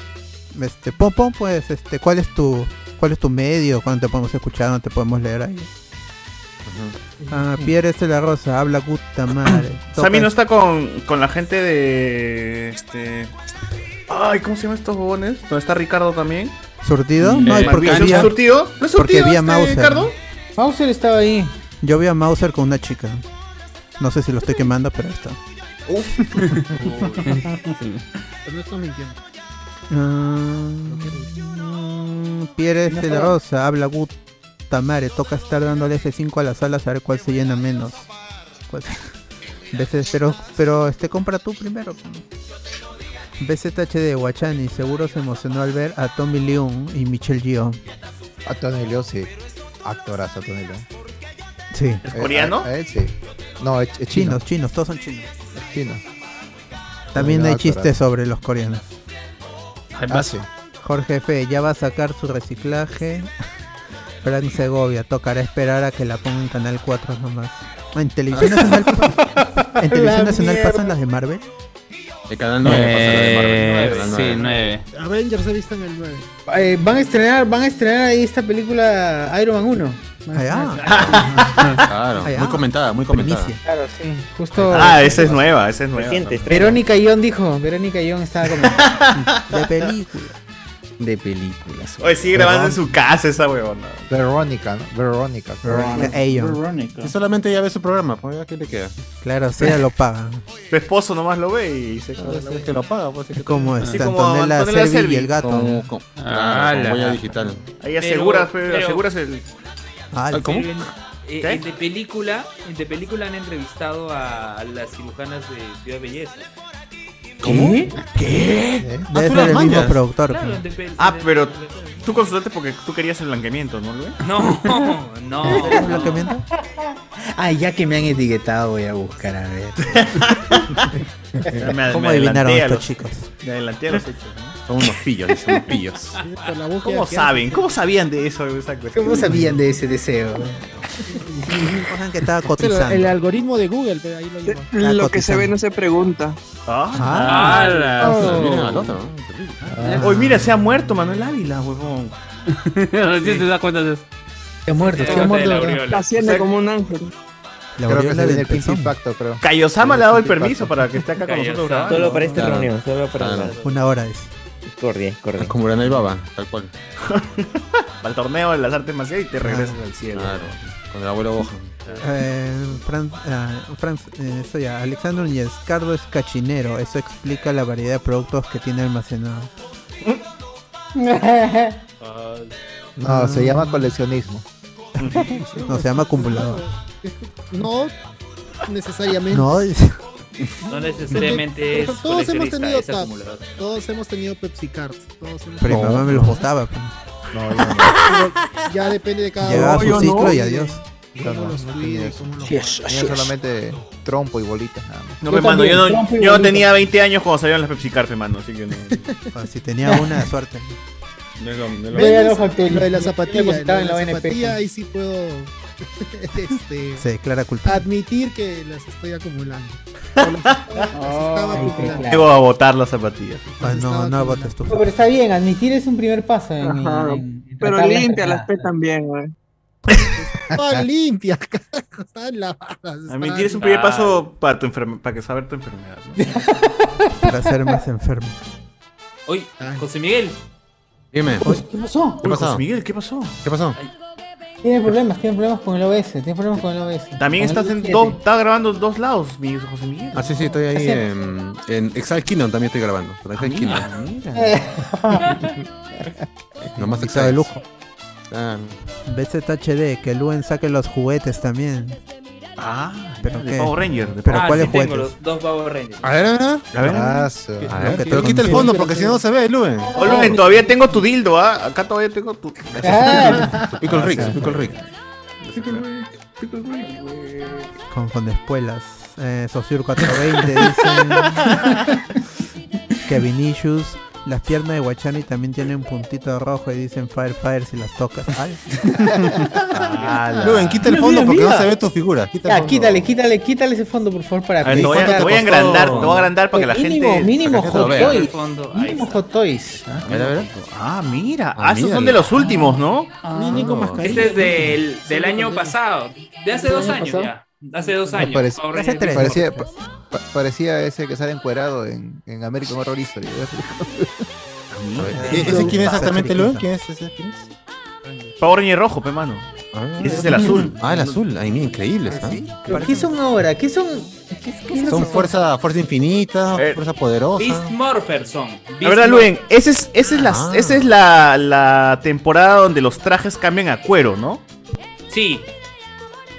Speaker 1: este, Popón, pues, este, ¿cuál es tu, cuál es tu medio? ¿Cuándo te podemos escuchar? ¿Dónde te podemos leer ahí? Ah, Pierre de la Rosa, habla puta madre.
Speaker 2: Sammy no está con, con la gente de. Este. Ay, ¿cómo se llaman estos bobones? ¿Dónde está Ricardo también?
Speaker 1: ¿Surtido? No,
Speaker 2: Eh,
Speaker 1: y porque
Speaker 2: Martín,
Speaker 1: había-
Speaker 2: ¿Surtido? ¿No es
Speaker 1: porque
Speaker 2: surtido
Speaker 1: había
Speaker 2: este,
Speaker 1: Mauser.
Speaker 2: Ricardo?
Speaker 7: Mauser estaba ahí.
Speaker 1: Yo vi a Mauser con una chica. No sé si lo estoy quemando, pero ahí está. (laughs)
Speaker 29: Pero no estás mintiendo.
Speaker 1: Mm, Ah, Pierre de la Rosa, habla Gut. Tamare, toca estar dándole F5 a las salas a ver cuál se llena menos. (laughs) Cuál- Veces, pero, pero este compra tú primero. BZH de Guachani, seguro se emocionó al ver a Tommy Leung y Michelle Gio.
Speaker 12: A Tony León, sí. Actorazo, Tony Eh, León.
Speaker 1: Sí.
Speaker 12: ¿Es
Speaker 2: coreano?
Speaker 12: sí. No, es, es chino.
Speaker 1: Chinos, chinos, todos son chinos.
Speaker 12: Es chino.
Speaker 1: También
Speaker 12: Tony Leung,
Speaker 1: hay chistes
Speaker 12: actorazo.
Speaker 1: sobre los coreanos.
Speaker 12: Ah, sí.
Speaker 1: Jorge F. ya va a sacar su reciclaje. (laughs) Frank Segovia, tocará esperar a que la ponga en Canal 4 nomás. Ah, En
Speaker 12: Ah.
Speaker 1: Televisión Nacional,
Speaker 12: (laughs)
Speaker 1: en Televisión
Speaker 29: La
Speaker 1: Nacional
Speaker 29: mierda.
Speaker 1: pasan las de Marvel.
Speaker 4: El canal 9
Speaker 12: Eh,
Speaker 27: Eh,
Speaker 4: pasa la de Marvel.
Speaker 3: sí, 9.
Speaker 29: Avengers he visto en el 9.
Speaker 7: Eh, van a estrenar, van a estrenar ahí esta película Iron Man 1. Van
Speaker 12: (laughs)
Speaker 7: a
Speaker 1: Allá. Ah,
Speaker 4: Claro, muy comentada, muy comentada.
Speaker 7: estrenar. Claro, sí. Justo.
Speaker 2: Ah, esa es nueva, esa es nueva.
Speaker 4: Reciente, estreno.
Speaker 7: Verónica Ion dijo, Verónica Ion estaba comentando.
Speaker 1: De película.
Speaker 4: De películas.
Speaker 2: Oye, sigue grabando en su casa esa huevona.
Speaker 12: Verónica, ¿no? Verónica.
Speaker 1: Verónica Ayon.
Speaker 27: Y solamente ya ve su programa, pues ya qué le queda.
Speaker 1: Claro, sí, ya lo pagan.
Speaker 2: Tu esposo nomás lo ve y se
Speaker 4: Ah,
Speaker 27: Es que lo paga, pues.
Speaker 1: Es como
Speaker 27: Así
Speaker 1: esta
Speaker 27: como
Speaker 1: Antonella
Speaker 27: Antonella
Speaker 1: Servi
Speaker 27: Servi.
Speaker 1: y el gato.
Speaker 4: Como- como- Ah, como la- huella digital.
Speaker 2: Ahí aseguras, fe-
Speaker 5: pero-
Speaker 2: aseguras el.
Speaker 1: Ah,
Speaker 5: Pero
Speaker 2: ¿Cómo?
Speaker 5: En, eh, en de película, en de película han entrevistado a, a las cirujanas de Ciudad de Belleza.
Speaker 2: ¿Cómo?
Speaker 1: ¿Eh?
Speaker 5: Ah,
Speaker 1: Debe ser el mismo productor.
Speaker 5: Claro, de pe-
Speaker 2: Ah,
Speaker 5: de-
Speaker 2: pero tú consultaste porque tú querías el blanqueamiento, ¿no, Luis?
Speaker 5: No, (laughs) no.
Speaker 1: ¿El blanqueamiento?
Speaker 7: Ay, ya que me han etiquetado, voy a buscar a
Speaker 2: (laughs) Me-
Speaker 7: ver.
Speaker 2: me adelanté
Speaker 1: ¿Cómo adivinaron
Speaker 2: a
Speaker 1: estos
Speaker 2: los-
Speaker 1: chicos?
Speaker 2: Me adelanté a los hechos, ¿no?
Speaker 4: Son unos pillos, dicen unos pillos.
Speaker 2: ¿Cómo saben? ¿Cómo sabían de eso? esa cuestión?
Speaker 7: ¿Cómo sabían de ese deseo?
Speaker 1: Oigan,
Speaker 29: (laughs)
Speaker 1: que estaba
Speaker 29: El, el
Speaker 1: cotizando.
Speaker 29: algoritmo de Google, pe, ahí lo lleva.
Speaker 11: Lo que se ve no se pregunta.
Speaker 2: Ah, la-
Speaker 11: Oh.
Speaker 4: Miren al otro, ¿no?
Speaker 2: Ah. Oye, mira, se ha muerto Manuel Ávila, huevón.
Speaker 3: Recién te das cuenta de eso.
Speaker 7: He muerto,
Speaker 2: se ha muerto, ¿verdad?
Speaker 11: Haciendo como un ángel.
Speaker 1: creo
Speaker 12: que se viene el quinto impacto, creo.
Speaker 2: Kaiosama le ha dado el permiso para que esté acá con nosotros
Speaker 12: Kaiosama.
Speaker 2: grabando.
Speaker 28: Solo para esta
Speaker 4: Claro.
Speaker 28: reunión, solo para
Speaker 4: Claro.
Speaker 2: (laughs)
Speaker 4: Ah,
Speaker 1: Una hora es.
Speaker 28: Cordia, cordia.
Speaker 4: Como Urana y Baba, tal cual.
Speaker 2: Para el torneo de las artes marciales y te regresas al cielo.
Speaker 4: Claro, con el abuelo Boja.
Speaker 1: Eh, Fran, ah, Fran- eh, eso ya, Alexander Núñez, Cardo es cachinero, eso explica la variedad de productos que tiene almacenado.
Speaker 12: No,
Speaker 1: Ah.
Speaker 12: se llama coleccionismo.
Speaker 1: (laughs) No, se llama acumulador.
Speaker 29: No necesariamente.
Speaker 1: No, es-
Speaker 5: No necesariamente es
Speaker 29: Todos hemos
Speaker 5: coleccionista,
Speaker 29: tenido
Speaker 5: es
Speaker 29: tabs.
Speaker 5: acumulador.
Speaker 29: Todos hemos tenido Pepsi Cards. Todos hemos
Speaker 1: pero mi mamá me los botaba. pues.
Speaker 12: No, yo no.
Speaker 29: Ya depende de cada
Speaker 1: Llegaba a
Speaker 29: uno.
Speaker 1: su ciclo y adiós.
Speaker 12: No, no,
Speaker 11: los
Speaker 12: no
Speaker 11: cuide,
Speaker 12: tenía eso.
Speaker 11: cómo los-
Speaker 12: Tenía
Speaker 11: Así es.
Speaker 12: solamente trompo y bolitas nada más.
Speaker 2: No, pe, mano, yo, no, yo no tenía 20 años cuando salieron las Pepsi Carpe, mano, así que no.
Speaker 4: Ah,
Speaker 1: si tenía una, suerte.
Speaker 2: No es lo- no es lo-
Speaker 1: Vea
Speaker 11: Lo
Speaker 1: los
Speaker 11: de-
Speaker 1: factores.
Speaker 11: lo de la
Speaker 1: Yo
Speaker 11: zapatilla, lo
Speaker 1: me
Speaker 11: de
Speaker 1: depositaba en
Speaker 11: la
Speaker 1: la ONP.
Speaker 11: zapatilla, ahí sí
Speaker 7: (laughs)
Speaker 11: puedo este,
Speaker 1: Se declara culpable.
Speaker 11: admitir que las estoy acumulando. O las-
Speaker 1: (laughs)
Speaker 11: las estaba acumulando.
Speaker 2: Llego a botar las zapatillas.
Speaker 4: Ah,
Speaker 1: no, no votes tú.
Speaker 7: No, pero está bien, admitir es un primer paso. en- en- en
Speaker 31: Pero
Speaker 7: tratar la
Speaker 31: limpia
Speaker 7: enfermedad.
Speaker 31: las P también, güey.
Speaker 4: Ah, (laughs)
Speaker 11: Estaban limpias, carajo, estaban lavadas.
Speaker 2: A mí tienes un
Speaker 7: Ah.
Speaker 2: primer paso para, tu enferme- para que saber tu enfermedad.
Speaker 4: (laughs)
Speaker 1: Para ser más enfermo.
Speaker 5: Oye, José Miguel.
Speaker 4: Dime.
Speaker 7: ¿Qué pasó?
Speaker 2: Oye, José Miguel, ¿qué pasó?
Speaker 4: ¿Qué pasó?
Speaker 7: Tiene problemas, tiene problemas con el OBS, tiene problemas con el OBS.
Speaker 2: También
Speaker 7: Con el
Speaker 2: estás en
Speaker 7: OBS. (laughs)
Speaker 2: dos, estás grabando en dos lados, mi José Miguel.
Speaker 4: Ah, sí, sí, estoy ahí
Speaker 2: Así es.
Speaker 4: en, en Exile Kingdom también estoy grabando. Pero
Speaker 2: Ah,
Speaker 4: Exile Kingdom. (laughs) Nomás
Speaker 1: Invitado de lujo.
Speaker 4: Ah,
Speaker 1: BZHD, que Luen saque los juguetes también.
Speaker 2: Ah,
Speaker 1: pero
Speaker 2: de
Speaker 1: qué?
Speaker 2: Power Ranger, de
Speaker 1: Pero
Speaker 2: Power-
Speaker 1: ¿cuáles
Speaker 5: sí tengo
Speaker 1: juguetes?
Speaker 5: los dos Power Rangers.
Speaker 4: eh. A ver, a ver, a ver.
Speaker 2: A ver.
Speaker 4: Brazo.
Speaker 1: Que-
Speaker 4: A
Speaker 1: no,
Speaker 4: ver,
Speaker 1: que
Speaker 4: pero quita el
Speaker 1: te consigo.
Speaker 4: fondo porque si no no se ve, Luen.
Speaker 2: Oh, Luen, todavía tengo tu dildo, ¿ah? Acá todavía tengo tu. (laughs)
Speaker 4: Claro. Pickle Rick, Pickle Rick.
Speaker 29: pues,
Speaker 1: Con, con espuelas. Eh, Sociur 420 dicen. Kevinicious. Las piernas de Guachani también tienen puntito rojo y dicen Fire Fire si las tocas. (laughs) Ay.
Speaker 4: Luen, quita el
Speaker 7: Mira,
Speaker 4: fondo
Speaker 7: mira,
Speaker 4: porque no
Speaker 7: mira.
Speaker 4: se ve tu figura. Quita el
Speaker 7: Ya,
Speaker 4: fondo.
Speaker 7: quítale, quítale, quítale ese fondo, por favor, para
Speaker 4: A ver, te voy a-
Speaker 7: para-
Speaker 4: te voy a agrandar, te voy a agrandar para que la
Speaker 7: Mínimo,
Speaker 4: gente-
Speaker 7: Mínimo
Speaker 4: para que la gente lo
Speaker 7: Hot
Speaker 4: vea.
Speaker 7: Toys.
Speaker 4: El
Speaker 2: fondo, ahí
Speaker 7: Mínimo Hot Toys.
Speaker 2: A ver, a ver. Ah, mira. Ah, esos son de los últimos, ¿no?
Speaker 1: Ah.
Speaker 5: Este es del, del año pasado. De hace dos años ya. Hace dos años.
Speaker 12: Parec-
Speaker 5: Power
Speaker 12: Parec-
Speaker 5: Rangers de
Speaker 12: parecía,
Speaker 5: Power
Speaker 12: pa- pa- parecía ese que sale encuerado en, en American Horror History. (laughs)
Speaker 4: ¿E- ¿Ese quién es exactamente, Luen? ¿Quién es ese? ¿Quién es?
Speaker 2: Power Ranger rojo, pe, mano.
Speaker 4: Ah.
Speaker 2: Ese es el azul.
Speaker 4: Ah, el azul. Ay, mira, increíble. ¿ah?
Speaker 7: ¿Pero ¿Qué son ahora? ¿Qué son? ¿Qué, qué
Speaker 4: Son
Speaker 7: son?
Speaker 4: fuerza, fuerza infinita, fuerza poderosa.
Speaker 5: Beast Morphers son. Beast
Speaker 2: La verdad, Luen,
Speaker 5: Morphers.
Speaker 2: esa es, esa es, la, esa es la, la temporada donde los trajes cambian a cuero, ¿no?
Speaker 5: Sí.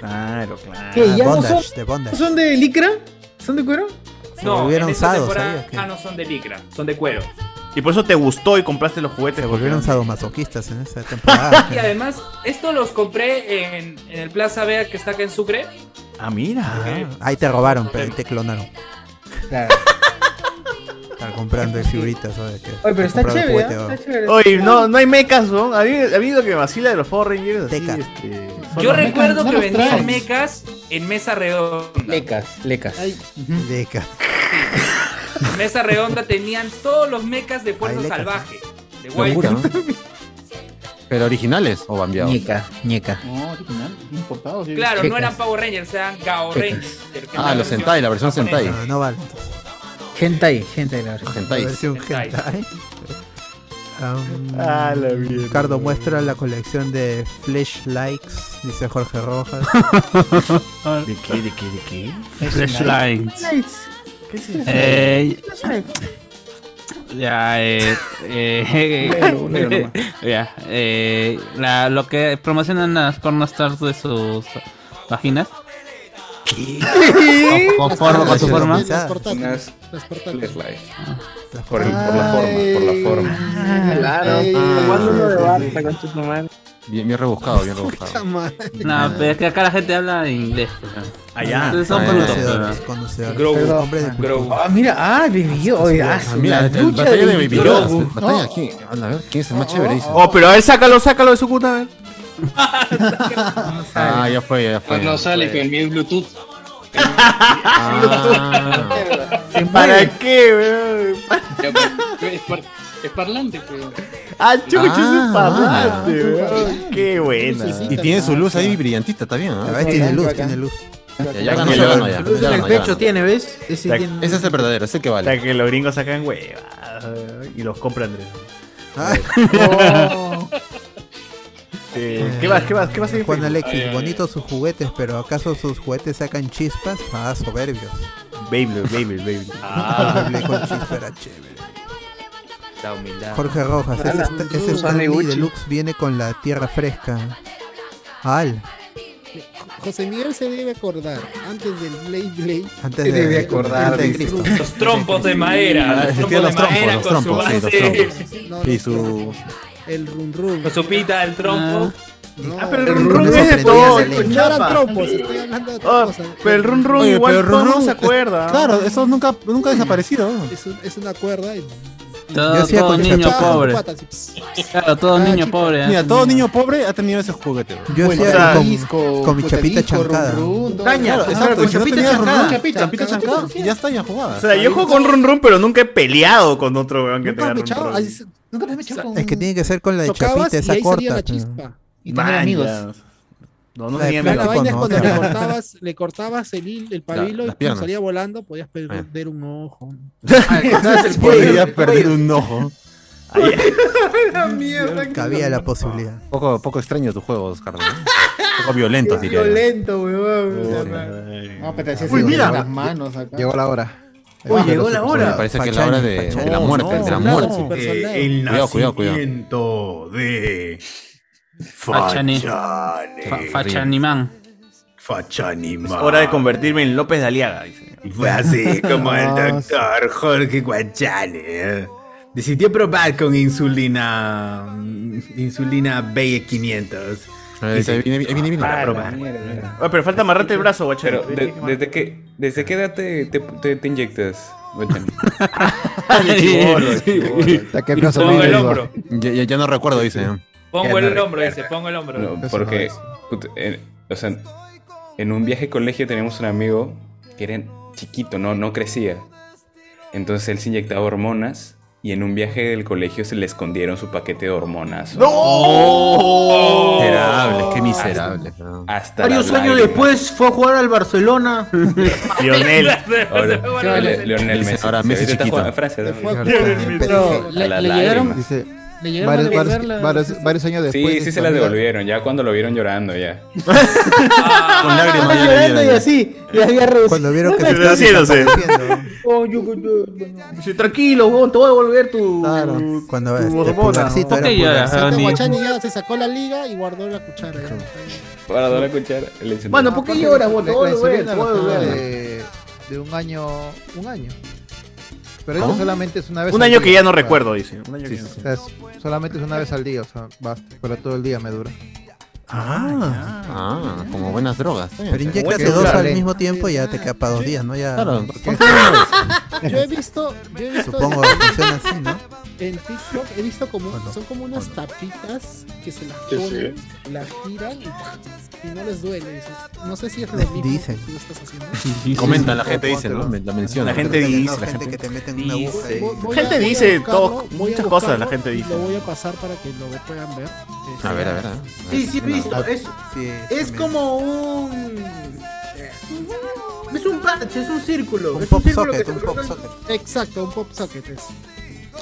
Speaker 2: Claro, claro.
Speaker 7: ¿Qué, ya no son,
Speaker 1: de
Speaker 7: ¿no son de licra? ¿Son de cuero?
Speaker 5: No,
Speaker 2: volvieron
Speaker 5: en esta
Speaker 2: usados,
Speaker 5: temporada
Speaker 2: ¿sabías
Speaker 5: ah, no son de licra, son de cuero.
Speaker 2: Y por eso te gustó y compraste los juguetes. Se
Speaker 1: volvieron sadomasoquistas en esa
Speaker 7: (laughs)
Speaker 2: Ah.
Speaker 1: temporada.
Speaker 5: (laughs) Y además, esto los compré en, en el Plaza Vea que está acá en Sucre.
Speaker 2: Ah, mira.
Speaker 1: Ahí te robaron, pero ahí te clonaron. Están comprando figuritas. ¿sabes qué?
Speaker 7: Oye, pero está
Speaker 1: Comprando
Speaker 7: chévere,
Speaker 1: juguete,
Speaker 7: ¿ah?
Speaker 1: ¿no?
Speaker 7: Está chévere.
Speaker 2: Oye, no, no hay mecas, ¿no? A mí, a mí lo que me vacila de los Power Rangers así, este, son
Speaker 5: Yo
Speaker 2: los
Speaker 5: recuerdo que
Speaker 2: mechas. No los
Speaker 5: vendían
Speaker 2: traes.
Speaker 5: mecas en mesa redonda.
Speaker 7: Lecas, lecas.
Speaker 1: Lecas.
Speaker 5: En mesa redonda tenían todos los mecas de Puerto Salvaje. De Wild.
Speaker 4: Locura, ¿no? Pero originales o bambiados.
Speaker 7: Ñeca, ñeca.
Speaker 32: No, original, importado. sí.
Speaker 5: Claro, no
Speaker 4: Checas.
Speaker 5: eran Power Rangers, eran Gao
Speaker 7: Checas.
Speaker 5: Rangers. que es
Speaker 4: Ah,
Speaker 5: la
Speaker 4: los
Speaker 5: versión
Speaker 4: Sentai, la versión
Speaker 5: japonesa.
Speaker 4: Sentai.
Speaker 1: No, no vale.
Speaker 7: Hentai, hentai, la verdad.
Speaker 4: Hentai.
Speaker 1: Versión
Speaker 5: Hentai.
Speaker 1: hentai. Um,
Speaker 2: Ah, la mierda.
Speaker 1: Ricardo muestra la colección de Flash Likes, dice Jorge Rojas.
Speaker 4: (laughs)
Speaker 2: ¿De qué, de qué, de qué?
Speaker 3: Flashlights.
Speaker 7: ¿Qué es
Speaker 3: Eh, ya, eh, eh,
Speaker 7: Negro, negro
Speaker 3: (laughs) ya, eh, la- lo que promocionan las pornostars de sus páginas. Con- con- con su forma.
Speaker 14: Las
Speaker 11: portátiles,
Speaker 14: Las
Speaker 11: portátiles.
Speaker 14: Por, el- por la forma, por la forma.
Speaker 31: Claro.
Speaker 4: Ah,
Speaker 31: Jugando uno de Barça con sus mamás.
Speaker 4: Bien, bien rebuscado, bien rebuscado.
Speaker 3: No, pero es que acá la gente habla inglés. pero-
Speaker 4: Allá.
Speaker 3: Ustedes son
Speaker 4: Ah,
Speaker 3: brutos,
Speaker 4: conocedores,
Speaker 3: pero-
Speaker 1: conocedores.
Speaker 3: Grogu.
Speaker 7: Perdón.
Speaker 5: Grogu.
Speaker 7: Ah, mira, ah, Baby Yoda. oye, ah,
Speaker 4: Ah, mira,
Speaker 7: la
Speaker 4: el- el
Speaker 7: ducha
Speaker 4: batalla de
Speaker 7: Baby
Speaker 4: Baby
Speaker 7: Yoda.
Speaker 4: Yoda. Batalla,
Speaker 7: No.
Speaker 4: ¿quién? Anda, a ver, ¿quién es el más chévere? Dice.
Speaker 2: Oh, pero a ver, sácalo, sácalo de su cuta, a ver.
Speaker 4: Ah, ya fue, ya fue.
Speaker 33: Pues no sale con mi Bluetooth.
Speaker 3: Ah.
Speaker 2: ¿Para qué, weón?
Speaker 33: Ya, pues, Es, par- es parlante, pues.
Speaker 2: (laughs) Ah, chucho,
Speaker 4: Ah,
Speaker 2: es parlante,
Speaker 1: Ah.
Speaker 2: weón. Qué buena.
Speaker 4: Y tiene su luz ahí brillantita también, ¿ah?
Speaker 1: ver, tiene luz, tiene luz.
Speaker 4: Ya, ya ganó, ya ganó, ya.
Speaker 7: Luz
Speaker 4: Ya
Speaker 7: en el
Speaker 4: ganó, ya
Speaker 7: pecho
Speaker 4: ganó.
Speaker 7: tiene, ¿ves? Ese
Speaker 4: Ya-
Speaker 7: tiene-
Speaker 4: Ese es el verdadero, ese que
Speaker 2: O sea,
Speaker 4: vale.
Speaker 2: que los gringos sacan huevas eh, y los compra Andrés.
Speaker 7: Ah. (laughs)
Speaker 2: (laughs) Eh, ¿Qué más, qué más, qué más? hay en
Speaker 1: Juan
Speaker 2: Facebook?
Speaker 1: Alexis,
Speaker 2: Ay, ay,
Speaker 1: bonitos sus juguetes, pero ¿acaso sus juguetes sacan chispas? Ah, soberbios.
Speaker 2: Baby, baby, baby.
Speaker 1: Ah. Baby con chispa era chévere.
Speaker 34: La humildad.
Speaker 1: Jorge Rojas, ese, esta- ese Stanley Deluxe viene con la tierra fresca. Al,
Speaker 11: José Miguel se debe acordar antes del Blade Blade.
Speaker 1: antes de, antes de Cristo.
Speaker 5: Los trompos de madera.
Speaker 4: Ah,
Speaker 5: Los
Speaker 4: tiene
Speaker 5: trompos de
Speaker 4: los trompos,
Speaker 5: madera
Speaker 4: los
Speaker 5: con su
Speaker 4: trompos, sí, los
Speaker 5: base.
Speaker 4: trompos. Y su.
Speaker 11: El run run.
Speaker 5: Con su pita del trompo.
Speaker 2: Ah, pero el run run es de todo, pues,
Speaker 10: No eran
Speaker 2: chapa.
Speaker 10: trompos, estoy hablando de otras cosas.
Speaker 2: pero el run run
Speaker 10: Oye,
Speaker 2: igual
Speaker 10: pero el
Speaker 2: todo el
Speaker 10: run
Speaker 2: mundo
Speaker 10: run
Speaker 2: se
Speaker 10: es-
Speaker 2: acuerda.
Speaker 10: Claro, eso
Speaker 4: nunca, nunca ha desaparecido.
Speaker 10: Es, un- es una cuerda. Y...
Speaker 3: Todo-
Speaker 10: Yo hacía
Speaker 3: todo
Speaker 10: con
Speaker 3: niño
Speaker 10: esas patas,
Speaker 3: pobre.
Speaker 10: patas, y pss.
Speaker 3: Claro, todo niño pobre.
Speaker 4: Mira, todo niño pobre ha tenido ese juguete. bro.
Speaker 18: Yo
Speaker 4: Bueno,
Speaker 18: hacía
Speaker 4: o sea,
Speaker 18: con- con mi chapita chancada.
Speaker 4: Caña,
Speaker 2: Claro,
Speaker 4: exacto,
Speaker 2: con
Speaker 4: si no
Speaker 2: chapita
Speaker 4: tenías
Speaker 2: chancada.
Speaker 4: run run, chapita, chapita chancada, y ya está, ya jugada.
Speaker 2: O sea, yo juego con run run, pero nunca he peleado con otro weón que tenga run run.
Speaker 10: Nunca te has echado con...
Speaker 18: Es que tiene que ser con la de
Speaker 10: Tocabas
Speaker 18: chapita,
Speaker 10: y
Speaker 18: esa
Speaker 10: ahí salía
Speaker 18: corta. pues.
Speaker 10: la chispa.
Speaker 18: Y tener amigos.
Speaker 2: No, no
Speaker 18: La de
Speaker 2: tenía
Speaker 10: La
Speaker 2: amigos.
Speaker 10: vaina es
Speaker 18: no,
Speaker 10: cuando
Speaker 18: no.
Speaker 10: le cortabas, le cortabas el, hil- el pabilo
Speaker 2: las
Speaker 10: y
Speaker 2: piernas.
Speaker 10: cuando salía volando, podías
Speaker 18: Ah.
Speaker 10: perder un ojo. (laughs)
Speaker 4: Podría perder un ojo.
Speaker 10: la mierda.
Speaker 18: Cabía la posibilidad.
Speaker 4: Poco, poco extraño tu juego, Oscar. ¿no?
Speaker 2: (laughs)
Speaker 4: poco violento, diría. yo.
Speaker 7: Violento, weón.
Speaker 13: No, pero te hacías
Speaker 4: Uy,
Speaker 13: así
Speaker 4: mira.
Speaker 13: con las manos acá.
Speaker 12: Llegó la hora.
Speaker 13: Uy, llegó la hora.
Speaker 4: Me parece que es la hora de, de la
Speaker 12: No,
Speaker 4: muerte,
Speaker 12: no,
Speaker 4: de la
Speaker 12: no.
Speaker 4: muerte.
Speaker 12: Eh, el
Speaker 4: cuidado, cuidado, cuidado.
Speaker 12: nacimiento
Speaker 2: de
Speaker 3: Fachani.
Speaker 2: Fachani.
Speaker 3: Fa- Fachanimán.
Speaker 2: Es hora de convertirme en López de Aliaga. Dice.
Speaker 35: Así como el doctor Jorge Guachani. ¿eh? Decidió probar con insulina. mm, Insulina B500.
Speaker 4: Ahí está, ahí viene, ahí
Speaker 7: Eh,
Speaker 4: viene, ahí viene.
Speaker 35: Para
Speaker 4: Ah,
Speaker 35: probar.
Speaker 2: Ah, pero falta amarrarte el brazo, guachani.
Speaker 14: Pero, de- desde, qué, ¿desde qué edad te, te, te- te inyectas, guachani?
Speaker 4: chibolo,
Speaker 14: Sí.
Speaker 4: chibolo.
Speaker 14: Ya que no se Pongo el olvide, hombro.
Speaker 4: Ya, ya- ya no recuerdo, dice.
Speaker 5: Pongo
Speaker 14: Ya
Speaker 5: el
Speaker 14: no
Speaker 5: hombro ese, pongo el hombro.
Speaker 14: No, porque, put- en- o sea, en un viaje de colegio teníamos un amigo que era chiquito, no, no crecía. Entonces él se inyectaba hormonas y en un viaje del colegio se le escondieron su paquete de hormonas.
Speaker 4: ¡No! Miserable, qué miserable.
Speaker 14: Hasta, hasta
Speaker 7: Varios
Speaker 14: la
Speaker 7: años
Speaker 14: lágrima.
Speaker 7: después fue a jugar
Speaker 35: (laughs)
Speaker 7: al Barcelona.
Speaker 14: (laughs)
Speaker 12: (laughs)
Speaker 2: Lionel.
Speaker 14: Ahora,
Speaker 7: Ahora
Speaker 14: Le- Lionel
Speaker 4: Messi.
Speaker 14: Messi.
Speaker 4: Ahora
Speaker 14: Sí,
Speaker 4: Messi
Speaker 14: ahorita está
Speaker 4: chiquito.
Speaker 14: jugando en Francia, ¿no?
Speaker 12: Fue a
Speaker 13: Pero le,
Speaker 14: A la
Speaker 13: le
Speaker 14: lágrima.
Speaker 13: llegaron,
Speaker 12: Dice,
Speaker 13: le llegaron
Speaker 12: varios,
Speaker 13: a devolver
Speaker 12: varios,
Speaker 13: las-
Speaker 12: varios, varios años después.
Speaker 14: sí,
Speaker 12: de
Speaker 14: sí
Speaker 12: su
Speaker 14: se la
Speaker 12: amiga.
Speaker 14: devolvieron, ya cuando lo vieron llorando
Speaker 12: (laughs)
Speaker 14: ya.
Speaker 7: Con lágrimas.
Speaker 14: ya,
Speaker 7: Llorando
Speaker 14: ya,
Speaker 7: y
Speaker 14: ya.
Speaker 7: así. Y "Oh, había
Speaker 18: Cuando vieron
Speaker 7: (laughs)
Speaker 18: que
Speaker 2: Reduciéndose.
Speaker 1: (laughs)
Speaker 7: Tranquilo, weón, te voy a devolver tu.
Speaker 18: Cuando
Speaker 7: Tu
Speaker 18: este,
Speaker 7: hormona.
Speaker 18: pulgarcito
Speaker 7: ¿Por
Speaker 18: era
Speaker 7: qué lloras,
Speaker 18: pulgarcito.
Speaker 10: (laughs)
Speaker 7: Ani?
Speaker 10: Guachani ya se sacó la liga y guardó la cuchara. ya.
Speaker 14: Para dar la cuchara. le dicen,
Speaker 7: Mano, ¿por qué lloras, vos? Te
Speaker 12: La-
Speaker 7: voy a
Speaker 12: la
Speaker 7: devolver,
Speaker 12: insulina
Speaker 7: te voy a
Speaker 12: la toma
Speaker 7: devolver.
Speaker 12: de, de un año, un año. Pero
Speaker 2: ¿Cómo?
Speaker 12: eso solamente es una vez
Speaker 2: Un
Speaker 12: al
Speaker 2: año que
Speaker 12: día,
Speaker 2: ya no
Speaker 12: o sea,
Speaker 2: recuerdo, dice. Un año
Speaker 12: sí,
Speaker 2: que ya no
Speaker 12: sí, o sea, es- solamente es una vez al día, o sea, basta, para todo el día me dura.
Speaker 4: Ah, ah, como buenas drogas.
Speaker 12: Pero
Speaker 18: Inyéctate dos
Speaker 4: eh.
Speaker 18: al mismo tiempo y ya te queda para dos días, ¿no? Ya,
Speaker 4: Claro,
Speaker 18: porque-
Speaker 1: (laughs)
Speaker 18: (laughs)
Speaker 10: Yo he visto, yo he visto
Speaker 18: Supongo
Speaker 10: (laughs)
Speaker 18: que funciona así, ¿no?
Speaker 10: en TikTok he visto como son como unas tapitas que se las
Speaker 18: Sí,
Speaker 10: ponen, las tiran y, y no les duele. dices, no sé si es lo mismo
Speaker 18: dicen.
Speaker 10: que tú estás haciendo.
Speaker 4: Comenta, la gente dice, ¿no? Me- La menciona.
Speaker 2: La gente dice,
Speaker 18: La gente que te mete en una aguja. y-
Speaker 10: Voy- voy
Speaker 2: La gente
Speaker 10: a- voy a
Speaker 2: dice
Speaker 10: buscarlo,
Speaker 2: todo-
Speaker 10: voy a
Speaker 2: muchas
Speaker 10: buscarlo
Speaker 2: cosas la gente
Speaker 10: y
Speaker 2: dice.
Speaker 10: Lo voy a pasar para que lo puedan ver. Este,
Speaker 4: A ver, a ver, a ver.
Speaker 7: Sí, sí, he
Speaker 4: No.
Speaker 7: visto. Es, es como un. Es un patch, es un círculo. es
Speaker 18: pop
Speaker 7: círculo
Speaker 18: socket,
Speaker 7: que
Speaker 18: un
Speaker 7: se
Speaker 18: pop
Speaker 7: coloca en-
Speaker 10: Exacto, un pop socket es.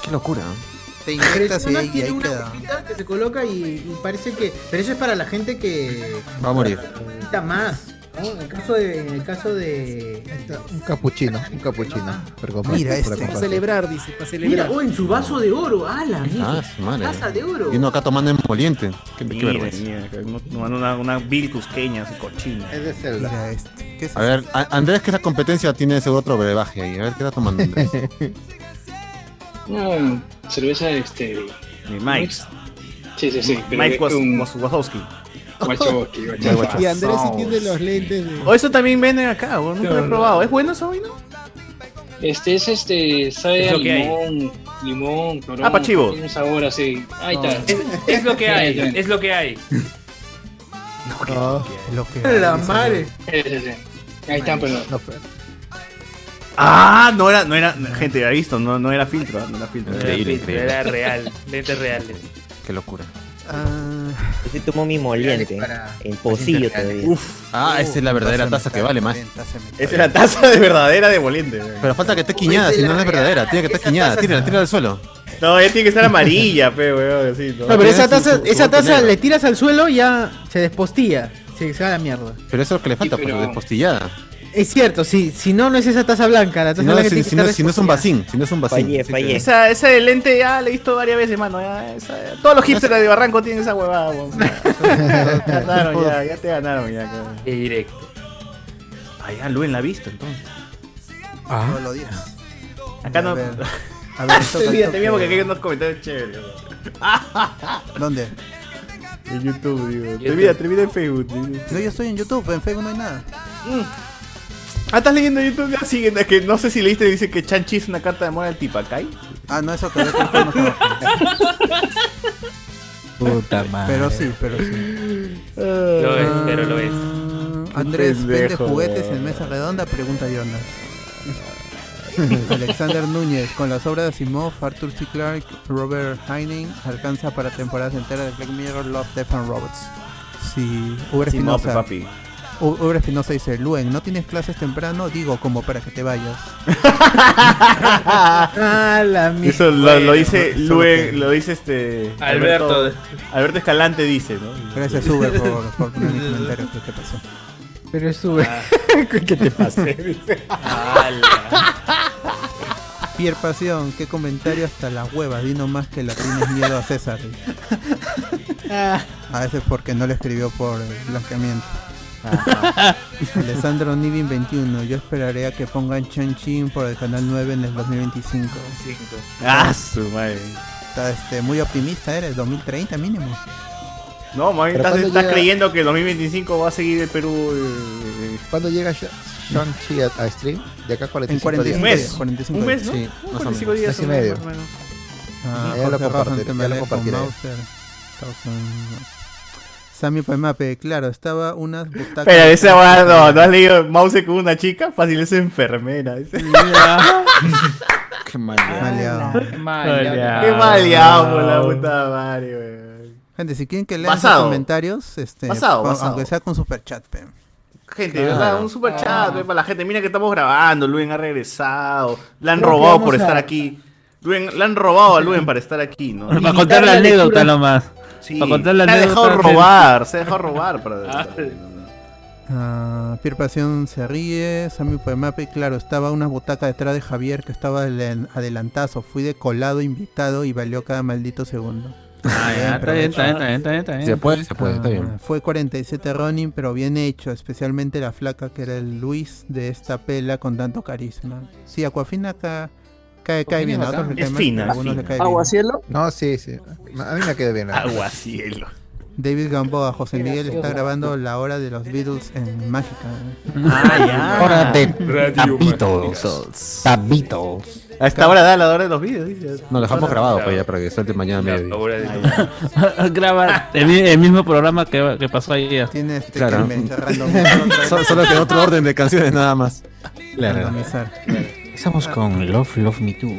Speaker 4: Qué locura. ¿eh?
Speaker 18: Te
Speaker 7: Pero
Speaker 18: inyectas
Speaker 7: es
Speaker 18: y
Speaker 7: una-
Speaker 18: ahí y
Speaker 7: tiene
Speaker 18: ahí
Speaker 7: una
Speaker 18: queda.
Speaker 7: cosita que se coloca y, y parece que. Pero eso es para la gente que
Speaker 4: Va a morir.
Speaker 7: necesita más. ¿no? En el caso de. En el caso de.
Speaker 12: Un capuchino, un capuchino. por compartir,
Speaker 7: Mira
Speaker 12: por
Speaker 7: este.
Speaker 12: compartir.
Speaker 7: Para
Speaker 10: celebrar, dice, para celebrar.
Speaker 7: Mira, oh, en su vaso de oro, ala,
Speaker 4: Ah,
Speaker 7: mierda.
Speaker 4: su madre.
Speaker 7: Taza de oro.
Speaker 4: Y uno acá tomando emoliente. Qué, qué
Speaker 2: Mira,
Speaker 4: vergüenza.
Speaker 2: mira, que no- no, una, una vil cusqueña, así cochina.
Speaker 12: Es de celda.
Speaker 18: Mira este. ¿Qué es
Speaker 4: A ver, a- Andrés, que la competencia tiene seguro otro brebaje ahí. A ver, ¿qué está tomando Andrés?
Speaker 15: No, cerveza este.
Speaker 2: Mi Mike.
Speaker 15: Sí, sí, sí.
Speaker 2: Mike
Speaker 15: es un
Speaker 2: Was-
Speaker 15: (laughs)
Speaker 2: Was- Wazowski.
Speaker 15: Wachowski,
Speaker 10: Y Andrés sí tiene los lentes de.
Speaker 2: O Oh, eso también venden acá, weón, nunca lo he
Speaker 15: No.
Speaker 2: probado. ¿Es bueno esa vaina?
Speaker 15: Este es este, sabe
Speaker 2: Es
Speaker 15: a
Speaker 2: lo que hay.
Speaker 15: limón, limón, clorón.
Speaker 2: Ah, pa' chivo.
Speaker 15: Tiene un sabor así. Ahí
Speaker 5: No.
Speaker 15: está.
Speaker 5: Es, es lo que hay, es lo que hay.
Speaker 12: Ah,
Speaker 18: Lo que
Speaker 7: La madre.
Speaker 15: Sí, sí, sí. Ahí están, perdón.
Speaker 12: No,
Speaker 2: Ah, no era, no era, gente, ha visto, no, no era filtro, ¿ah? no era filtro.
Speaker 5: Era, era real, lentes reales.
Speaker 4: Qué locura.
Speaker 11: Ah.
Speaker 36: Yo sí tomo mi moliente. En pocillo todavía.
Speaker 4: Uf. Ah, esa es la verdadera taza que vale más.
Speaker 2: Esa es la taza de verdadera de moliente. weón.
Speaker 4: Pero falta que esté quiñada, si no no es verdadera. Tiene que estar quiñada. Tírala, tírala al suelo.
Speaker 2: No, ella tiene que estar amarilla, pe, weón, así,
Speaker 7: No, pero esa
Speaker 4: Tiene su-
Speaker 7: taza,
Speaker 4: su- su
Speaker 7: esa
Speaker 4: bote
Speaker 7: taza
Speaker 4: negro.
Speaker 7: le tiras al suelo y ya se despostilla. Se se va a la mierda.
Speaker 4: Pero eso es lo que le falta, pero despostillada.
Speaker 7: Es cierto, si, si no, no es esa taza blanca. La taza
Speaker 4: Si no,
Speaker 7: blanca
Speaker 4: si,
Speaker 7: tiene que
Speaker 4: si no,
Speaker 7: estar
Speaker 4: si no es un vacín, si no es un vacín.
Speaker 7: Fallé,
Speaker 4: Sí,
Speaker 7: fallé.
Speaker 4: sí.
Speaker 2: Esa, esa de lente ya la he visto varias veces, mano. ya, esa- todos los hipsters de Barranco tienen esa huevada, weón. Ya te (laughs) ganaron, ya, ya te ganaron, ya. cabrón.
Speaker 5: Y directo.
Speaker 2: Ah, ya, Luen la ha visto, entonces.
Speaker 18: No lo
Speaker 7: (laughs)
Speaker 18: dirás.
Speaker 2: Acá no. (laughs)
Speaker 18: A ver, a ver, toca,
Speaker 2: te mira,
Speaker 18: toca.
Speaker 2: (laughs) te mira porque aquí hay unos comentarios chéveres. weón.
Speaker 18: ¿Dónde?
Speaker 2: En YouTube, digo.
Speaker 1: YouTube.
Speaker 2: Termina, termina en Facebook. termina.
Speaker 1: No, yo estoy en YouTube, en Facebook no hay nada.
Speaker 2: Ah, estás leyendo YouTube. Ya siguen. Es que no sé si leíste. Dice que Chanchi es una carta de amor al Tipacay.
Speaker 1: Ah, no, eso todavía no conozco.
Speaker 2: Puta
Speaker 1: Pero sí, pero sí.
Speaker 5: Lo es, pero lo es.
Speaker 1: Andrés vende
Speaker 5: pendejo,
Speaker 1: juguetes
Speaker 5: weón.
Speaker 1: en mesa redonda, pregunta Jonas. (laughs) Alexander Núñez, con las obras de Asimov, Arthur C. Clarke, Robert Heinlein, alcanza para temporadas enteras de Black Mirror, Love, Death and Robots. Sí, Uber
Speaker 2: Asimov,
Speaker 1: Espinosa.
Speaker 2: papi.
Speaker 1: U- Uber Espinosa dice, Luen, ¿no tienes clases temprano? Digo, como para que te vayas.
Speaker 2: ah,
Speaker 1: la mi-
Speaker 2: (laughs) Eso lo, lo dice
Speaker 1: Bueno,
Speaker 2: Luen, lo dice este.
Speaker 1: Alberto.
Speaker 2: Alberto Escalante dice, ¿no?
Speaker 1: Gracias, Uber, por, por poner mi comentario. ¿Qué te pasó?
Speaker 7: Pero es su...
Speaker 8: Ah.
Speaker 7: (laughs) ¿Qué te pasé?
Speaker 1: Pier Pasión, qué comentario hasta la hueva. Di nomás que la tienes miedo a César. A veces porque no le escribió por eh, blanqueamiento. Alessandro Nivin 21, yo esperaré a que pongan Chan Chin por el canal 9 en el 2025.
Speaker 2: Cinco. Ah, su madre.
Speaker 1: Está este, muy optimista, eres 2030 mínimo.
Speaker 2: No, man,
Speaker 1: Pero
Speaker 2: estás,
Speaker 1: ¿cuándo
Speaker 2: estás
Speaker 1: llega-
Speaker 2: creyendo que el 2025 va a seguir el Perú. eh, eh,
Speaker 12: ¿Cuándo llega Sha- Shang-Chi a, a stream? De acá a 45 días.
Speaker 1: 45 días, 45
Speaker 2: Un mes,
Speaker 1: días.
Speaker 2: ¿no?
Speaker 12: Sí,
Speaker 2: Un
Speaker 12: más o
Speaker 2: 45
Speaker 12: menos. Mes
Speaker 2: días,
Speaker 12: y
Speaker 2: un mes
Speaker 12: medio.
Speaker 2: más o menos.
Speaker 12: ya lo
Speaker 1: Ah, Jorge Rafa
Speaker 12: compartiré. Ya lo
Speaker 1: Santamelé con
Speaker 12: compartiré.
Speaker 1: Mauser. Thousand- Sammy Paimape, claro, estaba unas butacas.
Speaker 2: Pero esa weá, no, ¿no has leído Mouse con una chica? Fácil es enfermera. dice.
Speaker 1: (laughs) Qué maleado. Qué
Speaker 2: Maleado. Qué maleado, por la puta madre, weón.
Speaker 1: Gente, si quieren que lean sus
Speaker 2: Basado.
Speaker 1: comentarios, este,
Speaker 2: Basado,
Speaker 1: pa-
Speaker 2: basado.
Speaker 1: aunque sea con superchat, pe.
Speaker 2: Gente,
Speaker 1: Claro.
Speaker 2: ¿verdad? Un
Speaker 3: Ah.
Speaker 2: super chat eh, para la gente. Mira que estamos grabando. Luen ha regresado. La han
Speaker 1: Creo que
Speaker 2: robado
Speaker 1: vamos
Speaker 2: por
Speaker 1: a-
Speaker 2: estar aquí. Luen, la han robado a Luen para estar aquí, ¿no?
Speaker 3: Para contar la anécdota nomás.
Speaker 2: Sí.
Speaker 3: Para contar la
Speaker 2: se ha
Speaker 3: anécdota.
Speaker 2: dejado robar, se ha dejado
Speaker 3: (laughs)
Speaker 2: robar. Para...
Speaker 1: Ah, Pier Pasión se ríe, Sammy Poemape, claro, estaba una butaca detrás de Javier que estaba ale- adelantazo, fui de colado invitado y valió cada maldito segundo.
Speaker 3: Ah, ya, está bien, está bien, está bien, está bien, está bien. Se puede, se puede, está bien.
Speaker 1: Ah, Fue 47 Ronin, pero bien hecho, especialmente la flaca que era el Luis de esta pela con tanto carisma. Sí, Aquafina acá cae, cae bien, a otros le cae mal, a algunos le cae bien.
Speaker 12: cielo? No, sí, (laughs) sí. A mí me queda bien.
Speaker 2: cielo.
Speaker 1: David Gamboa, José Miguel está grabando la hora de los Beatles en Mágica.
Speaker 2: Ah,
Speaker 8: Ahora te
Speaker 2: Tapitos.
Speaker 8: Tapitos.
Speaker 2: A esta hora da la hora de los vídeos, dice.
Speaker 4: No, lo dejamos
Speaker 2: Ahora-
Speaker 4: grabado pues ya para que salte mañana a mediodía.
Speaker 3: (laughs) Graba el, mi- el mismo programa que, que pasó ayer.
Speaker 1: Tiene este
Speaker 4: Claro. (laughs)
Speaker 3: (laughs)
Speaker 4: So- Solo que en otro orden de canciones nada más. Claro.
Speaker 8: Estamos con Love, Love Me Too.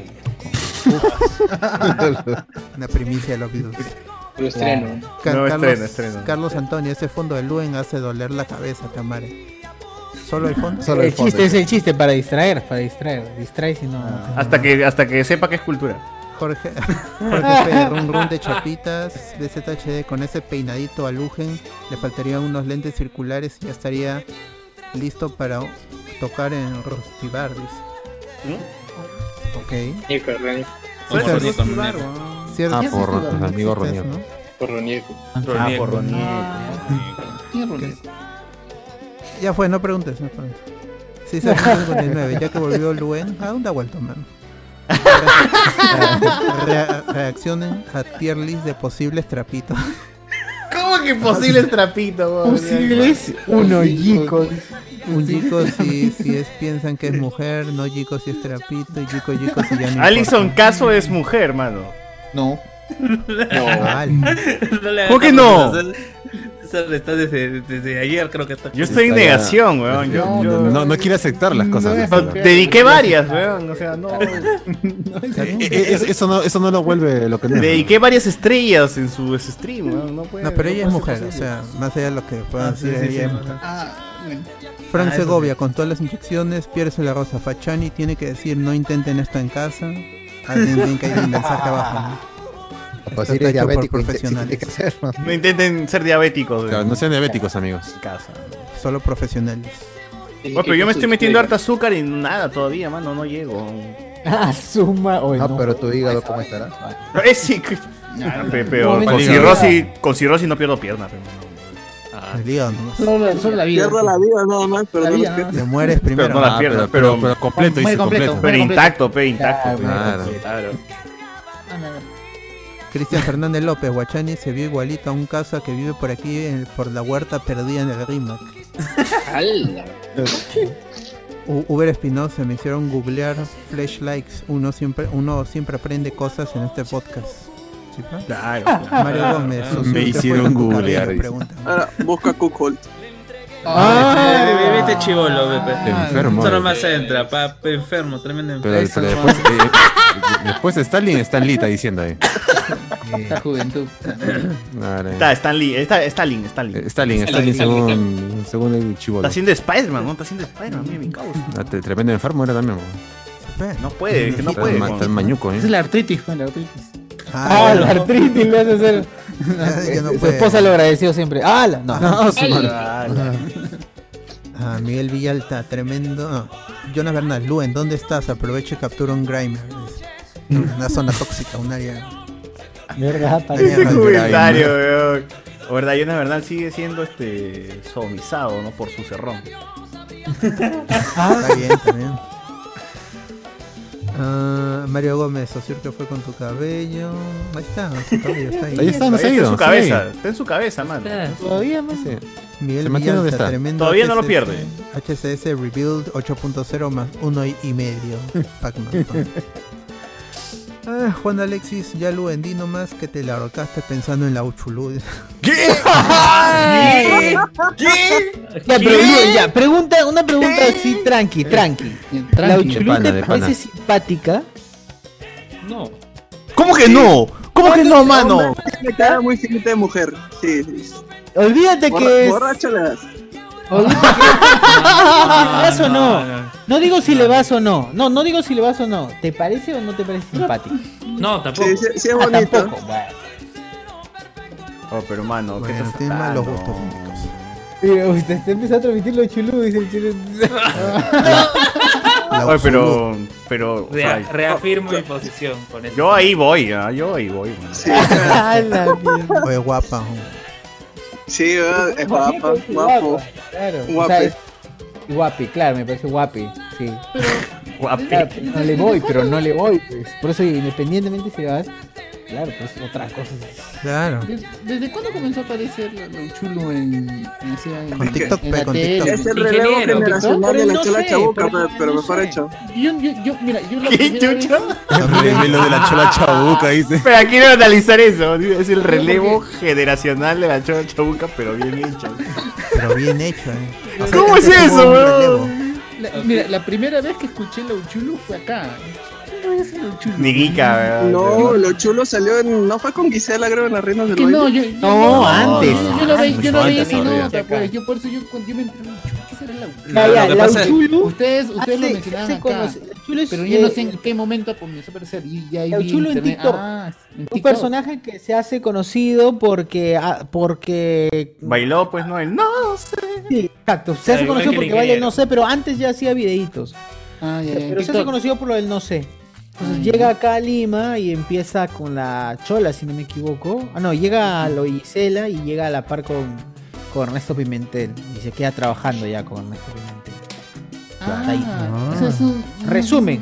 Speaker 1: Una primicia de los Beatles.
Speaker 15: Lo estreno.
Speaker 1: Ca-
Speaker 2: No,
Speaker 1: Carlos,
Speaker 2: estreno, estreno.
Speaker 1: Carlos Antonio, ese fondo de Luen hace doler la cabeza, Camare. ¿Solo el fondo?
Speaker 7: el chiste es el chiste para distraer, para distraer. Distrae si no.
Speaker 2: Hasta que, hasta que sepa que es cultura.
Speaker 1: Jorge, (laughs) Jorge P, este run run de chapitas, BZHD con ese peinadito alugen, le faltarían unos lentes circulares y ya estaría listo para tocar en Rostibar, dice. Ok.
Speaker 15: Por
Speaker 1: César,
Speaker 15: Ronieco,
Speaker 1: Rostibar,
Speaker 15: Ronieco.
Speaker 1: weón. Cierto,
Speaker 15: Ah,
Speaker 1: ya
Speaker 15: por
Speaker 1: existe,
Speaker 15: Ro-
Speaker 1: ¿no?
Speaker 15: amigo
Speaker 1: Existe eso,
Speaker 15: Ronieco.
Speaker 1: ¿no?
Speaker 15: Por Ronieco.
Speaker 1: Ah, por Ronieco.
Speaker 15: ¿Quién es
Speaker 1: Ya fue, no preguntes, no preguntes. Sí, se fue en 59, ya que volvió Luen, ah, ¿a dónde ha vuelto, mano? Re- reaccionen a tier list de posibles trapitos.
Speaker 2: ¿Cómo que posible trapito, weón?
Speaker 1: Posibles,
Speaker 2: un
Speaker 1: uno,
Speaker 2: hoyico.
Speaker 1: Un Yico si, si es piensan que es mujer, no Yico si es trapito y Yico Yico si ya no
Speaker 2: Alison
Speaker 1: importa.
Speaker 2: Caso es mujer, mano. (laughs)
Speaker 8: No.
Speaker 9: (laughs) le hagas
Speaker 2: ¿Por qué
Speaker 9: caso,
Speaker 2: no?
Speaker 9: César. César está desde, desde ayer, creo que está.
Speaker 2: Yo estoy en negación, weón. Yo,
Speaker 4: No,
Speaker 2: yo-
Speaker 4: no, no, no quiere aceptar las cosas.
Speaker 2: No, dediqué varias, weón. O sea, no.
Speaker 11: (laughs)
Speaker 4: Eh, eh, es- eso, no, eso no lo vuelve lo que no es.
Speaker 2: Dediqué varias estrellas en su stream, weón. No, puede,
Speaker 1: No, pero ella
Speaker 2: puede
Speaker 1: es
Speaker 2: ser
Speaker 1: mujer, o
Speaker 2: posible.
Speaker 1: sea, más allá de lo que
Speaker 11: Pues,
Speaker 1: puedan
Speaker 2: Ah, sí,
Speaker 1: decir,
Speaker 2: sí,
Speaker 1: ella
Speaker 2: sí,
Speaker 1: es
Speaker 2: sí.
Speaker 1: mujer.
Speaker 15: Ah, bueno.
Speaker 1: Frank
Speaker 15: Ah, eso
Speaker 1: Segovia, con todas las inyecciones, pierde la rosa. Fachani tiene que decir, no intenten esto en casa. Alguien tiene que ir el mensaje abajo, ¿no?
Speaker 12: Pues si
Speaker 1: Esto está
Speaker 12: eres
Speaker 1: hecho por
Speaker 12: diabético, inte-
Speaker 1: profesionales.
Speaker 12: sí tiene que
Speaker 2: No intenten ser diabéticos,
Speaker 4: Claro,
Speaker 2: weón.
Speaker 4: no sean diabéticos, amigos.
Speaker 1: Solo profesionales.
Speaker 2: Weón, pero yo me estoy metiendo harta azúcar y nada todavía, mano. No llego.
Speaker 7: Ah, suma. hoy
Speaker 12: no,
Speaker 7: no.
Speaker 12: pero tu hígado, ¿cómo estará?
Speaker 2: No, Es sí. (laughs) que-
Speaker 12: No,
Speaker 2: Ah, pe-
Speaker 12: no,
Speaker 2: peor.
Speaker 12: no,
Speaker 2: Con
Speaker 12: no,
Speaker 2: cirrosis, con cirrosis no pierdo pierna. pe. Ah.
Speaker 1: El hígado, ¿no?
Speaker 11: Solo, la vida. Pierdo la vida nada más, pero no los pierdo.
Speaker 1: Te mueres primero.
Speaker 2: Pero no la
Speaker 1: Ah,
Speaker 2: pierdas,
Speaker 1: pero-
Speaker 2: pero,
Speaker 1: pero completo, dice, Muere completo, completo.
Speaker 2: Pero
Speaker 1: muere
Speaker 2: intacto,
Speaker 1: completo.
Speaker 2: pe, intacto.
Speaker 12: Ah,
Speaker 1: Claro,
Speaker 2: pe.
Speaker 1: muere
Speaker 2: Claro.
Speaker 1: Cristian Fernández López, Guachani se vio igualito a un casa que vive por aquí, en- por la huerta perdida en el Rimac. U- Uber Espinosa, me hicieron googlear flashlights. Uno siempre, uno siempre aprende cosas en este podcast. ¿Sí, pa?
Speaker 2: Claro,
Speaker 11: claro. pues,
Speaker 1: (laughs)
Speaker 11: Ah.
Speaker 1: Mario Gómez,
Speaker 11: Me
Speaker 1: ¿usted fue
Speaker 11: hicieron
Speaker 1: con tu
Speaker 11: googlear,
Speaker 1: cabello?
Speaker 11: dice.
Speaker 1: Pregunta.
Speaker 11: Ahora, (laughs) busca Cuckold.
Speaker 3: Ah, bebé, vete chivolo, bebé.
Speaker 4: Enfermo,
Speaker 3: Eso
Speaker 4: bebé.
Speaker 3: nomás entra, papá, enfermo, tremendo
Speaker 4: Pero,
Speaker 3: enfermo.
Speaker 4: pero después, eh, después Stalin está lita diciendo ahí.
Speaker 12: La juventud.
Speaker 4: Claro.
Speaker 2: Está Stanley, está Stalin, Stalin.
Speaker 4: Eh, Stalin, Stalin según, según el chivolo.
Speaker 2: Está haciendo Spider-Man, ¿no? Está haciendo Spider-Man, mira mi causa.
Speaker 1: (laughs)
Speaker 4: Ah, te- Tremendo enfermo era también. weón.
Speaker 2: No puede, es que no
Speaker 4: Está
Speaker 2: puede.
Speaker 4: ma- Está el mañuco,
Speaker 12: Esa es
Speaker 4: ¿eh?
Speaker 12: la artritis, fue la artritis.
Speaker 7: Ah, la artritis le hace
Speaker 1: (laughs)
Speaker 7: ser.
Speaker 1: que no
Speaker 7: su
Speaker 1: puede.
Speaker 7: esposa lo agradeció siempre. ¡Ah! la- No,
Speaker 1: (laughs) No, su madre.
Speaker 7: Ah,
Speaker 1: Ah, Miguel Villalta, tremendo. no. Jonas Bernal, Lu, ¿en dónde estás? Aprovecho y captura un Grimer.
Speaker 7: (laughs)
Speaker 1: Una zona tóxica, un área. Ah,
Speaker 7: Verga,
Speaker 2: Ese
Speaker 1: Grimer.
Speaker 2: comentario, weón. La verdad, Jonas Bernal sigue siendo este sodomizado, ¿no? Por su cerrón.
Speaker 1: Está bien, está bien. Ah, Mario Gómez, Osir, que fue con tu cabello? Ahí está, su cabello está ahí.
Speaker 4: Ahí está, no se ha
Speaker 2: Está
Speaker 4: ido.
Speaker 2: en su
Speaker 4: sigue ahí.
Speaker 2: cabeza, está en su cabeza, mano.
Speaker 7: Todavía no
Speaker 4: sé.
Speaker 1: Miguel
Speaker 4: Se mantiene donde
Speaker 1: Villalta,
Speaker 4: está.
Speaker 1: tremendo.
Speaker 2: Todavía no lo
Speaker 1: HSS
Speaker 2: pierde.
Speaker 1: HSS Rebuild 8.0 más uno y y medio. Pac-Man. Ah, Juan Alexis, ya lo vendí nomás que te la rocaste pensando en la Uchulú.
Speaker 2: ¿Qué?
Speaker 7: ¿Qué? Ya, pero bien, ya, pregunta, una pregunta así, tranqui, tranqui. ¿La
Speaker 12: tranqui.
Speaker 7: Uchulú
Speaker 12: De pana,
Speaker 7: te
Speaker 12: de pana.
Speaker 7: parece simpática?
Speaker 12: No.
Speaker 2: ¿Cómo que no? ¿Cómo que no, mano?
Speaker 11: Me queda muy gente de mujer. Sí, sí.
Speaker 7: Olvídate
Speaker 11: Borra-
Speaker 7: que es.
Speaker 11: Borracha le das.
Speaker 7: Ah, ¿Le vas o
Speaker 3: no,
Speaker 7: no? No digo si le vas o no. No, no digo si le vas o no. ¿Te parece o no te parece simpática?
Speaker 3: No, tampoco.
Speaker 11: Sí, sí, sí es
Speaker 7: Ah,
Speaker 11: bonito.
Speaker 7: tampoco.
Speaker 2: Oh, pero mano, ¿qué
Speaker 1: Bueno,
Speaker 2: estás
Speaker 1: tiene malos gustos
Speaker 2: (laughs)
Speaker 7: Mira, usted usted empieza a transmitir lo chulú, dice el chulú.
Speaker 2: Oye, pero, pero, o sea,
Speaker 5: Rea- reafirmo mi posición con eso.
Speaker 2: yo ahí voy, ¿ah? yo ahí voy. mano. (laughs)
Speaker 1: Oye, guapa. jo.
Speaker 11: Sí, ¿verdad? es guapa,
Speaker 7: Guapo,
Speaker 11: guapo.
Speaker 7: Claro.
Speaker 11: Guapi.
Speaker 7: O sea, es- Guapi, claro, me parece guapi. Sí.
Speaker 2: Guapi.
Speaker 7: Claro, no le voy, pero no le voy. pues. Por eso, independientemente si vas. Claro, pues otra cosa.
Speaker 1: Claro.
Speaker 12: ¿Desde, desde cuándo comenzó a aparecer lo, lo chulo en, en, ese- en,
Speaker 1: Con TikTok,
Speaker 12: en
Speaker 1: pe,
Speaker 12: la
Speaker 1: con
Speaker 12: tele?
Speaker 1: TikTok.
Speaker 11: Es el
Speaker 12: Ingeniero,
Speaker 11: relevo
Speaker 12: TikTok,
Speaker 11: generacional de
Speaker 12: pero
Speaker 11: la
Speaker 12: no
Speaker 11: chola
Speaker 12: sé,
Speaker 11: chabuca,
Speaker 12: pero-
Speaker 11: pero, pero
Speaker 12: no
Speaker 11: mejor
Speaker 12: sé.
Speaker 11: hecho.
Speaker 12: Yo, yo, yo, mira, yo la primera vez-
Speaker 4: Revelo de la chola chabuca, dice.
Speaker 2: Pero quiero analizar eso. Es el relevo generacional de la chola chabuca, pero bien hecho.
Speaker 1: Pero bien hecho, eh.
Speaker 2: ¿Cómo es
Speaker 1: Acércate,
Speaker 2: eso,
Speaker 1: tuvo un
Speaker 2: weón?
Speaker 1: relevo.
Speaker 12: la- Mira, la primera vez que escuché lo chulo fue acá. ¿Qué es lo chulo?
Speaker 2: Ni guica, weón.
Speaker 11: No, lo chulo salió en. No fue con Gisela, creo, en las reinas del
Speaker 12: Que
Speaker 11: baile.
Speaker 12: no, yo, yo-
Speaker 4: No, antes.
Speaker 12: Yo, yo lo veía, yo lo
Speaker 4: Mucho
Speaker 12: veía
Speaker 4: antes
Speaker 12: sin
Speaker 4: todavía.
Speaker 12: nota, pues. Yo por eso yo, cuando yo me entré, ¿qué será la
Speaker 7: Ya, ya,
Speaker 12: Lo que
Speaker 7: la
Speaker 12: pasa es-
Speaker 7: Uchulu-
Speaker 12: Ustedes, ustedes
Speaker 7: Ah,
Speaker 12: lo
Speaker 7: sí,
Speaker 12: mencionaban
Speaker 7: sí,
Speaker 12: acá.
Speaker 7: conoce- Chulo es,
Speaker 12: pero yo no
Speaker 7: eh,
Speaker 12: sé en qué momento comenzó a aparecer. Y ya ahí
Speaker 7: El
Speaker 12: vi
Speaker 7: chulo en
Speaker 12: internet.
Speaker 7: TikTok.
Speaker 12: Ah, en
Speaker 7: Un
Speaker 12: TikTok.
Speaker 7: personaje que se hace conocido porque. ah, porque
Speaker 2: Bailó, pues no, el no
Speaker 7: Eh,
Speaker 2: sé.
Speaker 7: sí, exacto. Se hace
Speaker 2: Al igual
Speaker 7: conocido
Speaker 2: que el
Speaker 7: porque vale
Speaker 2: ingeniero.
Speaker 7: no sé, pero antes ya hacía videitos.
Speaker 12: Ah, ya, ya, en
Speaker 7: Pero se hace
Speaker 12: TikTok.
Speaker 7: conocido por lo del no sé. Entonces llega acá a Lima y empieza con la Chola, si no me equivoco. Ah, no, llega a Loisela y llega a la par con, con Ernesto Pimentel. Y se queda trabajando ya con Ernesto Pimentel.
Speaker 12: Ah,
Speaker 7: Ahí.
Speaker 12: o sea, es un-
Speaker 7: Resumen.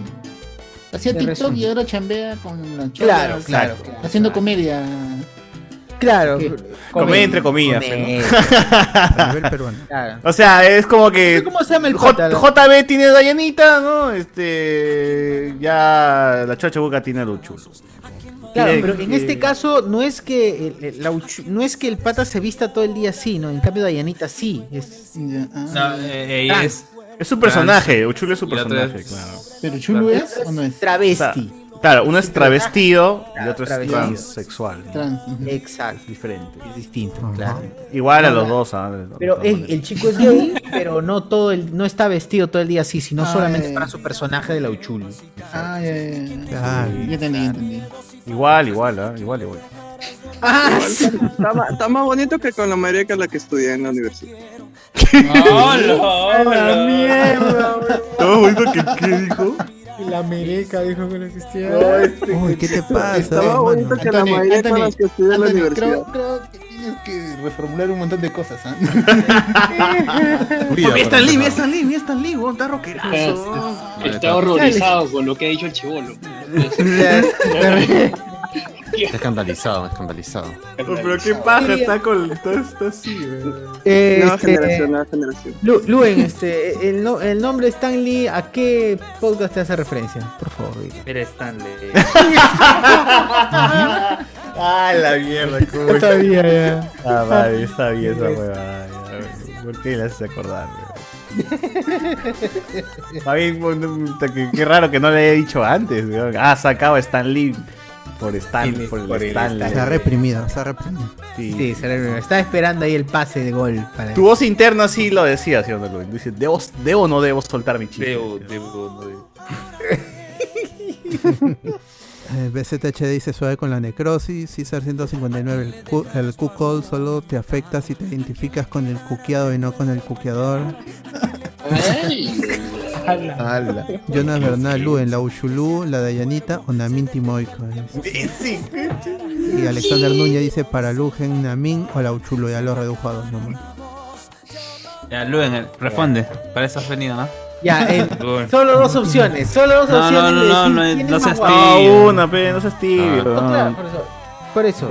Speaker 12: Hacía
Speaker 7: de
Speaker 12: TikTok
Speaker 7: resumen.
Speaker 12: y ahora chambea con la chola.
Speaker 7: Claro, claro, claro.
Speaker 12: Haciendo comedia.
Speaker 7: Claro.
Speaker 12: ¿Qué?
Speaker 2: Comedia entre comillas.
Speaker 7: Comedia.
Speaker 2: pero-
Speaker 7: (laughs)
Speaker 1: A nivel peruano.
Speaker 7: Claro.
Speaker 2: O sea, es como que.
Speaker 7: ¿Cómo se llama el
Speaker 2: J-
Speaker 7: pata?
Speaker 2: JB tiene Dayanita, ¿no? Este. Ya. La chola chabuca tiene a Luchu.
Speaker 7: Claro,
Speaker 2: Tiene
Speaker 7: pero en
Speaker 2: que-
Speaker 7: este caso no es que el, el- la uchu- no es que el pata se vista todo el día así, ¿no? En cambio Dayanita sí. Es,
Speaker 12: ah.
Speaker 3: No, eh, ella es.
Speaker 2: Ah, Es su personaje, Uchulu es su
Speaker 3: Y la otra
Speaker 2: personaje,
Speaker 3: es-
Speaker 2: claro.
Speaker 12: ¿Pero chulo es o no es?
Speaker 2: O sea,
Speaker 7: Travesti.
Speaker 2: claro, uno es travestido y
Speaker 7: Claro,
Speaker 2: otro es
Speaker 7: travestido.
Speaker 2: transexual. ¿no?
Speaker 12: Trans. ujú.
Speaker 7: Exacto.
Speaker 2: Diferente.
Speaker 7: Es distinto, claro.
Speaker 2: Igual a los dos, ¿ah?
Speaker 7: Pero el, el chico es gay, pero no todo el, no está vestido todo el día así, sino solamente para su personaje de la Uchulu.
Speaker 12: Ah, ya, ya, ya.
Speaker 1: Claro.
Speaker 12: Ya entendí, ya entendí.
Speaker 2: Igual, igual, ¿ah? Igual, igual.
Speaker 7: Ah,
Speaker 11: Está, ma- está más bonito que con la mayoría que la que estudié en la universidad.
Speaker 2: (laughs) Todo bonito que qué dijo.
Speaker 7: La mereca dijo que lo existía. este,
Speaker 1: Uy, ¿qué te pasa,
Speaker 11: Está más
Speaker 1: hermano?
Speaker 11: bonito que la
Speaker 12: Anthony,
Speaker 11: mayoría con
Speaker 12: Anthony,
Speaker 11: las que estudié en la
Speaker 12: Anthony,
Speaker 11: universidad.
Speaker 12: creo, creo que tienes que reformular
Speaker 2: (laughs)
Speaker 12: un montón de cosas, (laughs) ¿ah?
Speaker 4: Mira,
Speaker 2: Está en
Speaker 4: por
Speaker 2: Lee,
Speaker 4: ejemplo.
Speaker 2: está en Lee, mira, está en Lee, weón, está
Speaker 12: Pues,
Speaker 2: roquerazo.
Speaker 12: (laughs)
Speaker 37: Está horrorizado con lo que ha dicho el chivolo.
Speaker 4: Está escandalizado, escandalizado.
Speaker 2: Pero qué paja está con. Está, está así, weón.
Speaker 7: Eh,
Speaker 11: Nueva
Speaker 7: este-
Speaker 11: generación, nueva generación.
Speaker 7: Lu- Luen, este, el, no- el nombre Stanley, ¿a qué podcast te hace referencia? Por favor, dilo.
Speaker 5: Era Stanley.
Speaker 2: Ah, la
Speaker 7: (laughs)
Speaker 2: mierda, cómo.
Speaker 7: Yo sabía, ya.
Speaker 2: Ah, vale, está bien esa huevada. ya. ¿Por qué le haces acordar, weón? Más bien, bueno, puta, que- Qué raro que no le he dicho antes, weón. Ah, sacaba Stan Lee. Por Stan, por el
Speaker 1: por el
Speaker 2: Stan
Speaker 1: Stan. Se ha reprimido, se ha reprimido.
Speaker 2: Sí.
Speaker 7: Sí, será el primero. Está esperando ahí el pase de gol. Para
Speaker 2: Tu voz interna sí lo decía, ¿sí o no, Luis? Dice, ¿debo, ¿debo o no debo soltar mi chiste? Debo,
Speaker 5: debo, no debo.
Speaker 1: Eh, BZH dice suave con la necrosis, César 159, el, cu- el Q-Call solo te afecta si te identificas con el cuqueado y no con el cuqueador.
Speaker 11: (laughs)
Speaker 12: Ala.
Speaker 1: Jonas Bernal, Lu en la Ushulú, la Dayanita o Namin Timoico.
Speaker 2: Sí,
Speaker 1: Y Alexander Núñez dice para Lugen, Namin o la Uchulo, ya lo redujo a dos nombres.
Speaker 3: Ya, Luen, eh, responde. Para eso has venido, ¿no? (laughs)
Speaker 7: Ya,
Speaker 2: (laughs)
Speaker 7: eh,
Speaker 3: Luen.
Speaker 7: solo dos opciones, solo dos
Speaker 3: No,
Speaker 7: opciones.
Speaker 3: no, no, no, no,
Speaker 7: de decir quién es
Speaker 3: no
Speaker 7: más
Speaker 3: seas Ah,
Speaker 7: guapo.
Speaker 3: tibio.
Speaker 2: Ah, Una, pe, no seas tibio.
Speaker 7: No, claro, por
Speaker 2: no.
Speaker 7: eso. Por eso.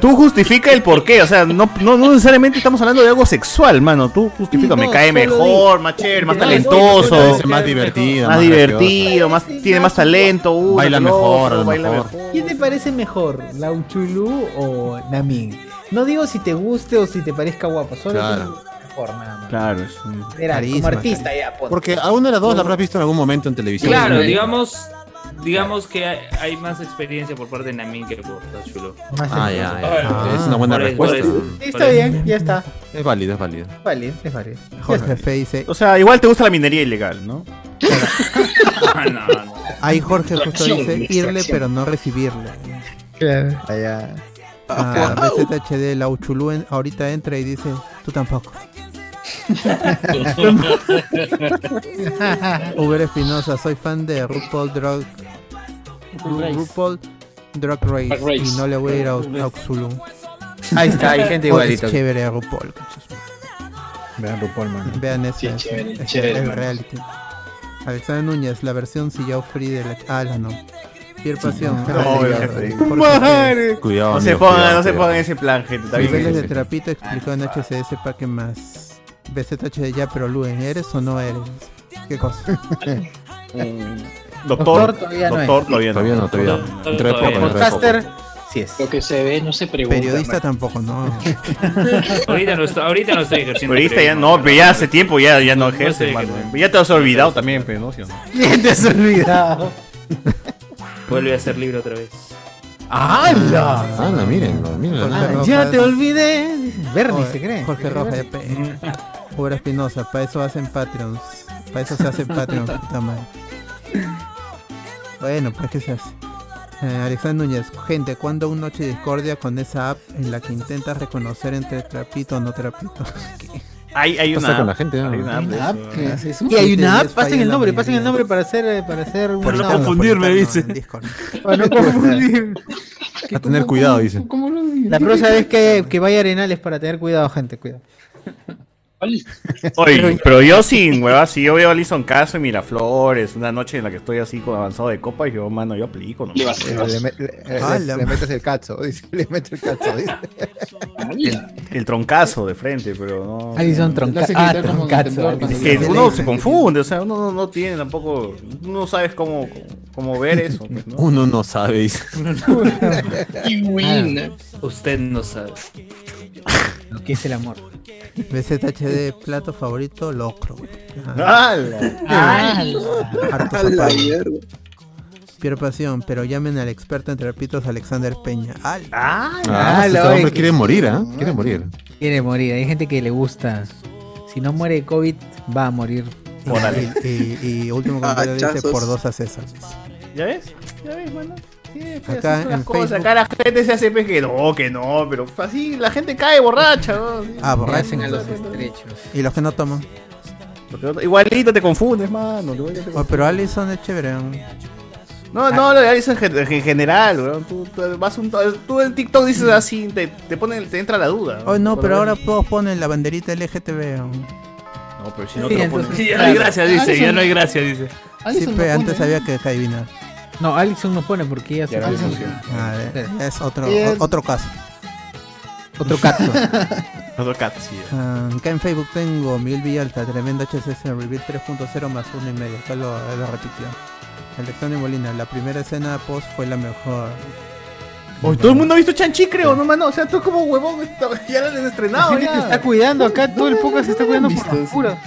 Speaker 2: Tú justifica el porqué, o sea, no, no, no necesariamente estamos hablando de algo sexual, mano. Tú justifica,
Speaker 4: No,
Speaker 2: me cae
Speaker 4: solo
Speaker 2: mejor,
Speaker 4: di-
Speaker 2: más chévere, más
Speaker 4: No,
Speaker 2: talentoso.
Speaker 4: no, no, más divertido,
Speaker 2: Más
Speaker 4: más
Speaker 2: divertido, más, tiene más talento. uno que
Speaker 4: Baila
Speaker 2: el
Speaker 4: mejor,
Speaker 2: otro,
Speaker 4: a lo
Speaker 2: baila
Speaker 4: mejor.
Speaker 7: ¿Quién te parece mejor, Lauchulu o Namin? No digo si te guste o si te parezca guapo, solo
Speaker 4: Claro.
Speaker 7: quién es mejor, nada más.
Speaker 2: Claro, es un
Speaker 7: Era como artista ya, ponte.
Speaker 4: Porque a una de las dos la habrás visto en algún momento en televisión.
Speaker 5: Claro, digamos, digamos que hay, hay más experiencia por parte de Namin que por Tachulo.
Speaker 4: Ah, ya, ya. es una buena
Speaker 5: Por eso,
Speaker 4: respuesta.
Speaker 5: por eso.
Speaker 7: Sí, está bien, ya está.
Speaker 4: Es válido, es válido. (laughs)
Speaker 7: Vale, es válido.
Speaker 1: Jorge Fe dice,
Speaker 2: O sea, igual te gusta la minería ilegal, (laughs) ¿no? (laughs)
Speaker 1: ahí Jorge justo
Speaker 2: Distracción,
Speaker 1: dice irle
Speaker 2: distracción.
Speaker 1: pero no recibirle.
Speaker 7: Claro.
Speaker 1: Allá. Ah, BZHD, la Uchulú en- ahorita entra y dice, tú tampoco. Uber Espinosa, soy fan de RuPaul Drug Ru-
Speaker 7: Race.
Speaker 1: RuPaul Drug Race,
Speaker 7: Drag Race.
Speaker 1: y no le voy a ir a,
Speaker 7: Drag
Speaker 1: a
Speaker 7: Race.
Speaker 1: Uxulum.
Speaker 7: Ahí está, hay gente
Speaker 1: Oh, es
Speaker 7: igualito.
Speaker 1: chévere a RuPaul. conchas.
Speaker 4: Vean RuPaul, mano.
Speaker 1: Vean eso.
Speaker 4: Sí,
Speaker 1: es-
Speaker 4: chévere,
Speaker 1: es-
Speaker 4: chévere,
Speaker 1: es
Speaker 4: hermano.
Speaker 1: reality. Alexander Núñez, la versión Sillao Free de la. Ah, la no. Pier Pasión.
Speaker 2: No,
Speaker 1: Ah,
Speaker 2: ya,
Speaker 1: Free.
Speaker 2: ya.
Speaker 1: Por
Speaker 2: Madre.
Speaker 1: supuesto.
Speaker 2: Cuidado, No se amigo, pongan- cuidado, no se cuidado. pongan ese plan, gente, está bien.
Speaker 1: Niveles
Speaker 2: Sí,
Speaker 1: de
Speaker 2: sí, sí.
Speaker 1: trapito explicado en HCS para que más. BZH de ya, pero Luen, ¿eres o no eres? ¿Qué cosa?
Speaker 2: Doctor, doctor, todavía no.
Speaker 4: Todavía no, todavía no. Dentro de poco, dentro de poco.
Speaker 7: sí es.
Speaker 38: Lo que se ve no se pregunta.
Speaker 1: Periodista tampoco, no.
Speaker 5: ahorita, no estoy, ahorita no estoy ejerciendo.
Speaker 2: Periodista ya no, pero ya hace tiempo ya, ya no ejerce,
Speaker 5: sé,
Speaker 2: mano. Ya te has olvidado también, pero no, ¿Sí o no?
Speaker 7: ¿Quién te has olvidado?
Speaker 5: Vuelve a hacer libro otra vez.
Speaker 7: ¡Hala!
Speaker 4: Ala, mírenlo, mírenlo.
Speaker 1: Jorge
Speaker 7: Ah,
Speaker 1: Rojas.
Speaker 7: ya te olvidé. Bernie se cree.
Speaker 1: Jorge Rojas, ya pe- Obra Espinosa, para eso hacen Patreons. Para eso se hacen (laughs) Patreons, puta madre. Bueno, pues qué se hace. Eh, Alexander Núñez, gente, ¿cuándo un noche de discordia con esa app en la que intentas reconocer entre trapito o no trapito? (laughs)
Speaker 2: Hay, hay
Speaker 4: Pasa
Speaker 2: una.
Speaker 4: con la gente, ¿no?
Speaker 2: Hay una app. de
Speaker 7: Ah,
Speaker 2: eso.
Speaker 7: ¿qué haces?
Speaker 1: un
Speaker 7: Y hay una
Speaker 1: Twitter,
Speaker 7: app, pasen
Speaker 1: falla
Speaker 7: el
Speaker 1: la
Speaker 7: nombre,
Speaker 1: mayoría.
Speaker 7: pasen el nombre para hacer eh, para hacer
Speaker 1: Por no
Speaker 7: confundirme,
Speaker 1: dice.
Speaker 7: Para no confundir. (laughs)
Speaker 4: A tener cuidado, dice.
Speaker 7: La próxima vez que, que vaya a Arenales para tener cuidado, gente, cuidado.
Speaker 2: Oye, pero yo sin hueva, si yo veo a Alison Caso en Miraflores, una noche en la que estoy así con avanzado de copa, y yo, mano, yo aplico. ¿no?
Speaker 12: Eh, Le, me- le- eh,
Speaker 2: Ah,
Speaker 12: le-
Speaker 2: la-
Speaker 12: le metes el cacho, (laughs) dice, le metes el cacho, dice. (laughs)
Speaker 2: El, el troncazo de frente, pero no.
Speaker 12: Alison Tronca-
Speaker 7: Lo hace gritar ah, como troncazo. temblor cuando
Speaker 2: Es que
Speaker 7: dice.
Speaker 2: uno se confunde, o sea, uno no, no tiene tampoco. No sabes cómo, cómo (laughs) ver eso. pues, ¿no?
Speaker 4: Uno no sabe,
Speaker 7: (laughs)
Speaker 4: dice.
Speaker 5: Ah. Usted no sabe.
Speaker 7: Lo que es el amor.
Speaker 1: BZHD, plato favorito, locro.
Speaker 2: ¡Hala!
Speaker 1: Ah. Harto
Speaker 11: ¡Hala,
Speaker 1: zapallo.
Speaker 11: mierda!
Speaker 1: Pier Pasión, pero llamen al experto en trapitos Alexander Peña. ¡Hala!
Speaker 4: Ah,
Speaker 7: Ah,
Speaker 4: ese
Speaker 7: lo-
Speaker 4: hombre quiere morir, ¿ah? Quiere morir.
Speaker 7: Quiere morir, hay gente que le gusta. Si no muere de COVID, va a morir.
Speaker 1: Y, y- y (laughs) último comentario dice
Speaker 7: Hachazos.
Speaker 1: por dos a César.
Speaker 2: ¿Ya ves? ¿Ya ves, mano? Sí, pues,
Speaker 1: Acá
Speaker 2: así son las
Speaker 1: en
Speaker 2: cosas.
Speaker 1: Facebook-
Speaker 2: Acá la gente se hace pues, que no, que no, pero así la gente cae borracha. ¿no?
Speaker 1: Ah, borracha.
Speaker 7: Hacen a los estrechos.
Speaker 1: Y los que no toman.
Speaker 2: Igualito te confundes, mano. igualito te
Speaker 1: Oh, pero Allison es chévere. ¿no?
Speaker 2: No, no,
Speaker 1: Ah.
Speaker 2: lo de Alison en, gen- en general, weón. Tú, tú vas un, tú en TikTok dices así, te, te, pone, te entra la duda.
Speaker 1: Mm. Oh, no,
Speaker 2: Por
Speaker 1: pero
Speaker 2: lo
Speaker 1: ahora
Speaker 2: menos.
Speaker 1: todos ponen la banderita LGTB. ¿no?
Speaker 2: No, pero si no
Speaker 1: Sí,
Speaker 2: te lo
Speaker 1: entonces-
Speaker 2: pones.
Speaker 1: Sí, ya no hay gracia, dice,
Speaker 3: ya no hay gracia, dice.
Speaker 39: ¿eh?
Speaker 1: Sí, pero antes había que adivinar.
Speaker 7: No, Alison no pone porque ella
Speaker 1: Ya
Speaker 7: se-
Speaker 1: no le
Speaker 7: Alison-
Speaker 1: funciona.
Speaker 7: Ah,
Speaker 1: ver,
Speaker 7: espera.
Speaker 1: eh, es otro,
Speaker 7: Y es-
Speaker 1: o- otro caso.
Speaker 7: Otro caso.
Speaker 2: (laughs) Otro cat, sí.
Speaker 1: Ah, acá en Facebook tengo Miguel Villalta, tremendo HSS Reveal 3.0 más 1 y medio. Acá lo, lo repitió. Alexander Molina, la primera escena post fue la mejor.
Speaker 2: Hoy todo el mundo ha visto Chanchi, creo, no, mano. O sea, tú como huevón esta- (laughs) ya la has estrenado.
Speaker 7: gente
Speaker 2: ya.
Speaker 7: te está cuidando acá, todo el poco se está cuidando por la pura.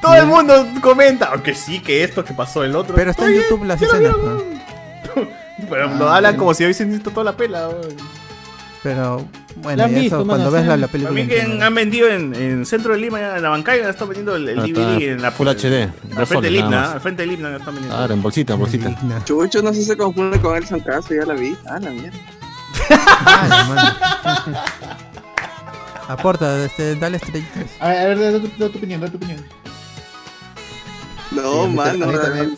Speaker 2: Todo el mundo comenta, aunque sí, que esto, que pasó el otro.
Speaker 1: Pero está en
Speaker 2: Oye,
Speaker 1: YouTube las
Speaker 2: yo lo
Speaker 1: escenas.
Speaker 2: veo,
Speaker 1: ¿no?
Speaker 2: (laughs)
Speaker 1: Ah,
Speaker 2: Pero lo hablan como si hubiesen visto toda la pela. weón.
Speaker 1: Pero bueno, y eso cuando ves la, la película.
Speaker 2: También que han vendido en, en centro de Lima, en la bancaya, están vendiendo el, el
Speaker 4: Ah,
Speaker 2: DVD
Speaker 4: está.
Speaker 2: en la
Speaker 4: Full HD,
Speaker 2: Al
Speaker 4: dos
Speaker 2: frente
Speaker 4: soles,
Speaker 2: del
Speaker 4: nada
Speaker 2: himno,
Speaker 4: más.
Speaker 2: al frente del himno están vendiendo.
Speaker 4: Claro, en bolsita, en bolsita.
Speaker 11: Chucho, no sé si se confunde con el Sancazo, ya la vi. Ah, la mierda.
Speaker 1: Aporta, este, dale estrellitas.
Speaker 39: A ver, a ver, da tu, da tu opinión, da tu opinión.
Speaker 11: No,
Speaker 12: Sí, a mí ta-
Speaker 11: mano.
Speaker 12: a mí
Speaker 11: la-
Speaker 12: también.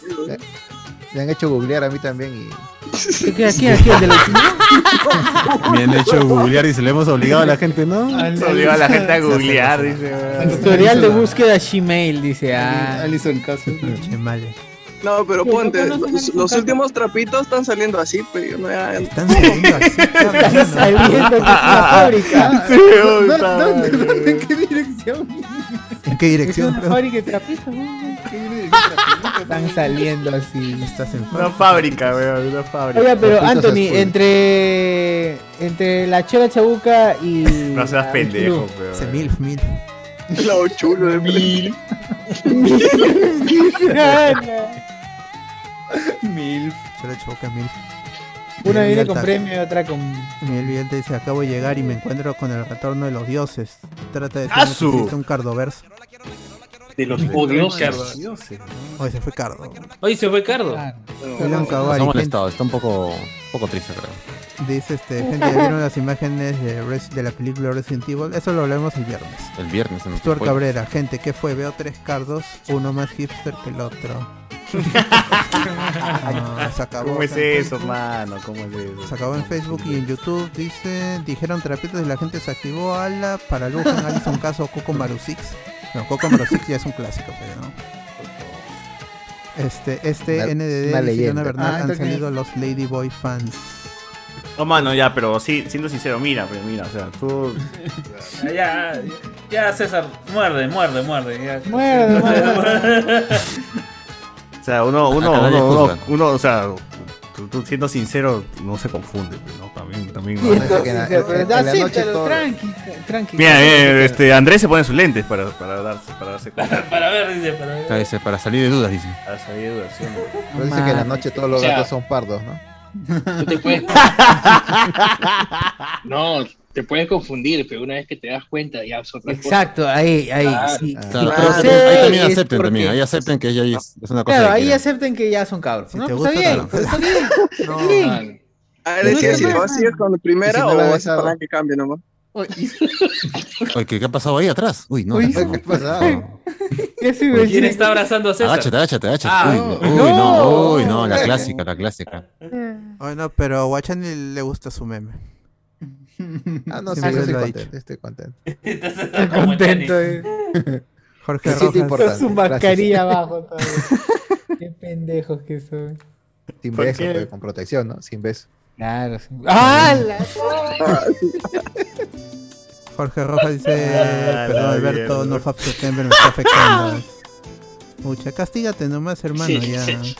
Speaker 12: Me han hecho googlear a mí también y.
Speaker 7: ¿Qué, aquí, aquí, el de la
Speaker 12: (laughs)
Speaker 4: Me han hecho googlear y se le hemos obligado a la gente,
Speaker 7: (laughs)
Speaker 4: ¿no?
Speaker 2: Se obligó a la gente a googlear, dice. weón.
Speaker 7: Tutorial de búsqueda Gmail, dice. Ah,
Speaker 39: Alison
Speaker 1: (laughs)
Speaker 39: Caso.
Speaker 1: Gmail.
Speaker 11: No,
Speaker 7: Pero
Speaker 11: pero ponte,
Speaker 7: ¿por qué no son
Speaker 11: los,
Speaker 7: Alison
Speaker 11: los
Speaker 7: Caso?
Speaker 11: últimos trapitos están saliendo así, pero yo no ya-
Speaker 7: Están saliendo de
Speaker 11: Ah,
Speaker 7: la
Speaker 39: Ah,
Speaker 7: fábrica.
Speaker 2: Sí, weón,
Speaker 7: ¿Dó-
Speaker 2: está
Speaker 7: ¿Dónde?
Speaker 2: mal,
Speaker 7: ¿Dónde? ¿En qué dirección?
Speaker 1: ¿En qué dirección?
Speaker 7: Es una fábrica de trapistas, weón. ¿Qué dirección? Están (laughs) saliendo así.
Speaker 1: Estás
Speaker 2: Una fábrica, weón, una fábrica.
Speaker 7: Oiga, pero Anthony, entre entre la chela chabuca y
Speaker 2: (laughs) No seas
Speaker 7: la-
Speaker 2: pendejo,
Speaker 7: Blue.
Speaker 2: weón.
Speaker 1: Se mil, mil.
Speaker 11: Lo chulo de mil.
Speaker 1: Mil. Se le choca mil.
Speaker 7: Una
Speaker 1: Miguel
Speaker 7: viene
Speaker 1: Villalta.
Speaker 7: con premio y otra con
Speaker 1: Miguel Villalta dice, acabo de llegar y me encuentro con el retorno de los dioses. Trata de decirme que
Speaker 2: ¡Asu!
Speaker 1: existe un cardoverso.
Speaker 40: De los
Speaker 2: Cardo.
Speaker 40: odiosos.
Speaker 1: Oye, se fue cardo.
Speaker 5: Oye, se fue Cardo.
Speaker 7: Ah.
Speaker 1: William Cavalli,
Speaker 4: Nos ha molestado, está un poco, un poco triste, creo.
Speaker 12: (laughs)
Speaker 1: Dice este, gente, ¿ya vieron las imágenes de, Res- de la película Resident Evil? Eso lo hablamos el viernes.
Speaker 4: El viernes. En
Speaker 1: Stuart Cabrera, gente, ¿qué fue? Veo tres cardos, uno más hipster que
Speaker 4: (laughs)
Speaker 1: el otro. Ah, se acabó.
Speaker 2: ¿Cómo es
Speaker 1: gente.
Speaker 2: eso, mano? ¿Cómo es eso?
Speaker 1: Se acabó en Facebook y en YouTube, dice, dijeron terapias y la gente se activó a la para Luján, Alison Caso, Coco Maru Six. No, Coco Maru Six ya es un clásico, pero no. Este, este
Speaker 12: Una-
Speaker 1: NDD
Speaker 12: una
Speaker 1: y Silvana
Speaker 12: leyenda.
Speaker 1: Bernal
Speaker 12: Ah,
Speaker 1: han
Speaker 12: entonces-
Speaker 1: salido los Ladyboy fans.
Speaker 2: No, mano, ya, pero sí, siendo sincero, mira, pero mira, o sea, tú.
Speaker 3: Ya, ya, ya, César, muerde, muerde, muerde. ya. (laughs)
Speaker 7: Muerde, muerde.
Speaker 2: O sea,
Speaker 4: (laughs)
Speaker 2: uno, uno,
Speaker 4: Acá nadie
Speaker 2: uno, uno,
Speaker 4: juzga.
Speaker 2: uno, o sea, tú, tú siendo sincero, no se confunde, pues, ¿no? También, también.
Speaker 7: Sí,
Speaker 2: ¿no?
Speaker 7: entonces,
Speaker 12: en- en
Speaker 7: da,
Speaker 12: la
Speaker 7: sí,
Speaker 12: noche
Speaker 7: pero
Speaker 12: todo-
Speaker 7: tranqui, tranqui.
Speaker 2: Mira, eh, este, Andrés se pone sus lentes para, para, darse, para darse cuenta.
Speaker 3: (laughs) Para ver, dice, para ver.
Speaker 4: Dice, para salir de dudas, dice.
Speaker 2: Para salir de duración.
Speaker 12: Pero
Speaker 11: Pues,
Speaker 12: dice que en la noche todos los
Speaker 40: O sea,
Speaker 12: gatos son pardos, ¿no?
Speaker 40: Tú te
Speaker 11: (laughs)
Speaker 40: puedes... no, te puedes confundir, pero una vez que te das cuenta ya es otra cosa.
Speaker 7: Exacto, ahí, ahí. sí,
Speaker 11: Ah,
Speaker 7: sí,
Speaker 4: Claro,
Speaker 7: procede,
Speaker 4: pero ahí también
Speaker 7: es
Speaker 4: acepten,
Speaker 7: porque-
Speaker 4: también. Ahí acepten que ya es es una cosa.
Speaker 7: Claro,
Speaker 4: que
Speaker 7: ahí
Speaker 4: quieren.
Speaker 7: acepten que ya son cabros. no,
Speaker 4: te
Speaker 7: pues está bien,
Speaker 4: gusta,
Speaker 7: pues está bien. está bien.
Speaker 40: Ah,
Speaker 11: A ver, Ah, es
Speaker 4: No
Speaker 11: que
Speaker 4: te
Speaker 11: si
Speaker 4: pasa.
Speaker 11: vas a seguir con la
Speaker 12: Y si
Speaker 11: primera
Speaker 12: no
Speaker 11: o
Speaker 12: la
Speaker 11: vas a
Speaker 12: besaba.
Speaker 11: esperar que cambie nomás.
Speaker 4: Oye, ¿qué, qué ha pasado ahí atrás? Uy, no.
Speaker 7: Uy,
Speaker 4: ¿qué ha pasado?
Speaker 5: ¿Quién está abrazando a César?
Speaker 4: Agáchate, agáchate, agáchate.
Speaker 5: Ah.
Speaker 4: uy, no. uy, no, uy, no, la clásica, la clásica.
Speaker 1: Ay, Oh, no, pero a Guachani le gusta su meme.
Speaker 12: Ah, (laughs) no, sí,
Speaker 7: pues
Speaker 1: Siempre
Speaker 12: yo estoy
Speaker 1: lo ha dicho.
Speaker 12: contento, estoy contento.
Speaker 7: Estoy contento. eh.
Speaker 12: (laughs)
Speaker 1: Jorge
Speaker 12: Me siento
Speaker 1: Rojas.
Speaker 12: importante,
Speaker 7: Con su mascarilla abajo todavía. Qué pendejos que son.
Speaker 12: Sin
Speaker 7: ¿Por
Speaker 12: beso,
Speaker 7: qué?
Speaker 12: pues, con protección, ¿no? Sin beso.
Speaker 7: Claro. sí. ¡Ah! la-
Speaker 1: (laughs) Jorge Rojas dice,
Speaker 12: (laughs) Ah,
Speaker 1: perdón
Speaker 12: la
Speaker 1: Alberto,
Speaker 12: mierda.
Speaker 1: no fue septiembre, me está
Speaker 12: (laughs)
Speaker 1: afectando. Mucha, castígate nomás, hermano,
Speaker 12: Sí,
Speaker 1: ya.
Speaker 12: sí.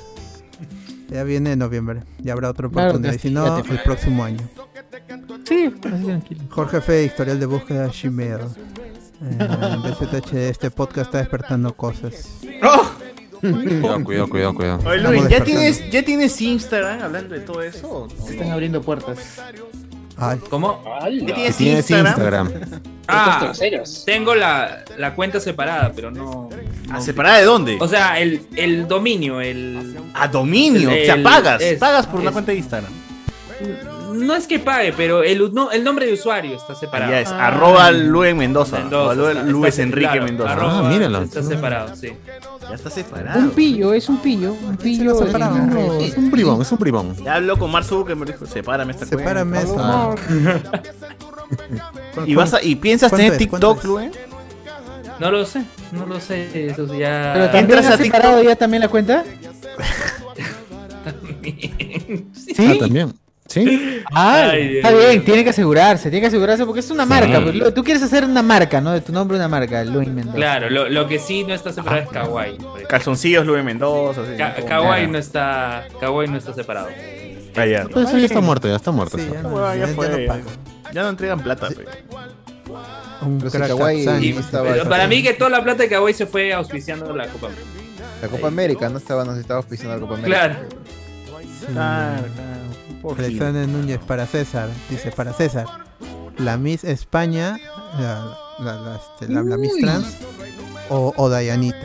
Speaker 1: Ya viene noviembre, ya habrá otra
Speaker 7: Claro,
Speaker 1: oportunidad, y si no,
Speaker 7: castígate.
Speaker 1: el próximo año.
Speaker 7: Sí, así tranquilo.
Speaker 1: Jorge Fe, historial de búsqueda Gmail.
Speaker 7: (laughs)
Speaker 1: Eh, BZH, este podcast está despertando
Speaker 12: (laughs)
Speaker 1: cosas.
Speaker 4: Cuidado, cuidado, cuidado, cuidado.
Speaker 2: Oye,
Speaker 1: Luis,
Speaker 2: Luis, ¿ya tienes, ¿ya tienes Instagram hablando de todo eso?
Speaker 39: Se están abriendo puertas.
Speaker 5: ¿Cómo?
Speaker 2: ¿Ya
Speaker 5: tienes
Speaker 4: Tienes Instagram.
Speaker 5: Ah, tengo la, la cuenta separada, pero no. no-
Speaker 2: ¿separada de dónde?
Speaker 5: O sea, el, el dominio, el.
Speaker 2: A dominio, o sea, pagas, pagas por una
Speaker 5: es-
Speaker 2: cuenta de Instagram.
Speaker 5: No es que pague, pero el, no, el nombre de usuario está separado.
Speaker 2: Ah,
Speaker 5: Ah.
Speaker 2: Ya es, arroba Luen Mendoza. arroba Luis Enrique
Speaker 5: claro,
Speaker 2: Mendoza.
Speaker 5: arroba
Speaker 4: Ah, míralo.
Speaker 5: Está separado, sí.
Speaker 2: Ya está
Speaker 7: Un
Speaker 2: separado.
Speaker 7: pillo, es un pillo. Un pillo.
Speaker 1: lo separaron,
Speaker 7: en-
Speaker 1: no,
Speaker 4: Es un bribón, es un bribón.
Speaker 2: Ya habló con Mark Zuckerberg me dijo, sepárame esta
Speaker 1: Sepárame
Speaker 2: cuenta.
Speaker 1: esta.
Speaker 2: (laughs) ¿Y, vas a- ¿Y piensas
Speaker 1: ¿Cuánto
Speaker 2: tener
Speaker 1: es?
Speaker 2: TikTok, Luen?
Speaker 5: No lo sé, no lo sé. Eso ya.
Speaker 7: Pero también has separado ya también la cuenta.
Speaker 5: también.
Speaker 7: ¿Sí?
Speaker 4: también.
Speaker 7: ¿Sí?
Speaker 5: Ah,
Speaker 7: está bien, tiene que asegurarse, tiene que asegurarse porque es una
Speaker 5: Sí.
Speaker 7: marca. pues, lo- tú quieres hacer una marca, ¿no? De tu nombre una marca, Luis Mendoza.
Speaker 5: Claro, lo, lo que sí no está separado es Kawaii. por ejemplo.
Speaker 2: Ah. Calzoncillos, Luis Mendoza. así,
Speaker 5: Ka-
Speaker 2: como-
Speaker 5: Kawaii no está. Kawaii no está separado.
Speaker 2: Ah, ya.
Speaker 11: Pues
Speaker 4: Pero eso Pues ya está muerto, ya está muerto. eso.
Speaker 2: Bueno, ya
Speaker 4: Ya
Speaker 2: fue,
Speaker 4: no
Speaker 2: ya. Ya no entregan plata, pues. pe.
Speaker 18: Un
Speaker 12: Pero si Kawaii
Speaker 5: Y-
Speaker 12: no estaba.
Speaker 5: pero para mí que toda la plata de Kawaii se fue auspiciando la Copa América.
Speaker 12: La Copa América no estaba, no se estaba auspiciando la Copa América.
Speaker 5: Claro.
Speaker 2: Claro, claro. Por fin.
Speaker 18: Alexander Núñez para César, dice para César. La Miss España, la, la, la, este, la- la Miss
Speaker 12: Uy.
Speaker 18: Trans o, o Dayanita.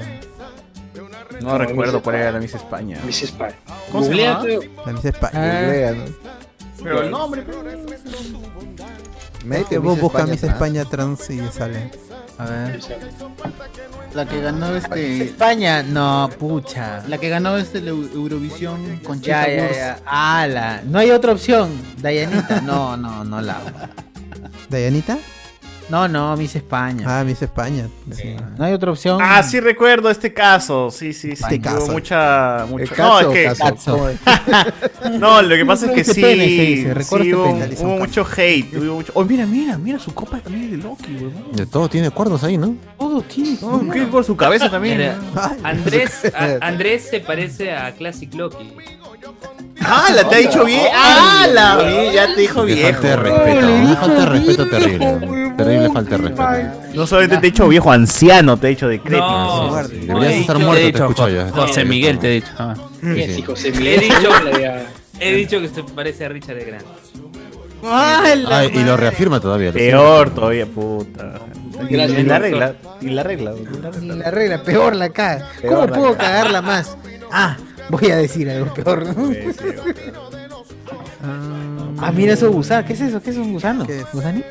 Speaker 2: No recuerdo cuál era la Miss España. Miss España. ¿Cómo se llama?
Speaker 18: Googleate. La Miss España.
Speaker 2: Ah.
Speaker 18: Pero el
Speaker 2: nombre,
Speaker 18: Es que
Speaker 12: Mete
Speaker 18: vos
Speaker 12: Miss
Speaker 18: buscas
Speaker 12: España
Speaker 18: Miss España Trans
Speaker 12: Trans.
Speaker 18: y sale. A ver.
Speaker 13: La que ganó este.
Speaker 7: España, no, pucha.
Speaker 13: La que ganó este la Eu- Eurovisión con
Speaker 7: Ya, ya, ya. Ala, no hay otra opción. Dayanita, no, no, no la.
Speaker 18: ¿Dayanita?
Speaker 7: No, no, Miss España.
Speaker 18: Ah, Miss España.
Speaker 7: No hay otra opción.
Speaker 2: Ah, sí recuerdo este caso. Sí, sí, sí.
Speaker 7: Este
Speaker 2: Hubo
Speaker 7: caso.
Speaker 2: mucha, mucho-
Speaker 7: El
Speaker 2: No,
Speaker 7: caso,
Speaker 2: es que
Speaker 7: caso.
Speaker 2: (laughs) No, lo que pasa es que
Speaker 7: Recorte
Speaker 2: sí,
Speaker 7: pene, se dice, recorte
Speaker 2: sí hubo,
Speaker 7: pene.
Speaker 2: hubo mucho hate, hubo mucho. Oh, mira, mira, mira su copa también de Loki, weón.
Speaker 4: De todo tiene cuernos ahí, ¿no?
Speaker 2: Todo tiene. por su cabeza también.
Speaker 5: Mira,
Speaker 2: Ay.
Speaker 5: Andrés, a- Andrés se parece a Classic Loki.
Speaker 2: Ah, la te ha dicho bien. Ah, la vi, ya te dijo
Speaker 4: Le
Speaker 2: viejo.
Speaker 4: falta de respeto, una falta de respeto terrible. Terrible falta de respeto.
Speaker 2: No solamente te he dicho viejo, anciano, te he dicho decrépito.
Speaker 4: No,
Speaker 2: Sí, sí,
Speaker 4: sí, sí,
Speaker 2: sí.
Speaker 4: deberías
Speaker 2: Te he
Speaker 4: estar
Speaker 2: dicho-
Speaker 4: muerto,
Speaker 2: te he
Speaker 4: te
Speaker 2: dicho
Speaker 4: escucho eh.
Speaker 2: Jo-
Speaker 4: ya.
Speaker 2: José Miguel, te he dicho. Ah.
Speaker 15: Sí, sí.
Speaker 5: He dicho,
Speaker 3: (laughs)
Speaker 5: he dicho que se parece a Richard de Grant.
Speaker 7: Ah,
Speaker 4: Ay, y lo reafirma todavía. lo
Speaker 2: Peor
Speaker 4: reafirma.
Speaker 2: todavía, puta. Y
Speaker 4: Gracias,
Speaker 2: la
Speaker 4: doctor.
Speaker 2: regla, y la regla.
Speaker 7: Ni la regla, peor la caga.
Speaker 2: Peor
Speaker 7: ¿Cómo
Speaker 2: la
Speaker 7: puedo
Speaker 2: caga.
Speaker 7: cagarla más? Ah, voy a decir algo peor. ¿no? ah, mira eso gusano. ¿Qué es eso? ¿Qué es un gusano? ¿Gusani?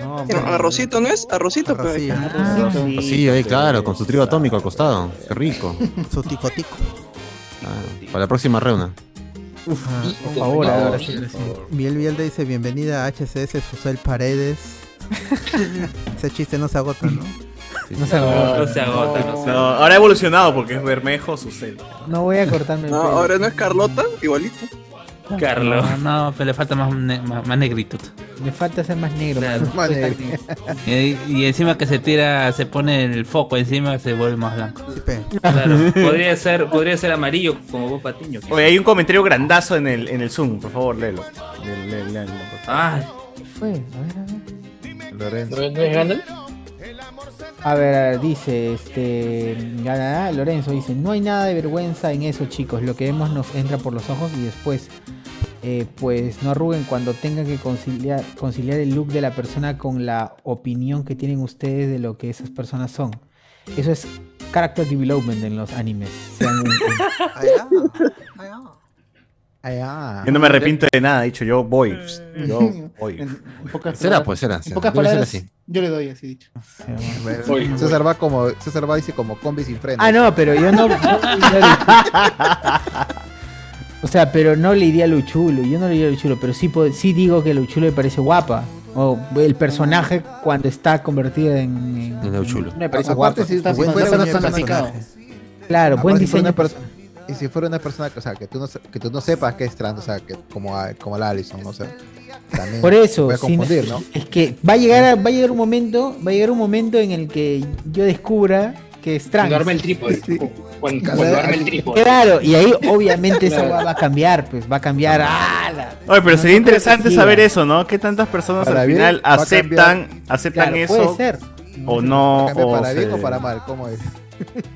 Speaker 7: No,
Speaker 11: No, arrocito, ¿no es? Arrocito, pero ahí está.
Speaker 4: Pues Sí, ahí claro, con su trío atómico al costado. Qué rico.
Speaker 18: Su tico tico.
Speaker 4: Ah, para la próxima reunión.
Speaker 18: Ah,
Speaker 7: por favor, ahora sí, ahora sí.
Speaker 18: Miguel Vialda dice bienvenida a HCS Susel Paredes.
Speaker 7: (laughs)
Speaker 18: Ese chiste no se agota, ¿no?
Speaker 4: No
Speaker 7: se agota.
Speaker 2: No se agota, no se agota. No, ahora ha evolucionado porque es Bermejo su celda.
Speaker 7: No voy a cortarme el
Speaker 11: No,
Speaker 7: pelo.
Speaker 11: ahora no es Carlota, igualito.
Speaker 3: Carlos. No, no, pero le falta más, ne- más, más negritud.
Speaker 7: Me falta ser más negro.
Speaker 3: Claro.
Speaker 7: mano.
Speaker 3: Más
Speaker 7: Soy tan
Speaker 3: negro.
Speaker 7: negro.
Speaker 3: Y, y encima que se tira, se pone el foco encima, se vuelve más blanco.
Speaker 1: (laughs)
Speaker 5: Claro, podría ser, podría ser amarillo como vos Patiño.
Speaker 2: Oye, hay un comentario grandazo en el, en el Zoom, por favor, léelo. Lé- lé- léalo, por favor.
Speaker 5: Ah,
Speaker 7: Fue, a ver, a ver.
Speaker 12: Lorenzo.
Speaker 15: ¿No es Gandalf?
Speaker 7: A ver, a ver, dice, este, ganará Lorenzo, dice, no hay nada de vergüenza en eso, chicos, lo que vemos nos entra por los ojos y después, eh, pues no arruguen cuando tengan que conciliar, conciliar el look de la persona con la opinión que tienen ustedes de lo que esas personas son. Eso es character development en los animes.
Speaker 2: (laughs)
Speaker 7: Sean un-
Speaker 1: (laughs)
Speaker 13: ah.
Speaker 12: Allá.
Speaker 2: Yo no me arrepiento de nada, he dicho yo voy. pss, Yo voy.
Speaker 13: pocas
Speaker 4: Mm. Será, pues, será,
Speaker 13: En
Speaker 4: será.
Speaker 13: pocas
Speaker 4: Debe ser
Speaker 13: palabras,
Speaker 4: así.
Speaker 13: yo le doy así dicho.
Speaker 12: Bueno,
Speaker 13: Oye,
Speaker 12: César va como César va dice como combi sin freno.
Speaker 7: Ah, no, pero yo no... O sea, pero no le iría a Luchulo, yo no le iría a Luchulo, pero sí, po- sí digo que Luchulo me parece guapa. O el personaje cuando está convertido en. en-
Speaker 4: En Luchulo.
Speaker 7: Me parece
Speaker 12: (laughs) Aparte,
Speaker 7: guapa.
Speaker 12: si
Speaker 7: Buen
Speaker 12: fuera
Speaker 7: diseño
Speaker 12: una
Speaker 7: de
Speaker 12: persona-
Speaker 7: personaje. Claro,
Speaker 12: Aparte,
Speaker 7: buen
Speaker 12: si fuera
Speaker 7: diseño.
Speaker 12: una persona- y si fuera una persona que, o sea, que tú no se- que tú no sepas que es trans, o sea, que como a- como la Allison, o sea, también
Speaker 7: Por
Speaker 12: te
Speaker 7: eso,
Speaker 12: puede
Speaker 7: si no-
Speaker 12: eh, confundir, ¿no?
Speaker 7: es que va a llegar a- va a llegar un momento, va a llegar un momento en el que yo descubra que es trans.
Speaker 15: Cuando arme el trípode. Cuando, cuando arme el trípode.
Speaker 7: Claro,
Speaker 12: (laughs)
Speaker 7: y ahí obviamente esa
Speaker 15: Claro.
Speaker 7: hueá va a cambiar, pues va a cambiar. ¡Ah, la-
Speaker 2: Oye, pero sería interesante
Speaker 7: sí.
Speaker 2: saber eso, ¿no? ¿Qué tantas personas
Speaker 12: Para
Speaker 2: al
Speaker 12: bien,
Speaker 2: final
Speaker 12: va a
Speaker 2: aceptan,
Speaker 12: cambiar.
Speaker 2: aceptan
Speaker 12: Claro,
Speaker 2: eso?
Speaker 12: puede ser.
Speaker 2: O no.
Speaker 12: ¿Cambia
Speaker 2: o
Speaker 12: para bien
Speaker 2: se-
Speaker 12: o para mal, ¿cómo es?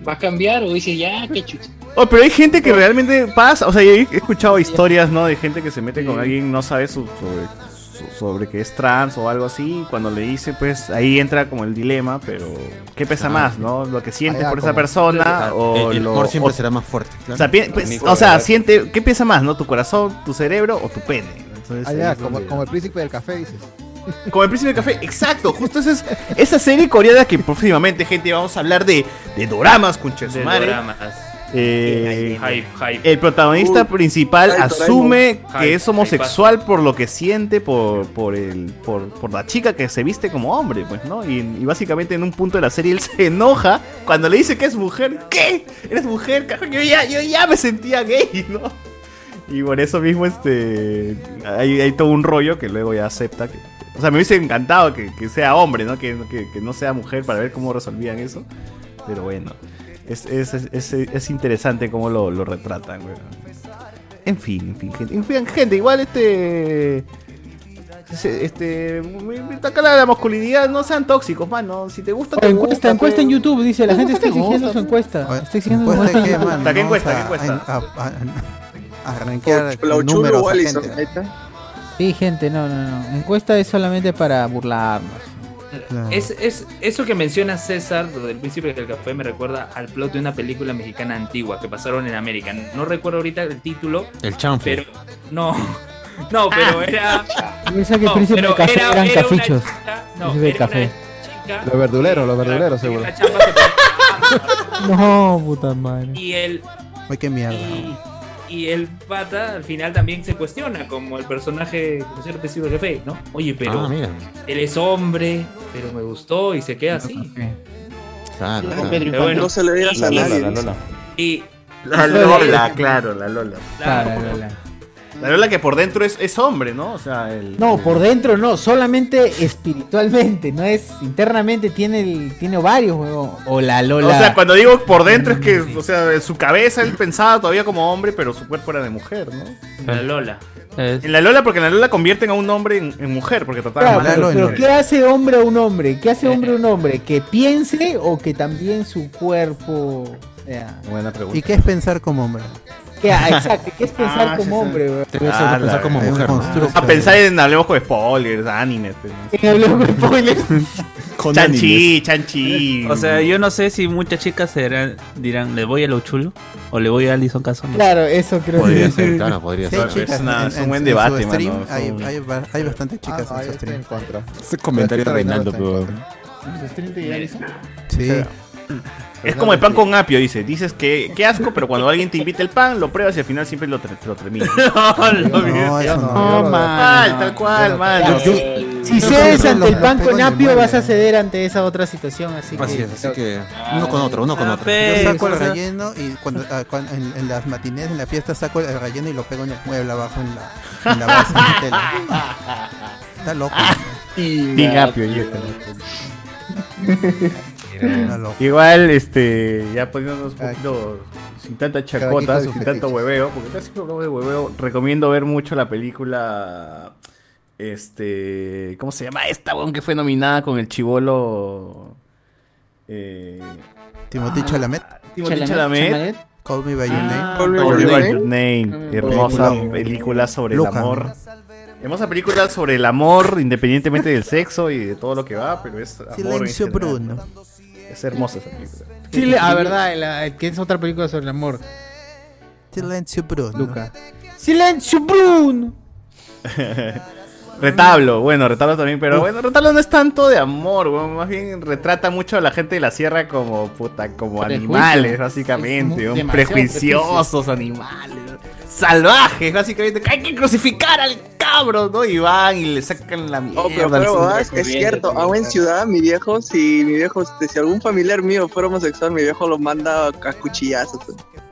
Speaker 15: ¿Va a cambiar o dice ya, qué chucha?
Speaker 2: Oh, pero hay gente que realmente pasa. O sea, yo he escuchado historias, ¿no? De gente que se mete con alguien, no sabe su- sobre, su- sobre que es trans o algo así. y Cuando le dice, pues ahí entra como el dilema, pero ¿qué pesa más, no? Lo que sientes
Speaker 4: Ah, ya,
Speaker 2: por esa
Speaker 4: como-
Speaker 2: persona o
Speaker 4: El, el
Speaker 2: lo-
Speaker 4: amor siempre
Speaker 2: o-
Speaker 4: será más fuerte.
Speaker 2: O sea, pi- pues, o sea, siente, ¿qué pesa más, no? ¿Tu corazón, tu cerebro o tu pene? Entonces,
Speaker 12: Ah, ya,
Speaker 2: ahí es
Speaker 12: como,
Speaker 2: donde-
Speaker 12: como el príncipe del café, dices.
Speaker 2: como el príncipe del café, exacto, justo esa es esa serie coreana que próximamente, gente, vamos a hablar de, de doramas con
Speaker 5: de
Speaker 2: Chesumare.
Speaker 5: doramas.
Speaker 2: Eh,
Speaker 5: Hype, hype.
Speaker 2: el protagonista
Speaker 5: Uh,
Speaker 2: principal
Speaker 5: ay,
Speaker 2: asume
Speaker 5: Doraemon.
Speaker 2: que
Speaker 5: Hype,
Speaker 2: es homosexual por lo que siente por, por, el, por, por la chica que se viste como hombre, pues, ¿no? Y, y básicamente en un punto de la serie él se enoja cuando le dice que es mujer. ¿Qué? ¿Eres mujer? carajo? Yo ya, yo ya me sentía gay, ¿no? Y por eso mismo, este. Hay, hay todo un rollo que luego ya acepta que. O sea, me hubiese encantado que, que sea hombre, ¿no? Que, que- que no sea mujer para ver cómo resolvían eso. Pero bueno. Es, es, es- es- es interesante cómo lo, lo retratan, weón. En fin, en fin, gente. En fin, gente, igual este. se- Este. mi- mi- Acá la la masculinidad, no sean tóxicos, mano. Si te gusta, te
Speaker 7: encuesta,
Speaker 2: gusta,
Speaker 7: encuesta
Speaker 2: pe.
Speaker 7: en YouTube, dice, la gente está
Speaker 2: te gusta,
Speaker 7: exigiendo su encuesta. Está exigiendo su
Speaker 1: ¿Encuesta
Speaker 7: encuesta.
Speaker 1: qué, mano?
Speaker 2: ¿Qué
Speaker 1: Vamos
Speaker 2: encuesta? ¿Qué
Speaker 1: a-
Speaker 2: encuesta?
Speaker 1: A, a- a rankear
Speaker 11: La
Speaker 1: con
Speaker 11: Ochulo
Speaker 1: números
Speaker 11: o
Speaker 1: a
Speaker 11: Allison.
Speaker 1: gente.
Speaker 11: Ahí está.
Speaker 7: Sí, gente, no, no, no. Encuesta es solamente para burlarnos.
Speaker 5: Es, es- eso que menciona César, lo del príncipe del café, me recuerda al plot de una película mexicana antigua que pasaron en América. No recuerdo ahorita el título.
Speaker 4: El chanfle.
Speaker 5: Pero, no, (laughs) no, pero era.
Speaker 7: Piensa que
Speaker 5: no,
Speaker 7: el príncipe
Speaker 5: pero
Speaker 7: del café
Speaker 5: era-
Speaker 7: eran
Speaker 5: era una
Speaker 7: cafichos.
Speaker 5: chica- no,
Speaker 7: príncipe
Speaker 5: era
Speaker 7: del
Speaker 5: una
Speaker 7: café.
Speaker 5: chica
Speaker 12: Los verduleros, los verduleros, seguro.
Speaker 5: La chamba se
Speaker 7: No, puta madre.
Speaker 5: Y el,
Speaker 1: Ay, qué mierda.
Speaker 5: y, y el pata al final también se cuestiona, como el personaje que funciona al principio del jefe, ¿no? Oye, pero
Speaker 4: Ah, mira.
Speaker 5: él es hombre, pero me gustó y se queda así.
Speaker 2: Ah,
Speaker 4: Claro,
Speaker 5: Pero
Speaker 4: claro.
Speaker 5: bueno.
Speaker 11: No se le digas a nadie.
Speaker 5: Y
Speaker 2: La Lola, claro, la Lola.
Speaker 7: Claro, la Lola.
Speaker 2: La Lola que por dentro es, es hombre, ¿no? O sea, el.
Speaker 7: No, por dentro no, solamente espiritualmente, no es internamente tiene el, tiene varios, huevón. O la Lola.
Speaker 2: O sea, cuando digo por dentro es que, o sea, en su cabeza él pensaba todavía como hombre, pero su cuerpo era de mujer, ¿no?
Speaker 5: La Lola.
Speaker 2: En la Lola, porque en la Lola convierten a un hombre en, en mujer, porque trataban
Speaker 7: Claro,
Speaker 2: de
Speaker 7: pero,
Speaker 2: matarlo.
Speaker 7: pero ¿qué hace hombre a un hombre? ¿Qué hace
Speaker 2: Eh.
Speaker 7: hombre a un hombre? ¿Que piense o que también su cuerpo sea?
Speaker 2: Buena pregunta.
Speaker 1: ¿Y qué es pensar como hombre?
Speaker 7: ¿Qué, ah, exacto, ¿qué es pensar
Speaker 1: Ah, sí,
Speaker 7: como
Speaker 1: sí.
Speaker 7: hombre? huevón?
Speaker 1: Te ves
Speaker 2: Ah,
Speaker 1: a pensar como
Speaker 2: hay un
Speaker 1: mujer, ¿no?
Speaker 2: constructo. A pensar en hablemos con spoilers, animes. pues.
Speaker 3: (laughs)
Speaker 7: En hablemos de spoilers.
Speaker 2: Con Chanchi, chanchi.
Speaker 9: O sea, yo no sé si muchas chicas serán, dirán, ¿le voy a lo chulo? ¿O le voy a Alison Cason?
Speaker 7: Claro, eso creo
Speaker 9: Podría
Speaker 7: que
Speaker 9: ser, claro, podría
Speaker 1: Sí,
Speaker 9: ser.
Speaker 1: chicas,
Speaker 9: Es una-
Speaker 1: en-
Speaker 9: es un
Speaker 1: en-
Speaker 9: buen
Speaker 1: en
Speaker 9: debate,
Speaker 1: su stream
Speaker 9: mano, es
Speaker 1: Hay,
Speaker 9: un-
Speaker 1: hay, ba- hay bastantes chicas
Speaker 12: Ah,
Speaker 1: en su stream.
Speaker 12: Ese
Speaker 1: comentario de Reinaldo, Sí.
Speaker 2: Es como el pan con apio, dice. Dices que qué asco, pero cuando alguien te invita el pan, lo pruebas y al final siempre lo, tre- lo terminas.
Speaker 7: (laughs)
Speaker 1: No, eso no.
Speaker 2: No, mal, tal cual, mano.
Speaker 7: Si cedes ante el pan con apio, vas a ceder ante esa otra situación, así que.
Speaker 4: Así es, así que uno con otro, uno con otro.
Speaker 1: Yo saco el
Speaker 7: o sea-
Speaker 1: relleno y cuando, ah, cuando- en, en las matines, en la fiesta, saco el relleno y lo pego en el mueble abajo en la, en la base de
Speaker 2: (laughs)
Speaker 1: la tela. Está loco.
Speaker 2: Team apio, yo
Speaker 1: Una
Speaker 2: creo.
Speaker 1: locura.
Speaker 2: Igual, este, ya poniéndonos un poquito sin tanta
Speaker 35: quien
Speaker 2: chacota,
Speaker 35: con
Speaker 2: sin
Speaker 35: sus
Speaker 2: tanto
Speaker 35: fetiches.
Speaker 2: hueveo, porque casi siempre hablamos de hueveo, recomiendo ver mucho la película, este, ¿cómo se llama esta, weón, que fue nominada con el chivolo, eh,
Speaker 1: Timothy
Speaker 2: ah,
Speaker 1: Chalamet.
Speaker 2: Timothée Chalamet. Ah.
Speaker 1: Call me by your name.
Speaker 2: Call Me By Your Name, hermosa
Speaker 1: Peliculón.
Speaker 2: película sobre el
Speaker 1: Luca.
Speaker 2: amor. Hermosa película sobre el amor, independientemente del sexo y de todo lo que va, pero es amor en
Speaker 1: Silencio
Speaker 2: general.
Speaker 1: Bruno.
Speaker 2: Es hermosa esa película. (laughs)
Speaker 7: Sí, le- ah, verdad, la- que es otra película sobre el amor.
Speaker 1: Silencio Bruno.
Speaker 7: Luca. Silencio Bruno.
Speaker 2: Retablo, bueno, retablo también, pero bueno, retablo no es tanto de amor, weón, más bien retrata mucho a la gente de la sierra como puta, como
Speaker 35: Prejuicio.
Speaker 2: animales, básicamente, weón,
Speaker 35: demasiado
Speaker 2: prejuiciosos animales, salvajes, básicamente, que hay que crucificar al cabro, ¿no? Y van y le sacan la mierda.
Speaker 11: Oh, pero,
Speaker 2: al
Speaker 11: pero,
Speaker 2: centro
Speaker 11: ah,
Speaker 2: de
Speaker 11: es cierto, aún en ciudad, mi viejo, si mi viejo, este, si algún familiar mío fuera homosexual, mi viejo lo manda a cuchillazos.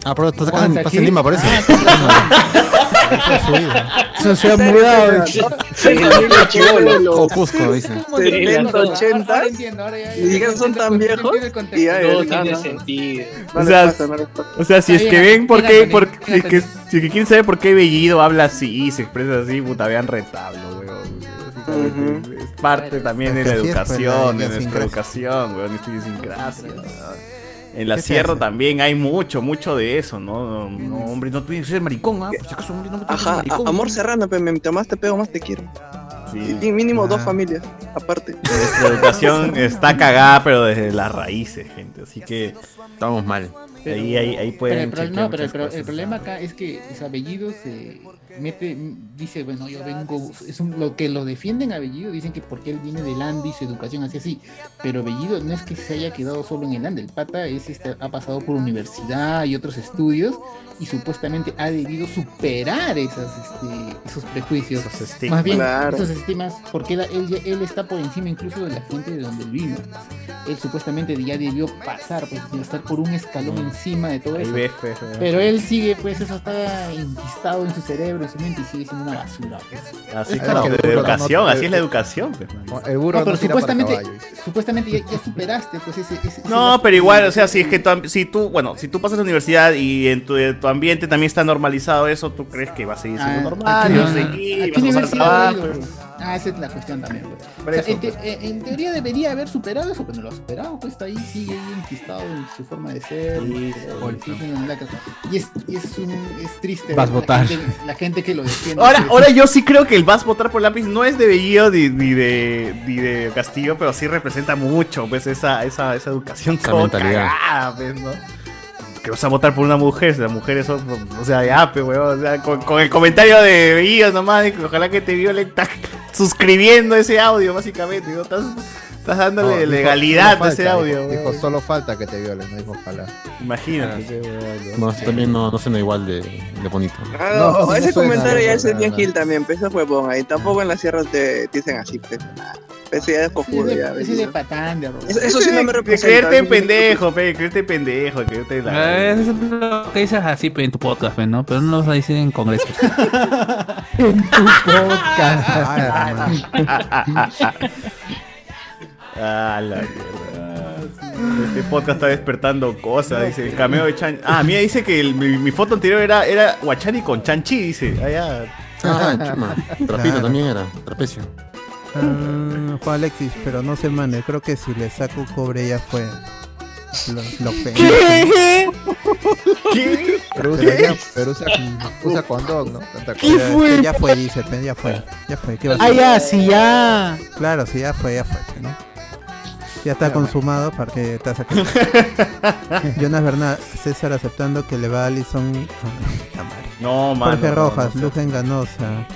Speaker 4: Ah, pero estás acá
Speaker 11: ¿Cuántas
Speaker 4: en, estás en
Speaker 11: aquí?
Speaker 4: Lima, por eso. (laughs)
Speaker 7: Eso se ha mudado. de-
Speaker 4: O Cusco, dice.
Speaker 11: 80. Mis hijos son tan viejos. Y
Speaker 15: No
Speaker 11: ya, eh, no,
Speaker 15: tiene
Speaker 11: no.
Speaker 15: sentido.
Speaker 11: No
Speaker 2: O
Speaker 11: le
Speaker 2: sea,
Speaker 11: pasa, no le pasa.
Speaker 2: O sea, si es
Speaker 11: Está
Speaker 2: que
Speaker 11: bien,
Speaker 2: ven por
Speaker 11: mira,
Speaker 2: qué,
Speaker 11: Tony,
Speaker 2: por-
Speaker 11: mira,
Speaker 2: si es que,
Speaker 11: Tony.
Speaker 2: si es que quieren saber por qué Bellido habla así y se expresa así, puta, vean retablo, weón. Básicamente, Es parte también de la
Speaker 35: Así es, pues, la
Speaker 2: educación, de
Speaker 35: idiosincrasia.
Speaker 2: nuestra educación, weón, esta idiosincrasia. weón. En la
Speaker 35: ¿Qué se
Speaker 2: sierra
Speaker 35: hace?
Speaker 2: también hay mucho, mucho de eso, ¿no? No, no, hombre, no tienes que ser maricón, ¿ah? Por si acaso, hombre, no me tienes que ser
Speaker 11: Ajá,
Speaker 2: maricón.
Speaker 11: a- amor serrano, pero mientras más te pego, más te quiero.
Speaker 2: Sí.
Speaker 11: Y mínimo dos
Speaker 2: Ah.
Speaker 11: familias, aparte.
Speaker 2: Nuestra
Speaker 11: (laughs)
Speaker 2: educación está cagada, pero desde las raíces, gente. Así que. Estamos mal. Ahí, ahí, ahí
Speaker 13: Pero el,
Speaker 2: pueden.
Speaker 13: pro-
Speaker 2: chequear
Speaker 13: no, pero el,
Speaker 2: muchas
Speaker 13: pro- el
Speaker 2: cosas.
Speaker 13: problema acá es que o sea, Bellido se mete, dice, bueno, yo vengo, es un- lo que lo defienden a Bellido, dicen que porque él viene del Andes, su educación así así, pero Bellido no es que se haya quedado solo en el Andes, el pata es, este, ha pasado por universidad y otros estudios y supuestamente ha debido superar esas, este, esos prejuicios,
Speaker 2: estigmas.
Speaker 13: más bien
Speaker 2: Claro.
Speaker 13: esos estigmas, porque él, él ya- él está por encima incluso de la gente de donde él vino él supuestamente ya debió pasar, pues, de estar por un escalón encima de todo
Speaker 2: Ahí
Speaker 13: eso.
Speaker 2: ves, pues, Mm. eh.
Speaker 13: Pero él sigue, pues eso está enquistado en su cerebro, en su mente y sigue siendo una basura. pues.
Speaker 2: Así
Speaker 13: Es
Speaker 2: como
Speaker 13: como-
Speaker 2: de
Speaker 12: burro no
Speaker 2: educación,
Speaker 12: te-
Speaker 2: así es la educación. pues, man.
Speaker 13: No, Ah, pero supuestamente, supuestamente ya, ya superaste, pues ese, ese-
Speaker 2: No, pero igual, o sea, si es que tú, si tú, bueno, si tú pasas a la universidad y en tu, en tu ambiente también está normalizado eso, ¿tú crees que va a seguir siendo
Speaker 13: Ah, ¿a
Speaker 2: normal?
Speaker 13: qué-
Speaker 2: Y vas a seguir,
Speaker 13: a
Speaker 2: y
Speaker 13: qué
Speaker 2: vas a pasar
Speaker 13: universidad ha
Speaker 2: trabajo.
Speaker 13: ido? Ah, esa es la cuestión también. pues.
Speaker 2: Por
Speaker 13: O sea,
Speaker 2: eso,
Speaker 13: en, te- en- en teoría debería haber superado eso, pero no lo ha superado. Pues está ahí, sigue ahí enquistado en su forma de ser. pero- en la- Y es, y es, un- es triste.
Speaker 2: Vas
Speaker 13: ver
Speaker 2: a votar.
Speaker 13: La gente, la gente que lo defiende.
Speaker 2: Ahora,
Speaker 13: pues.
Speaker 2: ahora yo sí creo que el Vas votar por lápiz no es de Bellido ni, ni de, ni de Castillo, pero sí representa mucho, pues, esa, esa, esa educación
Speaker 14: Esa
Speaker 2: toda
Speaker 14: mentalidad.
Speaker 2: cagada, pues, ¿no? Que vas a votar por una mujer, si las mujeres son, o sea, ya, pues, weón, o sea, con, con el comentario de Bellido nomás, de que ojalá que te violen, estás suscribiendo ese audio, básicamente, ¿no? Estás, estás dándole
Speaker 12: No, dijo,
Speaker 2: legalidad
Speaker 12: solo
Speaker 2: a ese
Speaker 12: falta,
Speaker 2: audio,
Speaker 12: Dijo, dijo, solo falta que te violen, no dijo ojalá. Ah,
Speaker 2: Imagínate.
Speaker 4: No, eso también no, no suena igual de, de bonito.
Speaker 11: Ah, no, ese comentario ya es de Ian Gil también, pues eso fue bon ahí. Tampoco en las sierras te dicen así, pues. nada. Ese ya es cojudo,
Speaker 13: Ese de-
Speaker 11: ya.
Speaker 13: ese de patán, de arroz.
Speaker 11: Eso- eso sí no me
Speaker 2: De
Speaker 11: representa.
Speaker 2: creerte en pendejo, pe, creerte pendejo, creerte la...
Speaker 3: Eh, Eso es lo que dices así pe, en tu podcast, pe, ¿no? Pero no lo vas a decir en congreso.
Speaker 7: En tu
Speaker 2: Ah, la mierda. Este (laughs) podcast está despertando cosas, dice el cameo de Chan. Ah, mira, dice que el- mi, mi foto anterior era, era Guachani con Chanchi, dice. Allá.
Speaker 4: Ah, chuma. Trapito
Speaker 1: Claro.
Speaker 4: también era, trapecio.
Speaker 1: Ah, Juan Alexis, pero no se mane, creo que si le saco cobre ya fue. Lo, lo
Speaker 12: ¿Qué?
Speaker 2: ¿Qué?
Speaker 12: Pero usa,
Speaker 1: ¿Qué?
Speaker 12: pero usa, usa condón, ¿no? Tanta
Speaker 1: ¿Qué
Speaker 12: cosa.
Speaker 1: fue? Ya fue, dice, pe, ya fue. Ya fue. ¿qué va a
Speaker 7: Ah,
Speaker 1: hacer?
Speaker 7: ya, sí, ya.
Speaker 1: Claro, sí, ya fue, ya fue, pe, ¿no? Ya está consumado para que te saque. Jonas Bernal, César aceptando que le va a Alison.
Speaker 2: No, mano.
Speaker 1: Jorge
Speaker 2: no,
Speaker 1: Rojas,
Speaker 2: no, no.
Speaker 1: Lugen Ganosa,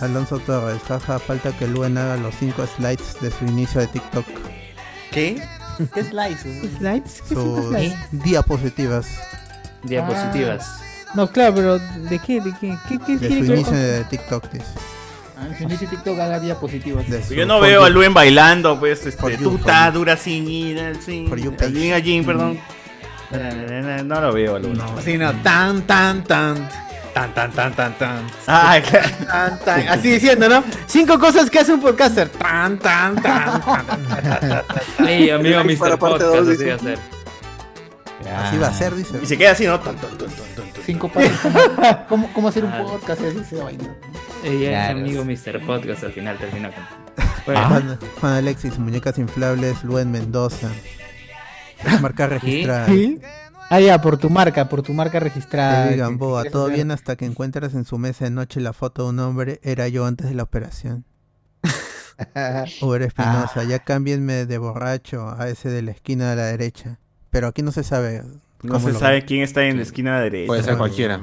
Speaker 1: Alonso Torres, jaja, falta que Luen haga los 5 slides de su inicio de TikTok.
Speaker 2: ¿Qué?
Speaker 8: ¿Qué slice?
Speaker 7: ¿Slides? ¿Qué son los
Speaker 1: Sus
Speaker 7: slides?
Speaker 1: diapositivas
Speaker 7: Diapositivas. No, claro, pero ¿de qué? ¿De qué? ¿Qué, qué
Speaker 1: de
Speaker 7: tiene
Speaker 1: su
Speaker 7: que ver
Speaker 1: inicio
Speaker 7: con-
Speaker 1: de TikTok. dice.
Speaker 13: Ah, si no hice TikTok haga diapositivas.
Speaker 2: Yo no veo a Luen bailando, pues, este,
Speaker 1: you,
Speaker 2: tuta, dura, sin ir, sin.
Speaker 1: For you, Mm.
Speaker 2: Allí,
Speaker 1: page.
Speaker 2: allí, perdón. No lo veo a Luen.
Speaker 35: Así no, tan, tan, tan. Tan, tan, tan, tan, tan.
Speaker 2: Ah, claro.
Speaker 35: (laughs) Tan, tan. Así diciendo, ¿no? Cinco cosas que hace un podcaster. Tan, tan, tan.
Speaker 5: Ey, amigo,
Speaker 35: Like para
Speaker 5: Mr.
Speaker 35: parte
Speaker 5: Podcast,
Speaker 35: dos,
Speaker 5: así
Speaker 35: dice.
Speaker 5: va a ser.
Speaker 1: Así va a ser, dice.
Speaker 2: Y se queda así, ¿no? Tan, tan,
Speaker 13: Cinco pasos. ¿Cómo, cómo, cómo hacer un
Speaker 5: Claro.
Speaker 13: podcast? Esa es la vaina.
Speaker 5: Ella
Speaker 1: Claro.
Speaker 5: Eh, es amigo Mr. Podcast al final termina
Speaker 2: (laughs)
Speaker 5: con.
Speaker 1: Juan, Juan Alexis, muñecas inflables, Luen Mendoza. Marca registrada.
Speaker 7: ¿Sí? Ah, ya, por tu marca, por tu marca registrada.
Speaker 1: David
Speaker 7: que-
Speaker 1: Gamboa,
Speaker 7: que-
Speaker 1: todo bien hasta que encuentras en su mesa de noche la foto de un hombre, era yo antes de la (laughs) operación. Uber Espinosa, ya cámbienme de borracho a ese de la esquina de la derecha. Pero aquí no se sabe.
Speaker 2: No
Speaker 1: cómo
Speaker 2: se
Speaker 1: lo-
Speaker 2: sabe quién está en la esquina derecha.
Speaker 4: Puede ser cualquiera.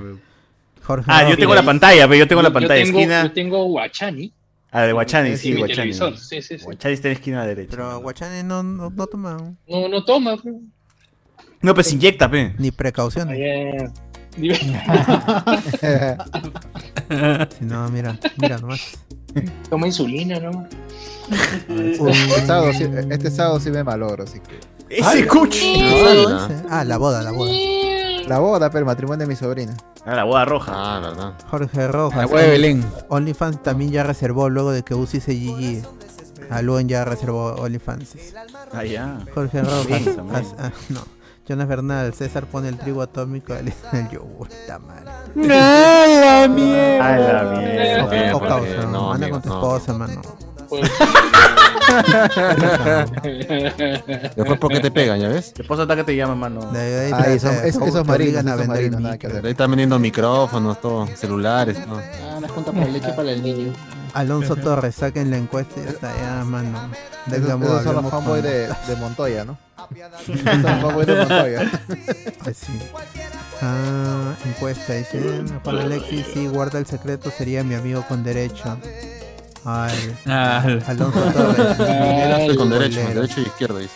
Speaker 1: Jorge
Speaker 2: Ah, yo
Speaker 1: Rojas.
Speaker 2: tengo la pantalla, pero yo tengo la pantalla.
Speaker 15: tengo,
Speaker 2: esquina.
Speaker 15: Yo tengo Guachani.
Speaker 2: Ah, de Guachani,
Speaker 15: en
Speaker 2: sí,
Speaker 15: mi
Speaker 2: Guachani.
Speaker 15: televisor, sí, sí, sí.
Speaker 2: Guachani está en la esquina derecha.
Speaker 1: Pero Guachani no, no, no toma.
Speaker 15: No, no toma. pues. pe.
Speaker 2: No, pues inyecta, pe.
Speaker 1: Ni precauciones. (laughs)
Speaker 15: Eh,
Speaker 1: si no, mira, mira nomás.
Speaker 15: Toma insulina, ¿no?
Speaker 12: Uy, el sábado sí- este sábado sí me malogro, así que.
Speaker 2: ¡Ese cuchi!
Speaker 12: Ah,
Speaker 1: Ah, la boda, la boda.
Speaker 12: La boda, pero el matrimonio de mi sobrina.
Speaker 2: Ah, la boda roja.
Speaker 4: Ah, verdad.
Speaker 1: Jorge (laughs) Rojas.
Speaker 2: Ah,
Speaker 12: La hueva de Belén.
Speaker 1: OnlyFans también ya reservó luego de que Uzi se GG. A Luen ya reservó OnlyFans.
Speaker 2: Ah, ya.
Speaker 1: Jorge Rojas.
Speaker 2: Bien, también.
Speaker 1: as- ah, no. Jonas Bernal. César pone el trigo atómico (laughs) en el yogur. Está mal.
Speaker 7: ¡Ah, la mierda!
Speaker 2: Ah, la mierda.
Speaker 1: O- o
Speaker 2: porque
Speaker 1: causa.
Speaker 2: no,
Speaker 1: Anda
Speaker 2: amigo,
Speaker 1: con tu
Speaker 2: no.
Speaker 1: esposa, mano. (laughs)
Speaker 4: Después porque te pegan, ¿ya ves?
Speaker 2: Tu esposa está que te llama, mano.
Speaker 1: Ah, te- esos- te- esos te obligan marinos, a esos vender el marinos, nada
Speaker 4: Ahí están vendiendo micrófonos, todo, celulares, todo.
Speaker 13: Ah, una junta por leche para el niño.
Speaker 1: Alonso Torres. Saquen la encuesta y ya está. Ya, mano. Del
Speaker 12: Esos,
Speaker 1: Gamboa,
Speaker 12: esos son los
Speaker 1: hablamos
Speaker 12: fanboys
Speaker 1: con- (laughs)
Speaker 12: de, de Montoya, ¿no? Esos son los fanboys de Montoya.
Speaker 1: Pues (laughs) sí. Ah, encuesta, dice. Juan Alexis, sí, guarda el secreto, sería mi amigo con derecho. Ay,
Speaker 41: Ah,
Speaker 3: Al-
Speaker 1: Alonso
Speaker 4: (laughs)
Speaker 1: Torres. minero
Speaker 4: Ah. Con derecho,
Speaker 1: futbolero.
Speaker 4: derecho y izquierda, dice.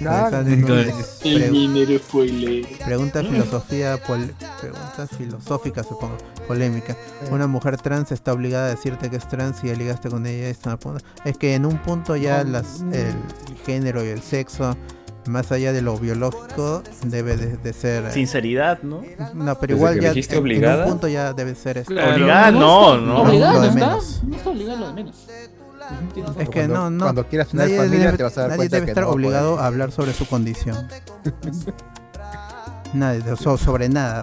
Speaker 1: Alexander Núñez,
Speaker 15: (laughs) El
Speaker 1: pre-
Speaker 15: minero fue leer.
Speaker 1: Pregunta
Speaker 11: Mm.
Speaker 1: filosofía, pol- pregunta filosófica, supongo, polémica. Una mujer trans está obligada a decirte que es trans y ya ligaste con ella. y están a punto- Es que en un punto ya las, el género y el sexo más allá de lo biológico, debe de, de ser... eh,
Speaker 2: Sinceridad, ¿no?
Speaker 1: No, pero
Speaker 2: Desde
Speaker 1: igual
Speaker 2: que
Speaker 1: ya
Speaker 2: dijiste
Speaker 1: en- en
Speaker 2: obligada.
Speaker 1: un punto ya debe ser... esto.
Speaker 2: Claro. Obligada, Eh, no, no.
Speaker 41: Obligado,
Speaker 1: Lo de
Speaker 41: ¿no está?
Speaker 1: menos.
Speaker 41: No está obligado lo de menos.
Speaker 1: Es que
Speaker 12: Cuando-
Speaker 1: no, no.
Speaker 12: cuando quieras tener
Speaker 1: nadie
Speaker 12: familia
Speaker 1: debe,
Speaker 12: te vas a dar
Speaker 1: nadie
Speaker 12: cuenta
Speaker 1: debe
Speaker 12: que
Speaker 1: estar
Speaker 12: no puedes.
Speaker 1: obligado a hablar sobre su
Speaker 12: (laughs)
Speaker 1: condición. Nadie, o sea, sobre nada,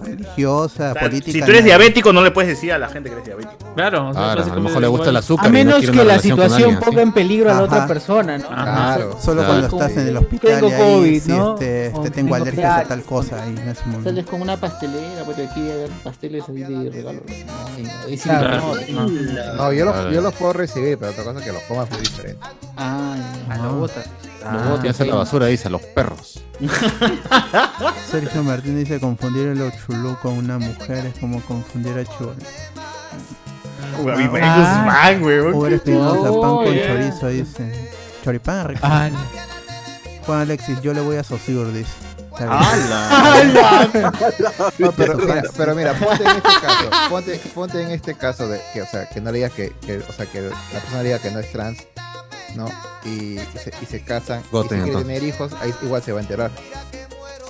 Speaker 2: O
Speaker 1: religiosa,
Speaker 2: sea,
Speaker 1: política.
Speaker 2: si tú eres
Speaker 1: nada.
Speaker 2: diabético, no le puedes decir a la gente que eres diabético.
Speaker 42: Claro,
Speaker 1: o sea, Claro, a lo básicamente mejor le gusta igual. el azúcar
Speaker 7: A menos que la situación ponga en peligro a la otra
Speaker 1: Ajá.
Speaker 7: persona, ¿no?
Speaker 1: Ajá, Solo cuando estás en el hospital
Speaker 7: Tengo
Speaker 1: y ahí,
Speaker 7: COVID,
Speaker 1: sí,
Speaker 7: ¿no?
Speaker 1: este,
Speaker 7: O
Speaker 1: este, tengo alergia a
Speaker 41: claro.
Speaker 1: tal cosa y no es un-
Speaker 41: Sales con una pastelera
Speaker 7: pues,
Speaker 41: porque aquí hay pasteles ahí de regalo. No, y- y sí,
Speaker 12: Claro.
Speaker 41: no,
Speaker 12: No, yo, los, yo los puedo recibir, pero otra cosa es que los comas es diferente.
Speaker 41: Ah,
Speaker 12: Ah,
Speaker 41: lo botas.
Speaker 1: Ah,
Speaker 4: Los botas a la
Speaker 1: sí.
Speaker 4: basura, dice, a los perros.
Speaker 1: Sergio Martínez dice confundir el ochulú con una mujer es como confundir a Ah, Chuan.
Speaker 2: Uy, a mí me gusta pan, weón.
Speaker 1: Uber
Speaker 2: Qué
Speaker 1: Espinosa,
Speaker 2: chulo.
Speaker 1: pan con
Speaker 2: Oh, yeah.
Speaker 1: chorizo, dice. Choripán, rico. Juan Alexis, yo le voy a Sosur, dice. Está bien. (laughs)
Speaker 12: ¡Hala! No, pero, mira, pero mira, ponte en este caso, ponte, ponte en este caso de que, o sea, que no le digas que, que- o sea, que la persona le diga que no es trans, ¿no? Y, y se, y se casan,
Speaker 4: Goten,
Speaker 12: y si quiere
Speaker 4: entonces.
Speaker 12: tener hijos, ahí igual se va a enterar.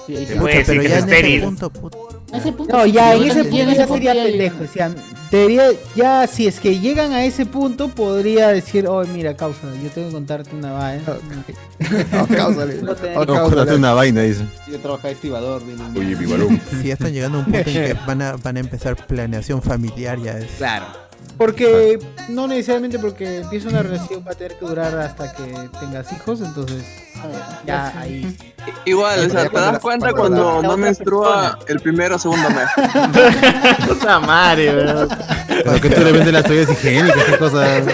Speaker 41: Sí, ahí
Speaker 1: sí. Puede decir que es estéril.
Speaker 41: A ese punto
Speaker 7: No,
Speaker 41: sí,
Speaker 7: ya, en
Speaker 41: yo
Speaker 7: ese,
Speaker 41: también,
Speaker 7: en ese sería pendejo. O sea, debería, ya, si es que llegan a ese punto, podría decir, oh, mira, causa, yo tengo que contarte una vaina. No te-
Speaker 4: No, córtate una vaina, dice.
Speaker 41: Yo trabajo de estibador. dile.
Speaker 4: Oye, mi
Speaker 1: (laughs)
Speaker 4: balón.
Speaker 1: Si ya están llegando a un punto en que van a, van a empezar planeación familiar, ya es.
Speaker 7: Claro. Porque, no necesariamente porque empieza una relación, va a tener que durar hasta que tengas hijos, entonces, ya, ahí.
Speaker 11: Igual, o sea, te das cuenta cuando no menstrua el primero o segundo mes.
Speaker 2: Puta madre, weón.
Speaker 4: Pero que tú le vendes las toallas higiénicas, qué cosas.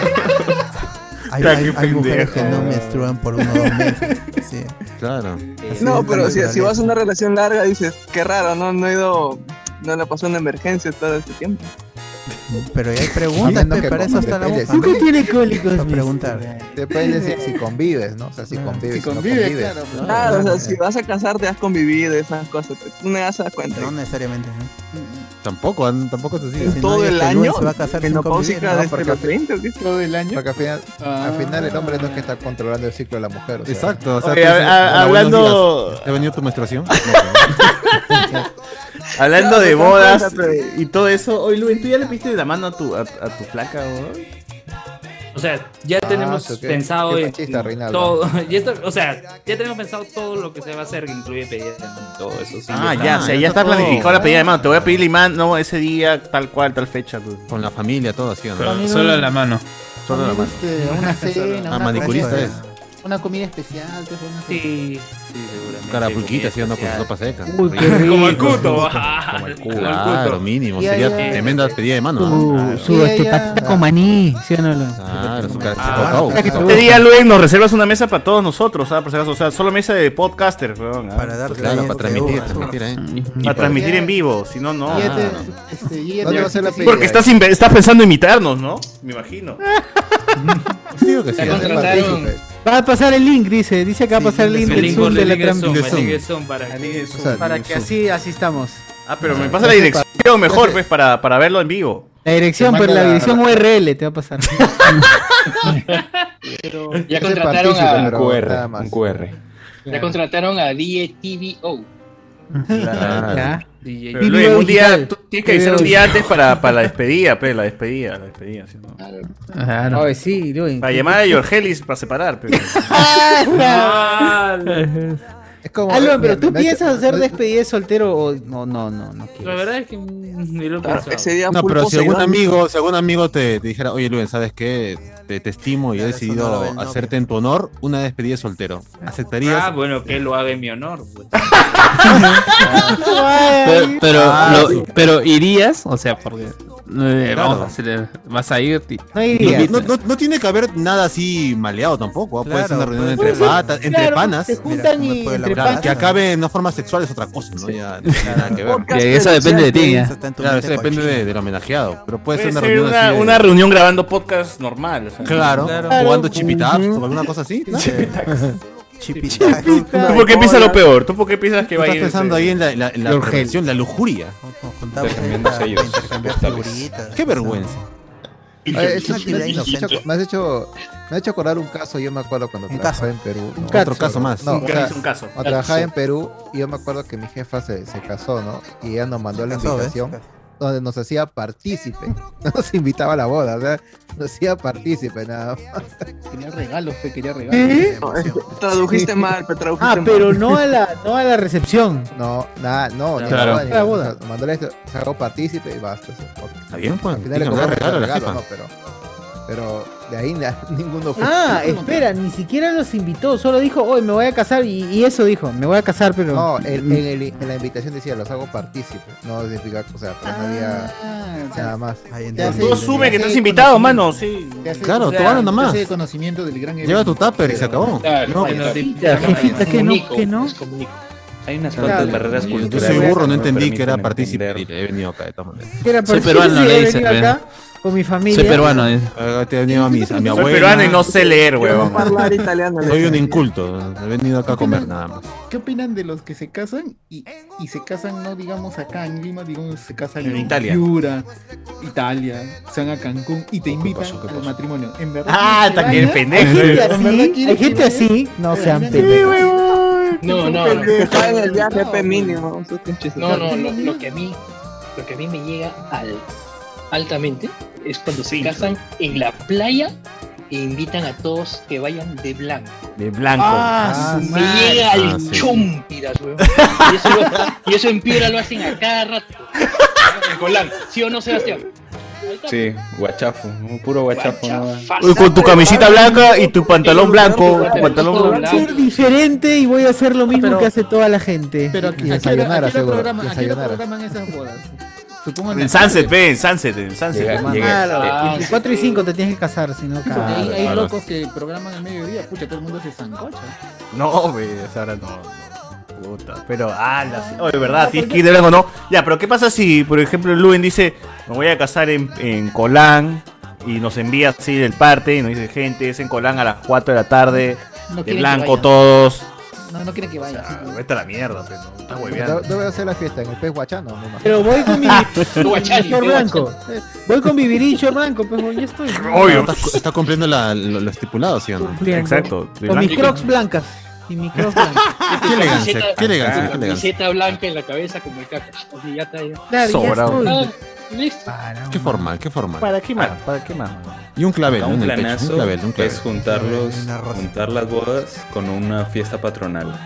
Speaker 1: Hay, hay- hay mujeres que no menstruan por uno o dos meses. Sí.
Speaker 4: Claro.
Speaker 11: No, pero si, si vas a una relación larga, dices, qué raro, no, no he ido, no le pasó una emergencia todo este tiempo.
Speaker 1: Pero ya hay preguntas,
Speaker 12: Viendo
Speaker 1: pe,
Speaker 12: que pues,
Speaker 1: para eso está la
Speaker 12: depende
Speaker 1: boca.
Speaker 12: si- ¿Por qué
Speaker 7: tiene cólicos?
Speaker 1: Para preguntar.
Speaker 12: Depende si, si convives, ¿no? O sea, si
Speaker 1: Ah,
Speaker 12: convives, si no convives.
Speaker 11: Claro, o sea, si vas a casarte, has convivido y esas cosas, pero tú no das cuenta. No
Speaker 1: necesariamente,
Speaker 4: Tampoco, an- tampoco es así.
Speaker 11: ¿Todo
Speaker 4: no, ya
Speaker 11: el
Speaker 4: que
Speaker 11: año?
Speaker 4: Luis se va a casar sin convivir,
Speaker 11: ¿Menopáusica
Speaker 4: ¿no?
Speaker 11: desde
Speaker 4: Porque
Speaker 11: los
Speaker 4: hace-
Speaker 11: 30 o qué?
Speaker 41: ¿Todo el año?
Speaker 12: Porque al final, al final el hombre no es que está controlando el ciclo de la mujer. o sea.
Speaker 4: Exacto. o sea,
Speaker 2: Oye,
Speaker 4: tú
Speaker 2: a-
Speaker 4: dices,
Speaker 2: a-
Speaker 4: hola,
Speaker 2: hablando-
Speaker 4: buenos días, ¿Te ha venido tu menstruación?
Speaker 2: Hablando de
Speaker 4: No, no,
Speaker 2: bodas
Speaker 4: no, no,
Speaker 2: eh, y todo eso, oye Luis, ¿tú ya le pediste la mano a tu, a, a tu flaca, weón?
Speaker 5: O sea, ya
Speaker 2: Ah,
Speaker 5: tenemos
Speaker 2: eso, qué-
Speaker 5: pensado
Speaker 2: qué
Speaker 5: en
Speaker 2: machista, Reinaldo.
Speaker 5: todo, (laughs) ya está- o sea, ya tenemos pensado todo lo que se va a hacer, que incluye pedir y todo eso. sí,
Speaker 2: Ah, ya, o sea, ya está
Speaker 5: todo.
Speaker 2: planificada la pedida de mano. Te voy a pedir la mano no, ese día, tal cual, tal fecha.
Speaker 4: Con la familia, todo así,
Speaker 2: ¿no?
Speaker 41: Solo- solo la
Speaker 2: mano.
Speaker 4: Solo la mano.
Speaker 41: Este, a una cena,
Speaker 4: Ah,
Speaker 41: una
Speaker 4: manicurista
Speaker 41: comida-
Speaker 4: es.
Speaker 41: Una comida especial, te fue una
Speaker 5: Sí, sí, seguramente.
Speaker 4: Carapulquita, sí, no, con sopa seca.
Speaker 41: Uy, qué rico.
Speaker 5: Como el cuto.
Speaker 4: Como el cuto. Claro, mínimo.
Speaker 7: Y
Speaker 4: Sería
Speaker 7: ella-
Speaker 4: tremenda pedida de mano. ¿no?
Speaker 7: Su, su
Speaker 4: Claro.
Speaker 7: este, taquito con maní, ¿sí o no? Lo-
Speaker 4: Claro, su
Speaker 2: Ah,
Speaker 4: caracol.
Speaker 2: este día, Luis, nos reservas una mesa para todos nosotros, ¿ah? Por si acaso, o sea, solo mesa de podcaster, weón. Para
Speaker 1: dar
Speaker 4: Claro, para transmitir, transmitir, ¿eh?
Speaker 2: Para transmitir en vivo, si no, no.
Speaker 41: Fíjate,
Speaker 2: Ah, no.
Speaker 41: este, yo ya
Speaker 2: ¿Dónde
Speaker 41: te-
Speaker 2: va a ser la
Speaker 41: sí,
Speaker 2: Porque estás, inve- estás pensando imitarnos, ¿no? Me imagino.
Speaker 4: Digo que
Speaker 2: sí, Te contrataron.
Speaker 7: Va a pasar el link, dice. Dice que va a pasar el link del Zoom de la transmisión. Para que así, así estamos.
Speaker 2: Ah, pero me pasa la dirección mejor, pues, para, para verlo en vivo.
Speaker 7: La dirección,
Speaker 2: Te
Speaker 7: pero la
Speaker 2: manda-
Speaker 7: dirección URL te va a pasar.
Speaker 14: Ya
Speaker 12: Ese
Speaker 14: contrataron
Speaker 12: partícipe,
Speaker 14: a-
Speaker 12: pero
Speaker 14: Un QR,
Speaker 12: nada más.
Speaker 43: Un QR.
Speaker 14: Ya contrataron a DTVO.
Speaker 2: Claro.
Speaker 14: Ya.
Speaker 2: Pero,
Speaker 14: Video
Speaker 2: Luis, un día,
Speaker 14: digital.
Speaker 2: tú tienes que avisar un
Speaker 14: Video
Speaker 2: día
Speaker 14: digital.
Speaker 2: antes para, para la despedida, pues, la despedida, la despedida. ¿sí, no?
Speaker 7: Claro. Oye, sí, Luis.
Speaker 2: Para llamar a Yorgelis para separar, pero.
Speaker 7: (laughs)
Speaker 12: Es como.
Speaker 7: Alba, pero tú
Speaker 12: me- me-
Speaker 7: piensas hacer despedida de soltero o no, no, no, no.
Speaker 5: La verdad es que mm, ni lo he pensado.
Speaker 4: No, pero si algún amigo, si algún amigo te, te dijera, oye Luis, ¿sabes qué? Te, te estimo y he decidido
Speaker 5: no lo ven, no,
Speaker 4: hacerte en tu honor una despedida de soltero. ¿Aceptarías?
Speaker 5: Ah, bueno, que lo haga en mi honor. pues.
Speaker 3: (laughs) Pero, pero,
Speaker 4: Ah,
Speaker 3: lo-
Speaker 4: sí.
Speaker 3: pero irías, o sea, porque eh, vamos
Speaker 4: Claro.
Speaker 3: a hacer- eh, vas a ir. ti-
Speaker 7: No
Speaker 3: invitas.
Speaker 4: No, no- no- no tiene que haber nada así maleado tampoco. ¿ah? Puede ser una
Speaker 3: Claro,
Speaker 4: reunión
Speaker 3: puede
Speaker 4: entre,
Speaker 3: ser.
Speaker 4: patas,
Speaker 3: Claro,
Speaker 4: entre panas.
Speaker 7: se juntan Mira, y como el entre
Speaker 4: Claro, Que
Speaker 7: panas.
Speaker 4: acabe en una forma sexual es otra cosa, ¿no? Ya, no tiene nada que ver.
Speaker 3: Podcast Y eso depende de ti, ¿eh? ya.
Speaker 4: Eso está en tu Claro, eso
Speaker 3: mente
Speaker 4: depende de- del homenajeado. Pero
Speaker 2: Puede
Speaker 4: puede, ser una
Speaker 2: ser
Speaker 4: reunión
Speaker 2: una,
Speaker 4: así de-
Speaker 2: una reunión grabando podcast normal. o sea.
Speaker 4: Claro, jugando chipitaps o alguna cosa así. ¿no?
Speaker 1: Chipitax.
Speaker 2: ¿Tú por qué piensas lo peor? ¿Tú por qué piensas que va a
Speaker 4: Estás
Speaker 2: ir?
Speaker 4: pensando ahí en la, en la, en la
Speaker 2: Jorge.
Speaker 4: perversión, la lujuria.
Speaker 1: Nos juntamos ahí para- para intercambiar figuritas.
Speaker 4: Qué vergüenza.
Speaker 12: Oye, Eh, es una actividad inocente. Me has hecho, me has hecho acordar un caso, yo me acuerdo cuando
Speaker 4: Un
Speaker 12: trabajaba
Speaker 4: caso.
Speaker 12: en Perú.
Speaker 4: Un caso. Otro caso más.
Speaker 12: No,
Speaker 4: Un
Speaker 12: o
Speaker 4: caso,
Speaker 12: sea,
Speaker 4: un caso.
Speaker 12: Cuando trabajaba
Speaker 4: Caso.
Speaker 12: en Perú, y yo me acuerdo que mi jefa se, se casó, ¿no? Y ella nos mandó la
Speaker 4: casó, ¿ves?
Speaker 12: invitación donde nos hacía partícipe. (laughs) No nos invitaba a la boda, o sea, nos hacía partícipe nada más.
Speaker 13: Quería regalos, fe, quería regalos.
Speaker 12: ¿Eh?
Speaker 11: (laughs) Tradujiste mal, pe, tradujiste
Speaker 7: Ah,
Speaker 11: mal.
Speaker 7: pero no a
Speaker 11: (laughs)
Speaker 7: la, no a la recepción.
Speaker 12: No, nada, no, ni
Speaker 7: Claro.
Speaker 12: nada, ni
Speaker 7: La
Speaker 12: nada.
Speaker 7: boda.
Speaker 12: O sea, Mandó esto, se hago partícipe y basta. sí.
Speaker 4: Está bien, pues,
Speaker 12: Al final
Speaker 4: tiene que
Speaker 12: le
Speaker 4: mandar
Speaker 12: compramos
Speaker 4: regalo
Speaker 12: regalo,
Speaker 4: a la
Speaker 12: regalo,
Speaker 4: jefa.
Speaker 12: no, pero, pero de ahí na- (laughs) ninguno fue.
Speaker 7: Ah, espera, ni siquiera los invitó, solo dijo, hoy me voy a casar y, y eso dijo, me voy a casar, pero...
Speaker 12: No, en, en el- en la invitación decía, los hago partícipe. No significa, o sea, pero no
Speaker 7: Ah.
Speaker 12: había nada más.
Speaker 7: Mm.
Speaker 2: Tú asume que estás invitado, mano, sí.
Speaker 4: Claro, tú ganas nomás.
Speaker 13: Ese conocimiento del gran
Speaker 4: Lleva tu tupper y se acabó.
Speaker 13: Claro,
Speaker 4: No,
Speaker 13: bueno, sí,
Speaker 4: claro.
Speaker 13: jefita, que no, que no.
Speaker 14: Hay unas
Speaker 4: Claro.
Speaker 14: cuantas barreras
Speaker 4: Yo
Speaker 14: culturales.
Speaker 4: soy burro,
Speaker 14: que
Speaker 4: no
Speaker 14: me
Speaker 4: entendí que era
Speaker 14: permiten
Speaker 4: partícipe.
Speaker 14: entender.
Speaker 4: He venido acá de todas maneras.
Speaker 7: Que era
Speaker 3: Soy
Speaker 7: partícipe
Speaker 3: peruano,
Speaker 7: de
Speaker 3: le
Speaker 7: venir
Speaker 3: dicen.
Speaker 7: acá
Speaker 3: pe.
Speaker 7: con mi familia.
Speaker 3: Soy peruano, dice.
Speaker 4: Ah, Te he venido a mis, a
Speaker 2: Soy
Speaker 4: mi abuela.
Speaker 2: peruano y no sé leer, huevón.
Speaker 13: hablar italiano, le
Speaker 4: Soy un
Speaker 13: sé.
Speaker 4: inculto. He venido acá a comer nada más.
Speaker 13: ¿Qué opinan de los que se casan y, y se casan, no digamos acá en Lima, digamos se casan
Speaker 2: En Italia.
Speaker 13: Piura, Italia, se van a Cancún y te invitan al matrimonio? En verdad.
Speaker 7: Ah,
Speaker 13: ¿quieres
Speaker 7: también
Speaker 13: que
Speaker 7: el
Speaker 13: vaya?
Speaker 7: pendejo. Hay gente
Speaker 13: ¿En verdad
Speaker 7: así,
Speaker 13: quieres
Speaker 7: hay
Speaker 13: que
Speaker 7: gente
Speaker 13: vaya?
Speaker 7: así, no
Speaker 13: Sí,
Speaker 7: sean
Speaker 13: sí,
Speaker 7: pendejos.
Speaker 13: huevón,
Speaker 15: No,
Speaker 13: son
Speaker 15: no,
Speaker 13: pendejos.
Speaker 11: Está en el viaje, pe mínimo.
Speaker 15: No, no, lo, lo que a mí, lo que a mí me llega al, altamente es cuando se casan en la playa e invitan a todos que vayan de blanco.
Speaker 2: De blanco.
Speaker 15: Ah, me llega al
Speaker 2: sí.
Speaker 15: chumpiras, weón. Y eso, lo- y eso en piedra lo hacen a cada
Speaker 7: (laughs)
Speaker 15: rato. En Colán, ¿sí o no, Sebastián?
Speaker 14: Sí, guachafo, puro guachafo.
Speaker 2: Uy, con tu camisita blanca y tu pantalón blanco. Pantalón
Speaker 7: Voy a
Speaker 2: blanco.
Speaker 7: ser diferente y voy a hacer lo mismo
Speaker 13: Ah, pero-
Speaker 7: que hace toda la gente.
Speaker 13: Pero aquí, aquí,
Speaker 7: Desayunar,
Speaker 13: aquí lo
Speaker 7: seguro,
Speaker 13: programan, aquí lo
Speaker 7: desayunar.
Speaker 13: programan esas bodas. Supongo
Speaker 2: En Sunset, ve, en Sunset, en Sunset.
Speaker 13: Llega-
Speaker 2: hermano.
Speaker 13: llega-
Speaker 7: Ah, 4 y 5 te tienes que casar, si no
Speaker 13: Porque
Speaker 7: cagas.
Speaker 13: hay, hay
Speaker 2: claro.
Speaker 13: locos que programan al mediodía, pucha, todo el mundo se zancocha.
Speaker 2: No, güey, esa hora no. no. Puta, pero, ah, la... Oye, verdad, tienes que ir de blanco, ¿no? Ya, pero ¿qué pasa si, por ejemplo, Luen dice, me voy a casar en, en Colán y nos envía así del parte y nos dice, gente, es en Colán a las 4 de la tarde,
Speaker 13: No quieren
Speaker 2: de
Speaker 13: que
Speaker 2: blanco
Speaker 13: vaya.
Speaker 2: todos. Ah,
Speaker 13: No, no quieren que vaya. así que-
Speaker 2: Vete a la mierda, pero no estás
Speaker 12: No,
Speaker 2: hueveando.
Speaker 12: no voy a hacer la fiesta en el pez guachano. No más.
Speaker 7: Pero voy
Speaker 12: (laughs)
Speaker 7: con mi
Speaker 15: Tu guachani,
Speaker 7: birincho
Speaker 15: tu
Speaker 7: blanco. Voy con mi birincho blanco, pues ya estoy.
Speaker 4: Obvio. Está, está cumpliendo la- lo, lo estipulado, ¿sí o no?
Speaker 7: Cumpliendo.
Speaker 2: Exacto.
Speaker 7: Con mis
Speaker 4: (laughs)
Speaker 7: crocs blancas.
Speaker 15: (laughs)
Speaker 7: Y mis crocs blancas.
Speaker 4: Qué elegancia,
Speaker 15: Camiseta-
Speaker 4: qué elegancia, qué
Speaker 15: camiseta
Speaker 4: elegancia.
Speaker 15: blanca en la cabeza como el caca. Así ya está. ya.
Speaker 7: Claro, ya
Speaker 4: Sobrado.
Speaker 7: estoy.
Speaker 15: Ah, Listo.
Speaker 4: Qué formal, qué formal. Ah,
Speaker 2: ¿Para qué más? ¿Para qué más?
Speaker 4: Y un clavel,
Speaker 14: Un
Speaker 4: en el pecho, un
Speaker 14: planazo
Speaker 4: clavel, un clavel.
Speaker 14: es juntarlos, juntar las bodas con una fiesta patronal.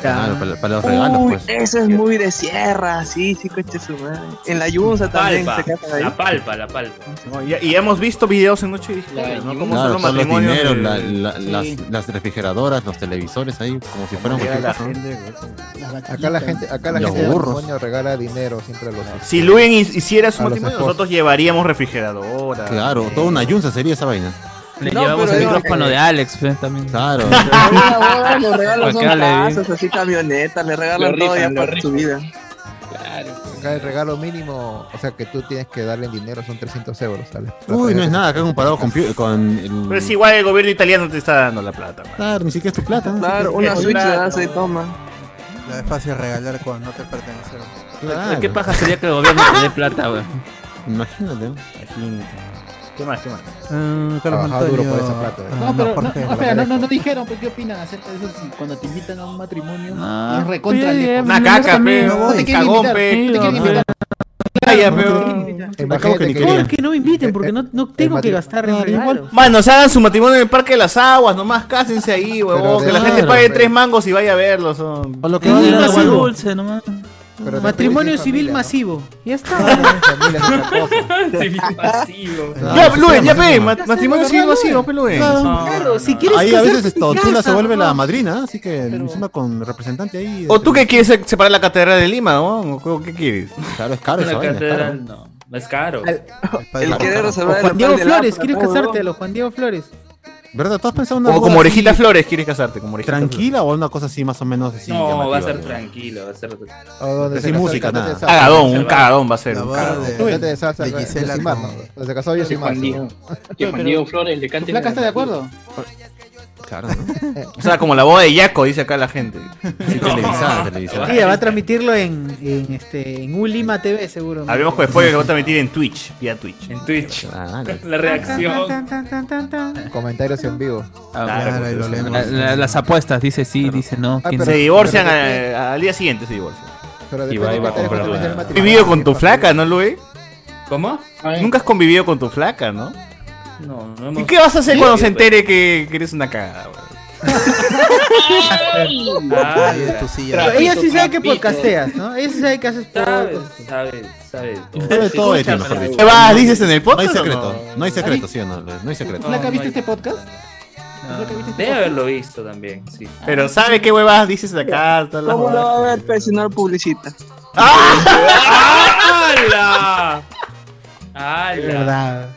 Speaker 4: Claro, para, para los regalos,
Speaker 11: Uy,
Speaker 4: pues.
Speaker 11: Eso es muy de sierra, sí, sí, coche su madre. En la Yunza también
Speaker 5: Palpa,
Speaker 11: se casan ahí.
Speaker 5: la palpa, la palpa.
Speaker 2: No, y, y hemos visto videos en Noche de Historia, ¿no? Cómo son
Speaker 4: Claro,
Speaker 2: los
Speaker 4: todos los
Speaker 2: matrimonios.
Speaker 4: dineros,
Speaker 2: de-
Speaker 4: la- la-
Speaker 2: Sí.
Speaker 4: las, las refrigeradoras, los televisores ahí, como si fueran
Speaker 14: Como
Speaker 4: cualquier
Speaker 14: llega la
Speaker 4: cosa. ¿no?
Speaker 12: Acá la gente, acá la
Speaker 4: Los
Speaker 12: gente de
Speaker 4: burros.
Speaker 12: matrimonio regala dinero siempre a los.
Speaker 2: Si Luen hi- hiciera su
Speaker 12: A los
Speaker 2: matrimonio,
Speaker 12: esposos.
Speaker 2: nosotros llevaríamos refrigeradora.
Speaker 4: Claro, toda una yunza sería esa vaina.
Speaker 3: Le llevamos el micrófono de Alex pues, también. (laughs)
Speaker 4: Claro.
Speaker 11: En una boda Ah, los regalos son
Speaker 3: Acá le-
Speaker 11: casas, así camionetas, le regalan
Speaker 15: Lo
Speaker 11: todo
Speaker 15: rifan,
Speaker 11: ya
Speaker 15: lo
Speaker 11: para su vida.
Speaker 12: Acá el regalo mínimo, o sea, que tú tienes que darle en dinero son 300 euros. ¿sale?
Speaker 4: Uy, no es nada, acá comparado con, pi- con el...
Speaker 2: Pero es igual el gobierno italiano te está dando la plata. man.
Speaker 4: Claro, ni siquiera es tu plata. ¿no?
Speaker 11: Claro, una
Speaker 2: Claro.
Speaker 11: Switch le das y toma.
Speaker 1: La es fácil regalar cuando no te pertenece.
Speaker 4: Claro.
Speaker 3: ¿Qué paja sería que el gobierno te dé plata, güey?
Speaker 4: Imagínate.
Speaker 2: ¿Qué más? ¿Qué más?
Speaker 1: Ah, Carlos
Speaker 12: Trabajaba duro
Speaker 1: Antonio.
Speaker 12: por esa plata, ¿eh?
Speaker 1: Ah,
Speaker 13: No, pero no,
Speaker 1: Jorge.
Speaker 13: no, espera, no, no, no dijeron, pero ¿qué opinan acerca de eso? Si cuando te invitan a un matrimonio,
Speaker 3: Ah,
Speaker 13: es recontra
Speaker 3: sí,
Speaker 13: lejos.
Speaker 2: Una caca, pe.
Speaker 13: No te
Speaker 2: Un
Speaker 13: quieren
Speaker 2: cagón,
Speaker 13: invitar,
Speaker 2: pe.
Speaker 13: no te quieren invitar.
Speaker 2: Playa, pe.
Speaker 12: Imagínate
Speaker 4: que ni
Speaker 12: que-
Speaker 4: quería. Eh,
Speaker 7: Que no me inviten porque no, no tengo que gastar en regalos.
Speaker 2: Mano, se hagan su matrimonio en el Parque de las Aguas, nomás cásense ahí, huevón. Que la
Speaker 12: claro,
Speaker 2: gente pague
Speaker 12: pero-
Speaker 2: tres mangos y vaya a verlos. son.
Speaker 4: O lo que
Speaker 7: Sí,
Speaker 4: va de
Speaker 7: no,
Speaker 4: la
Speaker 7: masivo.
Speaker 4: guagua.
Speaker 3: Dulce, nomás.
Speaker 12: Pero
Speaker 7: Matrimonio
Speaker 12: también
Speaker 7: civil
Speaker 12: familia, ¿no?
Speaker 7: masivo.
Speaker 4: Ah,
Speaker 7: Ya está.
Speaker 12: Familia es otra cosa.
Speaker 5: Civil pasivo.
Speaker 2: Ya,
Speaker 4: Claro,
Speaker 2: Luen, ya
Speaker 4: matrimonio
Speaker 2: ve,
Speaker 4: masivo.
Speaker 2: ma- matrimonio civil vacío, pe, Luen.
Speaker 7: Claro, si quieres
Speaker 4: Ahí a
Speaker 7: casarte,
Speaker 4: veces esto,
Speaker 7: te
Speaker 4: tú la se
Speaker 7: casas,
Speaker 4: vuelve
Speaker 7: ¿no?
Speaker 4: la madrina, así que encima con representante ahí. de-
Speaker 2: ¿O tú que quieres separar la catedral de Lima, ¿no? ¿O ¿Qué quieres?
Speaker 4: Claro, es caro esa
Speaker 5: Una
Speaker 4: vaina. es
Speaker 5: catedral,
Speaker 4: caro.
Speaker 5: no. No es caro.
Speaker 11: El querer
Speaker 7: O
Speaker 11: reservar
Speaker 7: Juan
Speaker 11: el
Speaker 7: Diego
Speaker 11: plan del
Speaker 7: Flores,
Speaker 11: afro,
Speaker 7: ¿quieres
Speaker 11: todo,
Speaker 7: casarte? Los Juan Diego Flores.
Speaker 4: ¿Verdad? ¿Tú has pensado en una
Speaker 2: O
Speaker 4: boda
Speaker 2: como Orejita
Speaker 4: así
Speaker 2: Flores quieres casarte, como Orejita Flores.
Speaker 4: ¿Tranquila o una cosa así más o menos así?
Speaker 5: No, va a
Speaker 4: llamativa,
Speaker 5: ser
Speaker 4: digamos?
Speaker 5: tranquilo, va a ser.
Speaker 12: O donde
Speaker 4: Sin
Speaker 12: casó-
Speaker 4: música,
Speaker 12: donde
Speaker 4: nada.
Speaker 12: se-
Speaker 2: Cagadón, un cagadón va a ser.
Speaker 1: La
Speaker 2: un
Speaker 1: boda
Speaker 2: cagadón.
Speaker 1: de,
Speaker 12: donde se-
Speaker 1: de
Speaker 12: donde se-
Speaker 1: Gisela
Speaker 12: Yosimar,
Speaker 1: con-
Speaker 12: ¿no? Donde se casó yo
Speaker 15: Que Juan Diego, que Juan Diego Flores le
Speaker 13: ¿Tu
Speaker 15: cante.
Speaker 13: flaca está de acuerdo?
Speaker 2: Claro, O sea, como la boda de Yaco, dice acá la gente. Sí,
Speaker 7: televisada, televisada. Tía, va a transmitirlo en, en, este, en un Lima TV, seguro.
Speaker 2: Hablemos con spoiler que va a transmitir en Twitch, vía Twitch.
Speaker 5: En Twitch.
Speaker 2: La reacción.
Speaker 7: Tan, tan, tan, tan, tan, tan.
Speaker 12: Comentarios en vivo.
Speaker 1: Ah,
Speaker 3: Claro, la- la- las apuestas, dice sí, dice no.
Speaker 12: Ah,
Speaker 3: quién
Speaker 12: pero-
Speaker 3: sabe.
Speaker 2: Se divorcian al, al día siguiente, se divorcian.
Speaker 12: Pero
Speaker 3: Y va- y va a comprar la-
Speaker 2: ¿Has convivido con tu flaca, no, Luis? ¿Cómo? Nunca has convivido con tu flaca, ¿no?
Speaker 5: No, no
Speaker 2: ¿Y
Speaker 5: hemos-
Speaker 2: qué vas a hacer
Speaker 5: Sí,
Speaker 2: cuando se
Speaker 5: pues.
Speaker 2: entere que, que eres una cagada, güey?
Speaker 5: Ah,
Speaker 2: Ahí es tu silla.
Speaker 5: trapito,
Speaker 7: Ella sí sabe que
Speaker 5: trapito.
Speaker 7: podcasteas, ¿no? Ella sí sabe que haces
Speaker 5: Sabe, sabe, sabe todo.
Speaker 4: Sabe todo de ti,
Speaker 5: Escucha,
Speaker 4: mejor dicho.
Speaker 5: sabe.
Speaker 4: No hay secreto, no, hay secreto, sí o no, no hay secreto.
Speaker 5: No,
Speaker 13: ¿Nunca viste
Speaker 5: no
Speaker 13: este podcast? ¿Nunca viste este
Speaker 5: Debe
Speaker 13: podcast?
Speaker 5: haberlo visto también, sí.
Speaker 2: Pero sabe qué huevas dices de acá, tal,
Speaker 11: ¿Cómo lo va a ver personal publicita?
Speaker 5: ¡Hala!
Speaker 2: Es
Speaker 5: ¡Hala!
Speaker 7: verdad.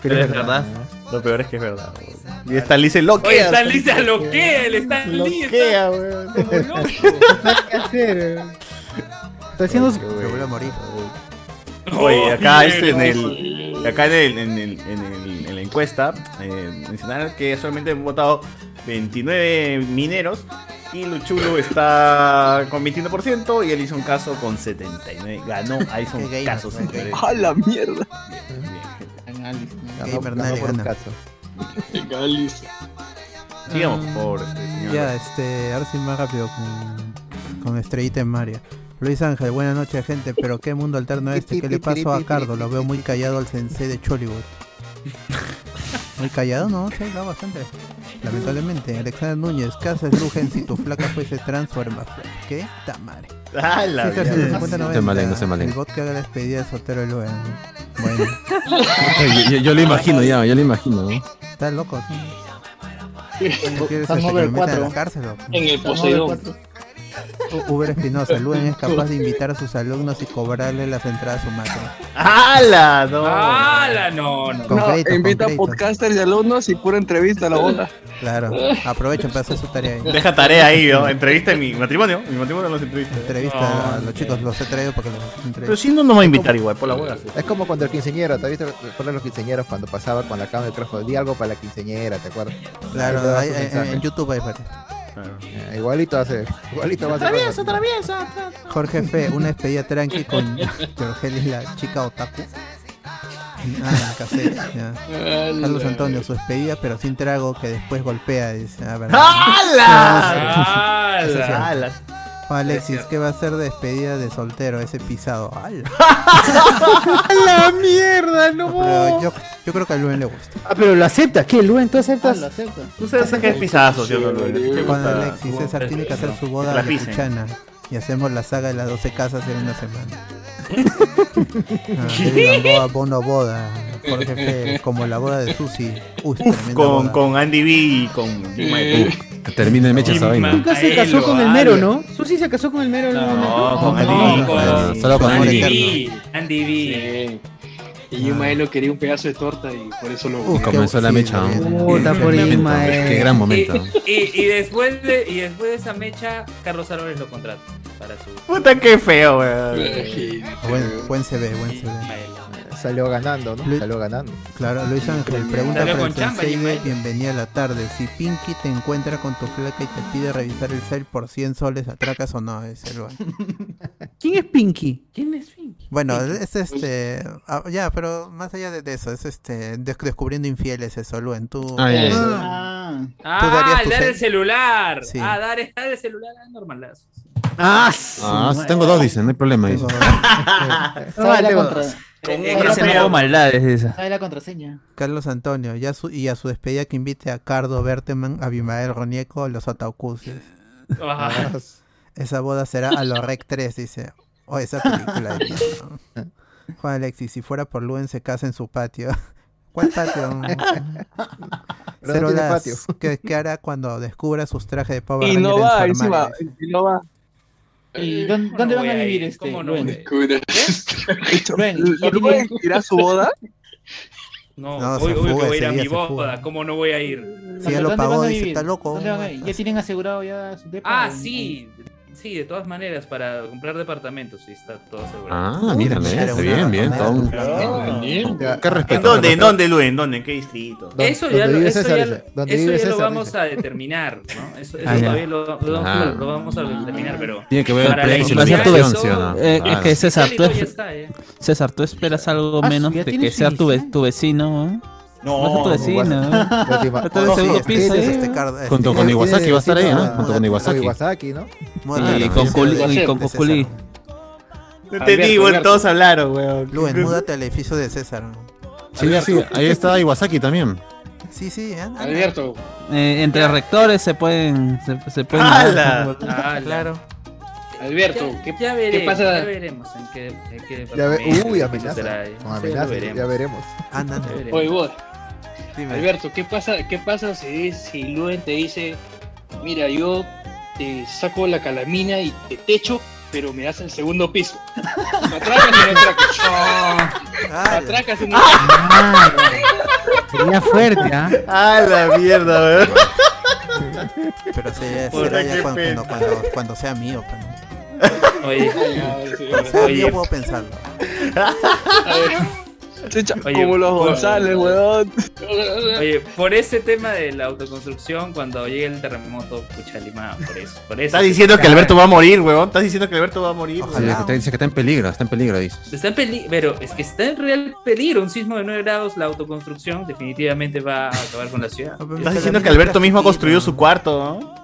Speaker 2: Pero es verdad. Lo peor es que es verdad. güey. Y esta Liz se loquea.
Speaker 5: Oye, está lista, loquea, le está lista.
Speaker 7: ¿Qué hacer? Está haciendo su...
Speaker 1: Se vuelve a morir.
Speaker 7: (laughs)
Speaker 2: Oye, acá
Speaker 1: Oh,
Speaker 2: este en
Speaker 1: bien.
Speaker 2: el. Acá en el, en el- en el- en la encuesta eh, mencionaron que solamente han votado 29 mineros y Luchulo está con 21% y Alison Caso con 79.
Speaker 1: (laughs)
Speaker 2: Ganó Alison Caso. señores.
Speaker 11: ¡A la mierda!
Speaker 1: Gamer Nales gana.
Speaker 2: Sigamos, por favor, este, señor.
Speaker 1: Ya, este, ahora sí más rápido con, con Estrellita en Mario. Luis Ángel, buenas noches, gente. Pero qué mundo alterno este. ¿Qué le pasó a Cardo? Lo veo muy callado al sensei
Speaker 11: (laughs)
Speaker 1: de Chollywood. Muy callado, no, se ha hablado bastante. Lamentablemente, Alexander Núñez, Casas Lugen, si tu flaca fuese transforma. ¿Qué? Tamare.
Speaker 2: Ah, la
Speaker 1: César
Speaker 2: mierda.
Speaker 1: 750,
Speaker 4: No se malenga, no se
Speaker 1: 90,
Speaker 12: (laughs)
Speaker 4: malenga.
Speaker 1: El bot que haga la despedida de Sotero y Luego. eh, Bueno,
Speaker 4: Yo, yo- yo lo imagino ya, yo lo imagino. ¿no?
Speaker 1: está loco.
Speaker 13: Está
Speaker 1: ¿Quieres
Speaker 13: en
Speaker 7: este,
Speaker 1: hasta que
Speaker 13: Over
Speaker 1: me metan
Speaker 13: 4.
Speaker 1: a la cárcel? o?
Speaker 13: En el
Speaker 1: Está en
Speaker 13: Poseidón.
Speaker 1: Over 4. Uber Espinosa, Luen es capaz de invitar a sus alumnos y cobrarle las entradas a su madre.
Speaker 2: ¡Hala! No.
Speaker 5: ¡Hala! No, no.
Speaker 1: Con crédito,
Speaker 11: No, invita
Speaker 1: con
Speaker 11: a podcasters y alumnos y pura entrevista a la bola.
Speaker 1: Claro, aprovechen para hacer su tarea ahí.
Speaker 2: Deja tarea ahí, ¿no? Entrevista en mi matrimonio. Mi matrimonio los entrevista.
Speaker 1: Entrevista a los chicos, los he traído para que los entrevisten.
Speaker 2: Pero si no nos va a invitar igual, por la hueá.
Speaker 12: Es como cuando el quinceñero, ¿te viste poner los quinceñeros cuando pasaba con la cámara de micrófono? Di algo para la quinceñera, ¿te acuerdas?
Speaker 1: Claro,
Speaker 12: Ahí te da
Speaker 1: ahí-
Speaker 12: su
Speaker 1: en-
Speaker 12: mensaje.
Speaker 1: en YouTube hay varios.
Speaker 12: Eh, Igualito hace, igualito va a ser.
Speaker 35: Atraviesa,
Speaker 12: (laughs)
Speaker 35: atraviesa.
Speaker 1: Jorge Fe, una despedida tranqui con Jorgelis, la chica otaku. Ah, café, ya. Carlos Antonio, su despedida, pero sin trago, que después golpea. Dice, ah, verdad.
Speaker 2: ¡Hala!
Speaker 1: Eso sí.
Speaker 2: ¡Hala!
Speaker 1: Juan Alexis, ¿qué va a ser de despedida de soltero? Ese pisado. ¡Hala!
Speaker 7: ¡La mierda! ¡No!
Speaker 1: Pero yo, yo creo que a Luen le gusta.
Speaker 7: Ah, pero lo aceptas. ¿Qué, Luen? ¿Tú aceptas?
Speaker 2: Tú sabes que es pisazo, ¿sí o no, Luen? ¿Qué
Speaker 1: Juan
Speaker 2: gusta?
Speaker 1: Alexis, César tiene que hacer su boda
Speaker 2: La
Speaker 1: a la
Speaker 2: pisen.
Speaker 1: cuchana. Y hacemos la saga de las 12 casas en una semana. Ah,
Speaker 2: ¿Qué?
Speaker 1: David Gamboa, bono boda. Jorge Fe, como la boda de Susi. Uy,
Speaker 2: Con,
Speaker 1: tremenda boda.
Speaker 2: con Andy B y con
Speaker 4: Eh. Que termine el mecha esa vaina.
Speaker 7: Nunca se casó con el mero, ¿no? Susi se casó con el mero en algún momento.
Speaker 2: con
Speaker 4: No,
Speaker 2: Andy
Speaker 4: no, solo con
Speaker 15: Andy
Speaker 4: Andy.
Speaker 15: B.
Speaker 5: Andy
Speaker 15: B. Y Imaelo quería un pedazo de torta y por eso lo.
Speaker 4: Uh, comenzó la mecha. ¿no?
Speaker 7: Puta,
Speaker 4: Qué
Speaker 7: por
Speaker 4: momento,
Speaker 7: Ismael.
Speaker 4: Qué gran momento.
Speaker 5: Y, y después de, y después de esa mecha, Carlos Álvarez lo contrata para su.
Speaker 2: Puta, qué feo,
Speaker 5: Sí.
Speaker 2: weón.
Speaker 1: Buen, buen CV, buen CV.
Speaker 12: Salió ganando, ¿no?
Speaker 1: Luis-
Speaker 12: Salió ganando.
Speaker 1: Claro, Luis Ángel pregunta
Speaker 12: Salió
Speaker 1: para
Speaker 12: con
Speaker 1: el
Speaker 12: chamba,
Speaker 1: sensei
Speaker 12: Gmail.
Speaker 1: de bienvenida a la tarde. Si Pinky te encuentra con tu flaca y te pide revisar el cel por 100 soles, ¿atracas o no? Dice el Luan.
Speaker 7: (laughs) ¿Quién es Pinky?
Speaker 5: ¿Quién es Finky?
Speaker 1: Bueno, es este. ah, ya, pero más allá de de eso, es este. des- descubriendo infieles eso, Luen. Tú.
Speaker 5: Ah, ya, ya.
Speaker 1: Ah. Tú
Speaker 5: Ah,
Speaker 1: darías tu
Speaker 5: dar
Speaker 1: cel.
Speaker 5: el celular.
Speaker 1: Sí.
Speaker 5: Ah, dar, dar el celular ah, normalazo.
Speaker 4: Ah, sí, tengo dos, dicen, no hay problema. Dicen.
Speaker 13: Sabe la
Speaker 1: Vale,
Speaker 13: contra-
Speaker 1: vos.
Speaker 13: sabe la contra- Sabe la contraseña.
Speaker 1: Carlos Antonio, ya su- y a su despedida que invite a Cardo Berteman, Abimael Ronieco, los Ataucuses.
Speaker 5: Ah.
Speaker 1: (laughs) Esa boda será a lo Rec 3, dice. O esa película
Speaker 12: (laughs)
Speaker 1: de mierda. Juan Alexis, si fuera por Luen se casa en su patio. (laughs)
Speaker 12: (laughs)
Speaker 1: ¿Cuál patio?
Speaker 12: no
Speaker 1: Cero
Speaker 12: tiene
Speaker 1: las-
Speaker 12: patio.
Speaker 1: ¿Qué, qué hará cuando descubra sus trajes de Power
Speaker 11: Y
Speaker 1: Ranger
Speaker 11: no
Speaker 1: en su
Speaker 11: va,
Speaker 1: armario?
Speaker 11: encima. Y no va.
Speaker 13: ¿Y dónde, dónde van a vivir este?
Speaker 5: ¿Cómo no?
Speaker 13: Luen? Luen, ya
Speaker 11: ¿Luen
Speaker 13: tiene-
Speaker 11: irá a su boda?
Speaker 5: No,
Speaker 1: No,
Speaker 5: hoy,
Speaker 1: se
Speaker 5: hoy
Speaker 1: fuga
Speaker 5: que voy a ir
Speaker 1: ese
Speaker 5: a
Speaker 1: día,
Speaker 5: mi
Speaker 1: se
Speaker 5: boda. ¿Cómo no voy a ir?
Speaker 1: Sí, ya
Speaker 13: ¿Dónde
Speaker 1: lo
Speaker 13: van
Speaker 1: pagó,
Speaker 13: a
Speaker 1: dice,
Speaker 13: vivir?
Speaker 1: está loco.
Speaker 13: ¿Dónde van a ir? Ya tienen asegurado ya su depa.
Speaker 5: Ah,
Speaker 13: en-
Speaker 5: sí. Sí, de todas maneras, para comprar departamentos, sí, está todo seguro.
Speaker 4: Ah, mira,
Speaker 5: Sí,
Speaker 4: mira,
Speaker 5: está
Speaker 4: bien, bien.
Speaker 5: seguro.
Speaker 4: todo un- Qué respeto.
Speaker 2: ¿En dónde? ¿En dónde, Lu? ¿En dónde? ¿En qué distrito?
Speaker 5: Eso ya, lo, eso ya, lo- eso ya lo vamos a determinar, ¿no? Eso, eso
Speaker 2: Ah, ya.
Speaker 5: todavía lo, lo-
Speaker 2: Ah.
Speaker 5: lo vamos a determinar, pero...
Speaker 4: Tiene que ver el
Speaker 5: para la
Speaker 4: precio,
Speaker 3: Va a ser tu vez-
Speaker 4: iluminación, ¿sí o no?
Speaker 3: eh, es
Speaker 4: Claro.
Speaker 3: que César, tú,
Speaker 5: Técnico ya está, eh.
Speaker 3: César, tú esperas algo
Speaker 5: Ah,
Speaker 3: menos
Speaker 5: ya
Speaker 3: de que
Speaker 5: tienes
Speaker 3: sea tu, ve- tu vecino. ¿eh?
Speaker 2: No,
Speaker 3: no es tu vecino. ¿eh? No (laughs) está en el segundo piso. eh.
Speaker 4: Junto con
Speaker 3: este
Speaker 4: Iwasaki va a estar ahí, ¿no? Junto con Iwasaki. Ah,
Speaker 12: Iwasaki, ¿no? Pues
Speaker 3: Y con Culi- y con Coculi.
Speaker 2: No te digo, todos hablaron, weón.
Speaker 1: Luen, múdate al edificio de César.
Speaker 4: Sí, sí, ahí está Iwasaki también.
Speaker 1: Sí, sí, anda.
Speaker 44: Alberto.
Speaker 3: Eh, entre rectores se pueden. Se, se pueden
Speaker 44: ¡Hala!
Speaker 5: ¡Hala!
Speaker 3: Claro.
Speaker 44: Alberto, ¿qué,
Speaker 5: Ya veremos,
Speaker 44: qué pasa?
Speaker 5: ya veremos en qué, en qué
Speaker 12: Ya ve-
Speaker 5: departamento,
Speaker 12: uy,
Speaker 5: qué
Speaker 12: amenaza.
Speaker 5: será, eh.
Speaker 12: Con
Speaker 5: Sí,
Speaker 12: amenaza,
Speaker 5: lo
Speaker 12: ya veremos.
Speaker 1: Anda,
Speaker 5: Ya veremos.
Speaker 44: Oye, vos.
Speaker 1: Dime.
Speaker 44: Alberto, ¿qué pasa, qué pasa si, si Luen te dice, mira, yo te saco la calamina y te techo, pero me das el segundo
Speaker 5: (laughs)
Speaker 44: piso? Atracas y no atracas.
Speaker 1: Ah,
Speaker 44: Atracas y no
Speaker 7: Ah, Sería fuerte, ¿ah?
Speaker 2: Ah, la mierda, weón.
Speaker 1: Pero se,
Speaker 2: Puta,
Speaker 1: será ya
Speaker 2: qué
Speaker 1: cuando,
Speaker 2: pena.
Speaker 1: cuando, cuando, cuando sea mío. Cuando,
Speaker 5: Oye.
Speaker 1: (laughs) cuando sea
Speaker 5: Oye.
Speaker 1: mío puedo pensarlo.
Speaker 11: Chucha,
Speaker 5: (laughs) Oye,
Speaker 11: como los
Speaker 5: bueno.
Speaker 11: González, weón.
Speaker 5: Oye, por ese tema de la autoconstrucción, cuando llegue el terremoto, pucha lima, por eso. Por eso
Speaker 2: Estás diciendo que Alberto va a morir, weón. Estás diciendo que Alberto va a morir.
Speaker 4: Sí, que está- dice que está en peligro, está en peligro, dice.
Speaker 5: Está en peli- pero es que está en real peligro. Un sismo de 9 grados, la autoconstrucción definitivamente va a acabar con la ciudad.
Speaker 2: Estás diciendo que Alberto mismo ha construido su cuarto, ¿no?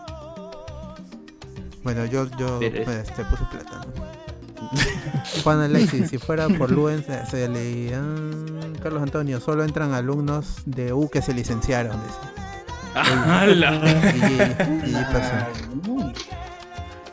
Speaker 1: Bueno, yo, yo
Speaker 5: Pero es-
Speaker 1: este, puse plata. ¿no? Juan Alexis, si fuera
Speaker 2: (laughs)
Speaker 1: por Luen, se, se le- ah, Carlos Antonio, solo entran alumnos de U que se licenciaron. dice.
Speaker 5: ¡Hala!
Speaker 1: Y- y- y pasó.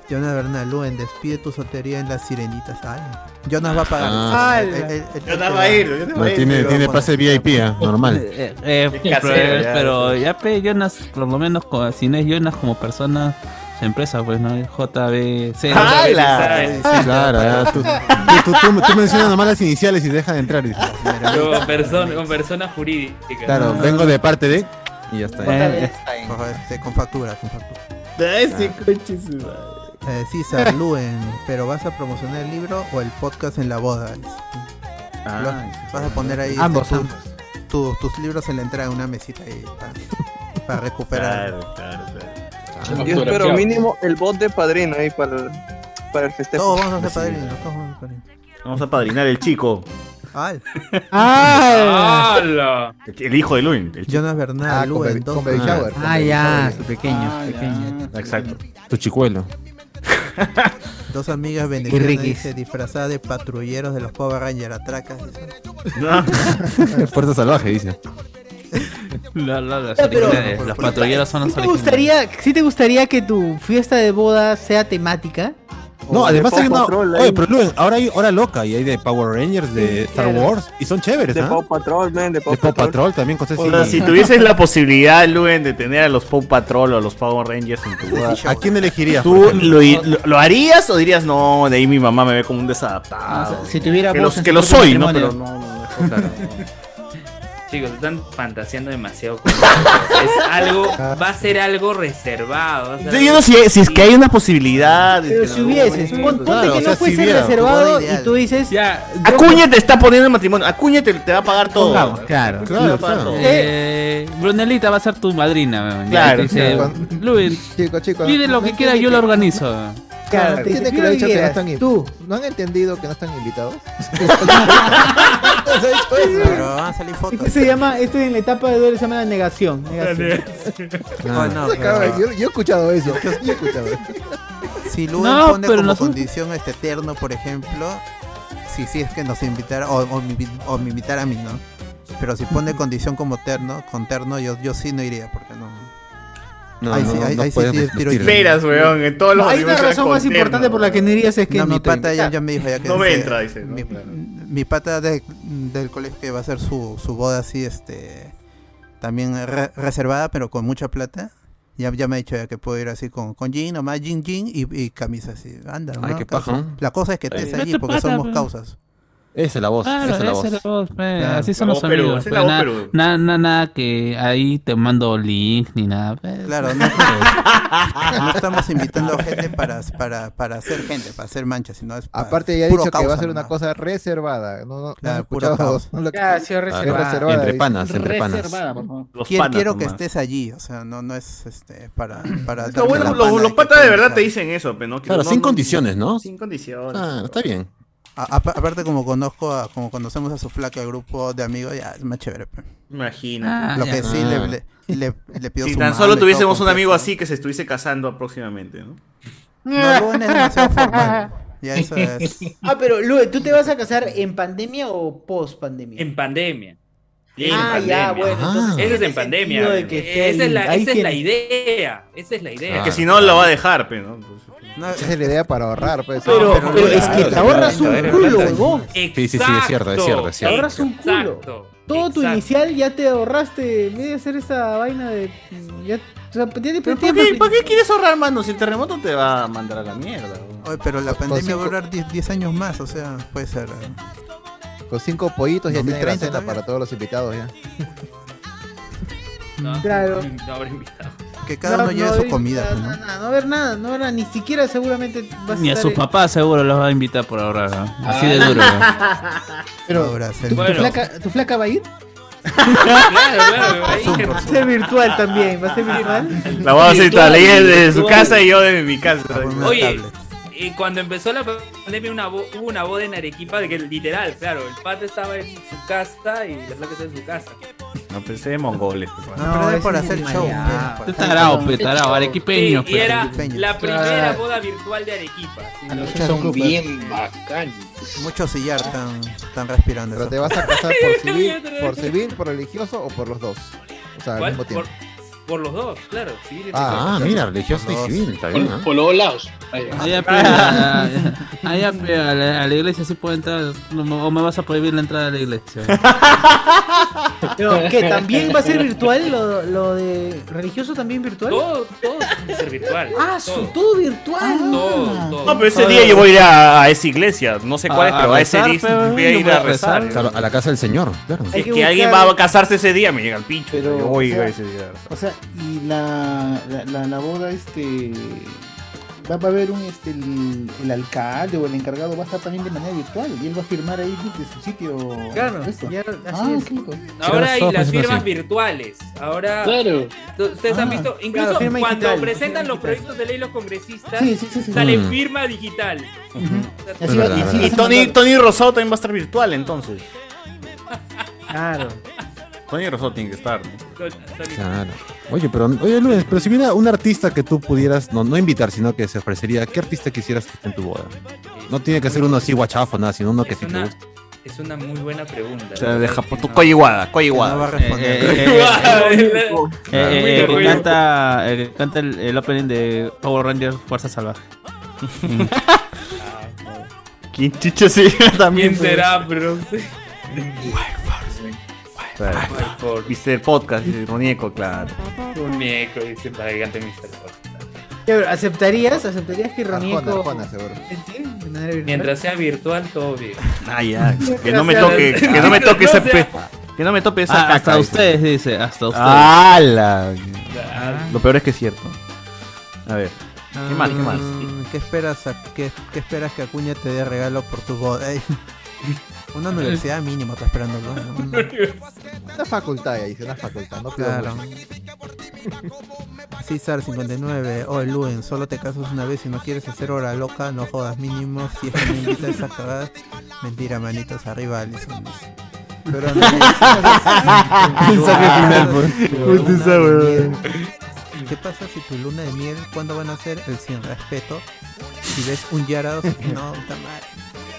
Speaker 1: Jonas Bernal, Luen, despide tu soltería en las sirenitas. Ay, Jonas va a pagar.
Speaker 4: Ah.
Speaker 1: El- el- el- el-
Speaker 2: Jonas va a ir, Jonas
Speaker 4: No, tiene, tiene pase VIP, ¿ah? normal.
Speaker 3: Eh, eh,
Speaker 2: Es
Speaker 3: pero,
Speaker 2: casero, ya.
Speaker 3: pero ya pe Jonas, por lo menos co- si no es Jonas como persona, su empresa, pues no JBC.
Speaker 4: Ah, ¡Hala! Sí, claro, ya, tú, tú, tú, tú- tú mencionas nomás las iniciales y deja de entrar. dice.
Speaker 5: Pero con persona, con persona jurídica.
Speaker 4: Claro, vengo de parte de... Y ya está.
Speaker 1: Eh, por favor, este, con factura, con factura.
Speaker 4: Ah.
Speaker 1: Eh,
Speaker 12: (laughs)
Speaker 1: César, Luen, pero vas a promocionar el libro o el podcast en la boda.
Speaker 12: Ah,
Speaker 1: Lo- vas a poner ahí
Speaker 7: Ambos,
Speaker 1: tu-
Speaker 7: ambos.
Speaker 1: tu- tus libros en la entrada de una mesita ahí para,
Speaker 12: (laughs)
Speaker 1: para recuperar.
Speaker 11: Yo espero mínimo el bot de padrino ahí para el, para el festejo.
Speaker 1: Todos vamos a ser padrinos, todos vamos a ser padrinos.
Speaker 2: Vamos a padrinar el chico.
Speaker 1: Al.
Speaker 5: ¡Hala!
Speaker 2: El hijo de Luin. el chico.
Speaker 1: Jonas Bernal,
Speaker 2: Ah, con
Speaker 1: Luen,
Speaker 2: baby-
Speaker 1: dos-
Speaker 2: con baby
Speaker 1: ah,
Speaker 2: shower,
Speaker 7: Ah, ya, su pequeño,
Speaker 4: Ah,
Speaker 7: su pequeño.
Speaker 2: Exacto.
Speaker 4: Tu (laughs) chicuelo.
Speaker 1: Dos
Speaker 12: (laughs)
Speaker 1: amigas venezolanas
Speaker 7: riquis.
Speaker 1: dice, disfrazadas de patrulleros de los Power Rangers, atracas.
Speaker 12: (laughs)
Speaker 1: dice.
Speaker 4: Puerto salvaje, dice.
Speaker 3: (laughs) La- la- las
Speaker 7: Pero-
Speaker 3: originales, los patrulleros son los
Speaker 7: ¿Te
Speaker 3: originales.
Speaker 7: gustaría, ¿Sí te gustaría que tu fiesta de boda sea temática?
Speaker 4: No,
Speaker 7: O
Speaker 4: además
Speaker 7: Oh, de
Speaker 4: hay
Speaker 7: Paw
Speaker 4: una.
Speaker 7: Patrol,
Speaker 4: Oye,
Speaker 7: ahí.
Speaker 4: pero Luen, ahora hay hora loca y hay de Power Rangers, de Star Wars, y son chéveres,
Speaker 11: De
Speaker 4: ¿ah?
Speaker 11: Pop Patrol, man, de Pop
Speaker 4: De Paw Patrol también, cosas
Speaker 2: O sea, si tuvieses la posibilidad, Luen, de tener a los Paw Patrol o a los Power Rangers en tu boda,
Speaker 4: ¿A quién elegirías? por
Speaker 2: ¿tú
Speaker 4: ejemplo?
Speaker 2: lo, i- lo- lo harías o dirías, no, de ahí mi mamá me ve como un desadaptado?
Speaker 7: O sea, Ah, si tuviera
Speaker 2: que
Speaker 7: voz
Speaker 2: los,
Speaker 7: en
Speaker 2: que
Speaker 7: su
Speaker 2: lo
Speaker 7: propio
Speaker 2: soy, ¿no?
Speaker 7: matrimonio.
Speaker 2: Pero no, no, no, claro,
Speaker 5: Chicos, están fantaseando demasiado con esto. Es algo, va a ser algo reservado. va a ser
Speaker 2: no. Sí,
Speaker 5: algo-
Speaker 2: yo no sé si, es que hay una posibilidad.
Speaker 7: Pero si hubieses, pon- ponte
Speaker 2: Claro,
Speaker 7: que
Speaker 2: o
Speaker 7: no
Speaker 2: sea,
Speaker 7: fuese
Speaker 2: si hubiera.
Speaker 7: reservado y tú dices...
Speaker 2: Acuña te está poniendo en matrimonio. Acuña te, te va a pagar todo.
Speaker 3: Pongamos, claro.
Speaker 2: Te va a pagar todo.
Speaker 3: Eh, Brunelita va a ser tu madrina, weón. Ya
Speaker 2: Claro,
Speaker 3: te dice,
Speaker 2: claro.
Speaker 3: Luis, pide lo que quiera, yo lo organizo.
Speaker 12: Claro,
Speaker 7: te
Speaker 12: tiene
Speaker 7: dice,
Speaker 12: que lo
Speaker 7: "Yo
Speaker 12: he dicho que no
Speaker 7: quieras,
Speaker 12: están
Speaker 7: tú".
Speaker 12: invitados. ¿No han entendido que no están invitados?
Speaker 1: (laughs)
Speaker 12: (laughs)
Speaker 1: Pero van a salir fotos.
Speaker 7: Este se llama, este en la etapa de duelo se llama la negación. negación.
Speaker 1: Ah, (laughs) no,
Speaker 12: Se acaba,
Speaker 1: pero-
Speaker 12: yo, yo he escuchado eso. Yo, he escuchado eso.
Speaker 1: Si Luen
Speaker 12: No,
Speaker 1: pone
Speaker 12: pero
Speaker 1: como
Speaker 12: nosotros-
Speaker 1: condición este eterno, por ejemplo, si si es que nos invitara o, o me invi- o me invitara a mí, ¿no? Pero si pone condición como terno, con terno, yo, yo sí no iría, porque no.
Speaker 4: No,
Speaker 1: Ahí sí-
Speaker 4: no,
Speaker 1: ahí-
Speaker 4: no
Speaker 1: ahí sí
Speaker 4: puedes
Speaker 1: tiro- tiro-
Speaker 4: discutir.
Speaker 2: Esperas, weón, en todos los
Speaker 7: Hay una razón más importante por la que no irías es que
Speaker 1: No,
Speaker 7: no
Speaker 1: mi
Speaker 7: te
Speaker 1: pata ya,
Speaker 7: invitan.
Speaker 1: ya me dijo ya que
Speaker 2: No me
Speaker 1: dice-
Speaker 2: entra, dice, ¿no?
Speaker 1: Mi,
Speaker 2: Claro.
Speaker 1: mi pata de- del colegio que va a hacer su, su boda así, este. También re- reservada, pero con mucha plata. Ya, ya me ha dicho ya que puedo ir así con, con jean, nomás jean, jean y, y camisa así. Anda,
Speaker 4: Ay,
Speaker 1: ¿no?
Speaker 4: qué paja,
Speaker 1: La cosa es que
Speaker 4: Está
Speaker 1: estés
Speaker 4: bien.
Speaker 1: allí
Speaker 4: Vete,
Speaker 1: porque
Speaker 4: pata,
Speaker 1: somos
Speaker 4: pues.
Speaker 1: causas.
Speaker 4: Esa es la voz.
Speaker 3: Claro,
Speaker 4: esa es la voz.
Speaker 3: pe,
Speaker 4: Claro.
Speaker 3: pues, Así son
Speaker 4: La
Speaker 3: los
Speaker 4: voz Perú,
Speaker 3: amigos.
Speaker 4: esa es
Speaker 3: pe,
Speaker 4: la voz
Speaker 3: na-
Speaker 4: Perú.
Speaker 3: na- na- nada que ahí te mando link ni nada. pe.
Speaker 1: Claro, no, no estamos invitando a gente para, para, para hacer gente, para hacer mancha, sino es para-
Speaker 12: Aparte ya ha
Speaker 1: puro
Speaker 12: dicho que va a
Speaker 1: causa
Speaker 12: ser una
Speaker 1: nomás.
Speaker 12: cosa reservada. No, no,
Speaker 1: Claro,
Speaker 12: (laughs) no
Speaker 1: puro caos.
Speaker 12: Ya,
Speaker 4: Entre panas, entre panas.
Speaker 1: Quiero- quiero que estés allí, o sea, no, no es este
Speaker 2: (clears throat)
Speaker 1: para, para
Speaker 2: Lo bueno,
Speaker 1: darme la
Speaker 2: los-
Speaker 1: pana
Speaker 2: los
Speaker 1: que
Speaker 2: patas de
Speaker 1: tengo,
Speaker 2: verdad
Speaker 1: claro.
Speaker 2: te dicen eso, pero no-
Speaker 4: Claro,
Speaker 2: no-
Speaker 4: sin
Speaker 2: no-
Speaker 4: condiciones, ¿no?
Speaker 2: Sin condiciones.
Speaker 4: Ah, está bien.
Speaker 1: A- apa- aparte como conozco a- como conocemos a su flaca el grupo de amigos, ya es más chévere. pe.
Speaker 2: Imagina.
Speaker 1: Lo que sí le,
Speaker 2: Ah.
Speaker 1: le, le- le pido
Speaker 2: Si
Speaker 1: su
Speaker 2: tan
Speaker 1: mano y
Speaker 2: solo
Speaker 1: todo
Speaker 2: tuviésemos un
Speaker 1: completo.
Speaker 2: amigo así que se estuviese casando próximamente, ¿no?
Speaker 1: No, Luen
Speaker 35: (laughs)
Speaker 1: es demasiado formal. Ya eso es.
Speaker 35: Ah, pero Lu, ¿tú te vas a casar en pandemia o post pandemia?
Speaker 5: En pandemia.
Speaker 35: En Ah, ya, pandemia. bueno, entonces
Speaker 5: Ese es
Speaker 35: tiene
Speaker 5: en pandemia.
Speaker 35: sentido de que esté
Speaker 5: Esa es
Speaker 35: ahí.
Speaker 5: la,
Speaker 35: Ahí
Speaker 5: esa es
Speaker 35: tiene-
Speaker 5: la idea. Esa es la idea.
Speaker 2: (laughs) Es que si no, lo va a dejar, pero. ¿no?
Speaker 12: Esa es la idea para ahorrar, pues.
Speaker 2: Pero- No, pero pero es que te ahorras un culo, huevón.
Speaker 4: Sí, sí, sí, es cierto, es cierto, es
Speaker 35: Te
Speaker 4: cierto.
Speaker 35: ahorras un culo. Todo tu inicial ya te ahorraste. En vez de hacer esa vaina de. Ya, o sea, ya te-
Speaker 2: ¿Pero ¿Por qué, por qué quieres ahorrar, mano? Si el terremoto te va a mandar a la mierda.
Speaker 1: Oye, pero la pandemia va a durar 10 10 años más, o sea, puede ser.
Speaker 12: Con cinco pollitos ya tiene la
Speaker 1: 2030
Speaker 12: cena para todos los invitados ya.
Speaker 35: Claro.
Speaker 5: No habrá invitado.
Speaker 1: Que cada uno lleve su
Speaker 35: hay-
Speaker 1: comida, pues,
Speaker 35: No, no, no, no va a haber nada, no habrá ni siquiera seguramente vas
Speaker 3: Ni a
Speaker 35: estar
Speaker 3: sus
Speaker 35: en-
Speaker 3: papás seguro los va a invitar por ahora. ¿no? Así
Speaker 4: Ah.
Speaker 3: de duro.
Speaker 35: (laughs) Pero,
Speaker 1: Ahora, se-
Speaker 35: ¿tu, tu flaca, ¿tu flaca va a ir?
Speaker 2: Por Zoom,
Speaker 35: Va a ser virtual también, va a ser virtual.
Speaker 2: La voy a hacer tal, ella de su
Speaker 35: virtual.
Speaker 2: casa y yo de mi casa.
Speaker 5: Oye, y cuando empezó la pandemia una bo- hubo una boda en Arequipa de que literal, claro, el pato estaba en su casa y la flaca estaba en su casa.
Speaker 2: No pues, pensé de mongoles.
Speaker 1: No, pero es por hacer show. pe, por-
Speaker 3: Tarao, pe, tarao, arequipeño.
Speaker 5: Sí, y
Speaker 3: pe.
Speaker 5: era la primera
Speaker 1: Claro.
Speaker 5: boda virtual de Arequipa. sí.
Speaker 1: Muchas
Speaker 15: Son
Speaker 1: clubes.
Speaker 15: bien bacanes.
Speaker 1: Mucho sillar están, están respirando.
Speaker 12: Pero
Speaker 1: esos
Speaker 12: te vas a casar
Speaker 1: pe.
Speaker 12: por civil, por civil, por religioso o por los dos. O sea, al
Speaker 5: ¿Cuál?
Speaker 12: mismo tiempo.
Speaker 5: Por, por los dos, claro. sí,
Speaker 12: Ah,
Speaker 5: sí.
Speaker 12: mira, religioso
Speaker 4: y civil, está bien, ¿ah?
Speaker 15: Por los dos lados. Ahí.
Speaker 3: Allá, pe,
Speaker 5: Ah,
Speaker 3: a, a- allá, pe, a la, a la iglesia sí puede entrar. no me- O me vas a prohibir la entrada a la
Speaker 4: (laughs)
Speaker 3: iglesia.
Speaker 35: Pero, ¿Qué? ¿También va a ser virtual lo, lo de religioso también virtual?
Speaker 5: Todo, todo (laughs) va a ser virtual. Ah,
Speaker 35: Ah, su, todo virtual.
Speaker 2: No, pero ese día yo voy a ir a, a esa iglesia. No sé cuál es,
Speaker 4: A- a
Speaker 2: pero a, ese
Speaker 4: rezar,
Speaker 2: día
Speaker 4: pero,
Speaker 2: voy a
Speaker 4: yo
Speaker 2: ir
Speaker 4: voy
Speaker 2: a
Speaker 4: a rezar.
Speaker 2: rezar.
Speaker 4: Claro, a la casa del señor, claro.
Speaker 2: Si
Speaker 4: Hay
Speaker 2: es
Speaker 4: que
Speaker 2: que alguien
Speaker 4: buscar-
Speaker 2: va a casarse ese día, me llega el pincho.
Speaker 13: Pero,
Speaker 2: yo voy a ir
Speaker 13: o sea,
Speaker 2: ese día. a rezar.
Speaker 13: O sea, y la, la, la- la boda, este. Va va a haber un este el, el alcalde o el encargado va a estar también de manera virtual y él va a firmar ahí desde su sitio.
Speaker 35: Claro,
Speaker 13: esto.
Speaker 35: ya, así
Speaker 13: Ah,
Speaker 35: es.
Speaker 13: qué loco.
Speaker 5: Ahora hay
Speaker 13: Todos
Speaker 5: las
Speaker 13: pensando
Speaker 5: firmas
Speaker 13: así.
Speaker 5: virtuales. Ahora.
Speaker 13: Claro.
Speaker 5: Ustedes han
Speaker 13: Ah,
Speaker 5: visto. Incluso
Speaker 13: claro, firma
Speaker 5: cuando
Speaker 13: digital,
Speaker 5: presentan
Speaker 13: firma
Speaker 5: los proyectos de ley los congresistas,
Speaker 13: Sí, sí, sí, sí.
Speaker 5: sale
Speaker 13: Mm.
Speaker 5: firma digital. O sea,
Speaker 2: Y-
Speaker 13: Así va- y así
Speaker 2: y
Speaker 13: va a
Speaker 2: Tony,
Speaker 13: mandar.
Speaker 2: Tony Rosado también va a estar virtual, entonces.
Speaker 35: Claro.
Speaker 2: Tony Rosado tiene que estar. ¿no?
Speaker 4: Claro. Oye, pero, oye, Luis, pero si hubiera un artista que tú pudieras, no, no invitar, sino que se ofrecería, ¿qué artista quisieras que esté en tu boda? No tiene que ser uno así guachafo, nada, sino uno que sí te
Speaker 5: una-
Speaker 4: guste.
Speaker 5: es una muy buena pregunta.
Speaker 2: O sea,
Speaker 5: la
Speaker 2: de
Speaker 5: verdad
Speaker 2: Japón,
Speaker 5: que
Speaker 2: tu
Speaker 5: no.
Speaker 2: Koiwada, Koiwada.
Speaker 5: No va a
Speaker 2: responder.
Speaker 5: Eh, eh, eh,
Speaker 2: eh,
Speaker 5: eh, eh, eh,
Speaker 2: eh, eh,
Speaker 9: Canta, el, canta el, el opening de Power Rangers Fuerza Salvaje.
Speaker 2: (laughs) ¿Quién chicho sí? (laughs) También.
Speaker 5: eh. ¿Quién será, bro?
Speaker 2: Claro. Viste el podcast, dice, Ronieco, claro.
Speaker 5: Un muñeco, dice, para que cante Mr. Fox.
Speaker 35: Ya, pero, ¿Aceptarías? ¿Aceptarías que Ronieco?
Speaker 5: Arjona,
Speaker 12: seguro.
Speaker 35: De manera virtual?
Speaker 5: Mientras sea virtual, todo bien.
Speaker 2: Ah,
Speaker 3: (laughs)
Speaker 2: ya. Que no me toque, que no me toque ese pe- Que no me tope esa
Speaker 3: Ah,
Speaker 2: caca,
Speaker 3: hasta
Speaker 2: dice. Ah.
Speaker 3: ustedes, dice. Hasta ustedes.
Speaker 2: ¡Hala! Lo peor es que es cierto. A ver. ¿Qué más? ¿Qué más?
Speaker 1: Mm, Ah, ¿Qué esperas, a- qué, qué esperas que Acuña te dé regalo por tu boda? Ey, (laughs) Una universidad mínimo está esperando. ¿no?
Speaker 12: (laughs)
Speaker 1: Una-
Speaker 12: Una facultad, ya dice, una facultad. No pido
Speaker 1: Claro.
Speaker 12: mucho.
Speaker 1: César 59, oh Luen, solo te casas una vez si no quieres hacer hora loca, no jodas mínimo, si es que me invitas a cagar, mentira manitos arriba Alison. dice.
Speaker 4: (laughs)
Speaker 12: Pero
Speaker 1: no,
Speaker 4: Justo esa, weón.
Speaker 1: ¿Qué pasa si tu luna de miel, cuándo van a ser el sin respeto? Si ves un Yarados, no, puta madre.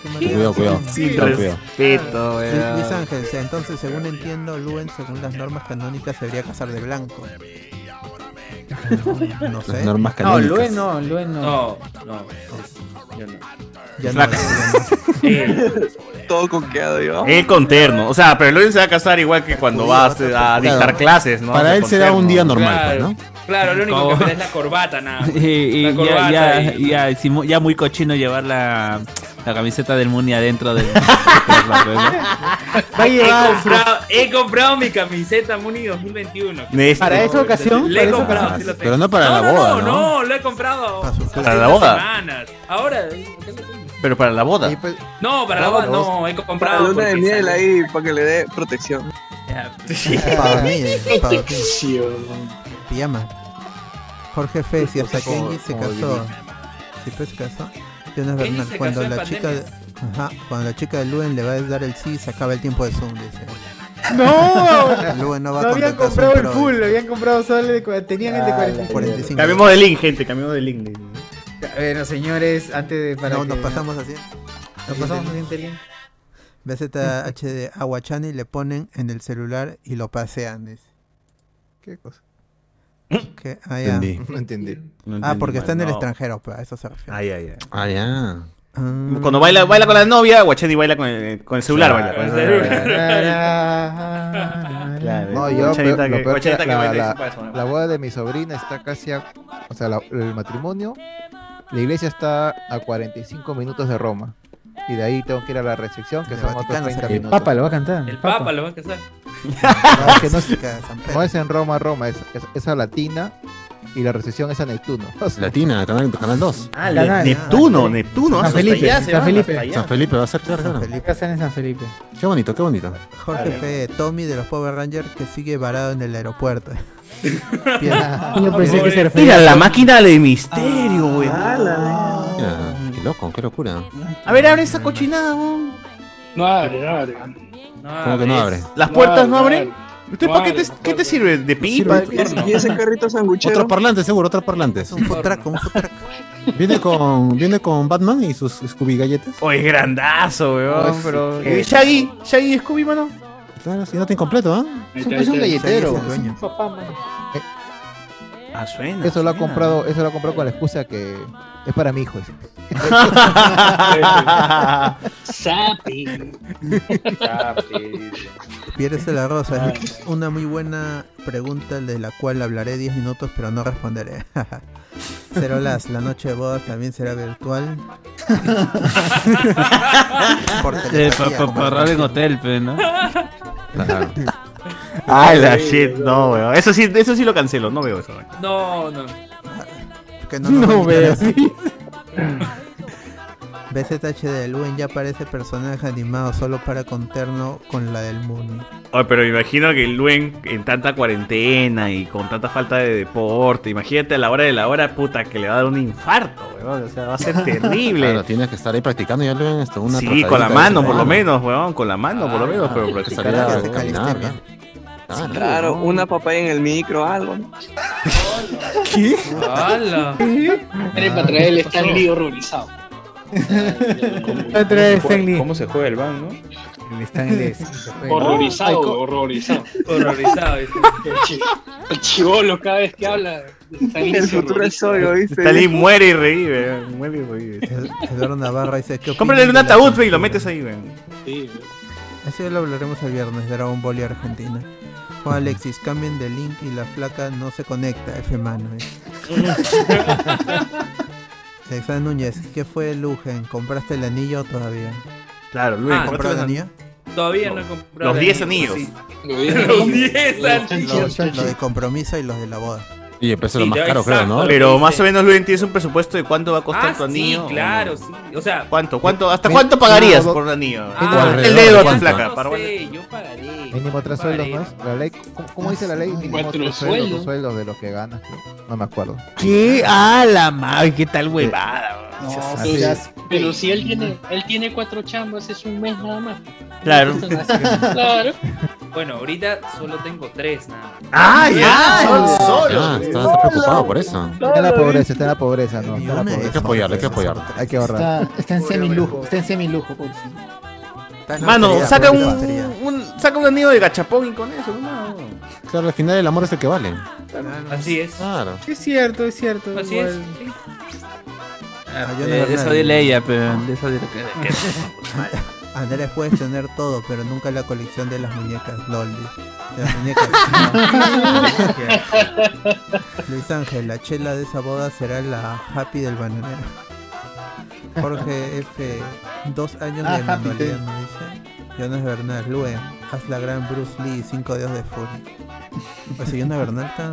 Speaker 1: Qué maldad.
Speaker 4: Cuidado, cuidado.
Speaker 1: Sí,
Speaker 4: Cuidado,
Speaker 1: res-
Speaker 4: cuidado.
Speaker 2: Respeto, weón.
Speaker 1: Luis Ángel, o sea, entonces según entiendo, Luen, según las normas canónicas, debería casar de blanco. No, no sé.
Speaker 4: Las normas
Speaker 35: No,
Speaker 4: canónicas.
Speaker 35: Luen no, Luen no.
Speaker 5: No, no. Yo no.
Speaker 1: Ya
Speaker 2: Flaca.
Speaker 5: (laughs)
Speaker 11: Todo coqueado, yo.
Speaker 2: Él con terno. O sea, pero Luis se va a casar igual que cuando Ah. va a, hacer- a dictar
Speaker 4: Claro.
Speaker 2: clases, ¿no?
Speaker 4: Para
Speaker 2: O sea,
Speaker 4: él
Speaker 2: con
Speaker 4: será
Speaker 2: terno.
Speaker 4: un día normal,
Speaker 5: Claro, claro, lo único
Speaker 3: (laughs)
Speaker 5: que me da es la corbata, nada. más.
Speaker 9: Y, y
Speaker 5: La
Speaker 9: ya,
Speaker 5: corbata
Speaker 9: ya,
Speaker 5: y-
Speaker 9: ya, sí, mu- ya muy cochino llevar la,
Speaker 3: la camiseta del Muni adentro del. (laughs)
Speaker 5: he, comprado, he comprado mi camiseta Muni 2021.
Speaker 2: Este-
Speaker 35: Para esa ocasión,
Speaker 5: Le he
Speaker 35: para esa
Speaker 5: comprado,
Speaker 35: ocasión.
Speaker 5: sí lo tengo.
Speaker 4: Pero no para la boda,
Speaker 5: No,
Speaker 4: ¿no?
Speaker 5: no, lo he comprado
Speaker 2: Para la boda.
Speaker 5: semanas. Ahora, eh,
Speaker 2: Pero para la boda.
Speaker 5: no, para la boda no, he
Speaker 11: Para
Speaker 5: comprado.
Speaker 11: luna de
Speaker 5: porque
Speaker 11: miel
Speaker 5: sale-
Speaker 11: ahí, para que le dé protección.
Speaker 5: Ya. pues,
Speaker 1: (laughs) Para mí,
Speaker 18: (laughs)
Speaker 1: eh, para ti.
Speaker 5: (laughs)
Speaker 11: Protección.
Speaker 1: Pijama. Jorge Fe, si hasta
Speaker 18: Como-
Speaker 1: Kenji se
Speaker 18: como
Speaker 1: casó. Si pues se casó. Jonas
Speaker 18: Kenji
Speaker 1: Bernal,
Speaker 18: se
Speaker 1: cuando
Speaker 18: casó en
Speaker 1: la chica de, ajá, cuando la chica de Luen le va a dar el sí, se acaba el tiempo de Zoom, dice.
Speaker 35: No,
Speaker 1: (laughs)
Speaker 35: (laughs)
Speaker 1: Luen no va a
Speaker 35: habían
Speaker 1: contratar
Speaker 35: comprado
Speaker 1: Zoom
Speaker 35: el
Speaker 1: Pro,
Speaker 35: full, lo habían comprado solo el de cua- tenían el de 45.
Speaker 1: 45.
Speaker 2: Cambiamos de link, gente, cambiamos de link.
Speaker 7: Bueno, señores, antes de. Para
Speaker 1: No,
Speaker 7: que-
Speaker 1: nos pasamos así.
Speaker 7: Nos pasamos al siguiente link. (laughs)
Speaker 1: BZHD Aguachani le ponen en el celular y lo pasean. dice.
Speaker 12: ¿Qué cosa?
Speaker 1: Que- ah, ya.
Speaker 12: (laughs) No entendí.
Speaker 1: ah, porque está en el
Speaker 2: No.
Speaker 1: extranjero, pues, a eso se refiere.
Speaker 2: Ay, ay, ay.
Speaker 4: Ah, ya.
Speaker 2: Cuando baila, baila con la novia, Guacheni baila con el, con el celular. baila, con el (laughs)
Speaker 12: No, yo pero-
Speaker 2: Guachanita que-
Speaker 12: lo peor que
Speaker 2: guachanita que
Speaker 12: la,
Speaker 2: baila y
Speaker 12: la-
Speaker 2: se para eso, ¿no?
Speaker 12: la boda de mi sobrina está casi a, o sea, la- el matrimonio, la iglesia está a 45 minutos de Roma y de ahí tengo que ir a la recepción que
Speaker 1: Del
Speaker 12: son otros
Speaker 1: Vaticano,
Speaker 12: 30
Speaker 1: saca. El
Speaker 12: minutos.
Speaker 7: Papa lo va a cantar, el
Speaker 5: El Papa lo va a casar.
Speaker 12: No, es que no,
Speaker 1: (laughs)
Speaker 12: es-
Speaker 1: San
Speaker 12: no es en Roma, Roma, es, es- es a Latina y la recepción es a Neptuno.
Speaker 4: Latina, canal, canal 2.
Speaker 12: Ah, Ne- canal. Neptuno, Neptuno,
Speaker 4: San
Speaker 12: hasta
Speaker 4: Felipe,
Speaker 12: allá se
Speaker 4: San
Speaker 12: van,
Speaker 4: Felipe.
Speaker 12: hasta allá.
Speaker 4: San Felipe va a ser claro.
Speaker 1: San
Speaker 4: claro.
Speaker 1: Felipe.
Speaker 7: en San Felipe.
Speaker 4: Qué bonito, qué bonito.
Speaker 12: Ah,
Speaker 1: Jorge Fe, Tommy de los Power Rangers que sigue varado en el
Speaker 12: (laughs)
Speaker 1: aeropuerto.
Speaker 2: Yo pensé que se refería- Mira, la máquina de misterio, güey.
Speaker 4: Mira, qué loco, qué locura.
Speaker 2: A ver, abre esa cochinada, weón.
Speaker 15: No abre, no abre.
Speaker 4: ¿Cómo que no abre?
Speaker 2: ¿Las puertas no
Speaker 15: abre,
Speaker 2: abren? ¿Usted para qué te, qué te sirve? ¿De pipa?
Speaker 4: Sirve.
Speaker 2: ¿Qué?
Speaker 11: Y ese carrito sanguchero.
Speaker 4: Otro parlante, seguro, otro parlante.
Speaker 1: Un fotraco, un
Speaker 4: Viene con, viene con Batman y sus Scooby galletas.
Speaker 2: Oh, es grandazo,
Speaker 4: Oh,
Speaker 2: weón.
Speaker 4: sí.
Speaker 2: Pero...
Speaker 4: Eh,
Speaker 2: ¿Y Shaggy, Shaggy y Scooby, mano.
Speaker 4: Claro, si no te incompleto, ¿ah?
Speaker 12: Es un- es un galletero.
Speaker 4: Es un-
Speaker 2: Ah, suena.
Speaker 12: Eso lo ha
Speaker 2: suena.
Speaker 12: comprado, eso lo ha comprado con la excusa que es para mi hijo.
Speaker 5: (laughs)
Speaker 12: dice. (laughs)
Speaker 1: ¿eh?
Speaker 15: Sapi.
Speaker 12: Ah,
Speaker 1: Pieres de la Rosa, es una muy buena pregunta de la cual hablaré 10 minutos pero no responderé. (laughs) Cero las, la noche de bodas también
Speaker 12: (laughs)
Speaker 1: será virtual. Por
Speaker 3: Eh,
Speaker 1: telepatía,
Speaker 3: pa- pa-
Speaker 1: como
Speaker 3: pa-
Speaker 1: el
Speaker 3: ahorrar en hotel, pe, ¿no?
Speaker 2: Ay, la shit, no, weón. Eso sí, eso sí lo cancelo, no veo eso. weón.
Speaker 5: No, no.
Speaker 1: que
Speaker 2: No
Speaker 1: nos
Speaker 2: veo.
Speaker 1: invitarás. BZH de Luen ya parece personaje animado solo para conterno con la del mundo.
Speaker 2: Ay, pero me imagino que el Luen en tanta cuarentena y con tanta falta de deporte, imagínate a la hora de la hora, puta, que le va a dar un infarto, weón. O sea, va a ser terrible.
Speaker 4: Claro, tienes que estar ahí practicando ya luego esto. Una
Speaker 2: sí,
Speaker 4: trotadita
Speaker 2: con la
Speaker 4: de
Speaker 2: mano,
Speaker 4: esa
Speaker 2: por lo
Speaker 4: mano.
Speaker 2: menos, weón. Con la mano, por lo menos, pero
Speaker 4: hay que
Speaker 2: practicar.
Speaker 4: salir a
Speaker 2: algo.
Speaker 4: caminar,
Speaker 2: Nada.
Speaker 11: Claro, una papaya en el micro, algo. ¿no?
Speaker 4: ¿Qué?
Speaker 5: ¡Hala!
Speaker 15: Eres para traer el Stan Lee horrorizado.
Speaker 7: Otra vez, Stan Lee.
Speaker 14: ¿Cómo se juega el ban, no?
Speaker 7: El Stan (laughs) Lee.
Speaker 15: Horrorizado, horrorizado.
Speaker 5: Horrorizado. dice.
Speaker 2: (laughs)
Speaker 15: El chivolo cada vez que habla. Stan Lee
Speaker 11: (laughs) El
Speaker 15: se
Speaker 11: futuro es
Speaker 15: horroriza.
Speaker 11: hoy, ¿oíste?
Speaker 2: Está ahí, Este muere y reí, weón. Muere y reí.
Speaker 1: Eduardo Navarro dice que...
Speaker 2: Cómprale un ataúd, weón, y lo metes ahí, weón.
Speaker 15: Sí,
Speaker 1: Así lo hablaremos el viernes, Dragon Ball y Argentina. Juan Alexis, cambien de link y la flaca no se conecta, F mano.
Speaker 5: (laughs)
Speaker 1: Alexander Núñez, ¿qué fue Lugen? ¿Compraste el anillo todavía?
Speaker 2: Claro,
Speaker 1: Lugen,
Speaker 5: Ah,
Speaker 1: ¿compraste el
Speaker 5: ¿compraste
Speaker 1: anillo?
Speaker 5: Todavía no he comprado.
Speaker 2: Los
Speaker 5: el
Speaker 2: 10
Speaker 5: anillo,
Speaker 2: anillos.
Speaker 5: sí.
Speaker 15: Los
Speaker 5: Los 10 anillos.
Speaker 1: Los, los de compromiso y los de la boda.
Speaker 4: Y empezó lo
Speaker 5: Sí,
Speaker 4: más
Speaker 5: ya,
Speaker 4: caro, creo, ¿no?
Speaker 2: Pero más o menos, Luen, tienes un presupuesto de cuánto va a costar
Speaker 5: Ah,
Speaker 2: tu anillo.
Speaker 5: sí, claro, sí. O sea,
Speaker 2: ¿Cuánto? ¿Cuánto? ¿Hasta
Speaker 5: Ve-
Speaker 2: cuánto pagarías
Speaker 5: no,
Speaker 2: por un anillo?
Speaker 5: Ah,
Speaker 2: el dedo,
Speaker 5: ¿cuánto?
Speaker 2: flaca. para-
Speaker 5: No sé, yo pagaré.
Speaker 12: Mínimo tres
Speaker 5: yo
Speaker 12: sueldos
Speaker 5: pagaré.
Speaker 12: más. La ley, ¿cómo, cómo dice la ley? Mínimo
Speaker 5: Cuatro
Speaker 12: tres sueldos,
Speaker 5: sueldos.
Speaker 12: dos sueldos de los que ganas. creo. No me acuerdo.
Speaker 2: ¿Qué? ¡Ah, la madre! ¿Qué tal huevada? weón?
Speaker 15: No,
Speaker 2: Así
Speaker 15: pero,
Speaker 2: es.
Speaker 15: pero si él tiene, él tiene cuatro chambas, es un mes nada más.
Speaker 2: Claro.
Speaker 15: Claro.
Speaker 5: Bueno, ahorita solo tengo 3 nada más.
Speaker 2: ¡Ah,
Speaker 15: ya!
Speaker 2: Son solos.
Speaker 4: Ah, estás preocupado por eso.
Speaker 12: Está en la pobreza, está en la pobreza, no. Está en la
Speaker 4: Hay
Speaker 12: pobreza.
Speaker 4: que apoyarle, hay que apoyarle.
Speaker 12: Hay que ahorrar.
Speaker 13: Está, está en semi-lujo, está en semi-lujo.
Speaker 7: pues.
Speaker 13: por sí.
Speaker 2: Mano,
Speaker 4: Batería,
Speaker 2: saca un,
Speaker 4: batería,
Speaker 2: un- saca un anillo de gachapón y con eso, ¿no?
Speaker 4: Claro, al final el amor es el que vale.
Speaker 5: Así es.
Speaker 4: Claro.
Speaker 7: Es cierto, es cierto.
Speaker 5: Así
Speaker 7: igual.
Speaker 5: es. sí.
Speaker 1: yo
Speaker 3: Eh,
Speaker 1: no veo
Speaker 3: de eso
Speaker 1: nada.
Speaker 3: dile ella, pero de eso dile
Speaker 1: (laughs)
Speaker 2: (laughs)
Speaker 3: que- que-
Speaker 1: Andrés, puedes tener todo, pero nunca la colección de las muñecas, lol. De
Speaker 2: (laughs)
Speaker 1: las muñecas. Luis Ángel, la chela de esa boda será la happy del bananero. Jorge F. Dos años
Speaker 45: Ah,
Speaker 1: de
Speaker 45: Happy
Speaker 1: manualidad, me dice. Jonas Bernal, Luen, haz la gran Bruce Lee, cinco dedos de furia. O sea, Jonas Bernal está...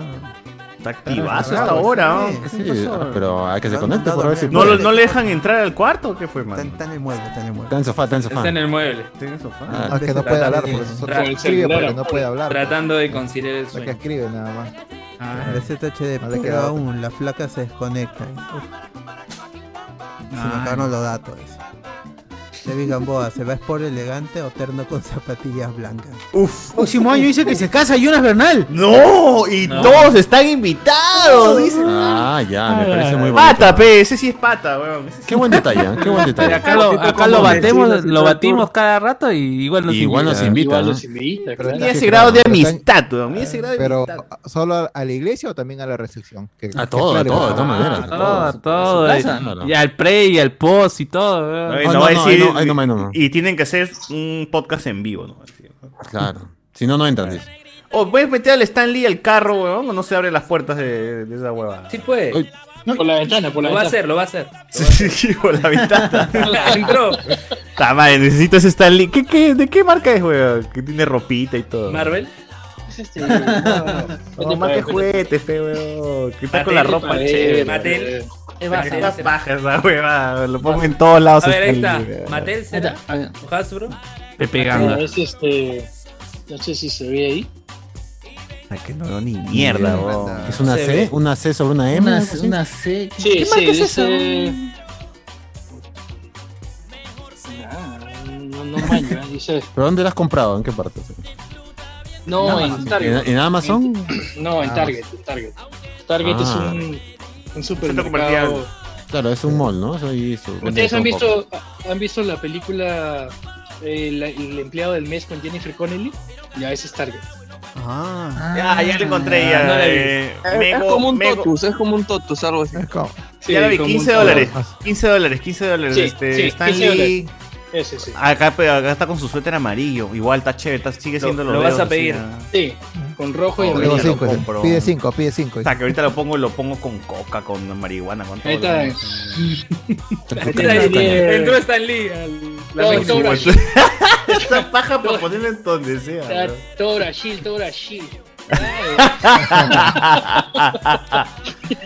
Speaker 2: Está activazo hasta ahora. ¿no?
Speaker 4: Sí, ah, pero hay que se conecte por ver si
Speaker 2: ¿No,
Speaker 4: puede.
Speaker 2: lo- ¿No le dejan entrar al cuarto o qué fue, man?
Speaker 1: Está en el mueble, está en el mueble.
Speaker 4: Está en el sofá, está en el sofá.
Speaker 5: Está en el mueble.
Speaker 2: Está en el sofá.
Speaker 4: Ah, es que no puede hablar, porque
Speaker 5: Tra-
Speaker 12: se escribe,
Speaker 5: claro,
Speaker 12: porque no puede hablar.
Speaker 5: Tratando de conciliar el sueño.
Speaker 12: que escribe nada más.
Speaker 1: La ZH Ah, de
Speaker 12: No le
Speaker 1: puta
Speaker 12: queda otra.
Speaker 1: aún, la flaca se desconecta. Uf. Se me
Speaker 12: Ay.
Speaker 1: acabaron los datos. David Gamboa, ¿se va a expor elegante o terno con zapatillas blancas?
Speaker 45: Uf. Próximo año dice que se casa Jonas Bernal.
Speaker 2: ¡No! Y todos están invitados, dice.
Speaker 4: Ah, ya, me parece muy bueno.
Speaker 2: Pata, pe, ese sí es pata, weón. Ese sí-
Speaker 4: Qué buen detalle, ¿eh? qué buen detalle.
Speaker 3: Acá lo, acá lo batemos, lo batimos cada rato y igual nos
Speaker 4: Igual nos invita, Igual ¿no? nos
Speaker 12: invita,
Speaker 4: claro.
Speaker 2: Y ese grado de
Speaker 12: Pero están-
Speaker 2: amistad, weón. Y ese grado de
Speaker 12: Pero,
Speaker 2: amistad.
Speaker 12: ¿solo a- a la iglesia o también a la recepción? Que-
Speaker 4: A
Speaker 12: que
Speaker 4: todo, a
Speaker 12: aclare,
Speaker 4: todo,
Speaker 12: por
Speaker 4: de todas
Speaker 12: favor.
Speaker 4: maneras.
Speaker 3: Todo, todo.
Speaker 2: su
Speaker 3: y-
Speaker 2: casa, ¿no?
Speaker 3: Y al pre y al post y todo. weón.
Speaker 2: Ay, no, va a decir- Y tienen que hacer un podcast en vivo, ¿no?
Speaker 4: Claro. Si no, no entran. dice.
Speaker 2: O puedes meter al Stanley al carro, weón, o no se abren las puertas de, de esa hueva.
Speaker 5: Sí puede.
Speaker 11: pues. Por la ventana, por la
Speaker 5: Lo va a
Speaker 11: ventana.
Speaker 5: hacer, lo va a hacer.
Speaker 2: Sí, (laughs) sí, por la
Speaker 11: (laughs)
Speaker 2: ventana.
Speaker 5: Entró.
Speaker 2: Ta madre, necesito ese Stanley. ¿Qué, qué, ¿De qué marca es, weón? Que tiene ropita y todo.
Speaker 5: Marvel.
Speaker 2: No, más que juguete, fe, weón. Que está con la ropa chévere.
Speaker 5: Mattel. Es
Speaker 2: Mattel
Speaker 5: Mattel.
Speaker 2: está paja esa hueva. Lo pongo en todos lados.
Speaker 5: A ver, ahí está.
Speaker 2: Stanley, weón.
Speaker 5: Mattel será. ¿O Hasbro.
Speaker 3: Pepe
Speaker 11: No,
Speaker 3: Ganga.
Speaker 11: es este. No sé si se ve ahí.
Speaker 2: Ay, que no veo ni mierda, weón.
Speaker 4: ¿Es una
Speaker 11: Se
Speaker 4: C?
Speaker 11: ve.
Speaker 4: ¿Una C sobre una M?
Speaker 11: Una-
Speaker 4: algo así?
Speaker 11: una
Speaker 7: C.
Speaker 11: Sí,
Speaker 7: ¿Qué
Speaker 11: sí,
Speaker 7: marca es
Speaker 11: dice. Ah, No, no maño, ¿eh? dice.
Speaker 4: ¿Pero dónde la has comprado? ¿En qué parte?
Speaker 11: No, en, Target.
Speaker 4: ¿En, en Amazon?
Speaker 11: En- no, en
Speaker 4: Ah.
Speaker 11: Target, en Target. Target
Speaker 4: Ah.
Speaker 11: es un, un
Speaker 4: comercial.
Speaker 11: supermercado.
Speaker 4: Claro, es un mall, ¿no? Eso ahí su-
Speaker 11: ¿Ustedes
Speaker 4: vende
Speaker 11: han
Speaker 4: todo
Speaker 11: visto, han visto la película eh, la- El empleado del mes con Jennifer Connelly? Ya, ese es Target.
Speaker 1: Ah.
Speaker 2: Ya, ya lo encontré.
Speaker 46: Ah, no
Speaker 2: Ya,
Speaker 46: la vi.
Speaker 2: eh,
Speaker 46: Es- es
Speaker 2: Mego-
Speaker 46: como un
Speaker 2: Mego-
Speaker 46: totus, es como un totus, algo así.
Speaker 11: Sí,
Speaker 2: ya la vi,
Speaker 11: como un
Speaker 2: 15
Speaker 11: todo.
Speaker 2: dólares.
Speaker 5: Ah.
Speaker 2: 15 dólares, 15 dólares.
Speaker 11: Sí,
Speaker 2: este,
Speaker 11: sí, 15
Speaker 2: Stanley.
Speaker 11: dólares. Ese, sí.
Speaker 2: Acá, pe- acá está con su suéter amarillo. Igual está chévere, está- sigue siendo
Speaker 5: lo vas a pedir. Ah,
Speaker 11: Sí, con rojo y
Speaker 2: Oh,
Speaker 11: amarillo.
Speaker 2: Dios.
Speaker 12: Cinco,
Speaker 2: Lo
Speaker 12: dice.
Speaker 2: compro.
Speaker 12: Pide 5, pide 5.
Speaker 2: Hasta que ahorita lo pongo, lo pongo con coca, con marihuana, con todo.
Speaker 11: Ahí está.
Speaker 2: lo-
Speaker 11: (laughs)
Speaker 5: Entró Stanley. Entró Stanley. al-
Speaker 11: Todo,
Speaker 5: la-
Speaker 11: todo Brasil.
Speaker 2: (laughs) Esta paja para ponerlo en donde sea.
Speaker 11: Está Todo Brasil, todo
Speaker 2: (laughs)
Speaker 11: Brasil.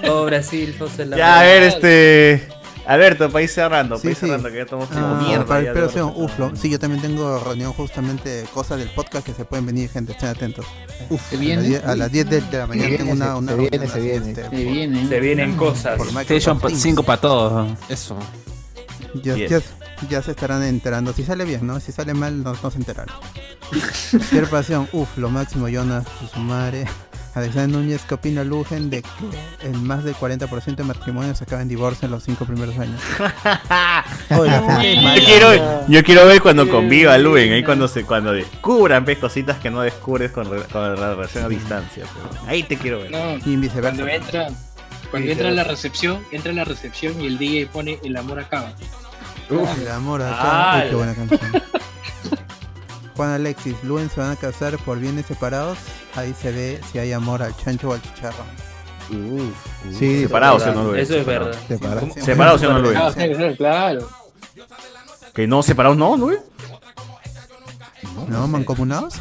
Speaker 5: Oh, Brasil, José la
Speaker 2: Ya, a ver, este. Alberto, país cerrando,
Speaker 1: Sí,
Speaker 2: país
Speaker 1: sí.
Speaker 2: cerrando, que ya estamos como
Speaker 1: Ah,
Speaker 2: mierda.
Speaker 1: para
Speaker 2: ya,
Speaker 1: el
Speaker 2: de
Speaker 1: Operación Uflon. Sí, yo también tengo reunión justamente cosas del podcast que se pueden venir, gente, estén atentos. Uf,
Speaker 7: ¿Se
Speaker 1: a
Speaker 7: viene?
Speaker 1: las die- a las 10 de, de la mañana
Speaker 12: viene,
Speaker 1: tengo una,
Speaker 12: se-
Speaker 1: una
Speaker 12: se viene,
Speaker 1: reunión
Speaker 12: se
Speaker 1: así,
Speaker 12: viene.
Speaker 1: este,
Speaker 7: Se
Speaker 1: por-
Speaker 7: vienen.
Speaker 5: Se vienen cosas.
Speaker 1: por Microsoft
Speaker 3: PlayStation
Speaker 1: Teams.
Speaker 3: 5 para todos.
Speaker 4: Eso.
Speaker 1: Ya,
Speaker 3: Yes.
Speaker 1: ya- ya se estarán enterando. Si sale bien, ¿no? Si sale mal, no, no se (laughs) enterarán. Ser pasión, uf, lo máximo, Jonas, su madre. Alexander Núñez, ¿qué opina Lugen de que en más del 40% de matrimonios se acaba en divorcio en los 5 primeros
Speaker 11: (laughs)
Speaker 1: años?
Speaker 2: Yo quiero, yo quiero ver cuando conviva Luen, ahí cuando se cuando descubran pues, cositas que no descubres con, re- con la relación a distancia. pero ahí te quiero ver.
Speaker 11: No,
Speaker 1: Y viceversa.
Speaker 11: cuando entra, cuando entra en la recepción, entra en la recepción y el DJ pone el amor acaba.
Speaker 1: Uf, el amor
Speaker 11: Ah,
Speaker 1: acá. Uy, qué
Speaker 11: la-
Speaker 1: buena canción. Juan Alexis, Luen se van a casar por bienes separados. Ahí se ve si hay amor al chancho o al chicharro.
Speaker 2: uf. Separados, ¿o no, Luen? Eso es Separados. verdad. Separados. Separados, ¿o no, Luen?
Speaker 11: Ah, claro, claro.
Speaker 2: Que no separados, no, Luen.
Speaker 1: ¿No? ¿Mancomunados?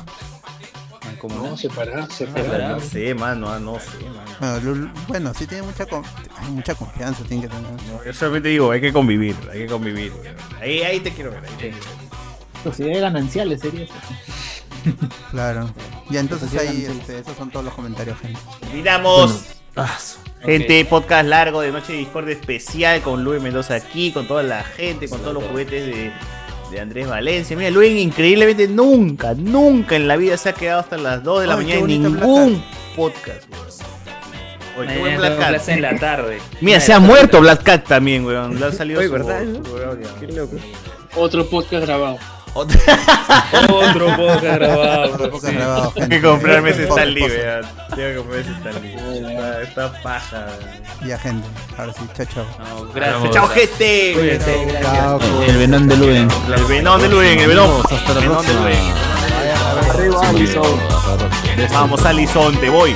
Speaker 11: No, separado,
Speaker 2: No
Speaker 11: separado.
Speaker 2: sé, mano, ah, no sé, mano.
Speaker 1: Bueno, Lul- bueno, sí tiene mucha, con- hay mucha confianza, tiene que tener.
Speaker 2: Yo solamente digo, hay que convivir, hay que convivir. Ahí, ahí te quiero ver. Ahí te quiero ver.
Speaker 7: Sociedad de gananciales sería eso. (laughs)
Speaker 1: Claro. Ya entonces
Speaker 7: Eso sí,
Speaker 1: ahí,
Speaker 7: eran
Speaker 1: este, esos son todos los comentarios, gente.
Speaker 2: Miramos.
Speaker 4: Ah, su-
Speaker 2: Gente, podcast largo de Noche de Discord especial con Luis Mendoza aquí, con toda la gente, con todos los juguetes de, de Andrés Valencia. Mira, Luis increíblemente nunca, nunca en la vida se ha quedado hasta las 2 de la
Speaker 1: Ay,
Speaker 2: mañana
Speaker 1: qué
Speaker 2: en
Speaker 1: bonito
Speaker 2: ningún podcast, weón. Oye,
Speaker 11: Eh,
Speaker 2: qué buen
Speaker 5: Mañana
Speaker 2: Black
Speaker 5: tengo
Speaker 2: Cat.
Speaker 5: clase en la tarde.
Speaker 2: Mira, se ha muerto Black Cat también, weón. (laughs) Le ha salido
Speaker 5: Oye,
Speaker 2: su-
Speaker 5: ¿verdad?
Speaker 2: su audio.
Speaker 11: Otro podcast grabado.
Speaker 2: Otro, (laughs)
Speaker 11: podcast grabado.
Speaker 2: Otro
Speaker 11: sí.
Speaker 2: podcast grabado, Tengo que comprarme ese Stanley, weón. Tengo que comprarme ese Stanley. Está, está paja, weón.
Speaker 1: Ya, gente. Ahora sí, chao, chao.
Speaker 2: Gracias. Chao, gente.
Speaker 1: Cuídate, gracias.
Speaker 2: Chao,
Speaker 1: El-
Speaker 2: el
Speaker 3: venón de Luen.
Speaker 2: El venón de Luen, el venón.
Speaker 4: Hasta la
Speaker 2: Venón de
Speaker 4: próxima.
Speaker 2: Luen. Vamos, Alison, te voy.